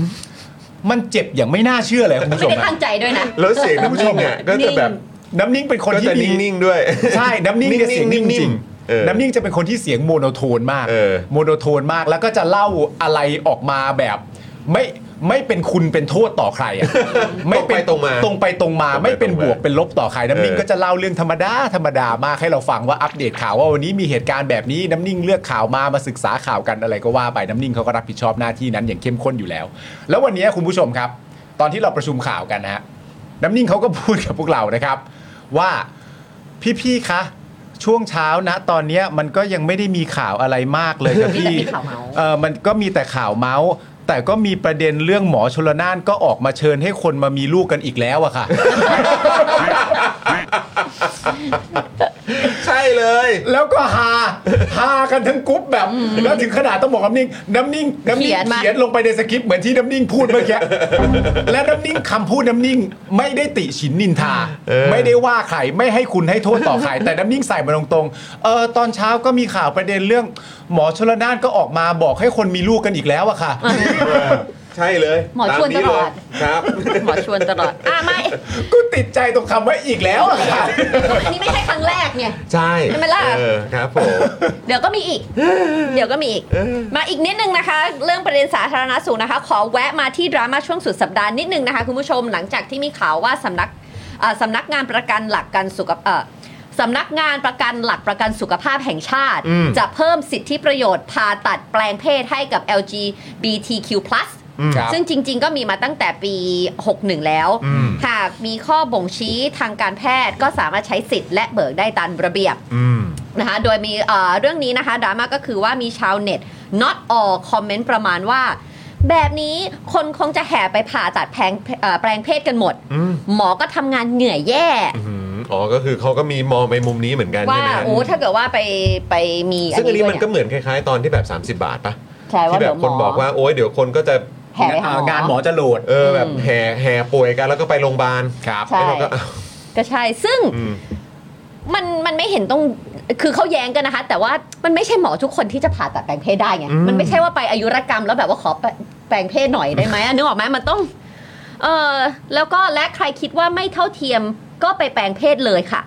Speaker 6: มันเจ็บอย่างไม่น่าเชื่อเลยคุณผู้ชม
Speaker 5: ไม่ได้
Speaker 6: ฮะ
Speaker 5: ตั้งใจด้วยนะ
Speaker 2: แล้วเสียงน้ำชมเนี่ยก็จะแบบ
Speaker 6: น้ำนิ่งเป็นคน
Speaker 2: ก็
Speaker 6: ที่
Speaker 2: จะ
Speaker 6: มี
Speaker 2: นิ่งๆด้วย
Speaker 6: ใช่ น้ำนิ่งเนี่ยเสียงนิ่งจริง
Speaker 2: เออ
Speaker 6: น้ำนิ่งจะเป็นคนที่เสียงโมโนโทนมาก
Speaker 2: เออ
Speaker 6: โมโนโทนมาก แล้วก็จะเล่าอะไรออกมาแบบ ไม่ไม่เป็นคุณเป็นโทษต่อใคร อ่ะ ไม่เป็น
Speaker 2: ตรงไปตรงมา
Speaker 6: ตรงไปตรงมา
Speaker 2: ตรงไป
Speaker 6: ไม่เป็น
Speaker 2: ตรงมา
Speaker 6: บวกเป็นลบต่อใคร น้ำนิ่ง
Speaker 2: เออ
Speaker 6: ก็จะเล่าเรื่องธรรมดาธรรมดามากให้เราฟังว่าอัปเดตข่าวว่าวันนี้มีเหตุการณ์แบบนี้น้ำนิ่งเลือกข่าวมามาศึกษาข่าวกันอะไรก็ว่าไปน้ำนิ่งเขาก็รับผิดชอบหน้าที่นั้นอย่างเข้มข้นอยู่แล้ว แล้ววันนี้คุณผู้ชมครับ ตอนที่เราประชุมข่าวกันนะฮะ น้ำนิ่งเขาก็พูดกับพวกเรานะครับ ว่าพี่ๆ คะ ช่วงเช้านะ ตอนเนี้ยมันก็ยังไม่ได้มีข่าวอะไรมากเลยครับพี่
Speaker 5: มีแต่ข่าวเมาส์
Speaker 6: เออมันก็มีแต่ข่าวเมาส์แต่ก็มีประเด็นเรื่องหมอชลนานก็ออกมาเชิญให้คนมามีลูกกันอีกแล้วอะค่ะ
Speaker 2: ใช่เลย
Speaker 6: แล้วก็ฮาฮากันทั้งกรุ๊ปแบบแล้วถึงขนาดต้องบอกน้ำนิ่ง น้ำนิ่งน้ำนิ่ง
Speaker 5: เขียนมา
Speaker 6: เขียนลงไปในสคริปต์เหมือนที่น้ำนิ่งพูดเมื่อกี้ และน้ำนิ่งคำพูดน้ำนิ่งไม่ได้ติฉินนินทา
Speaker 2: เออ
Speaker 6: ไม่ได้ว่าใครไม่ให้คุณให้โทษต่อใคร แต่น้ำนิ่งใส่มาตรงๆเออตอนเช้าก็มีข่าวประเด็นเรื่อง หมอชลนานก็ออกมาบอกให้คนมีลูกกันอีกแล้วอะค่ะ
Speaker 2: ใช่เลย
Speaker 5: หมอชวน
Speaker 2: าม
Speaker 5: ตลอ
Speaker 2: เลย
Speaker 5: ด
Speaker 2: ครับ
Speaker 5: หมอชวนตลอด อ่ะไม่
Speaker 6: ก็ติดใจตรงคำว่าอีกแล้วอะค่ะ
Speaker 5: อันนี้ไม่ใช่ครั้งแรกไง
Speaker 2: ใช่
Speaker 5: ใช่ไหมล่ะ
Speaker 2: เออครับผม
Speaker 5: เดี๋ยวก็มีอีก เดี๋ยวก็มีอีก มาอีกนิดนึงนะคะ เรื่องประเด็นสาธารณสุขนะคะ ขอแวะมาที่ดราม่าช่วงสุดสัปดาห์นิดนึงนะคะ คุณผู้ชมหลังจากที่มีข่าวว่าสำนักเอ่อสำนักงานประกันหลักการสุขภาพเอ่อสำนักงานประกันหลักประกันสุขภาพแห่งชาติ
Speaker 2: อืม
Speaker 5: จะเพิ่มสิทธิประโยชน์ผ่าตัดแปลงเพศให้กับ LGBTQ+
Speaker 6: ครับ
Speaker 5: ซึ่งจริง ๆ ก็มีมาตั้งแต่ปี 61 แล้ว หากมีข้อบ่งชี้ทางการแพทย์ก็สามารถใช้สิทธิ์และเบิกได้ตามระเบียบ
Speaker 2: อืม
Speaker 5: นะคะโดยมีเอ่อเรื่องนี้นะคะดราม่าก็คือว่ามีชาวเน็ต not all คอมเมนต์ประมาณว่า แบบนี้คนคงจะแห่ไปผ่าตัดแปลงเอ่อแปลงเพศกันหมด
Speaker 2: อืม
Speaker 5: หมอก็ทำงานเหนื่อยแย่
Speaker 2: อื้อหืออ๋อ ก็คือเขาก็มีมองไปมุมนี้เหมือนกัน
Speaker 5: ว่า
Speaker 2: ใช่ไหมฮะ
Speaker 5: โอ้ถ้าเกิดว่าไปไปมี
Speaker 2: ซึ่งอันนี้มันก็
Speaker 5: ด้วย
Speaker 2: เห
Speaker 5: เย
Speaker 2: มือนคล้าย ๆ ตอนที่แบบ 30 บาทปะ
Speaker 5: ใช่ว่า
Speaker 2: ที่แบ
Speaker 5: เดี๋ย
Speaker 2: บ
Speaker 5: ว
Speaker 2: คน
Speaker 5: หม
Speaker 2: บอกว่าโอ้ยเดี๋ยวคนก็จะ
Speaker 5: แห่ไปหาหมอ
Speaker 6: งานหมอจะโหลด
Speaker 2: เออแบบแห่แห่ป่วยกันแล้วก็ไปโรงพยาบาล
Speaker 6: ครับ
Speaker 5: ใช่
Speaker 2: แล้วเราก็ อ้าว
Speaker 5: ก็ใช่ ซึ่ง
Speaker 2: อืม
Speaker 5: มันมันไม่เห็นต้องคือเขาแย้งกันนะคะ แต่ว่ามันไม่ใช่หมอทุกคนที่จะผ่าตัดแปลงเพศได้ไง
Speaker 2: อืม
Speaker 5: มันไม่ใช่ว่าไปอายุรกรรมแล้วแบบว่าขอแปลงเพศหน่อยได้ไหมอ่ะ นึกออกไหมมันต้อง เออแล้วก็และใครคิดว่าไม่เท่าเทียมก็ไปแปลงเพศเลยค่ะ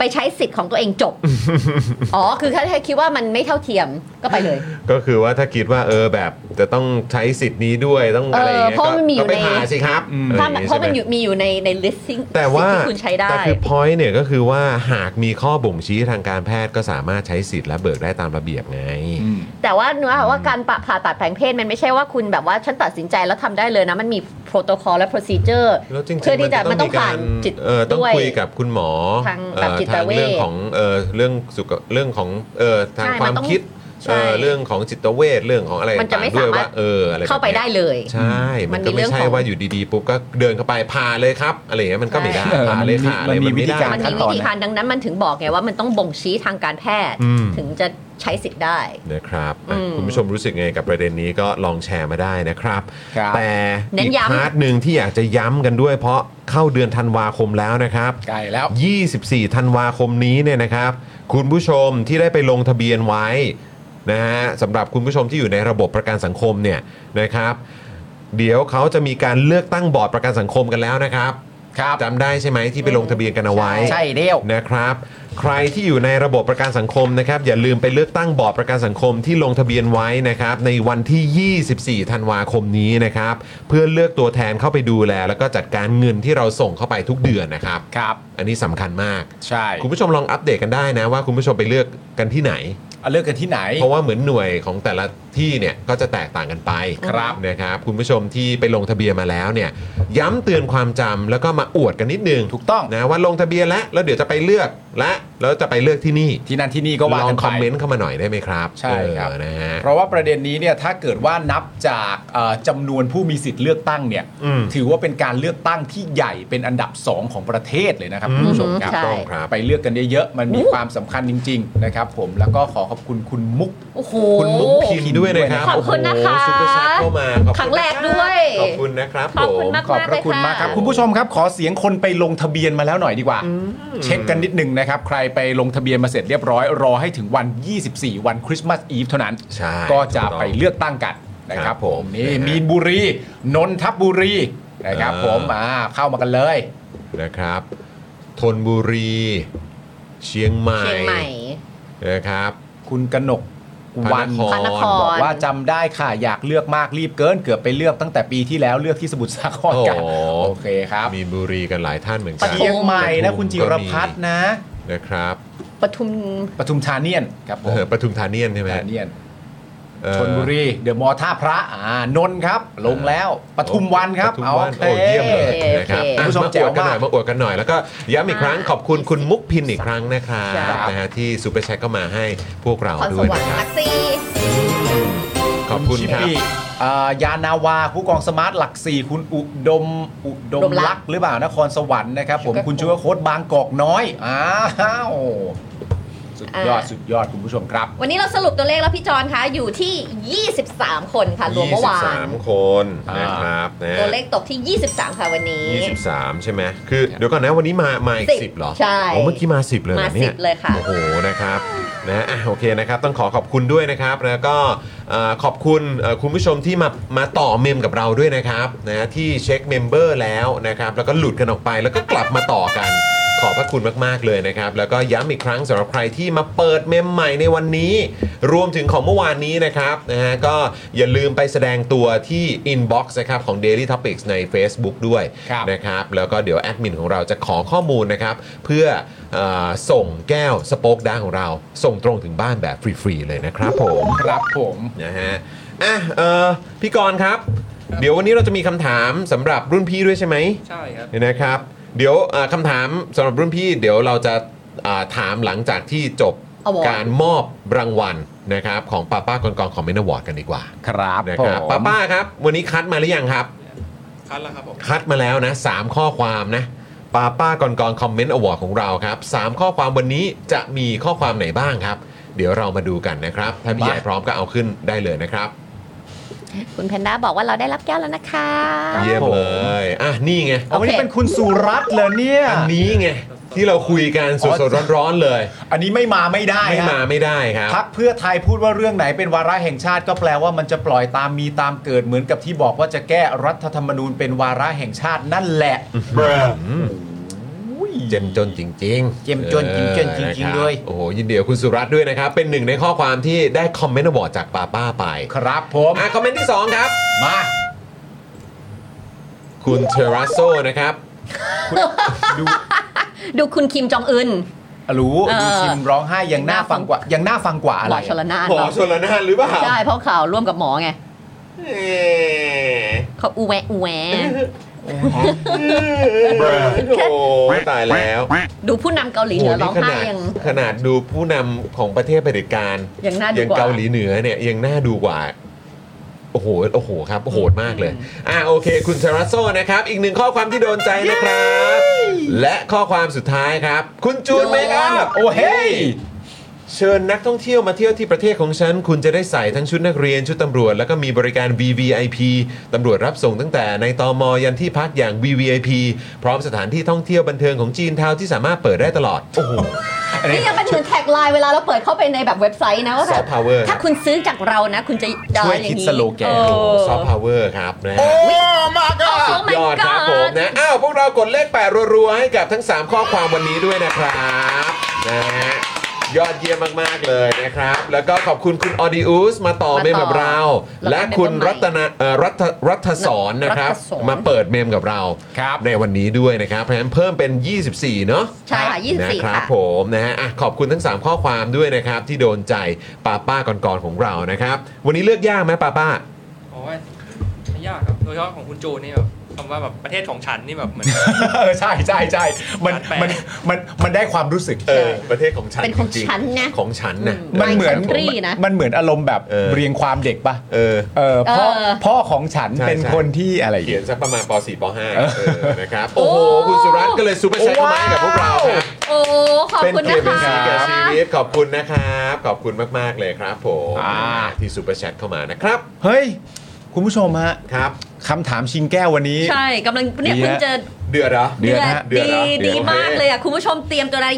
Speaker 5: ไปใช้สิทธิ์ของตัวเองจบ อ๋อ คือถ้าคิดว่ามันไม่เท่าเทียมก็ไปเลย
Speaker 2: ก็คือว่าถ้าคิดว่าเออแบบจะต้องใช้สิทธิ์นี้ด้วยต้องอะไรอย่างเงี้ย
Speaker 5: เออเพราะ
Speaker 2: ก็
Speaker 5: มันมีอยู่
Speaker 2: ก็ไป
Speaker 5: ใน
Speaker 2: หาสิครับ
Speaker 6: อืม
Speaker 2: อ
Speaker 5: ถ้า
Speaker 2: ไอย่งงี้
Speaker 5: เพราะมัน
Speaker 2: ใช่ไห
Speaker 5: อยู่มีอยู่ในใน listing
Speaker 2: แต่ว่า
Speaker 5: สิ่งที่คุณใช้ได้
Speaker 2: แต่คือ point เนี่ยก็คือว่าหากมีข้อบ่งชี้ทางการแพทย์ก็สามารถใช้สิทธิ์และเบิกได้ตามระเบียบไง
Speaker 5: แต่ว่าเนื้อว่าการปะผ่าตัดแผลงเพศมันไม่ใช่ว่าคุณแบบว่าฉันตัดสินใจแล้วทำได้เลยนะ มันมีโปรโตคอลและ procedure
Speaker 2: แล้วจริงๆ
Speaker 5: เพื่อที่จะมันต้อง
Speaker 2: กร
Speaker 5: ผ่านจิต
Speaker 2: เอ่อต้อง
Speaker 5: ด้วย
Speaker 2: คุยกับคุณหมอ
Speaker 5: ทางแบบจิต
Speaker 2: ทาง
Speaker 5: เวช
Speaker 2: เรื่องของเอ่อเรื่องสุขเรื่องของเอ่อทาง
Speaker 5: ใช่
Speaker 2: ความ
Speaker 5: นต้อง
Speaker 2: คิด
Speaker 5: ใช่
Speaker 2: เออเรื่องของจิตเวชเรื่องของอะไร
Speaker 5: มันจะไม่
Speaker 2: ต่งๆด้วย
Speaker 5: สามารถ
Speaker 2: ว่าเอออะไรแบบนี้ย
Speaker 5: เข้าไปได้เลย
Speaker 2: ใช่มันก็
Speaker 5: มัน
Speaker 2: ไม่
Speaker 5: มีเรื่อง
Speaker 2: ใช่
Speaker 5: ของ
Speaker 2: ว่าอยู่ดีๆปุ๊บก็เดินเข้าไปพาเลยครับอะไรอย่างเงี้ยมันก็ไม่ได้
Speaker 6: ใช่
Speaker 2: พาเลยค่ะอะไร
Speaker 6: มันมี
Speaker 2: มัน
Speaker 6: วิ
Speaker 2: ไม่
Speaker 6: ธี
Speaker 2: ได้
Speaker 6: กา
Speaker 5: มันมีวิธีการดังนั้นมันถึงบอกไงว่ามันต้องบ่งชี้ทางการแพทย์
Speaker 2: อืม
Speaker 5: ถึงจะใช้สิทธิ์ได้
Speaker 2: นะครับอ่ะ
Speaker 5: อืม
Speaker 2: คุณผู้ชมรู้สึกไงกับประเด็นนี้ก็ลองแชร์มาได้นะครับ
Speaker 6: ครับ
Speaker 2: แต่
Speaker 5: เน้
Speaker 2: อี
Speaker 5: น
Speaker 2: ก
Speaker 5: ย้ำ
Speaker 2: พาร์ทหนึ่งที่อยากจะย้ำกันด้วย เพราะเข้าเดือนธันวาคมแล้วนะครับ
Speaker 6: ไกลแล้ว
Speaker 2: 24 ธันวาคมนี้เนี่ยนะครับ คุณผู้ชมที่ได้ไปลงทะเบียนไว้นะฮะสำหรับคุณผู้ชมที่อยู่ในระบบประกันสังคมเนี่ยนะครับ เดี๋ยวเขาจะมีการเลือกตั้งบอร์ดประกันสังคมกันแล้วนะครับครับจำได้ใช่ไหมที่ไปลงทะเบียนกันเอาไว้
Speaker 6: ใช่เดียว
Speaker 2: นะครับ ใครที่อยู่ในระบบประกันสังคมนะครับ อย่าลืมไปเลือกตั้งบอร์ดประกันสังคมที่ลงทะเบียนไว้นะครับ ในวันที่ 24 ธันวาคมนี้นะครับ เพื่อเลือกตัวแทนเข้าไปดูแล แล้วก็จัดการเงินที่เราส่งเข้าไปทุกเดือนนะครับ
Speaker 6: ครับ
Speaker 2: อันนี้สำคัญมาก
Speaker 6: ใช่
Speaker 2: คุณผู้ชมลองอัปเดตกันได้นะว่าคุณผู้ชมไปเลือกกันที่ไหน
Speaker 6: เอาเลือกกันที่ไหน
Speaker 2: เพราะว่าเหมือนหน่วยของแต่ละที่เนี่ยก็จะแตกต่างกันไป
Speaker 6: ครับ
Speaker 2: นะครับ คุณผู้ชมที่ไปลงทะเบียนมาแล้วเนี่ยย้ำเตือนความจำแล้วก็มาอวดกันนิดนึง
Speaker 6: ถูกต้อง
Speaker 2: นะว่าลงทะเบียนแล้วแล้วเดี๋ยวจะไปเลือกและแล้วจะไปเลือกที่นี่
Speaker 6: ที่นั่นที่นี่ก็ว่า
Speaker 2: ลอ
Speaker 6: กั
Speaker 2: ง
Speaker 6: น
Speaker 2: ค
Speaker 6: ไป
Speaker 2: อมเมนต์เข้ามาหน่อยได้ไหมครับ
Speaker 6: ใช่ครับ
Speaker 2: เออนะฮะ
Speaker 6: เพราะว่าประเด็นนี้เนี่ยถ้าเกิดว่านับจากเอ่อจำนวนผู้มีสิทธิ์เลือกตั้งเนี่ย
Speaker 2: อืม
Speaker 6: ถือว่าเป็นการเลือกตั้งที่ใหญ่เป็นอันดับสองของประเทศเลยนะครับคุณผู้ชมครับ
Speaker 5: ใช่
Speaker 2: ต้องครับ
Speaker 6: ไปเลือกกันเยอะๆมันมีความสำคัญจริง ๆ นะครับ ผมแล้วก็ขอขอบคุณคุณมุก
Speaker 5: โอ้โห
Speaker 2: คุณมุกพิมพ์ด้วยนะครับ
Speaker 5: ขอบคุณนะคะ
Speaker 2: โอ้โหซุปเปอร์แชทเข้ามาขอบ
Speaker 5: ค
Speaker 2: คุ
Speaker 5: รั้ง
Speaker 2: ณ
Speaker 5: แรกด้วย
Speaker 2: ขอบคุณนะครับ
Speaker 5: ขอบคุณ
Speaker 2: ผม
Speaker 5: มาก
Speaker 6: ขอบ
Speaker 5: มาก
Speaker 6: พ
Speaker 5: เล
Speaker 6: ระ
Speaker 5: ย
Speaker 6: คุณมากครั
Speaker 5: ค่ะ
Speaker 6: บคุณผู้ชมครับ ขอเสียงคนไปลงทะเบียนมาแล้วหน่อยดีกว่า เช็คกันนิดนึงนะครับ ใครไปลงทะเบียนมาเสร็จเรียบร้อย รอให้ถึงวัน 24 วันคริสต์มาสอีฟเท่านั้น
Speaker 2: ใช่
Speaker 6: ก็จะ
Speaker 2: ถูกต้อง
Speaker 6: ไปเลือกตั้งกันนะค
Speaker 2: ครั
Speaker 6: รั
Speaker 2: บบ ผ
Speaker 6: ผม มนี่
Speaker 2: นะฮะ
Speaker 6: มีนบุรีนนทบุรีนะครับ
Speaker 2: อ่า
Speaker 6: ผมอ่าเข้ามากันเลย
Speaker 2: นะครับธนบุรี เชียงใหม่
Speaker 5: เชียงใหม่
Speaker 2: นะครับ
Speaker 6: คุณกนกวัน
Speaker 2: พระนคร
Speaker 6: บอกว่าจำได้ค่ะอยากเลือกมากรีบเกิน เกือบไปเลือกตั้งแต่ปีที่แล้วเลือกที่สมุทรสาครกัน
Speaker 2: โอ้
Speaker 6: โอเคครับ
Speaker 2: มีนบุรีกันหลายท่านเหมือน
Speaker 5: ป
Speaker 2: กัน
Speaker 5: ทุ
Speaker 6: เชียงใหม่นะคุณจิรพัฒ
Speaker 2: ก็
Speaker 6: น์
Speaker 2: มี
Speaker 6: นะ
Speaker 2: นะครับ
Speaker 5: ปทุม
Speaker 6: ปทุมธานีนครับผ
Speaker 2: เอ
Speaker 6: ม
Speaker 2: อปทุมธานีนใช่ไหม
Speaker 6: แมนเนียน
Speaker 2: เอ่อ
Speaker 6: ชนบุรี เดอะมอลล์ท่าพระอ่านนท์ครับ ลงแล้วปทุมวันครับ
Speaker 2: ปทุม
Speaker 6: เอา
Speaker 2: วัน
Speaker 6: เค
Speaker 2: โอ้เยี่ยมเลยนะครับ
Speaker 5: โอเค
Speaker 2: อ่ะ
Speaker 6: คุณผู้ชม
Speaker 2: มาอวดกันหน่อย
Speaker 6: แจ๋วมาก
Speaker 2: มาอวดกันหน่อย แล้วก็ย้ำอีกครั้งขอบคุณคุณมุกพินอีกครั้งนะครับนะฮะที่ซูเปอร์แชทก็มาให้พวกเรา
Speaker 5: พรส
Speaker 2: ด้วย
Speaker 5: วรร
Speaker 2: นะ
Speaker 5: ค์
Speaker 2: ครั
Speaker 5: ห
Speaker 2: บ
Speaker 5: ลักสี่
Speaker 2: ขอบคุณครับ
Speaker 6: ที่เอ่อยานาวา ผู้กองสมาร์ทหลักสี่คุณอุดม อุดมลักษณ์หรือเปล่านครสวรรค์นะครับผมคุณชัวโค้ดบางกอกน้อย อ้าวสุดยอดสุดยอดคุณผู้ชมครับ
Speaker 5: วันนี้เราสรุปตัวเลขแล้วพี่จอนคะอยู่ที่ 23 คนค่ะรวมเมื่อวาน
Speaker 2: 23 คนนะครับนะ
Speaker 5: ตัวเลขตกที่ 23 ค่ะวันนี้
Speaker 2: 23 ใช่ไหมคือเดี๋ยวก่อนนะวันนี้มามาอีก
Speaker 5: สิบ
Speaker 2: 10เหรอ
Speaker 5: ใช่
Speaker 2: โอ้เมื่อกี้มา 10 เลยเหรอ
Speaker 5: มา
Speaker 2: เนี่ย
Speaker 5: 10เลยค่ะ
Speaker 2: โอ้โหนะครับนะอ่ะโอเคนะครับ ต้องขอขอบคุณด้วยนะครับ แล้วก็เอ่อขอบคุณเอ่อคุณผู้ชมที่มามาต่อเมมกับเราด้วยนะครับนะที่เช็คเมมเบอร์แล้วนะครับ แล้วก็หลุดกันออกไปแล้วก็กลับมาต่อกัน ขอบพระคุณมาก ๆ เลยนะครับ แล้วก็ย้ำอีกครั้งสำหรับใครที่มาเปิดเมมใหม่ในวันนี้ รวมถึงของเมื่อวานนี้นะครับนะฮะก็อย่าลืมไปแสดงตัวที่ Inbox นะครับของ Daily Topics ใน Facebook ด้วย
Speaker 6: ครับ
Speaker 2: นะครับ แล้วก็เดี๋ยวแอดมินของเราจะขอข้อมูลนะครับ เพื่อเออส่งแก้วสป็อกดาของเรา ส่งตรงถึงบ้านแบบฟรี ๆ เลยนะครับผม
Speaker 6: ครับผม
Speaker 2: นะฮะอ่ะเออพี่กรณ์ครับ เดี๋ยววันนี้เราจะมีคำถามสำหรับรุ่นพี่ด้วยใช่ไหม
Speaker 8: ใช่ครับ
Speaker 2: เนี่ยนะครับ เดี๋ยวเอ่อคำถามสำหรับรุ่นพี่เดี๋ยวเราจะอ่าถามหลังจากที่จบ
Speaker 5: Award
Speaker 2: การมอบรางวัลนะครับของป้าป้ากองกองของเมนวอร์ดกันดีกว่า
Speaker 6: ครับ
Speaker 2: นะ
Speaker 6: ผ
Speaker 2: ครับป้าม ป้าครับ วันนี้คัดมาหรือยังครับ
Speaker 8: คัดแล้วครับผม
Speaker 2: คัดมาแล้วนะสามข้อความนะป้าป้ากอนกอนคอมเมนต์อวอร์ดของเราครับสามข้อความวันนี้จะมีข้อความไหนบ้างครับ เดี๋ยวเรามาดูกันนะครับ ถ้าพี่ใหญ่พร้อมก็เอาขึ้นได้เลยนะครับ
Speaker 5: คุณแพนด้าบอกว่าเราได้รับแก้วแล้วนะคะ
Speaker 2: เยี่ยมเลยอ่ะนี่ไง
Speaker 6: เอาวันนี้
Speaker 5: โอเค
Speaker 6: เป็นคุณสุรัตน์เหรอเนี่ย
Speaker 2: อันนี้ไงที่เราคุยกันสดๆร้อนๆเลย
Speaker 6: อันนี้ไม่มาไม่ได้
Speaker 2: ไม่
Speaker 6: ฮะ
Speaker 2: มาไม่ได้ครับ
Speaker 6: พักเพื่อไทยพูดว่าเรื่องไหนเป็นวาระแห่งชาติก็แปลว่ามันจะปล่อยตามมีตามเกิดเหมือนกับที่บอกว่าจะแก้รัฐธรรมนูญเป็นวาระแห่งชาตินั่นแหละ
Speaker 2: เจมจนจริงๆ
Speaker 6: เจ้มจนจริงๆ
Speaker 2: ออ
Speaker 6: จริงๆ
Speaker 2: นะคบ
Speaker 6: ด้วย
Speaker 2: โอ้โห ยินดีกับคุณสุรัตน์ด้วยนะครับ เป็นหนึ่งในข้อความที่ได้คอมเมนต์บอร์ดจากป้าป้าไป
Speaker 6: ครับผม
Speaker 2: อ่ะคอมเมนต์ที่ 2 ครับ
Speaker 6: มา
Speaker 2: คุณเทราโซนะครับ
Speaker 6: ดู
Speaker 5: ดูคุณคิมจองอึน
Speaker 6: รู้
Speaker 5: เออ
Speaker 6: ดูคิมร้องไห้ยังน่าฟังกว่ายังน่าฟังกว่าอะ
Speaker 5: หม
Speaker 6: ไร
Speaker 5: อชลนาน
Speaker 2: หมอ
Speaker 5: เนาะ
Speaker 2: ชนละนานหรือเปล่า
Speaker 5: ใช่เพราะข่าวร่วมกับหมอไง
Speaker 2: เอ่อ
Speaker 5: เขาอูแวะอูแวะ
Speaker 2: โอ้ตายแล้ว
Speaker 5: ดูผู้นำเกาหลีเหนือร้องไห้ยัง
Speaker 2: ขนาดดูผู้นำของประเทศเผด็จการ
Speaker 5: ยังน่าดูกว่า
Speaker 2: งเกาหลีเหนือเนี่ยยังน่าดูกว่า โอ้โห โอ้โหครับ โหดมากเลย อ่ะโอเค คุณซาราโซนะครับ อีกหนึ่งข้อความที่โดนใจนะครับ และข้อความสุดท้ายครับ คุณจูนเมคอัพ
Speaker 6: โอ้เฮ้ย
Speaker 2: เชิญนักท่องเที่ยวมาเที่ยวที่ประเทศของฉัน คุณจะได้ใส่ทั้งชุดนักเรียนชุดตำรวจ แล้วก็มีบริการ VVIP ตำรวจรับส่งตั้งแต่ในตอมยันที่พักอย่าง VVIP พร้อมสถานที่ท่องเที่ยวบันเทิงของจีนทาวน์ที่สามารถเปิดได้ตลอด โอ้โห
Speaker 5: นี่ยังเป็นเหมือนแท็กไลน์เวลาเราเปิดเข้าไปในแบบเว็บไซต์นะว่าแบบ
Speaker 2: Soft power
Speaker 5: ถ้าคุณซื้อจากเรานะ คุณจะได้
Speaker 6: ช่วย
Speaker 5: อ
Speaker 6: คิด
Speaker 5: ย่างนี้
Speaker 6: สโลแกน
Speaker 5: เออ
Speaker 2: ซอฟต์พาวเวอร์ครับนะฮะ
Speaker 5: Oh
Speaker 2: สุด
Speaker 5: my
Speaker 2: ยอดครับ
Speaker 5: God
Speaker 2: ผมนะ อ้าว พวกเรากดเลขแปดรัวๆ ให้กับทั้ง 3 ข้อความวันนี้ด้วยนะครับนะฮะยอดเยี่ยมมาก ๆ เลยนะครับ แล้วก็ขอบคุณคุณออดิอุสมาต่อ
Speaker 5: มาต่อ
Speaker 2: เมมกับเรา
Speaker 5: แล้วก็
Speaker 2: และคุณ
Speaker 5: เมมเบอร์
Speaker 2: รัตนาเอ่อรัตรัตสอนนะครับ
Speaker 5: รัตสอน
Speaker 2: มาเปิดเมมกับเรา
Speaker 6: ครับ
Speaker 2: ในวันนี้ด้วยนะครับ เพราะฉะนั้นเพิ่มเป็น 24 เนาะ
Speaker 5: ใช่ค่ะ24
Speaker 2: นะครั
Speaker 5: ค่ะ
Speaker 2: บผมนะฮะอ่ะขอบคุณทั้ง 3 ข้อความด้วยนะครับ ที่โดนใจป้าป้าก่อนๆของเรานะครับ วันนี้เลือกยากไหมป้าป้า
Speaker 8: โอ้ยไม่ยากครับโดยเฉพาะของคุณจูนนี่แบบคำว่าแบบประเทศของฉันนี่แบบเหมือน
Speaker 6: เออใช่ใช่ใช่มัน
Speaker 8: แปลก
Speaker 6: มันมันมันได้ความรู้สึก
Speaker 2: เออประเทศของฉัน
Speaker 5: เป็นของ
Speaker 2: จริ
Speaker 5: ฉันนะ
Speaker 2: ของฉันนะ
Speaker 5: อื
Speaker 6: มันเหมือน
Speaker 5: country นะ
Speaker 6: มันเหมือนอารมณ์แบบ
Speaker 2: เออ
Speaker 6: เรียงความเด็กปะ
Speaker 2: เออ
Speaker 6: เออพ่อ
Speaker 5: เออ
Speaker 6: พ่อของฉัน
Speaker 2: ใช่
Speaker 6: เป็น
Speaker 2: ใช่
Speaker 6: คนที่อะไรอย่าง
Speaker 2: เขีย
Speaker 6: เงี้
Speaker 2: น
Speaker 6: ย
Speaker 2: สักประมาณป .4 ป .5 นะครับ โอ้โห คุณสุรัตน์ก็เลยซูเปอร์แชทเข้ามาให้กับพวกเราครับ
Speaker 5: โอ้ ขอบ
Speaker 2: เป็น
Speaker 5: คุณ
Speaker 2: เกี
Speaker 5: นะ
Speaker 2: ยรติเป็นสี
Speaker 5: คะ
Speaker 2: แก่ชีวิตขอบคุณนะครับ ขอบคุณมาก ๆ เลยครับผม
Speaker 6: อ่า
Speaker 2: ที่ซูเปอร์แชทเข้ามานะครับ
Speaker 6: เฮ้ย คุณผู้ชมฮะ
Speaker 2: ครับ
Speaker 6: คำถามชิงแก้ววันนี้
Speaker 5: ใช่กำลังเนี่ย
Speaker 6: ดีฮะ
Speaker 5: เพิ่งจะ
Speaker 2: เดือดเหรอ
Speaker 6: เดื
Speaker 5: เดื
Speaker 6: อด
Speaker 5: อด
Speaker 6: ฮะ
Speaker 2: เดือด
Speaker 5: ดี
Speaker 2: เหรอเดือด
Speaker 5: ดี
Speaker 2: โอเค
Speaker 5: มากเลยอ่ะ คุณผู้ชมเตรียมตัวนะ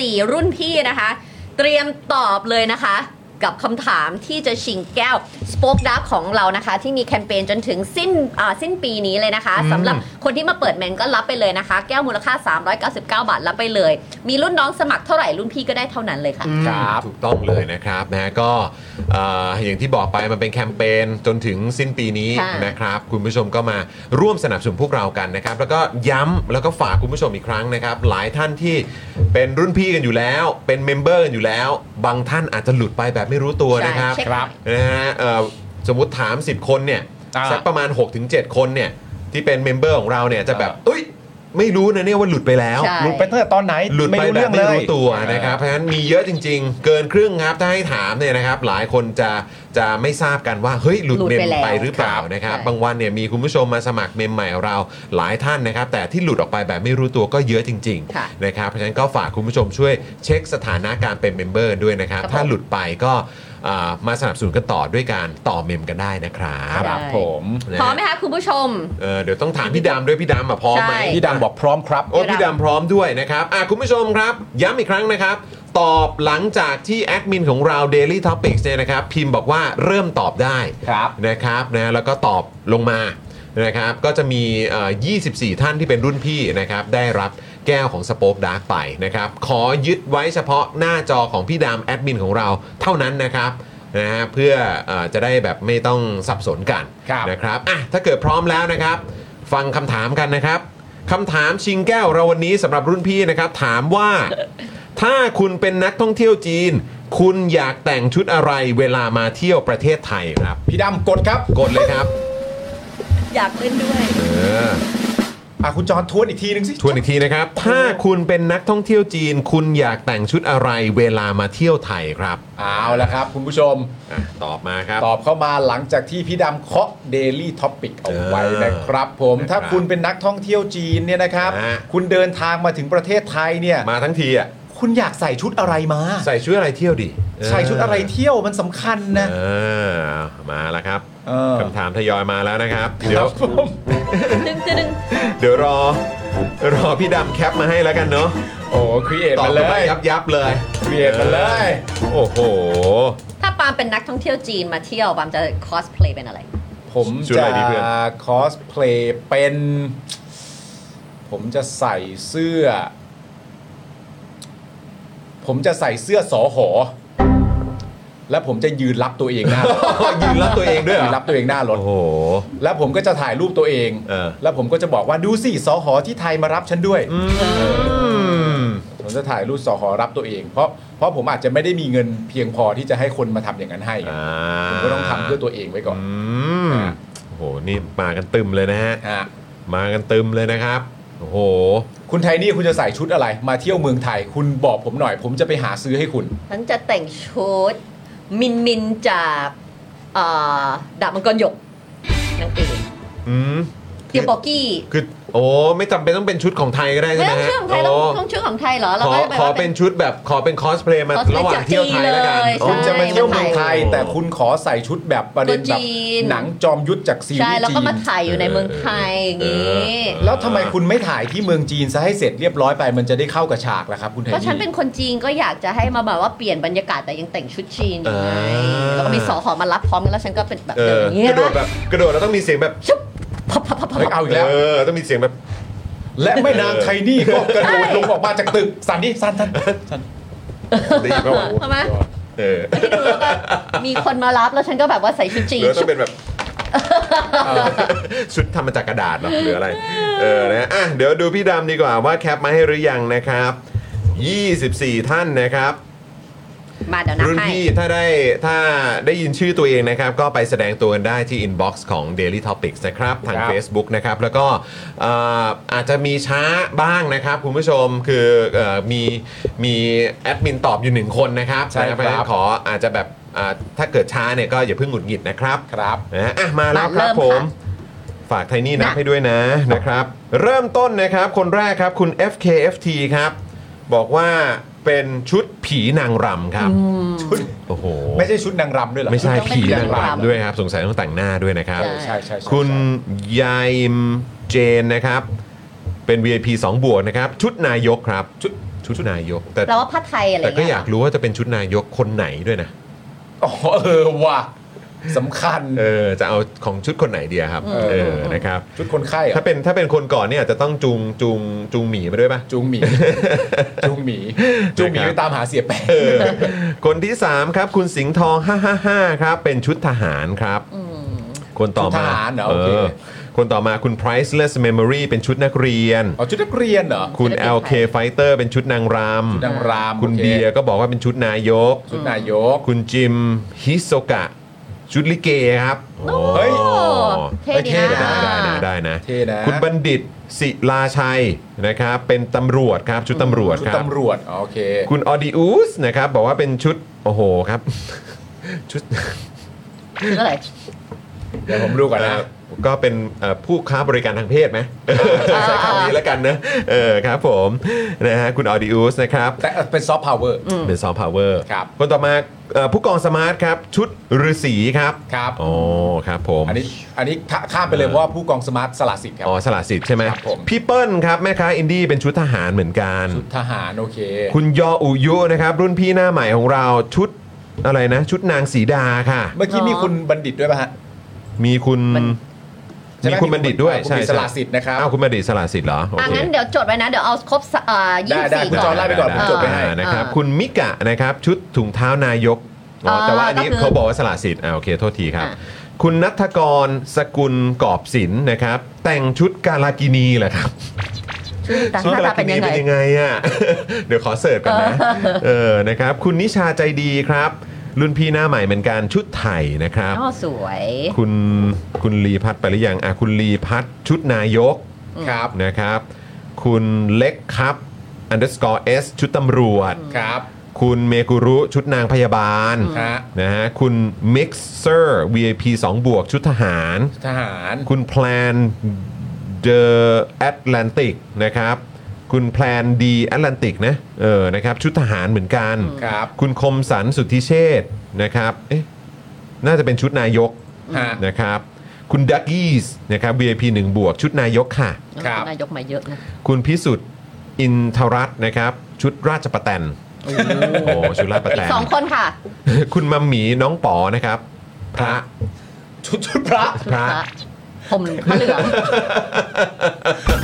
Speaker 5: 24 รุ่นพี่นะคะ เตรียมตอบเลยนะคะ กับคำถามที่จะชิงแก้วสป็อกดาร์ของเรานะคะ ที่มีแคมเปญจนถึงสิ้นอ่าสิ้นปีนี้เลยนะคะสำหรับคนที่มาเปิดแมนก็รับไปเลยนะคะ แก้วมูลค่า 399 บาทรับไปเลย มีรุ่นน้องสมัครเท่าไหร่รุ่นพี่ก็ได้เท่านั้นเลยค่ะ
Speaker 6: ครับ
Speaker 2: ถูกต้องเลยนะครับนะก็เอ่ออย่างที่บอกไปมันเป็นแคมเปญจนถึงสิ้นปีนี้
Speaker 5: ค่ะ
Speaker 2: นะครับคุณผู้ชมก็มาร่วมสนับสนุนพวกเรากันนะครับแล้วก็ย้ำแล้วก็ฝากคุณผู้ชมอีกครั้งนะครับ หลายท่านที่เป็นรุ่นพี่กันอยู่แล้ว เป็นเมมเบอร์กันอยู่แล้ว บางท่านอาจจะหลุดไปแบบไม่รู้ตัว
Speaker 5: ใช่
Speaker 2: นะครับ
Speaker 5: เช็คครับ
Speaker 2: นะฮะเอ่อสมมติถาม 10 คนเนี่ย
Speaker 6: อ่า
Speaker 2: สักประมาณ 6-7 คนเนี่ยที่เป็นเมมเบอร์ของเราเนี่ยจะแบบ
Speaker 6: อ่า
Speaker 2: เอ้ยไม่รู้นะเนี่ยว่าหลุดไปแล้ว
Speaker 5: ใช่
Speaker 6: หลุดไปตั้งแต่ตอนไหน
Speaker 2: หลุด
Speaker 6: ไม่
Speaker 2: ไป
Speaker 6: รู้
Speaker 2: แบ
Speaker 6: เรื่
Speaker 2: บ
Speaker 6: องเล
Speaker 2: ไม่
Speaker 6: ย
Speaker 2: รู้ตัวนะครับเพราะฉะนั้นมีเยอะจริง ๆ เกินครึ่งครับถ้าให้ถามเนี่ยนะครับ หลายคนจะจะไม่ทราบกันว่าเฮ้ยหลุด
Speaker 5: หลุด
Speaker 2: เมม
Speaker 5: ไปแล้ว
Speaker 2: ไปหรือเปล่า
Speaker 5: ครับ
Speaker 2: นะครับ
Speaker 5: ใช่
Speaker 2: บางวันเนี่ยมีคุณผู้ชมมาสมัครเมมใหม่ของเราหลายท่านนะครับ แต่ที่หลุดออกไปแบบไม่รู้ตัวก็เยอะจริง ๆ
Speaker 5: ค่ะ
Speaker 2: นะครับเพราะฉะนั้นก็ฝากคุณผู้ชมช่วยเช็คสถานะการเป็นเมมเบอร์ด้วยนะครับ
Speaker 5: ครับ
Speaker 2: ถ้า
Speaker 5: ผม
Speaker 2: หลุดไปก็อ่ามาสนับสนุนกันต่อด้วยการต่อเมมกันได้นะครับ
Speaker 6: ค
Speaker 5: ใช่
Speaker 6: รับผม
Speaker 2: นะ
Speaker 5: พร้อมไหมคะคุณผู้ชม
Speaker 2: เออเดี๋ยวต้องถามพี่ดำด้วยพี่ดำมาพร้อมไหม
Speaker 5: ใช่
Speaker 6: พี่ดังบอกพร้อมครับ
Speaker 2: โอ้
Speaker 5: พี่
Speaker 2: พี่
Speaker 5: ดำ
Speaker 2: ดำพร้อมด้วยนะครับอ่ะคุณผู้ชมครับ ย้ำอีกครั้งนะครับ ตอบหลังจากที่แอดมินของเรา Daily Topics เนี่ยนะครับ พิมพ์บอกว่าเริ่มตอบได้
Speaker 6: ครับ
Speaker 2: นะครับนะแล้วก็ตอบลงมานะครับ ก็จะมีเอ่อ24 ท่านที่เป็นรุ่นพี่นะครับ ได้รับแก้วของสป็อคดาร์กไปนะครับ ขอยึดไว้เฉพาะหน้าจอของพี่ดำแอดมินของเราเท่านั้นนะครับนะฮะเพื่อเออจะได้แบบไม่ต้องสับสนกัน
Speaker 6: ครับ
Speaker 2: นะครับอ่ะถ้าเกิดพร้อมแล้วนะครับ ฟังคำถามกันนะครับ คำถามชิงแก้วเราวันนี้สำหรับรุ่นพี่นะครับ ถามว่า ถ้าคุณเป็นนักท่องเที่ยวจีน คุณอยากแต่งชุดอะไรเวลามาเที่ยวประเทศไทยครับ
Speaker 6: พี่ดำกดครับ
Speaker 2: กดเลยครับ
Speaker 5: อยากเล่นด้วย
Speaker 2: เออ
Speaker 6: อ่ะคุณจอนทวนอีกทีนึงสิ
Speaker 2: ทวนอีกทีนะครับ ถ้าคุณเป็นนักท่องเที่ยวจีน คุณอยากแต่งชุดอะไรเวลามาเที่ยวไทยครับ
Speaker 6: เอาละครับ คุณผู้ชม
Speaker 2: อ่ะตอบมาครับ
Speaker 6: ตอบเข้ามาหลังจากที่พี่ดำเคาะ Daily Topic เอาไว้นะครับผม
Speaker 2: เออ
Speaker 6: ถ้าคุณเป็นนักท่องเที่ยวจีนเนี่ยนะครับ
Speaker 2: ฮะ
Speaker 6: คุณเดินทางมาถึงประเทศไทยเนี่ย
Speaker 2: มาทั้งทีอ่ะ
Speaker 6: คุณอยากใส่ชุดอะไรมา
Speaker 2: ใส่ชุดอะไรเที่ยวดี
Speaker 6: ใส่ชุดอะไรเที่ยวมันสำคัญนะ
Speaker 2: เออมาแล้วครับ
Speaker 6: เออ
Speaker 2: คำถามทยอยมาแล้วนะครับเดี๋ยว
Speaker 6: ครับผม
Speaker 5: ดึงดึง
Speaker 2: เดี๋ยวรอ รอพี่ดำแคปมาให้แล้วกันเนาะ
Speaker 6: โอ้ครีเอท
Speaker 2: ตอบ
Speaker 6: มา
Speaker 2: เล
Speaker 6: เลย ย
Speaker 2: ยับยับๆเลย
Speaker 6: ครีเอทมาเลย
Speaker 2: โอ้โห
Speaker 5: ถ้าปาล์มเป็นนักท่องเที่ยวจีนมาเที่ยวปาล์มจะคอสเพลย์เป็นอะไร
Speaker 6: ผม
Speaker 2: ชุดอะ
Speaker 6: จะ
Speaker 2: ไรดีเพื่อน
Speaker 6: คอสเพลย์เป็น ผมจะใส่เสื้อ ผมจะใส่เสื้อสอหอ และผมจะยืนรับตัวเองห น้ารถ
Speaker 2: ยืนรับตัวเองด้วยเหร
Speaker 6: ยื
Speaker 2: อน
Speaker 6: รับตัวเองหน้ารถ
Speaker 2: โอ้โห
Speaker 6: แล้วผมก็จะถ่ายรูปตัวเอง
Speaker 2: เออ
Speaker 6: แล้วผมก็จะบอกว่าดูสิสอหอที่ไทยมารับฉันด้วย
Speaker 2: อืม
Speaker 6: ผมจะถ่ายรูปสอหอรับตัวเอง เพราะเพราะผมอาจจะไม่ได้มีเงินเพียงพอที่จะให้คนมาทำอย่างนั้นให้
Speaker 2: อ่า
Speaker 6: ผมก็ต้องทำเพื่อตัวเองไว้ก่อน
Speaker 2: อืมโอ้โหนี่มากันตึมเลยนะฮะ
Speaker 6: ฮะ
Speaker 2: มากันตึมเลยนะครับ โอ้โห
Speaker 6: คุณไทนี่คุณจะใส่ชุดอะไร มาเที่ยวเมืองไทย คุณบอกผมหน่อย ผมจะไปหาซื้อให้คุณ
Speaker 5: ฉันจะแต่งชุด มินมินจากเอ่อดาบมังกรหยกนางเอก
Speaker 2: อืม
Speaker 5: เตียโปอกกี้
Speaker 2: คือ โอ้ ไม่จำเป็นต้องเป็นชุดของไทยก็ได้ใช่
Speaker 5: เรื่
Speaker 2: ไหม
Speaker 5: อง
Speaker 2: ฮะ
Speaker 5: ชื่อของไทยเรา
Speaker 2: โอ้
Speaker 5: ต้องชื่อของไทยเหรอเรา
Speaker 2: ขอ
Speaker 5: ก็จะไป
Speaker 2: ขอ
Speaker 5: ว่า
Speaker 2: เป็
Speaker 5: เป็น น
Speaker 2: ชุดแบบขอเป็นคอสเพลย์มา
Speaker 5: cosplay
Speaker 2: ระหว่างเที่ยวไทยแล้วกัน
Speaker 5: จากจีนเลย
Speaker 2: อ๋อ
Speaker 5: ใช่
Speaker 6: คุณจะมาเที่ยวเมืองไทย
Speaker 2: โอ้
Speaker 6: แต่คุณขอใส่ชุดแบบประเด็นแบบ
Speaker 5: ตัวจีน
Speaker 6: หนังจอมยุทธจากซีรีส์
Speaker 5: ใช่แล้วก็มา
Speaker 6: จีน
Speaker 5: ถ่ายอยู่ในเมืองไทยอย่างนี้
Speaker 2: เออ
Speaker 6: แล้วทำไมคุณไม่ถ่ายที่เมืองจีนซะให้เสร็จเรียบร้อยไปมันจะได้เข้ากับฉากล่ะครับคุณไท
Speaker 5: เพราะฉันเป็
Speaker 6: นี่
Speaker 5: นคนจีนก็อยากจะให้มาแบบว่าเปลี่ยนบรรยากาศแต่ยังแต่งชุดจีนอยู่ไง
Speaker 2: อ่า
Speaker 5: แล้วก็มีสอหอมารับพร้อมกันแล้วฉันก็เป็นแบบ
Speaker 2: เอ
Speaker 5: เดิน
Speaker 2: อ
Speaker 5: อย่างเงี้
Speaker 2: ก
Speaker 5: ย
Speaker 2: ระโดดแบบกระโดดแล้วต้องมีเสียงแบบ
Speaker 5: ชุบพับพับพับพับ
Speaker 6: เฮ้ยเอาอีกแล้ว
Speaker 2: เออต้องมีเสียง แบบ
Speaker 6: และแม่นางไทนี่ก็กระโดดลงออกมาจากตึกสันนี่สันสันสัน
Speaker 2: ได้ยินป่าวะ
Speaker 5: ทำไม
Speaker 2: เออ
Speaker 5: คิดดูแล้วก็มีคนมารับแล้วฉันก็แบบว่าใส่ชุดจี
Speaker 2: ห
Speaker 5: น
Speaker 2: รือว่าต้
Speaker 5: ชุ
Speaker 2: อบ งเป็นแบบ ชุดทำมาจากกระดาษเหรอหรืออะไร เออนะอ่ะเดี๋ยวดูพี่ดำดีกว่าว่าแคปมาให้หรือยังนะครับ 24 ท่านนะครับ
Speaker 5: มาเดี๋ยวนับ
Speaker 2: รุ่น
Speaker 5: ให้
Speaker 2: พี่ถ้าได้ถ้าได้ยินชื่อตัวเองนะครับ ก็ไปแสดงตัวกันได้ที่ inbox ของ Daily Topics นะครับ ทาง Facebook นะครับ แล้วก็เอ่ออาจจะมีช้าบ้างนะครับ คุณผู้ชมคือเอ่อมีมีแอดมินตอบอยู่หนึ่งคนนะครับเพาะฉะนั้นขออาจจะแบบอ่าถ้าเกิดช้าเนี่ยก็อย่าเพิ่งหงุดหงิดนะครับ
Speaker 6: ครับ
Speaker 2: นะอ่ะมาแล้ว
Speaker 5: มา
Speaker 2: ค
Speaker 5: เริ่
Speaker 2: รับ
Speaker 5: ม
Speaker 2: ผม
Speaker 5: ค่
Speaker 2: ฝากไทนี่นับ
Speaker 5: นะ
Speaker 2: ให้ด้วยนะนะครับ เริ่มต้นนะครับคนแรกครับคุณ FKFT ครับ บอกว่าเป็นชุดผีนางรำครับ
Speaker 6: ชุด
Speaker 2: โอ้โห
Speaker 6: ไม่ใช่ชุดนางรำด้วยเหรอ
Speaker 2: ไม่ใช่
Speaker 5: ต้องเป็น
Speaker 2: ผี
Speaker 5: ผี
Speaker 2: นาง
Speaker 5: นาง
Speaker 2: รำ
Speaker 5: รำ
Speaker 2: ด้วยครับ สงสัยต้องแต่งหน้าด้วยนะครับ
Speaker 5: ใช่
Speaker 6: ใช่ใช่ใช่
Speaker 2: คุณยายมเจนนะครับ เป็น VIP 2 บวกนะครับ ชุดนายกครับ ชุดชุดนายก แต่
Speaker 5: เราว่าผ้าไทยอะไร
Speaker 2: แต่ก็
Speaker 5: เงี้ย
Speaker 2: อยากรู้ว่าจะเป็นชุดนายกคนไหนด้วยนะ
Speaker 6: อ๋อเออว่ะสำคัญ
Speaker 2: เออ จะเอาของชุดคนไหนดีอะครับ เออ นะครับ
Speaker 6: ชุดคนไข้เหร
Speaker 2: ถ้า
Speaker 6: อ
Speaker 2: เป็นถ้าเป็นคนก่อนเนี่ยอาจจะต้องจูงจูงจูงหมีมาด้วยป่ะ
Speaker 6: จูงหมี จูงหมีจูงหมีไปตามหาเสียแป้ง
Speaker 2: เอ อ คนที่ 3 ครับ คุณสิงห์ทอง 555 ครับ เป็นชุดทหารครับ คนต่อ
Speaker 6: ชุ
Speaker 2: มา
Speaker 6: ดทหารเหรอโอเค
Speaker 2: อคนต่อมาคุณ priceless memory เป็นชุดนักเรียน
Speaker 6: อ๋อชุดนักเรียนเหรอ
Speaker 2: คุณ LK fighter เป็นชุดนางร
Speaker 6: ชุดนางรำ
Speaker 2: ำคุณ
Speaker 6: โอ
Speaker 2: เบียร์ก็บอกว่าเป็นชุดนายก
Speaker 6: ชุดนายก
Speaker 2: คุณจิมฮิโซกะ ชุดลิเกครับ
Speaker 6: เฮ้ย
Speaker 5: โอ้เท่ดี
Speaker 6: เท่
Speaker 5: นะ
Speaker 2: ได้ได้นะได้นะ
Speaker 6: เท่นะ
Speaker 2: คุณบัณฑิตศิลาชัยนะครับ เป็นตำรวจครับ ชุดตำรวจ
Speaker 6: ชุด
Speaker 2: ครับ
Speaker 6: ตำรวจอ๋อโอเค
Speaker 2: คุณออดิอูสนะครับ บอกว่าเป็นชุด โอ้โหครับ ชุด
Speaker 5: คืออะไร
Speaker 6: เดี๋ยวผมดูก่อน
Speaker 2: เอ่
Speaker 6: นะ
Speaker 2: อก็เป็นเอ่อผู้ค้าบริการทางเพศไหมใช้คำนี้แล้วกันนะเออครับผมนะฮะคุณออดิอูสนะครับ
Speaker 6: แต่เป็นซอฟต์พาวเวอร์
Speaker 2: เป็นซอฟต์พาวเวอร์
Speaker 6: ครับ
Speaker 2: คนต่อมาเอ่อผู้กองสมาร์ทครับ ชุดฤาษีครับ
Speaker 6: ครับ
Speaker 2: อ๋อครับผม
Speaker 6: อันนี้อันนี้ขข้ามไปเลยเพราะว่าผู้กองสมาร์ทสละสิทธิ์ครับ
Speaker 2: อ๋อสละสิทธิ์ใช่ไหม
Speaker 6: ครับผม
Speaker 2: พี่เปิ้ลครับ แม่ค้าอินดี้เป็นชุดทหารเหมือนกัน
Speaker 6: ชุดทหารโอเค
Speaker 2: คุณยออุยุนะครับ รุ่นพี่หน้าใหม่ของเราชุดอะไรนะ ชุดนางสีดาค่ะ
Speaker 6: เมื่อกี้มีคุณบัณฑิตด้วยป่ะฮะ
Speaker 2: มีคุณ
Speaker 6: ใช่ไหม
Speaker 2: มีคุณบัณฑิตด้วย
Speaker 6: คุณ
Speaker 2: ใช่
Speaker 6: บัณฑิต
Speaker 2: ใช่
Speaker 6: สละสิทธิ์นะครับ
Speaker 2: อ้าวคุณบัณฑิตสละสิทธิ์เหรอโอ
Speaker 5: อ่ะ
Speaker 2: เค
Speaker 5: งั้นเดี๋ยวจดไว้นะ เดี๋ยวเอาครบสะเอ่อยี่
Speaker 6: ได้
Speaker 5: สิบ
Speaker 6: ได้
Speaker 5: สี่
Speaker 6: คุณจ
Speaker 5: ก่
Speaker 6: อ
Speaker 5: อน น
Speaker 6: ไล่ไปก่อนผมจดไปให้
Speaker 2: อ่านะครับ
Speaker 5: อ่า
Speaker 2: คุณมิกะนะครับ ชุดถุงเท้านายกอ๋อแต่ว่าอันนี้
Speaker 5: อ่าก็คือ
Speaker 2: เขาบอกว่าสละสิทธิ์อ่าโอเคโทษทีครับ
Speaker 5: อ่า
Speaker 2: คุณนัทกรสกุลกอบศิลป์นะครับ แต่งชุดกาลากินีแหละครับ
Speaker 5: ชื่อแต่หน้าตาเป็นยังไง
Speaker 2: เป็นยังไง อ่ะ เดี๋ยวขอเสิร์ชก่อนนะ เออ นะครับ คุณนิชาใจดีครับ รุ่นพี่หน้าใหม่เหมือนกันชุดไทยนะครับ
Speaker 5: อ๋อสวย
Speaker 2: คุณคุณลีพัฒน์ไปหรือยังอ่ะคุณลีพัฒน์ชุดนายก
Speaker 6: ครับ
Speaker 2: นะครับ คุณเล็กครับ underscore s ชุดตำรวจ
Speaker 6: ครับ
Speaker 2: คุณเมกุรุชุดนางพยาบาล
Speaker 6: ฮะ
Speaker 2: นะฮะคุณ Mixer VIP 2 บวกชุดทหาร
Speaker 6: ทหาร
Speaker 2: คุณแพลนเดอะแอตแลนติกนะครับ คุณแพลนดีแอตแลนติกนะ เออ นะครับ ชุดทหารเหมือนกัน
Speaker 6: ครับ
Speaker 2: คุณคมสันสุทธิเชษฐ์นะครับ เอ๊ะ น่าจะเป็นชุดนายก
Speaker 6: ฮะ
Speaker 2: นะครับ คุณดักกี้สนะครับ VIP 1 บวก ชุดนายกค่ะ
Speaker 6: ครับ
Speaker 5: นายกมาเยอะนะ
Speaker 2: คุณพิสุทธิ์อินทรัตน์นะครับ ชุดราชประแตนโอ้ ชุดราชประแตน
Speaker 5: สองคนค่ะ
Speaker 2: คุณมัมหมีน้องป๋อนะครับ พระ
Speaker 6: ชุดชุดพระ
Speaker 2: พระ
Speaker 5: ผมพระเหลือง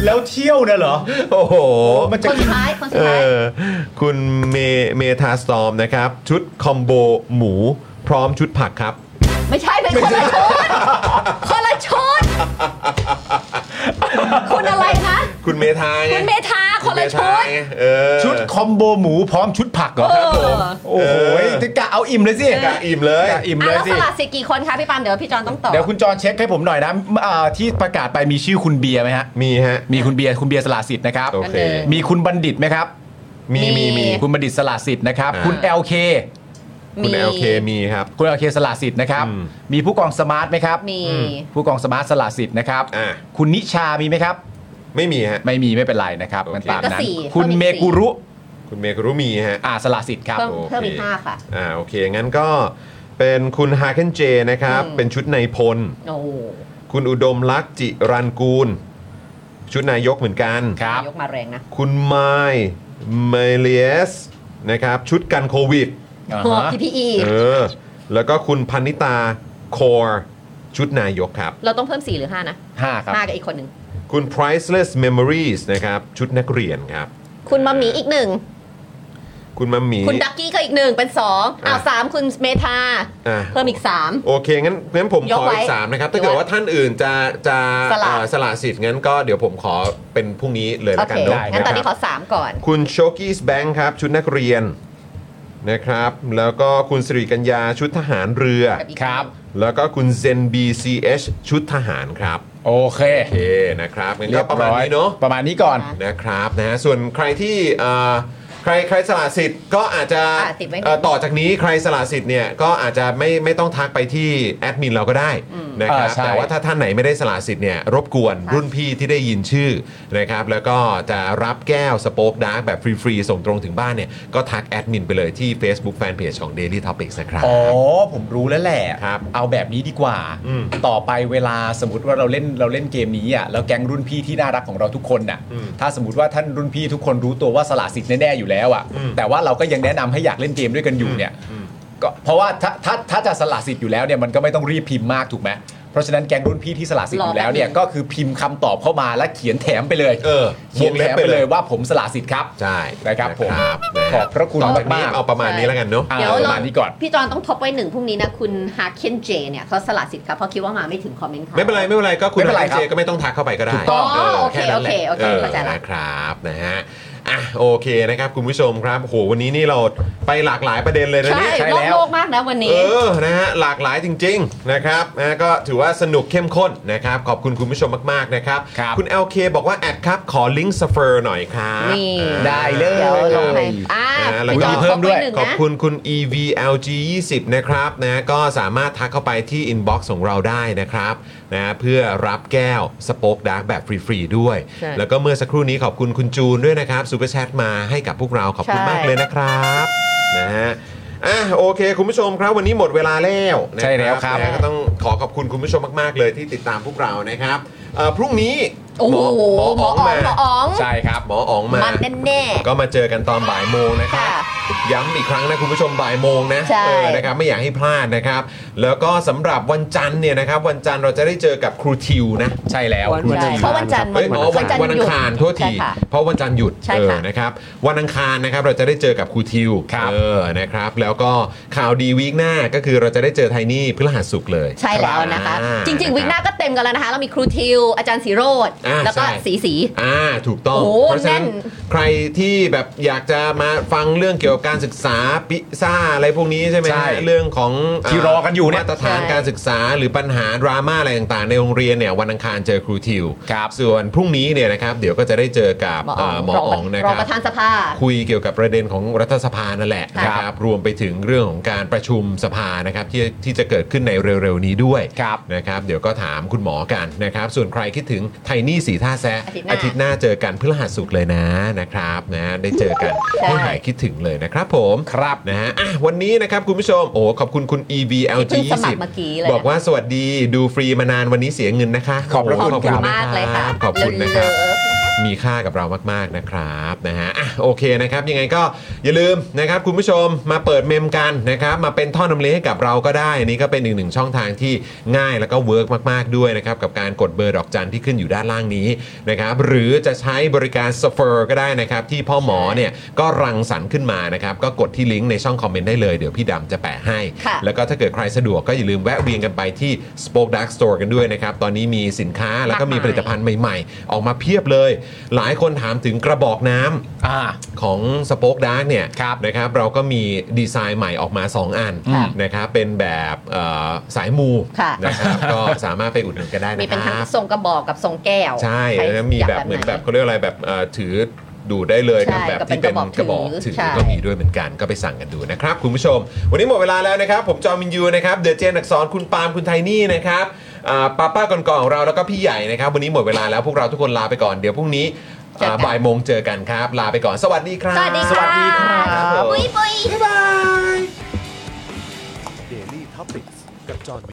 Speaker 6: แล้วเที่ยวน่ะเหรอ
Speaker 2: โอ้โห
Speaker 6: มันจะ
Speaker 5: คนสุดท้าย คนสุด
Speaker 2: เอ
Speaker 5: ท้าย
Speaker 2: อคุณเมเมทาสตอมนะครับ ชุดคอมโบหมูพร้อมชุดผักครับ
Speaker 5: ไม่ใช่เป็นคนละชุดคนละชุดคุณอะไรคะ
Speaker 2: คุณเมทาไง
Speaker 5: คุณเมธา คนละชุด
Speaker 2: เออ
Speaker 6: ชุดคอมโบหมูพร้อมชุดผักเหรอครับผม
Speaker 5: เออ
Speaker 6: โอ้โหจะกะเอาอิ่มเลยสิ
Speaker 2: กะอิ่มเลย
Speaker 6: กะอิ่ม
Speaker 5: อ่ะ
Speaker 6: เลย
Speaker 5: แล้ว
Speaker 6: สิ
Speaker 5: สลัดสิทธิ์กี่คนคะพี่ปาล์มเดี๋ยวพี่จอนต้องตอบ
Speaker 6: เดี๋ยวคุณจอนเช็คให้ผมหน่อยนะอ่าที่ประกาศไปมีชื่อคุณเบียร์ไหมฮะ
Speaker 2: มีฮะ
Speaker 6: มีคุณเบียร์คุณเบียร์สลาสิทธิ์นะครับ
Speaker 2: โอเค
Speaker 6: มีคุณบัณฑิตไหมครับ
Speaker 2: มีมีมี
Speaker 6: คุณบัณฑิตสลาสิทธิ์นะครับ
Speaker 2: อ่า
Speaker 6: คุณ LK
Speaker 2: คุณ
Speaker 5: มี
Speaker 2: LK มีครับ
Speaker 6: คุณ LK สลาสิทธิ์นะครับ
Speaker 2: อืม
Speaker 6: มีผู้กองสมาร์ทไหมครับ
Speaker 5: มี
Speaker 6: ผู้กองสมาร์ทสลาสิทธิ์นะครับ
Speaker 2: อ่ะ
Speaker 6: คุณนิชามีไหมครับ
Speaker 2: ไม่มีฮะ
Speaker 6: ไม่มีไม่เป็นไรนะครับ
Speaker 2: โอเค
Speaker 6: มันตามนั้
Speaker 5: ก็
Speaker 6: น
Speaker 5: สี่
Speaker 6: คุณ
Speaker 5: ก็มีสี่
Speaker 6: เมกุรุ
Speaker 2: คุณเมกรุมีฮะ
Speaker 6: อาสลาสิทธิ์ครับ
Speaker 5: เพิ่ม
Speaker 2: โอเค
Speaker 5: เพิ่มอีกห้าค่ะ
Speaker 2: อ่าโอเค งั้นก็เป็นคุณฮาเคนเจนะครับ
Speaker 5: อืม
Speaker 2: เป็นชุดในพล
Speaker 5: โอ้โห
Speaker 2: คุณอุดมลักษ์จิรันกูล ชุดนายกเหมือนกัน
Speaker 6: ครับ
Speaker 5: นายกมาแรงนะ
Speaker 2: คุณไมล์เมเลียสนะครับ ชุดกันโควิด
Speaker 6: อ่า
Speaker 5: หัว
Speaker 6: ฮะ
Speaker 5: PPE
Speaker 2: เออ แล้วก็คุณพันนิตาคอร์ชุดนายกครับ
Speaker 5: เราต้องเพิ่มสี่หรือห้านะ
Speaker 6: ห้าครับ
Speaker 5: ห้ากับอีกคนหนึ่ง
Speaker 2: คุณ priceless memories นะครับ ชุดนักเรียนครับ
Speaker 5: คุณมัมหมีอีกหนึ่ง
Speaker 2: คุณมัมหมี
Speaker 5: คุณดักกี้ก็อีกหนึ่งเป็นสองอ้าว
Speaker 2: อ่ะ
Speaker 5: สามคุณเมธา
Speaker 2: อ่ะ
Speaker 5: เพิ่มอีกสาม
Speaker 2: โอเค งั้นงั้นผม
Speaker 5: ย
Speaker 2: ข
Speaker 5: ก
Speaker 2: อ
Speaker 5: ไว้
Speaker 2: อีกสามนะครับ ถ้าเกิดว่าท่านอื่นจะจะ
Speaker 5: สละ
Speaker 2: อ่าสละสิทธิ์ งั้นก็เดี๋ยวผมขอเป็นพรุ่งนี้เลย
Speaker 5: โอ
Speaker 2: ละกัน
Speaker 5: เค
Speaker 2: เนอะ
Speaker 5: งั้นตอนนี้
Speaker 2: ะค
Speaker 5: ข
Speaker 2: รั
Speaker 5: อบ สามก่อน
Speaker 2: คุณโชกี้สแบงค์ครับ ชุดนักเรียนนะครับ แล้วก็คุณสิริกัญญาชุดทหารเรือ
Speaker 5: กับอีก
Speaker 6: ครับ
Speaker 2: แล้วก็คุณเซน BCH ชุดทหารครับ
Speaker 6: โอเค
Speaker 2: โอเคนะครับงั้นก็ประมาณนี้เนาะ
Speaker 6: ประมาณนี้ก่อน
Speaker 2: นะครับนะฮะส่วนใครที่เอ่อใครใครสละสิทธิ์ก็อาจจะ
Speaker 5: อ่ะติดไว้ก่อน
Speaker 2: เอ่อต่อจากนี้ใครสละสิทธิ์เนี่ยก็อาจจะไม่ไม่ต้องทักไปที่แอดมินเราก็ได้นะครับ
Speaker 6: อ่าใช่
Speaker 2: แต่ว่าถ้าท่านไหนไม่ได้สละสิทธิ์เนี่ยรบกวนรุ่นพี่ที่ได้ยินชื่อนะครับแล้วก็จะรับแก้วสป็อคดาร์กแบบฟรีๆส่งตรงถึงบ้านเนี่ยก็ทักแอดมินไปเลยที่ Facebook Fanpage ของ Daily Topics นะครับ
Speaker 6: อ๋อ ผมรู้แล้วแหละ
Speaker 2: ครับ
Speaker 6: เอาแบบนี้ดีกว่า
Speaker 2: อืม
Speaker 6: ต่อไปเวลาสมมติว่าเราเล่นเราเล่นเกมนี้อ่ะแล้วแก๊งรุ่นพี่ที่น่ารักของเราทุกคนน่ะ
Speaker 2: อืม
Speaker 6: ถ้าสมมติว่าท่านรุ่นพี่ทุกคนรู้ตัวว่าสละสิทธิ์แน่ๆอยู่แล้วอ่ะ
Speaker 2: อืม
Speaker 6: แต่ว่าเราก็ยังแนะนำให้อยากเล่นเกมด้วยกันอยู่เนี่ยก็เพราะว่าถ้าถ้าถ้าจะสละสิทธิ์อยู่แล้วเนี่ยมันก็ไม่ต้องรีบพิมพ์มากถูกไหมเพราะฉะนั้นแก๊งรุ่นพี่ที่สละสิทธิ์อยู่แล้วเนี่ย
Speaker 5: รอแป๊บนึง
Speaker 6: ก็คือพิมพ์คำตอบเข้ามาและเขียนแถมไปเลย
Speaker 2: เออ
Speaker 6: เขียนแถมไปเลยว่าผมสละสิทธิ์ครับ
Speaker 2: ใช่
Speaker 6: นะครับผม
Speaker 2: นฮ
Speaker 6: ขอบพระคุณ
Speaker 2: ต่อจากนี้
Speaker 6: มากๆ
Speaker 2: เอาประมาณนี้แล้วกันเนาะ
Speaker 6: อ่า
Speaker 5: เดี๋ยว
Speaker 6: ป
Speaker 5: เร
Speaker 6: ระมาณนี้ก่อน
Speaker 5: พี่จอนต้องทบไว้หนึ่งพรุ่งนี้นะ คุณฮาเคนเจเนี่ยเขาสละสิทธิ์ครับเพราะคิดว่ามาไม่ถึงคอมเมนต์เขา
Speaker 2: ไม่เป็นไร ไม่เป็นไรก็คุณ
Speaker 6: ไม่เป็นไร
Speaker 2: อาจาย์เจ
Speaker 6: ครับ
Speaker 2: ก็ไม่ต้องทักเข้าไปก็ได้
Speaker 6: ถูกต้อง
Speaker 2: เ
Speaker 5: โอเค
Speaker 2: แนั้นแหละ
Speaker 5: โอเคโอเคเข้าใจละ
Speaker 2: นะครับนะฮะอ่ะโอเคนะครับคุณผู้ชมครับโหวันนี้นี่เราไปหลากหลายประเด็นเลยนะ
Speaker 5: ใช่
Speaker 2: เนี่ย
Speaker 6: ใช่
Speaker 5: รอ
Speaker 6: แล้ว
Speaker 5: บโลกมากนะวัน
Speaker 2: เอ
Speaker 5: นี้
Speaker 2: อนะฮะหลากหลายจริง ๆ นะครับนะฮะก็ถือว่าสนุกเข้มข้นนะครับ ขอบคุณคุณผู้ชมมาก ๆ นะครับ
Speaker 6: ครับ
Speaker 2: ณ LK บอกว่าแอดครับ ขอลิงก์สเฟอร์หน่อยครับ
Speaker 5: นี่
Speaker 2: อ่า
Speaker 6: ได้เล
Speaker 5: เดี๋ยวลงไป
Speaker 6: ย
Speaker 5: อ่า
Speaker 2: นะฮะแล้วก็
Speaker 5: พี่จอน
Speaker 6: เพิ่มด้วย
Speaker 5: ทบไหนึ่ง
Speaker 2: ขอบ
Speaker 5: นะ
Speaker 2: คุณคุณ EVLG 20 นะครับนะก็สามารถทักเข้าไปที่ inbox ของเราได้นะครับนะเพื่อรับแก้วสป็อกดาร์กแบบฟรี ๆ ด้วย
Speaker 5: ใช่
Speaker 2: แล้วก็เมื่อสักครู่นี้ขอบคุณคุณจูนด้วยนะครับซูเปอร์แชทมาให้กับพวกเราขอบคุณ
Speaker 5: ใช่
Speaker 2: มากเลยนะครับนะฮะอ่ะโอเค คุณผู้ชมครับวันนี้หมดเวลาแล้วนะ
Speaker 6: ใช่แล้วครับ
Speaker 2: นะก็ต้องขอขอบคุณคุณผู้ชมมากๆเลยที่ติดตามพวกเรานะครับเอ่อพรุ่งนี้
Speaker 5: โอ้โหหมออ๋องหมออ๋อง
Speaker 6: ใช่ครับ
Speaker 2: หมออ๋องมา
Speaker 5: มันแน่
Speaker 2: ก็มาเจอกันตอนบ่ายโมงนะครับ
Speaker 5: ค่ะ
Speaker 2: ย้ำอีกครั้งนะคุณผู้ชมบ่ายโมงนะ
Speaker 5: ใช่
Speaker 2: เออนะครับไม่อยากให้พลาดนะครับ แล้วก็สำหรับวันจันทร์เนี่ยนะครับ วันจันทร์เราจะได้เจอกับครูทิวนะ
Speaker 6: ใช่แล้ว
Speaker 7: วันจันทร์
Speaker 5: ๆเพราะวันจันทร์
Speaker 2: เอ้ยอ๋อวัน
Speaker 5: จัทร์
Speaker 2: วันอั
Speaker 5: ห
Speaker 2: ง
Speaker 5: ยุด
Speaker 2: คารโทษที
Speaker 5: ใช่ค่ะ
Speaker 2: เพราะวันจันทร์หยุด
Speaker 5: ใช่
Speaker 2: เออ
Speaker 5: ค่ะ
Speaker 2: นะครับวันอังคารนะครับเราจะได้เจอกับครูทิว
Speaker 6: ครับ
Speaker 2: เออนะครับ แล้วก็ข่าวดีวีคหน้าก็คือเราจะได้เจอไทนี่พฤหัสสุกร์เลย
Speaker 5: ใช่แล้วนะคะ
Speaker 2: อ่า
Speaker 5: จริง ๆ วิกหน้าก็เต็มกันแล้วนะคะ เรามีครูทิว อาจารย์สีโรด
Speaker 2: อ่า
Speaker 5: แล้วก็
Speaker 2: ใช่
Speaker 5: สีสี
Speaker 2: อ่าถูกต้อง
Speaker 5: โอ้โห
Speaker 2: เพราะฉะนั้น
Speaker 5: แน่น
Speaker 2: ใครที่แบบอยากจะมาฟังเรื่องเกี่ยวกับการศึกษาปิซ่าอะไรพวกนี้ใช่ไหม
Speaker 6: ใช่
Speaker 2: ฮะเรื่องของ
Speaker 6: ที่รอกันอยู่เนี่ย
Speaker 2: มาตรฐานการศึกษาหรือปัญหาดราม่าอะไรต่างๆ ในโรงเรียนเนี่ยวันอังคารเจอครูทิว
Speaker 6: ครับ
Speaker 2: ส่วนพรุ่งนี้เนี่ยนะครับเดี๋ยวก็จะได้เจอกับ
Speaker 5: หมออ๋
Speaker 2: เอ่
Speaker 5: อง
Speaker 2: อหมออ๋องนะ
Speaker 5: ร
Speaker 2: ค
Speaker 5: อง
Speaker 2: รับ
Speaker 5: ประธานสภา
Speaker 2: คุยเกี่ยวกับประเด็นของรัฐสภานั่นแหละ
Speaker 5: ค่ะ
Speaker 2: นะครับรวมไปถึงเรื่องของการประชุมสภานะครับที่ที่จะเกิดขึ้นในเร็วๆนี้ด้วย
Speaker 6: ครับ
Speaker 2: นะครับเดี๋ยวก็ถามคุณหมอกันนะครับส่วนใครคิดถึงไทนี่สีท่าแซะ อาทิตย์หน้าเจอกันพฤหัสสุกร์เลยนะนะครับนะได้เจอกัน
Speaker 5: ใช่
Speaker 2: ให้หายคิดถึงเลยนะครับผม
Speaker 6: ครับ
Speaker 2: นะฮะอ่ะวันนี้นะครับคุณผู้ชมโอ้ขอบคุณคุณ EVLG
Speaker 5: ที่เพิ่งสมัครเมื่อกี้เลย
Speaker 2: 20บอกว่าสวัสดีดูฟรีมานานวันนี้เสียเงินนะคะ
Speaker 6: ขอบพระคุณ
Speaker 2: โ
Speaker 6: ครับ
Speaker 5: มากเลยค่ะ
Speaker 2: ขอบคุณนะครับ
Speaker 5: เลิฟ
Speaker 2: มีค่ากับเรามาก ๆ นะครับนะฮะอ่ะโอเคนะครับยังไงก็อย่าลืมนะครับคุณผู้ชมมาเปิดเมมกันนะครับมาเป็นท่อนำเลี้ยงให้กับเราก็ได้อันนี่ก็เป็นอีกหนึ่งช่องทางที่ง่ายแล้วก็เวิร์กมาก ๆ ด้วยนะครับกับการกดเบอร์ดอกจันที่ขึ้นอยู่ด้านล่างนี้นะครับหรือจะใช้บริการสเฟอร์ก็ได้นะครับที่พ่อหมอเนี่ยก็รังสรรค์ขึ้นมานะครับก็กดที่ลิงก์ในช่องคอมเมนต์ได้เลยเดี๋ยวพี่ดำจะแปะให้
Speaker 5: ค่ะ
Speaker 2: แล้วก็ถ้าเกิดใครสะดวกก็อย่าลืมแวะเวียนกันไปที่ Spoke Dark Store กันด้วยนะครับตอนนี้มีสินค้าแล้วก็มีผลิตภัณฑ์ ผลิตภัณฑ์ใหม่ ๆ ออกมาเพียบเลย หลายคนถามถึงกระบอกน้ำ
Speaker 6: อ่า
Speaker 2: ของสป็อคดาร์กเนี่ยนะครับเราก็มีดีไซน์ใหม่ออกมา 2 อัน
Speaker 5: ค่ะ
Speaker 2: นะครับเป็นแบบเอ่อสายมู
Speaker 5: ค่ะ
Speaker 2: นะครับ ก็สามารถไปอุดหนุนกันได้
Speaker 5: มี
Speaker 2: นะค
Speaker 5: เป็นทั้ง
Speaker 2: รับ
Speaker 5: ทรงกระบอกกับทรงแก้ว
Speaker 2: ใช่
Speaker 5: คร
Speaker 2: แล้วมี
Speaker 5: ยาก
Speaker 2: แบบเหมือนแบบ
Speaker 5: ไ
Speaker 2: เขาเรียกอะไรแบบเอ่อถือดูดได้เลยกับ
Speaker 5: ใช่
Speaker 2: แบบ
Speaker 5: กับเป็
Speaker 2: ที่
Speaker 5: น
Speaker 2: เป็นก
Speaker 5: ก
Speaker 2: ระ
Speaker 5: ระ
Speaker 2: บบ อ
Speaker 5: อก กถื
Speaker 2: ถื
Speaker 5: อ
Speaker 2: อ
Speaker 5: ใช่
Speaker 2: ก็มีด้วยเหมือนกันก็ไปสั่งกันดูนะครับ คุณผู้ชม วันนี้หมดเวลาแล้วนะครับ ผมจอมินยูนะครับเดอะเจนอักษรคุณปาล์มคุณไทนี่นะครับอ่าป้าป้าก่อนๆของเราแล้วก็พี่ใหญ่นะครับวันนี้หมดเวลาแล้วพวกเราทุกคนลาไปก่อนเดี๋ยวพรุ่งนี้อ่าบ่ายโมงเจอกันครับ ลาไปก่อนสวัสดีครับ
Speaker 5: สวัสดีค่ะ
Speaker 2: บ
Speaker 5: ปุ้ยปุ้ย
Speaker 2: บ๊ายบาย